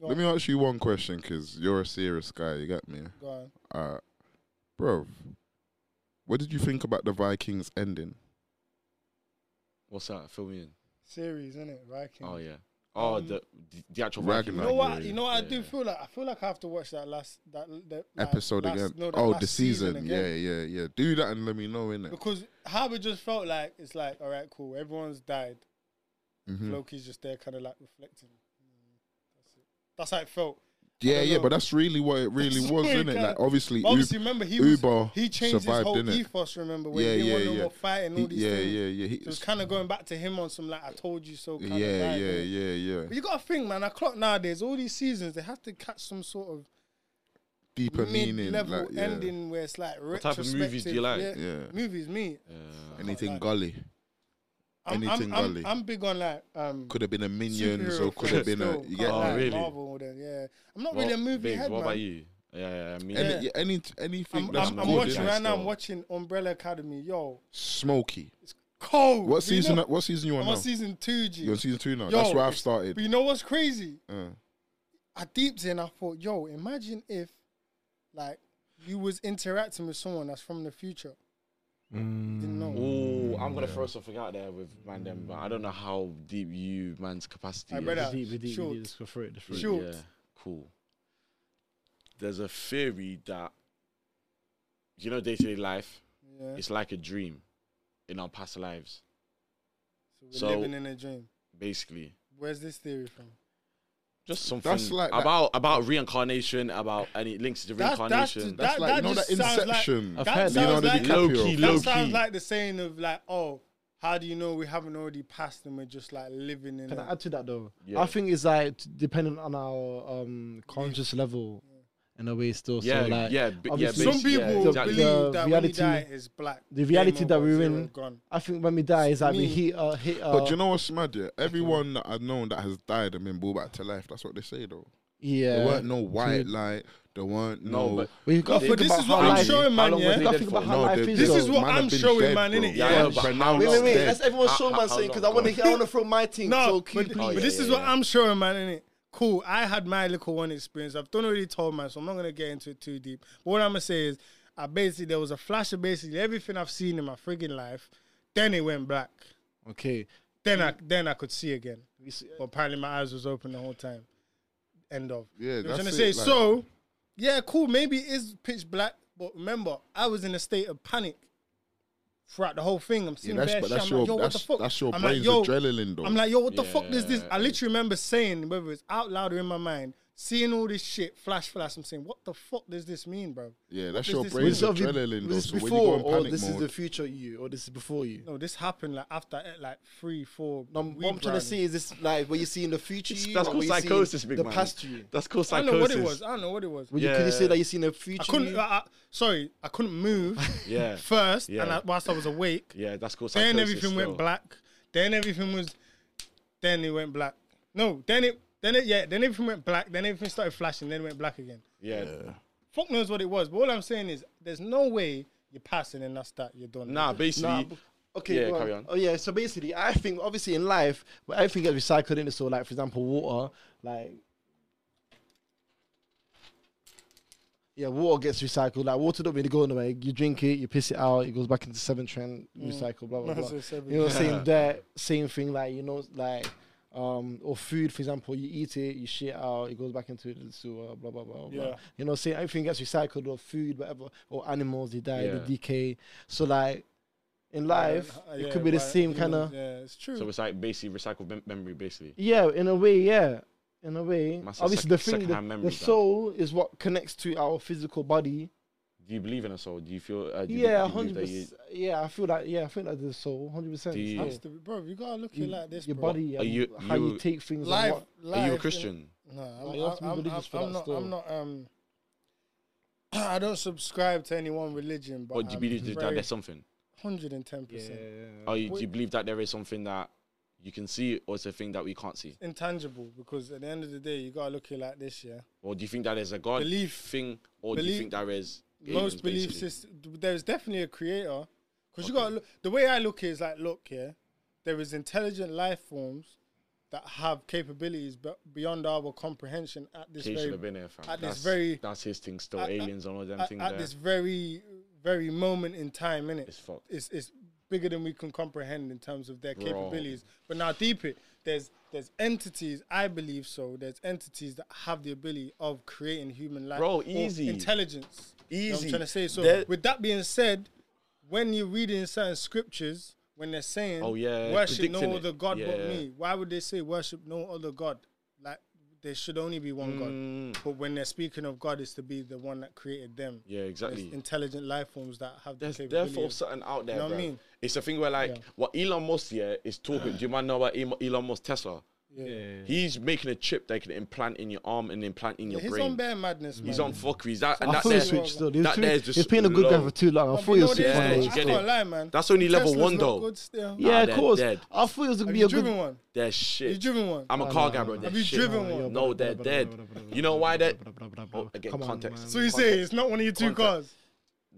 Speaker 5: Let me ask you one question because you're a serious guy. You got me?
Speaker 1: Go on.
Speaker 5: Uh, bro, what did you think about the Vikings ending?
Speaker 4: What's that? Fill me in.
Speaker 1: Series, isn't it? Viking.
Speaker 4: Oh yeah. Oh,
Speaker 1: Um,
Speaker 4: the the- the actual
Speaker 5: Ragnar-
Speaker 1: You
Speaker 4: Viking-
Speaker 1: know what?
Speaker 5: yeah,
Speaker 1: You know what? I
Speaker 4: yeah.
Speaker 1: do feel like I feel like I have to watch that last that, that like,
Speaker 5: Episode
Speaker 1: last-
Speaker 5: again?
Speaker 1: no, that
Speaker 5: oh,
Speaker 1: last
Speaker 5: the season.
Speaker 1: again.
Speaker 5: Yeah, yeah, yeah. Do that and let me know, innit?
Speaker 1: Because how it just felt like it's like, all right, cool. Everyone's died.
Speaker 5: Mhm.
Speaker 1: Loki's just there, kind of like reflecting. Mm, That's, it. That's how it felt.
Speaker 5: Yeah,
Speaker 1: don't
Speaker 5: yeah,
Speaker 1: know.
Speaker 5: but that's really what it really
Speaker 1: That's
Speaker 5: was,
Speaker 1: what it
Speaker 5: isn't it?
Speaker 1: kinda-
Speaker 5: Like, obviously,
Speaker 1: But obviously, remember he was,
Speaker 5: Uber
Speaker 1: he changed
Speaker 5: survived,
Speaker 1: his whole
Speaker 5: didn't it?
Speaker 1: ethos. Remember when
Speaker 5: yeah,
Speaker 1: he didn't
Speaker 5: yeah,
Speaker 1: want no
Speaker 5: yeah.
Speaker 1: more fighting, all
Speaker 5: He-
Speaker 1: these
Speaker 5: yeah,
Speaker 1: things.
Speaker 5: yeah, yeah. He,
Speaker 1: So it's kind of going back to him on some like I told you so. Kind
Speaker 5: yeah,
Speaker 1: of
Speaker 5: yeah,
Speaker 1: vibe,
Speaker 5: yeah,
Speaker 1: innit?
Speaker 5: yeah,
Speaker 1: But you gotta think, man. I clock nowadays. All these seasons, they have to catch some sort of
Speaker 5: Deeper meaning,
Speaker 1: mid-level
Speaker 5: like, yeah,
Speaker 1: ending where it's like
Speaker 4: What type of movies do you
Speaker 1: retrospective,
Speaker 5: like? Yeah.
Speaker 1: Movies, me.
Speaker 4: Yeah.
Speaker 5: anything
Speaker 1: like-
Speaker 5: gully.
Speaker 1: I'm,
Speaker 5: Anything
Speaker 1: I'm, I'm-
Speaker 5: gully.
Speaker 1: I'm big on like um,
Speaker 5: Could have been a minion,
Speaker 1: superhero
Speaker 5: so could have been
Speaker 1: films
Speaker 5: a
Speaker 1: still,
Speaker 5: you
Speaker 1: kinda
Speaker 5: get
Speaker 4: Oh,
Speaker 1: like
Speaker 4: really?
Speaker 1: Marvel, then, yeah. I'm not
Speaker 4: Well,
Speaker 1: really a movie
Speaker 4: Biggs,
Speaker 1: head,
Speaker 4: What
Speaker 1: man.
Speaker 4: about you? Yeah, yeah, me.
Speaker 5: any,
Speaker 1: Yeah.
Speaker 5: any anything
Speaker 1: I'm,
Speaker 5: that's
Speaker 1: I'm, I'm
Speaker 5: good,
Speaker 1: watching
Speaker 5: innit?
Speaker 1: right now. I'm
Speaker 4: still.
Speaker 1: watching Umbrella Academy. Yo,
Speaker 5: Smoky.
Speaker 1: it's cold.
Speaker 5: What
Speaker 1: Do you
Speaker 5: season?
Speaker 1: know-
Speaker 5: what season you on
Speaker 1: I'm
Speaker 5: now?
Speaker 1: on season two, G.
Speaker 5: You're on season two now.
Speaker 1: Yo,
Speaker 5: that's where I've
Speaker 1: it's-
Speaker 5: started.
Speaker 1: But you know what's crazy?
Speaker 5: Uh,
Speaker 1: I deeped in. I thought, yo, imagine if, like, you was interacting with someone that's from the future. You Didn't know.
Speaker 5: Mm.
Speaker 4: Ooh, I'm gonna throw something out there with man them, but I don't know how deep you man's capacity
Speaker 1: Hey,
Speaker 4: is.
Speaker 1: brother.
Speaker 3: Deep, deep, deep,
Speaker 1: Short.
Speaker 3: deep, just go through it, just through it.
Speaker 1: Short.
Speaker 4: cool. There's a theory that you know day to day life,
Speaker 1: Yeah.
Speaker 4: it's like a dream in our past lives,
Speaker 1: we're
Speaker 4: so-
Speaker 1: living in a dream.
Speaker 4: basically.
Speaker 1: Where's this theory from?
Speaker 4: Just something
Speaker 5: That's like that-
Speaker 4: about about reincarnation, about any links to
Speaker 1: That's- that's
Speaker 4: reincarnation.
Speaker 1: the-
Speaker 5: that's
Speaker 1: That-
Speaker 5: like you
Speaker 1: that
Speaker 5: know
Speaker 1: just
Speaker 5: that
Speaker 1: sounds like-
Speaker 5: Inception.
Speaker 3: I've
Speaker 1: that
Speaker 3: heard that.
Speaker 1: sounds
Speaker 5: Leonardo
Speaker 1: like
Speaker 4: low
Speaker 5: DiCaprio.
Speaker 4: key,
Speaker 1: That
Speaker 4: low
Speaker 1: sounds
Speaker 4: key.
Speaker 1: like the saying of like, oh, how do you know we haven't already passed and we're just like living in
Speaker 3: Can I
Speaker 1: it?
Speaker 3: add to that though?
Speaker 4: Yeah.
Speaker 3: I think it's like t- dependent on our um conscious level in a way still.
Speaker 4: yeah,
Speaker 3: so like
Speaker 4: yeah, b- yeah.
Speaker 3: obviously-
Speaker 1: Some
Speaker 4: basi- yeah,
Speaker 1: people
Speaker 4: exactly.
Speaker 1: believe
Speaker 3: The
Speaker 1: that
Speaker 3: reality-
Speaker 1: when you die is black.
Speaker 3: the reality
Speaker 1: Game
Speaker 3: that
Speaker 1: over,
Speaker 3: we're
Speaker 1: zero
Speaker 3: in-
Speaker 1: Gone.
Speaker 3: I think when we die, it's like we
Speaker 1: Me.
Speaker 3: hit uh hit uh
Speaker 5: But you know what's mad? Yeah, everyone that I've known that has died and been brought back to life. That's what they say though. There
Speaker 3: yeah.
Speaker 5: weren't no white light. There weren't
Speaker 4: No,
Speaker 5: no.
Speaker 4: but
Speaker 3: We've got
Speaker 1: No,
Speaker 3: to
Speaker 1: but
Speaker 3: think
Speaker 1: this
Speaker 3: about
Speaker 1: is
Speaker 3: how
Speaker 1: what I'm
Speaker 3: life-
Speaker 1: showing,
Speaker 4: long
Speaker 1: man.
Speaker 4: was
Speaker 3: we
Speaker 1: Yeah.
Speaker 4: it-
Speaker 3: got to think about how
Speaker 5: No,
Speaker 3: life
Speaker 5: they-
Speaker 3: is.
Speaker 1: This
Speaker 3: though.
Speaker 1: is what
Speaker 5: man have
Speaker 1: I'm
Speaker 5: been
Speaker 1: showing,
Speaker 5: dead,
Speaker 1: man.
Speaker 5: bro.
Speaker 1: Innit?
Speaker 4: Yeah,
Speaker 1: Yeah.
Speaker 4: but how
Speaker 3: Wait, wait,
Speaker 4: long-
Speaker 3: wait.
Speaker 5: dead,
Speaker 3: Let's everyone
Speaker 4: bro.
Speaker 3: show
Speaker 4: How-
Speaker 3: man
Speaker 4: how
Speaker 3: saying because I
Speaker 4: long
Speaker 3: want to hear. I want to throw my team.
Speaker 1: No,
Speaker 3: so
Speaker 1: but,
Speaker 3: keep
Speaker 1: th-
Speaker 3: please.
Speaker 4: Oh,
Speaker 1: but
Speaker 4: yeah,
Speaker 1: this
Speaker 4: yeah,
Speaker 1: is what
Speaker 4: yeah.
Speaker 1: I'm showing, man. Innit? Cool. I had my little one experience. I've done already told man, so I'm not gonna get into it too deep. But what I'm gonna say is, I basically there was a flash of basically everything I've seen in my frigging life. Then it went black.
Speaker 3: Okay.
Speaker 1: Then I then I could see again.
Speaker 3: We see-
Speaker 1: But apparently my eyes was open the whole time. End of.
Speaker 5: Yeah,
Speaker 1: you know what I'm
Speaker 5: that's
Speaker 1: trying to
Speaker 5: it,
Speaker 1: say.
Speaker 5: like-
Speaker 1: so, yeah, cool. Maybe it is pitch black, but remember, I was in a state of panic throughout the whole thing. I'm seeing
Speaker 5: that's-
Speaker 1: bare
Speaker 5: but
Speaker 1: shit.
Speaker 5: that's
Speaker 1: I'm like,
Speaker 5: your-
Speaker 1: yo, what the
Speaker 5: that's-
Speaker 1: fuck?
Speaker 5: that's your
Speaker 1: I'm
Speaker 5: brain's adrenaline, though.
Speaker 1: I'm like, yo, what the fuck is this?
Speaker 4: Yeah.
Speaker 1: I literally remember saying, whether it's out loud or in my mind, seeing all this shit flash, flash. I'm saying, what the fuck does this mean, bro?
Speaker 5: yeah,
Speaker 1: What
Speaker 5: that's
Speaker 1: does
Speaker 5: your
Speaker 1: this
Speaker 5: brain's
Speaker 1: mean?
Speaker 3: So we-
Speaker 5: adrenaline. Though,
Speaker 3: Was this
Speaker 5: so when you
Speaker 3: before
Speaker 5: go in
Speaker 3: or
Speaker 5: panic
Speaker 3: this is
Speaker 5: mode,
Speaker 3: the future you or this is before you?
Speaker 1: No, this happened like after I ate, like three, four.
Speaker 3: No, what
Speaker 1: weed
Speaker 3: I'm trying to
Speaker 1: brownies.
Speaker 3: see is this like what you see in the future you,
Speaker 4: That's
Speaker 3: or what
Speaker 4: called
Speaker 3: you see in
Speaker 4: psychosis, big
Speaker 3: the
Speaker 4: man.
Speaker 3: past you.
Speaker 4: That's called
Speaker 1: I don't
Speaker 4: psychosis.
Speaker 1: know what it was. I don't know what it was.
Speaker 3: Would you, Could you say
Speaker 4: Yeah.
Speaker 3: that you see in the
Speaker 1: I
Speaker 3: future?
Speaker 1: couldn't.
Speaker 3: you?
Speaker 1: I, I, sorry, I couldn't move.
Speaker 4: Yeah.
Speaker 1: First,
Speaker 4: Yeah.
Speaker 1: and I, whilst I was awake,
Speaker 4: Yeah, that's called psychosis.
Speaker 1: then everything
Speaker 4: though.
Speaker 1: went black. Then everything was. Then it went black. No, then it. Then it. Yeah. Then everything went black. Then everything started flashing. Then it went black again.
Speaker 4: Yeah.
Speaker 1: Fuck knows what it was. But all I'm saying is, there's no way you're passing and that's that. You're done.
Speaker 4: Nah, basically,
Speaker 3: Nah, b- okay,
Speaker 4: Yeah,
Speaker 3: go on.
Speaker 4: carry on.
Speaker 3: Oh yeah, so basically, I think obviously in life, where everything gets recycled in. So like, for example, water, like. Yeah, water gets recycled. Like water don't really go nowhere. You drink it, you piss it out, it goes back into seven trend,
Speaker 4: Mm.
Speaker 3: recycle, blah blah blah.
Speaker 1: That's a seven.
Speaker 3: You know, same dirt, same thing. Like you know, like um, or food, for example, you eat it, you shit out, it goes back into the sewer, blah blah blah. blah.
Speaker 1: Yeah.
Speaker 3: You know, saying everything gets recycled or food, whatever, or animals they die, they decay. So like in life,
Speaker 1: Uh,
Speaker 3: it
Speaker 1: yeah,
Speaker 3: could be the
Speaker 1: right,
Speaker 3: same
Speaker 1: you
Speaker 3: kind
Speaker 1: know,
Speaker 3: of
Speaker 1: Yeah, it's true.
Speaker 4: so it's like basically recycled mem- memory, basically.
Speaker 3: yeah, in a way, yeah. In a way,
Speaker 4: Massive
Speaker 3: obviously
Speaker 4: sec-
Speaker 3: the thing,
Speaker 4: secondhand
Speaker 3: the, the
Speaker 4: memories, man.
Speaker 3: soul is what connects to our physical body.
Speaker 4: Do you believe in a soul? Do you feel? Uh, do you,
Speaker 3: yeah,
Speaker 4: do you believe
Speaker 3: hundred
Speaker 4: that you-
Speaker 3: percent. Yeah, I feel like yeah, I feel like the soul, hundred percent.
Speaker 4: Do you-
Speaker 1: That's the- bro, you gotta look at it like this.
Speaker 3: your
Speaker 1: bro.
Speaker 3: body,
Speaker 4: Are
Speaker 3: and
Speaker 4: you-
Speaker 3: how you,
Speaker 4: you-
Speaker 3: take things. and
Speaker 1: life,
Speaker 3: what-
Speaker 1: life.
Speaker 4: Are you a
Speaker 1: in-
Speaker 4: Christian?
Speaker 1: No, I'm,
Speaker 3: Like, you have to be
Speaker 1: I'm, I'm,
Speaker 3: religious for
Speaker 1: I'm
Speaker 3: that
Speaker 1: not.
Speaker 3: still.
Speaker 1: I'm not. Um, I don't subscribe to any one religion, but
Speaker 4: Or do you
Speaker 1: I'm
Speaker 4: believe that
Speaker 1: very
Speaker 4: there's something?
Speaker 1: Hundred and ten percent
Speaker 4: Or you, do
Speaker 1: Wait.
Speaker 4: you believe that there is something that you can see, or it's a thing that we can't see?
Speaker 1: intangible because at the end of the day, you gotta look at it like this. Yeah,
Speaker 4: Or do you think that there's a God
Speaker 1: Belief.
Speaker 4: thing, or do
Speaker 1: Belief.
Speaker 4: you think there is aliens,
Speaker 1: most belief
Speaker 4: basically?
Speaker 1: system. There's definitely a creator because you gotta look. The way I look is like, look, yeah, there is intelligent life forms that have capabilities be- beyond our comprehension at this
Speaker 4: He should
Speaker 1: very
Speaker 4: have been here, fam.
Speaker 1: at this
Speaker 4: That's-
Speaker 1: very-
Speaker 4: that's his thing. Still,
Speaker 1: at- at-
Speaker 4: aliens and all them
Speaker 1: at,
Speaker 4: things.
Speaker 1: at
Speaker 4: there.
Speaker 1: this very very moment in time innit?
Speaker 4: It's fucked.
Speaker 1: it's it's bigger than we can comprehend in terms of their
Speaker 4: Bro.
Speaker 1: capabilities but now deep it there's there's entities i believe so there's entities that have the ability of creating human life
Speaker 4: Bro,
Speaker 1: or
Speaker 4: easy.
Speaker 1: intelligence You know what
Speaker 4: Easy.
Speaker 1: i'm trying to say so
Speaker 4: There-
Speaker 1: with that being said when you're reading certain scriptures when they're saying
Speaker 4: Oh, yeah,
Speaker 1: worship no
Speaker 4: predicting it.
Speaker 1: other god but
Speaker 4: Yeah.
Speaker 1: me why would they say worship no other god like there should only be one god but when they're speaking of god it's to be the one that created them
Speaker 4: Mm. Yeah, exactly.
Speaker 1: there's intelligent life forms that have
Speaker 4: There's
Speaker 1: the
Speaker 4: therefore
Speaker 1: capability.
Speaker 4: something out there.
Speaker 1: know what I
Speaker 4: bruv.
Speaker 1: mean?
Speaker 4: It's a thing where like what Elon Musk yeah is talking. Do you mind know about Elon- Elon Musk Tesla?
Speaker 1: Yeah.
Speaker 4: He's making a chip they can implant in your arm and implant in your
Speaker 1: He's
Speaker 4: brain.
Speaker 1: on bare madness, man.
Speaker 4: He's on fuckeries. That, and
Speaker 3: I
Speaker 4: that
Speaker 3: thought he
Speaker 4: there,
Speaker 3: switched though. He was
Speaker 4: that
Speaker 3: too-
Speaker 4: there's
Speaker 3: he was
Speaker 4: just
Speaker 3: playing a good guy
Speaker 4: low.
Speaker 3: for too long. I
Speaker 1: But
Speaker 3: thought
Speaker 1: you
Speaker 3: he
Speaker 1: know
Speaker 3: was
Speaker 1: what it is,
Speaker 3: switched.
Speaker 4: Yeah,
Speaker 1: though?
Speaker 4: you
Speaker 1: I
Speaker 4: get
Speaker 1: can't
Speaker 4: it.
Speaker 1: lie, man.
Speaker 4: That's only level
Speaker 1: Tesla's
Speaker 4: one,
Speaker 1: not
Speaker 4: though.
Speaker 1: Good
Speaker 4: Nah,
Speaker 1: still.
Speaker 3: Yeah, of
Speaker 4: Ah, they're
Speaker 3: course.
Speaker 4: dead.
Speaker 3: I thought it was gonna
Speaker 1: Have
Speaker 3: be a
Speaker 1: you
Speaker 3: good.
Speaker 1: driven one?
Speaker 4: They're shit.
Speaker 1: You driven one?
Speaker 4: I'm a car guy, bro.
Speaker 1: Have
Speaker 4: They're
Speaker 1: you
Speaker 4: shit.
Speaker 1: driven one?
Speaker 4: No, they're dead. You know why they're oh, again context.
Speaker 1: So you say it's not one of your two
Speaker 4: Contact.
Speaker 1: cars?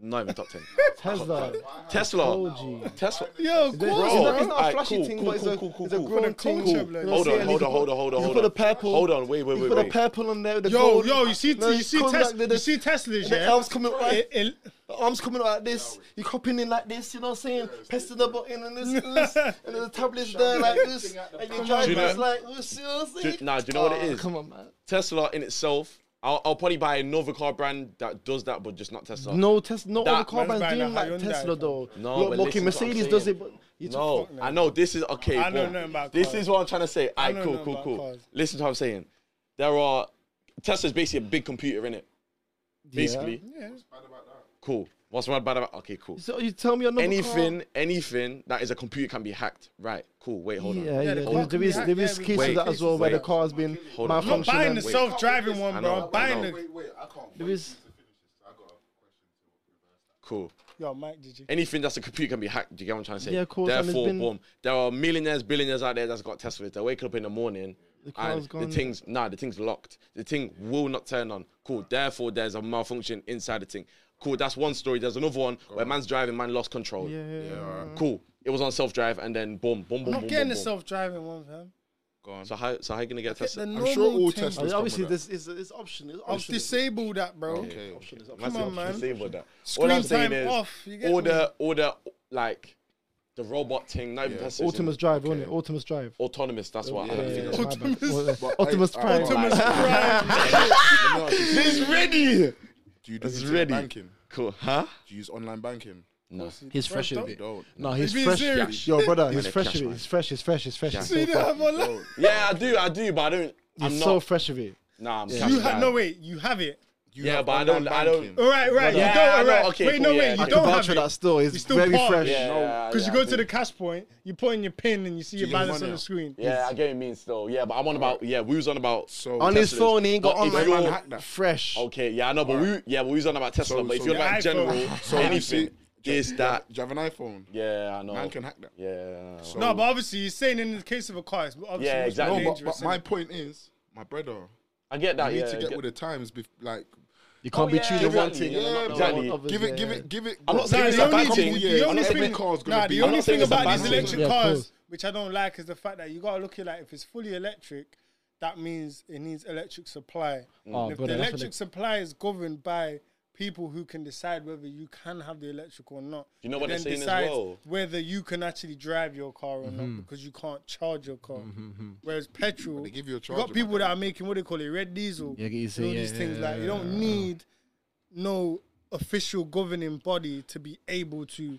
Speaker 4: Not even top ten.
Speaker 3: Tesla.
Speaker 4: Tesla.
Speaker 3: OG.
Speaker 4: Tesla.
Speaker 1: Yo,
Speaker 3: It's
Speaker 1: of course,
Speaker 4: Bro,
Speaker 3: not, it's not a
Speaker 4: alright,
Speaker 3: flashy
Speaker 4: cool,
Speaker 3: thing,
Speaker 4: cool,
Speaker 3: but it's a,
Speaker 4: cool, cool,
Speaker 3: it's a
Speaker 4: cool.
Speaker 3: grown
Speaker 1: For the
Speaker 3: thing.
Speaker 1: culture, blood.
Speaker 3: You know
Speaker 4: Hold
Speaker 3: what I'm saying?
Speaker 4: on, hold
Speaker 3: You
Speaker 4: on, hold on, hold on,
Speaker 3: put- You
Speaker 4: hold
Speaker 3: put
Speaker 4: on.
Speaker 3: a purple.
Speaker 4: Hold on, wait, wait,
Speaker 3: You
Speaker 4: wait,
Speaker 3: put a
Speaker 4: wait.
Speaker 3: purple on there. with The
Speaker 1: Yo,
Speaker 3: gold.
Speaker 1: yo, you see,
Speaker 3: No,
Speaker 1: you see,
Speaker 3: comes
Speaker 1: Tes-
Speaker 3: like the- the-
Speaker 1: you see Teslas,
Speaker 3: The
Speaker 1: yeah?
Speaker 3: elves coming right.
Speaker 1: It- it-
Speaker 3: The arms coming out like this. You copying in like this. You know what I'm saying? Pressing the button and this, and this, and the tablet's there like this, and you drive
Speaker 4: Do you know-
Speaker 3: it's like this. You know what I'm saying?
Speaker 4: Do- nah, do you know what it
Speaker 3: Oh,
Speaker 4: is?
Speaker 3: Come on, man.
Speaker 4: Tesla in itself. I'll, I'll probably buy another car brand that does that, but just not Tesla.
Speaker 3: No, Tesla. No
Speaker 4: That-
Speaker 3: other car
Speaker 1: Man's
Speaker 3: brands
Speaker 1: buying a
Speaker 3: doing like
Speaker 1: Hyundai,
Speaker 3: Tesla
Speaker 1: fam.
Speaker 3: though.
Speaker 4: No,
Speaker 3: Look, okay,
Speaker 4: but listen to what I'm
Speaker 3: Mercedes does
Speaker 4: saying.
Speaker 3: it, but you
Speaker 4: No, I know this is okay.
Speaker 1: I know
Speaker 4: but
Speaker 1: nothing about
Speaker 4: This
Speaker 1: cars.
Speaker 4: is what I'm trying to say.
Speaker 1: I
Speaker 4: I
Speaker 1: know
Speaker 4: cool,
Speaker 1: nothing
Speaker 4: cool,
Speaker 1: about
Speaker 4: cool.
Speaker 1: cars.
Speaker 4: Listen to what I'm saying. There are Tesla's basically a big computer in it. Basically, cool. What's mad bad about? Okay, cool.
Speaker 3: So you tell me another
Speaker 4: Anything, anything that is a computer can be hacked. Right, cool. Wait,
Speaker 3: Car.
Speaker 4: hold
Speaker 3: Yeah,
Speaker 4: on.
Speaker 3: yeah.
Speaker 1: Yeah, the
Speaker 3: there
Speaker 1: car
Speaker 3: is-
Speaker 1: can
Speaker 3: there
Speaker 1: be
Speaker 3: is
Speaker 1: hacked,
Speaker 3: there
Speaker 1: yeah,
Speaker 3: is
Speaker 1: we-
Speaker 3: cases of that
Speaker 4: Wait,
Speaker 3: as well where the
Speaker 4: wait.
Speaker 3: car's been
Speaker 4: Hold on.
Speaker 1: I'm not buying the
Speaker 4: Wait.
Speaker 1: self-driving one,
Speaker 4: I
Speaker 1: bro.
Speaker 4: know,
Speaker 1: I'm
Speaker 4: I
Speaker 1: buying
Speaker 4: know.
Speaker 1: the.
Speaker 3: There is
Speaker 4: Cool.
Speaker 1: Yo, Mike, did you?
Speaker 4: Anything that's a computer can be hacked. Do you get what I'm trying to say?
Speaker 3: Yeah, of course, and there's
Speaker 4: Therefore,
Speaker 3: been-
Speaker 4: boom. There are millionaires, billionaires out there that's got Tesla. They're waking up in the morning.
Speaker 3: car's
Speaker 4: and
Speaker 3: gone.
Speaker 4: the thing's nah, the thing's locked. The thing will not turn on. Cool. Therefore, there's a malfunction inside the thing. Cool. That's one story. There's another one where man's driving, man lost control.
Speaker 3: yeah, yeah, yeah.
Speaker 4: Cool. It was on self drive, and then boom, boom, boom,
Speaker 1: I'm
Speaker 4: boom,
Speaker 1: not getting
Speaker 4: boom,
Speaker 1: the
Speaker 4: boom.
Speaker 1: self-driving one, fam.
Speaker 4: So how so how you gonna get
Speaker 1: Get the
Speaker 4: Tesla?
Speaker 5: I'm sure
Speaker 1: normal
Speaker 5: all
Speaker 1: thing.
Speaker 5: Teslas.
Speaker 3: Obviously, this is it's option. It's
Speaker 1: I've
Speaker 3: option.
Speaker 1: disabled that, bro.
Speaker 5: Okay.
Speaker 1: Come on, man.
Speaker 4: Disable that.
Speaker 1: Screen
Speaker 4: all I'm saying
Speaker 1: time
Speaker 4: is
Speaker 1: off, you get
Speaker 4: all
Speaker 1: me?
Speaker 4: the all the like the robot thing, not even Tesla's in-
Speaker 3: Optimus Drive, wasn't it? Optimus Drive.
Speaker 4: autonomous. That's what
Speaker 3: Yeah,
Speaker 4: I think.
Speaker 3: yeah,
Speaker 4: that's
Speaker 3: my
Speaker 4: what-
Speaker 3: bad. Well,
Speaker 5: But,
Speaker 3: Optimus
Speaker 5: hey,
Speaker 3: Prime.
Speaker 5: I-
Speaker 1: Optimus
Speaker 5: I-
Speaker 1: Prime.
Speaker 5: He's ready. Do you do
Speaker 4: It's
Speaker 5: internet
Speaker 4: ready.
Speaker 5: banking?
Speaker 4: Cool, huh?
Speaker 5: Do you use online banking?
Speaker 3: He's fresh
Speaker 1: Don't-
Speaker 3: with
Speaker 5: You
Speaker 3: it.
Speaker 5: don't.
Speaker 3: No, he's
Speaker 1: being
Speaker 3: fresh.
Speaker 1: serious.
Speaker 3: Yo, brother, he's
Speaker 4: Yeah,
Speaker 3: fresh
Speaker 4: cash
Speaker 3: with it.
Speaker 4: man.
Speaker 3: He's fresh. He's fresh. He's fresh. He's so
Speaker 1: See that
Speaker 3: fresh.
Speaker 1: have one? like-
Speaker 4: Yeah, I do, I do, but I don't. I'm
Speaker 3: He's
Speaker 4: not.
Speaker 3: so fresh with it.
Speaker 4: nah, I'm
Speaker 1: You
Speaker 4: cash
Speaker 1: ha-
Speaker 4: guy.
Speaker 1: no wait, you have it.
Speaker 5: You
Speaker 4: Yeah,
Speaker 5: have
Speaker 4: but I don't-
Speaker 5: online
Speaker 4: I don't-
Speaker 5: banking.
Speaker 1: All right, right.
Speaker 4: Yeah,
Speaker 1: you don't.
Speaker 4: I
Speaker 1: All
Speaker 4: know,
Speaker 1: right.
Speaker 4: okay,
Speaker 1: wait, no
Speaker 4: cool,
Speaker 1: wait,
Speaker 4: yeah,
Speaker 1: you
Speaker 4: I
Speaker 3: I
Speaker 4: can
Speaker 1: don't
Speaker 3: can
Speaker 1: have
Speaker 3: vouch
Speaker 1: it.
Speaker 3: for that still.
Speaker 1: You
Speaker 3: It's
Speaker 1: still
Speaker 3: very
Speaker 1: part.
Speaker 3: fresh.
Speaker 4: Yeah, yeah,
Speaker 1: Because you
Speaker 4: yeah,
Speaker 1: go
Speaker 4: I
Speaker 1: to
Speaker 4: do.
Speaker 1: the cash point, you put in your pin and you see your
Speaker 5: your
Speaker 1: balance
Speaker 5: money
Speaker 1: on the
Speaker 5: out.
Speaker 1: screen.
Speaker 4: Yeah, I get what you mean still. Yeah, but I'm on about. Yeah, we was on about.
Speaker 5: So
Speaker 3: On his
Speaker 4: Teslas.
Speaker 3: phone, he ain't got
Speaker 4: But if
Speaker 3: online
Speaker 4: you're-
Speaker 3: man, fresh.
Speaker 4: Okay, yeah, I know, but we yeah, but we was on about Tesla.
Speaker 5: So-
Speaker 4: but if
Speaker 5: so-
Speaker 4: you're about
Speaker 1: Yeah,
Speaker 4: general,
Speaker 1: iPhone.
Speaker 5: So
Speaker 4: anything
Speaker 5: do you-
Speaker 4: is
Speaker 5: do you
Speaker 4: that.
Speaker 5: have- Do you have an iPhone?
Speaker 4: Yeah, I know.
Speaker 5: Man can hack that.
Speaker 4: Yeah.
Speaker 5: So-
Speaker 1: No, but obviously you're saying in the case of a car, it's obviously
Speaker 4: Yeah,
Speaker 1: much more
Speaker 4: exactly.
Speaker 5: No, but,
Speaker 1: dangerous,
Speaker 5: but my
Speaker 1: innit?
Speaker 5: point is, my brother,
Speaker 4: I get
Speaker 5: you
Speaker 4: that.
Speaker 5: need
Speaker 4: Ah, Yeah.
Speaker 5: to
Speaker 4: I
Speaker 5: get
Speaker 4: get-
Speaker 5: with the times. Bef- like,
Speaker 7: You
Speaker 3: Oh,
Speaker 7: can't be tuned to one
Speaker 8: exactly.
Speaker 7: thing.
Speaker 8: Yeah,
Speaker 7: and not the
Speaker 8: exactly.
Speaker 7: others,
Speaker 5: Give
Speaker 7: yeah,
Speaker 5: it, give
Speaker 7: yeah.
Speaker 5: it, give it.
Speaker 8: I'm not
Speaker 1: Nah,
Speaker 8: saying it's
Speaker 1: the
Speaker 8: a bad
Speaker 1: only-
Speaker 8: thing.
Speaker 1: the
Speaker 8: Yeah, I'm
Speaker 1: only
Speaker 8: not saying
Speaker 1: thing-
Speaker 8: every car's
Speaker 1: Nah,
Speaker 8: gonna
Speaker 1: the
Speaker 8: be.
Speaker 1: only
Speaker 8: I'm not saying
Speaker 1: thing
Speaker 8: it's a
Speaker 1: about
Speaker 8: bad
Speaker 1: these
Speaker 8: thing.
Speaker 1: electric
Speaker 7: Yeah, of
Speaker 1: cars,
Speaker 7: course.
Speaker 1: which I don't like, is the fact that you gotta look at like if it's fully electric, that means it needs electric supply.
Speaker 7: Oh,
Speaker 1: Mm. And if
Speaker 7: brother, that's what
Speaker 1: the electric
Speaker 7: they-
Speaker 1: supply is governed by people who can decide whether you can have the electric or not,
Speaker 8: You know
Speaker 1: it
Speaker 8: what they're
Speaker 1: then
Speaker 8: saying as
Speaker 1: decides
Speaker 8: well?
Speaker 1: Whether you can actually drive your car or
Speaker 7: Mm-hmm.
Speaker 1: not because you can't charge your car. Whereas petrol,
Speaker 5: They give you a
Speaker 1: you
Speaker 5: charge.
Speaker 1: got people that are making what they call it red diesel.
Speaker 7: Yeah, you see,
Speaker 1: and all
Speaker 7: yeah,
Speaker 1: these things
Speaker 7: yeah,
Speaker 1: like you don't
Speaker 7: yeah,
Speaker 1: need no official governing body to be able to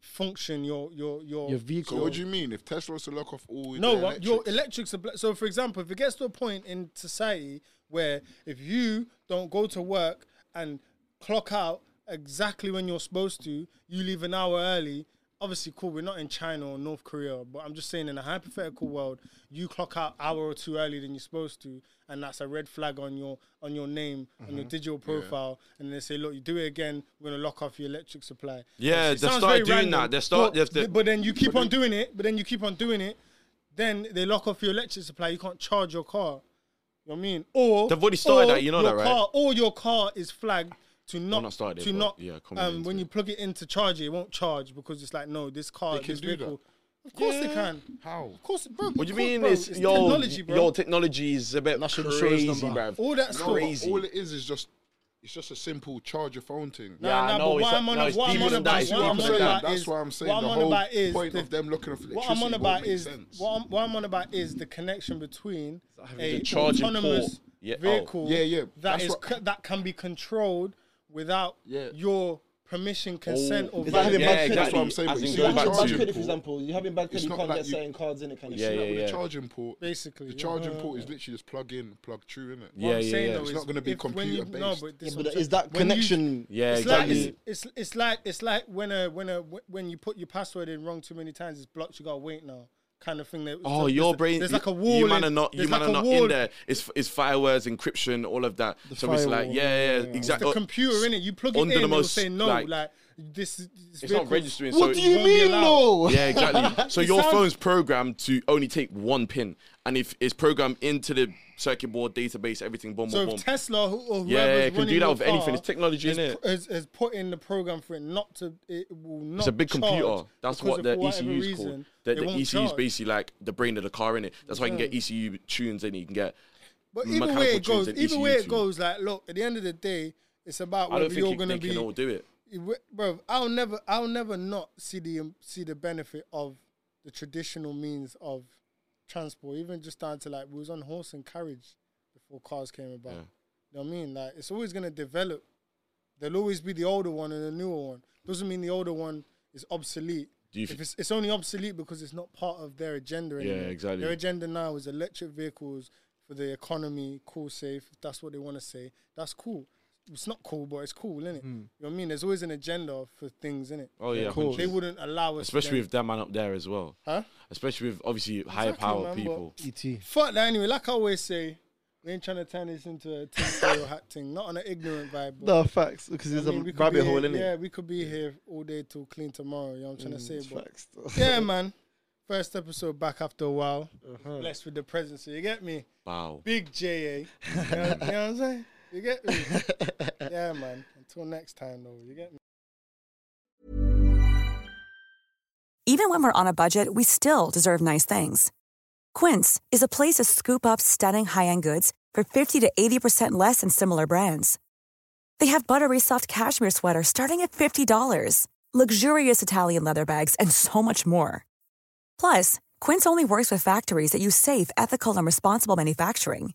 Speaker 1: function your your your,
Speaker 7: Your vehicle.
Speaker 5: So what do you mean if Tesla was to lock off all?
Speaker 1: no
Speaker 5: their
Speaker 1: uh, your
Speaker 5: electrics?
Speaker 1: electric supply. So for example, if it gets to a point in society where if you don't go to work and clock out exactly when you're supposed to, you leave an hour early. Obviously, cool. We're not in China or North Korea, but I'm just saying, in a hypothetical world, you clock out hour or two early than you're supposed to, and that's a red flag on your on your name on
Speaker 6: Mm-hmm.
Speaker 1: your digital profile. And they say, look, you do it again, we're gonna lock off your electric supply.
Speaker 6: Yeah,
Speaker 1: Obviously, it
Speaker 6: they
Speaker 1: sounds
Speaker 6: started
Speaker 1: very
Speaker 6: doing that. They start-
Speaker 1: But,
Speaker 6: they've- they-
Speaker 1: but then you keep on doing it. But then you keep on doing it. Then they lock off your electric supply. You can't charge your car. You know what I mean? Or
Speaker 6: They've already started
Speaker 1: or
Speaker 6: that, you know
Speaker 1: your
Speaker 6: that, right?
Speaker 1: Car, or your car is flagged to not,
Speaker 6: not started it,
Speaker 1: to
Speaker 6: but
Speaker 1: not.
Speaker 6: yeah, coming
Speaker 1: um,
Speaker 6: into
Speaker 1: when
Speaker 6: it.
Speaker 1: you plug it in to charge it, it won't charge because it's like no, this car,
Speaker 5: They can
Speaker 1: this
Speaker 5: do that?
Speaker 1: vehicle. Of course they can. How? Of course, bro.
Speaker 8: What
Speaker 1: of
Speaker 8: do you mean?
Speaker 1: course, bro,
Speaker 8: It's,
Speaker 1: it's
Speaker 8: yo,
Speaker 1: technology, bro.
Speaker 8: Yo, technology is a bit
Speaker 7: National insurance
Speaker 8: crazy,
Speaker 7: number.
Speaker 8: bruv.
Speaker 1: all that stuff.
Speaker 5: No,
Speaker 8: crazy.
Speaker 5: All it is is just it's just a simple charge your phone thing.
Speaker 1: Nah,
Speaker 8: Yeah, I
Speaker 1: nah,
Speaker 8: know,
Speaker 1: but
Speaker 8: it's
Speaker 1: what
Speaker 8: a-
Speaker 1: I'm on,
Speaker 8: no,
Speaker 1: a-
Speaker 8: it's
Speaker 1: what I'm
Speaker 8: deeper
Speaker 1: on
Speaker 8: than
Speaker 1: about
Speaker 8: that,
Speaker 1: is
Speaker 8: it's
Speaker 1: what
Speaker 8: deeper
Speaker 1: I'm
Speaker 8: than that.
Speaker 1: on about
Speaker 5: That's
Speaker 1: is
Speaker 5: why I'm saying
Speaker 1: what
Speaker 5: the
Speaker 1: I'm on
Speaker 5: whole
Speaker 1: about is
Speaker 5: point
Speaker 1: the-
Speaker 5: of them looking for
Speaker 1: what I'm
Speaker 5: electricity
Speaker 1: on about
Speaker 5: won't make
Speaker 1: is
Speaker 5: sense.
Speaker 1: what I'm, what I'm on about is the connection between a
Speaker 8: the charging
Speaker 1: autonomous
Speaker 8: port. Yeah, oh.
Speaker 1: vehicle
Speaker 5: Yeah, yeah,
Speaker 1: that
Speaker 5: that's
Speaker 1: is
Speaker 5: what-
Speaker 1: c- that can be controlled without
Speaker 5: Yeah.
Speaker 1: your permission, consent, or
Speaker 3: Is that having
Speaker 8: Yeah,
Speaker 3: bad
Speaker 8: exactly.
Speaker 3: credit?
Speaker 5: That's what I'm saying,
Speaker 8: As in
Speaker 5: but you
Speaker 3: You're
Speaker 8: going
Speaker 5: see,
Speaker 8: back
Speaker 3: having
Speaker 5: charge
Speaker 3: bad
Speaker 8: to
Speaker 5: you.
Speaker 3: credit, for example. You're having bad credit,
Speaker 5: It's
Speaker 3: you
Speaker 5: not
Speaker 3: can't
Speaker 5: like
Speaker 3: get
Speaker 5: you-
Speaker 3: certain cards in it, kind of
Speaker 5: You see
Speaker 3: shit.
Speaker 5: that with
Speaker 8: yeah.
Speaker 5: the charging port,
Speaker 1: basically.
Speaker 5: the
Speaker 1: yeah.
Speaker 5: charging port is literally just plug in, plug through, innit?
Speaker 1: What I'm
Speaker 8: yeah,
Speaker 1: saying
Speaker 8: yeah.
Speaker 1: though
Speaker 5: It's
Speaker 1: is
Speaker 5: not gonna be
Speaker 1: if when you-
Speaker 5: computer-based.
Speaker 1: No, but this
Speaker 3: Yeah,
Speaker 1: is
Speaker 3: but
Speaker 1: what I'm
Speaker 3: is
Speaker 1: saying.
Speaker 3: that
Speaker 1: When you-
Speaker 3: connection?
Speaker 8: Yeah,
Speaker 1: It's like
Speaker 8: exactly.
Speaker 1: it's, it's it's like it's like when a when a when you put your password in wrong too many times, it's blocked. You gotta wait now, kind of thing. That,
Speaker 6: Oh,
Speaker 1: there's
Speaker 6: your
Speaker 1: a-
Speaker 6: brain.
Speaker 1: There's like a
Speaker 6: you-
Speaker 1: wall.
Speaker 6: You man
Speaker 1: in-
Speaker 6: are not. You
Speaker 1: there's
Speaker 6: man
Speaker 1: like
Speaker 6: are
Speaker 1: a
Speaker 6: not
Speaker 1: wall
Speaker 6: in there. It's it's firewalls, encryption, all of that. so it's like,
Speaker 7: firewall,
Speaker 6: yeah, yeah, exactly.
Speaker 1: the computer in it. You plug it in,
Speaker 6: Uh, Under the
Speaker 1: it'll
Speaker 6: most,
Speaker 1: say no. Like,
Speaker 6: like-
Speaker 1: this, this
Speaker 8: It's not
Speaker 1: vehicle-
Speaker 8: registering. so
Speaker 3: What
Speaker 8: it-
Speaker 3: do you
Speaker 1: won't be
Speaker 3: mean,
Speaker 1: allowed.
Speaker 3: no?
Speaker 6: Yeah, exactly. So
Speaker 1: It
Speaker 6: your
Speaker 1: sounds-
Speaker 6: phone's programmed to only take one pin, and if it's programmed into the circuit board database, everything, boom,
Speaker 1: So
Speaker 6: boom, boom.
Speaker 1: if Tesla who- or whoever's
Speaker 6: Yeah, yeah, it can do
Speaker 1: running
Speaker 6: that
Speaker 1: your
Speaker 6: with anything.
Speaker 1: car
Speaker 6: It's technology,
Speaker 1: has,
Speaker 6: innit?
Speaker 1: pu- Has, has put in the program for it not to. It will not.
Speaker 6: It's a big
Speaker 1: charge
Speaker 6: computer. That's
Speaker 1: because
Speaker 6: what
Speaker 1: of
Speaker 6: the E
Speaker 1: whatever
Speaker 6: ECU is
Speaker 1: reason,
Speaker 6: called. The,
Speaker 1: it
Speaker 6: the
Speaker 1: won't
Speaker 6: ECU is
Speaker 1: charge.
Speaker 6: basically like the brain of the car, in it. That's why you can get ECU tunes, and you can get.
Speaker 1: But either way
Speaker 6: mechanical
Speaker 1: it goes,
Speaker 6: tunes and E
Speaker 1: either way
Speaker 6: ECU
Speaker 1: it goes, like look, at the end of the day, it's about
Speaker 6: I don't
Speaker 1: whether
Speaker 6: think
Speaker 1: you're
Speaker 6: you,
Speaker 1: gonna
Speaker 6: they
Speaker 1: be
Speaker 6: can all do it.
Speaker 1: it wi- bro, I'll never, I'll never not see the um, see the benefit of the traditional means of transport, even just down to like we was on horse and carriage before cars came about. You know what I mean? Like it's always gonna develop. There'll always be the older one and the newer one. Doesn't mean the older one is obsolete.
Speaker 6: Do you
Speaker 1: if
Speaker 6: thi-
Speaker 1: it's, it's only obsolete because it's not part of their agenda anymore.
Speaker 6: exactly.
Speaker 1: Their agenda now is electric vehicles for the economy, cool, safe. If that's what they want to say, that's cool. It's not cool, but it's cool, innit?
Speaker 3: Hmm.
Speaker 1: You know what I mean? There's always an agenda for things, innit?
Speaker 6: Oh yeah,
Speaker 7: course.
Speaker 1: They wouldn't allow us. to
Speaker 6: especially
Speaker 1: then-
Speaker 6: with that man up there as well.
Speaker 1: Huh?
Speaker 6: Especially with obviously higher
Speaker 1: Exactly,
Speaker 6: power
Speaker 1: man,
Speaker 6: people.
Speaker 1: but-
Speaker 3: E
Speaker 7: ET.
Speaker 1: Fuck that anyway. Like I always say, we ain't trying to turn this into a tinfoil hat thing, not on an ignorant vibe. But
Speaker 3: No facts, because
Speaker 1: I
Speaker 3: there's
Speaker 1: mean, we
Speaker 3: a
Speaker 1: could
Speaker 3: rabbit
Speaker 1: be
Speaker 3: hole
Speaker 1: here,
Speaker 3: in
Speaker 1: Yeah,
Speaker 3: it.
Speaker 1: we could be here all day till clean tomorrow. You know what I'm trying to
Speaker 3: Hmm.
Speaker 1: say? But
Speaker 3: Facts.
Speaker 1: yeah, man. First episode back after a while. Blessed with the presence. You get me?
Speaker 6: Wow.
Speaker 1: Big JA. You know, you know what I'm saying? You get me? yeah, man. Until next time, though. You get me?
Speaker 11: Even when we're on a budget, we still deserve nice things. Quince is a place to scoop up stunning high end goods for 50 to 80% less than similar brands. They have buttery soft cashmere sweaters starting at $50, luxurious Italian leather bags, and so much more. Plus, Quince only works with factories that use safe, ethical, and responsible manufacturing.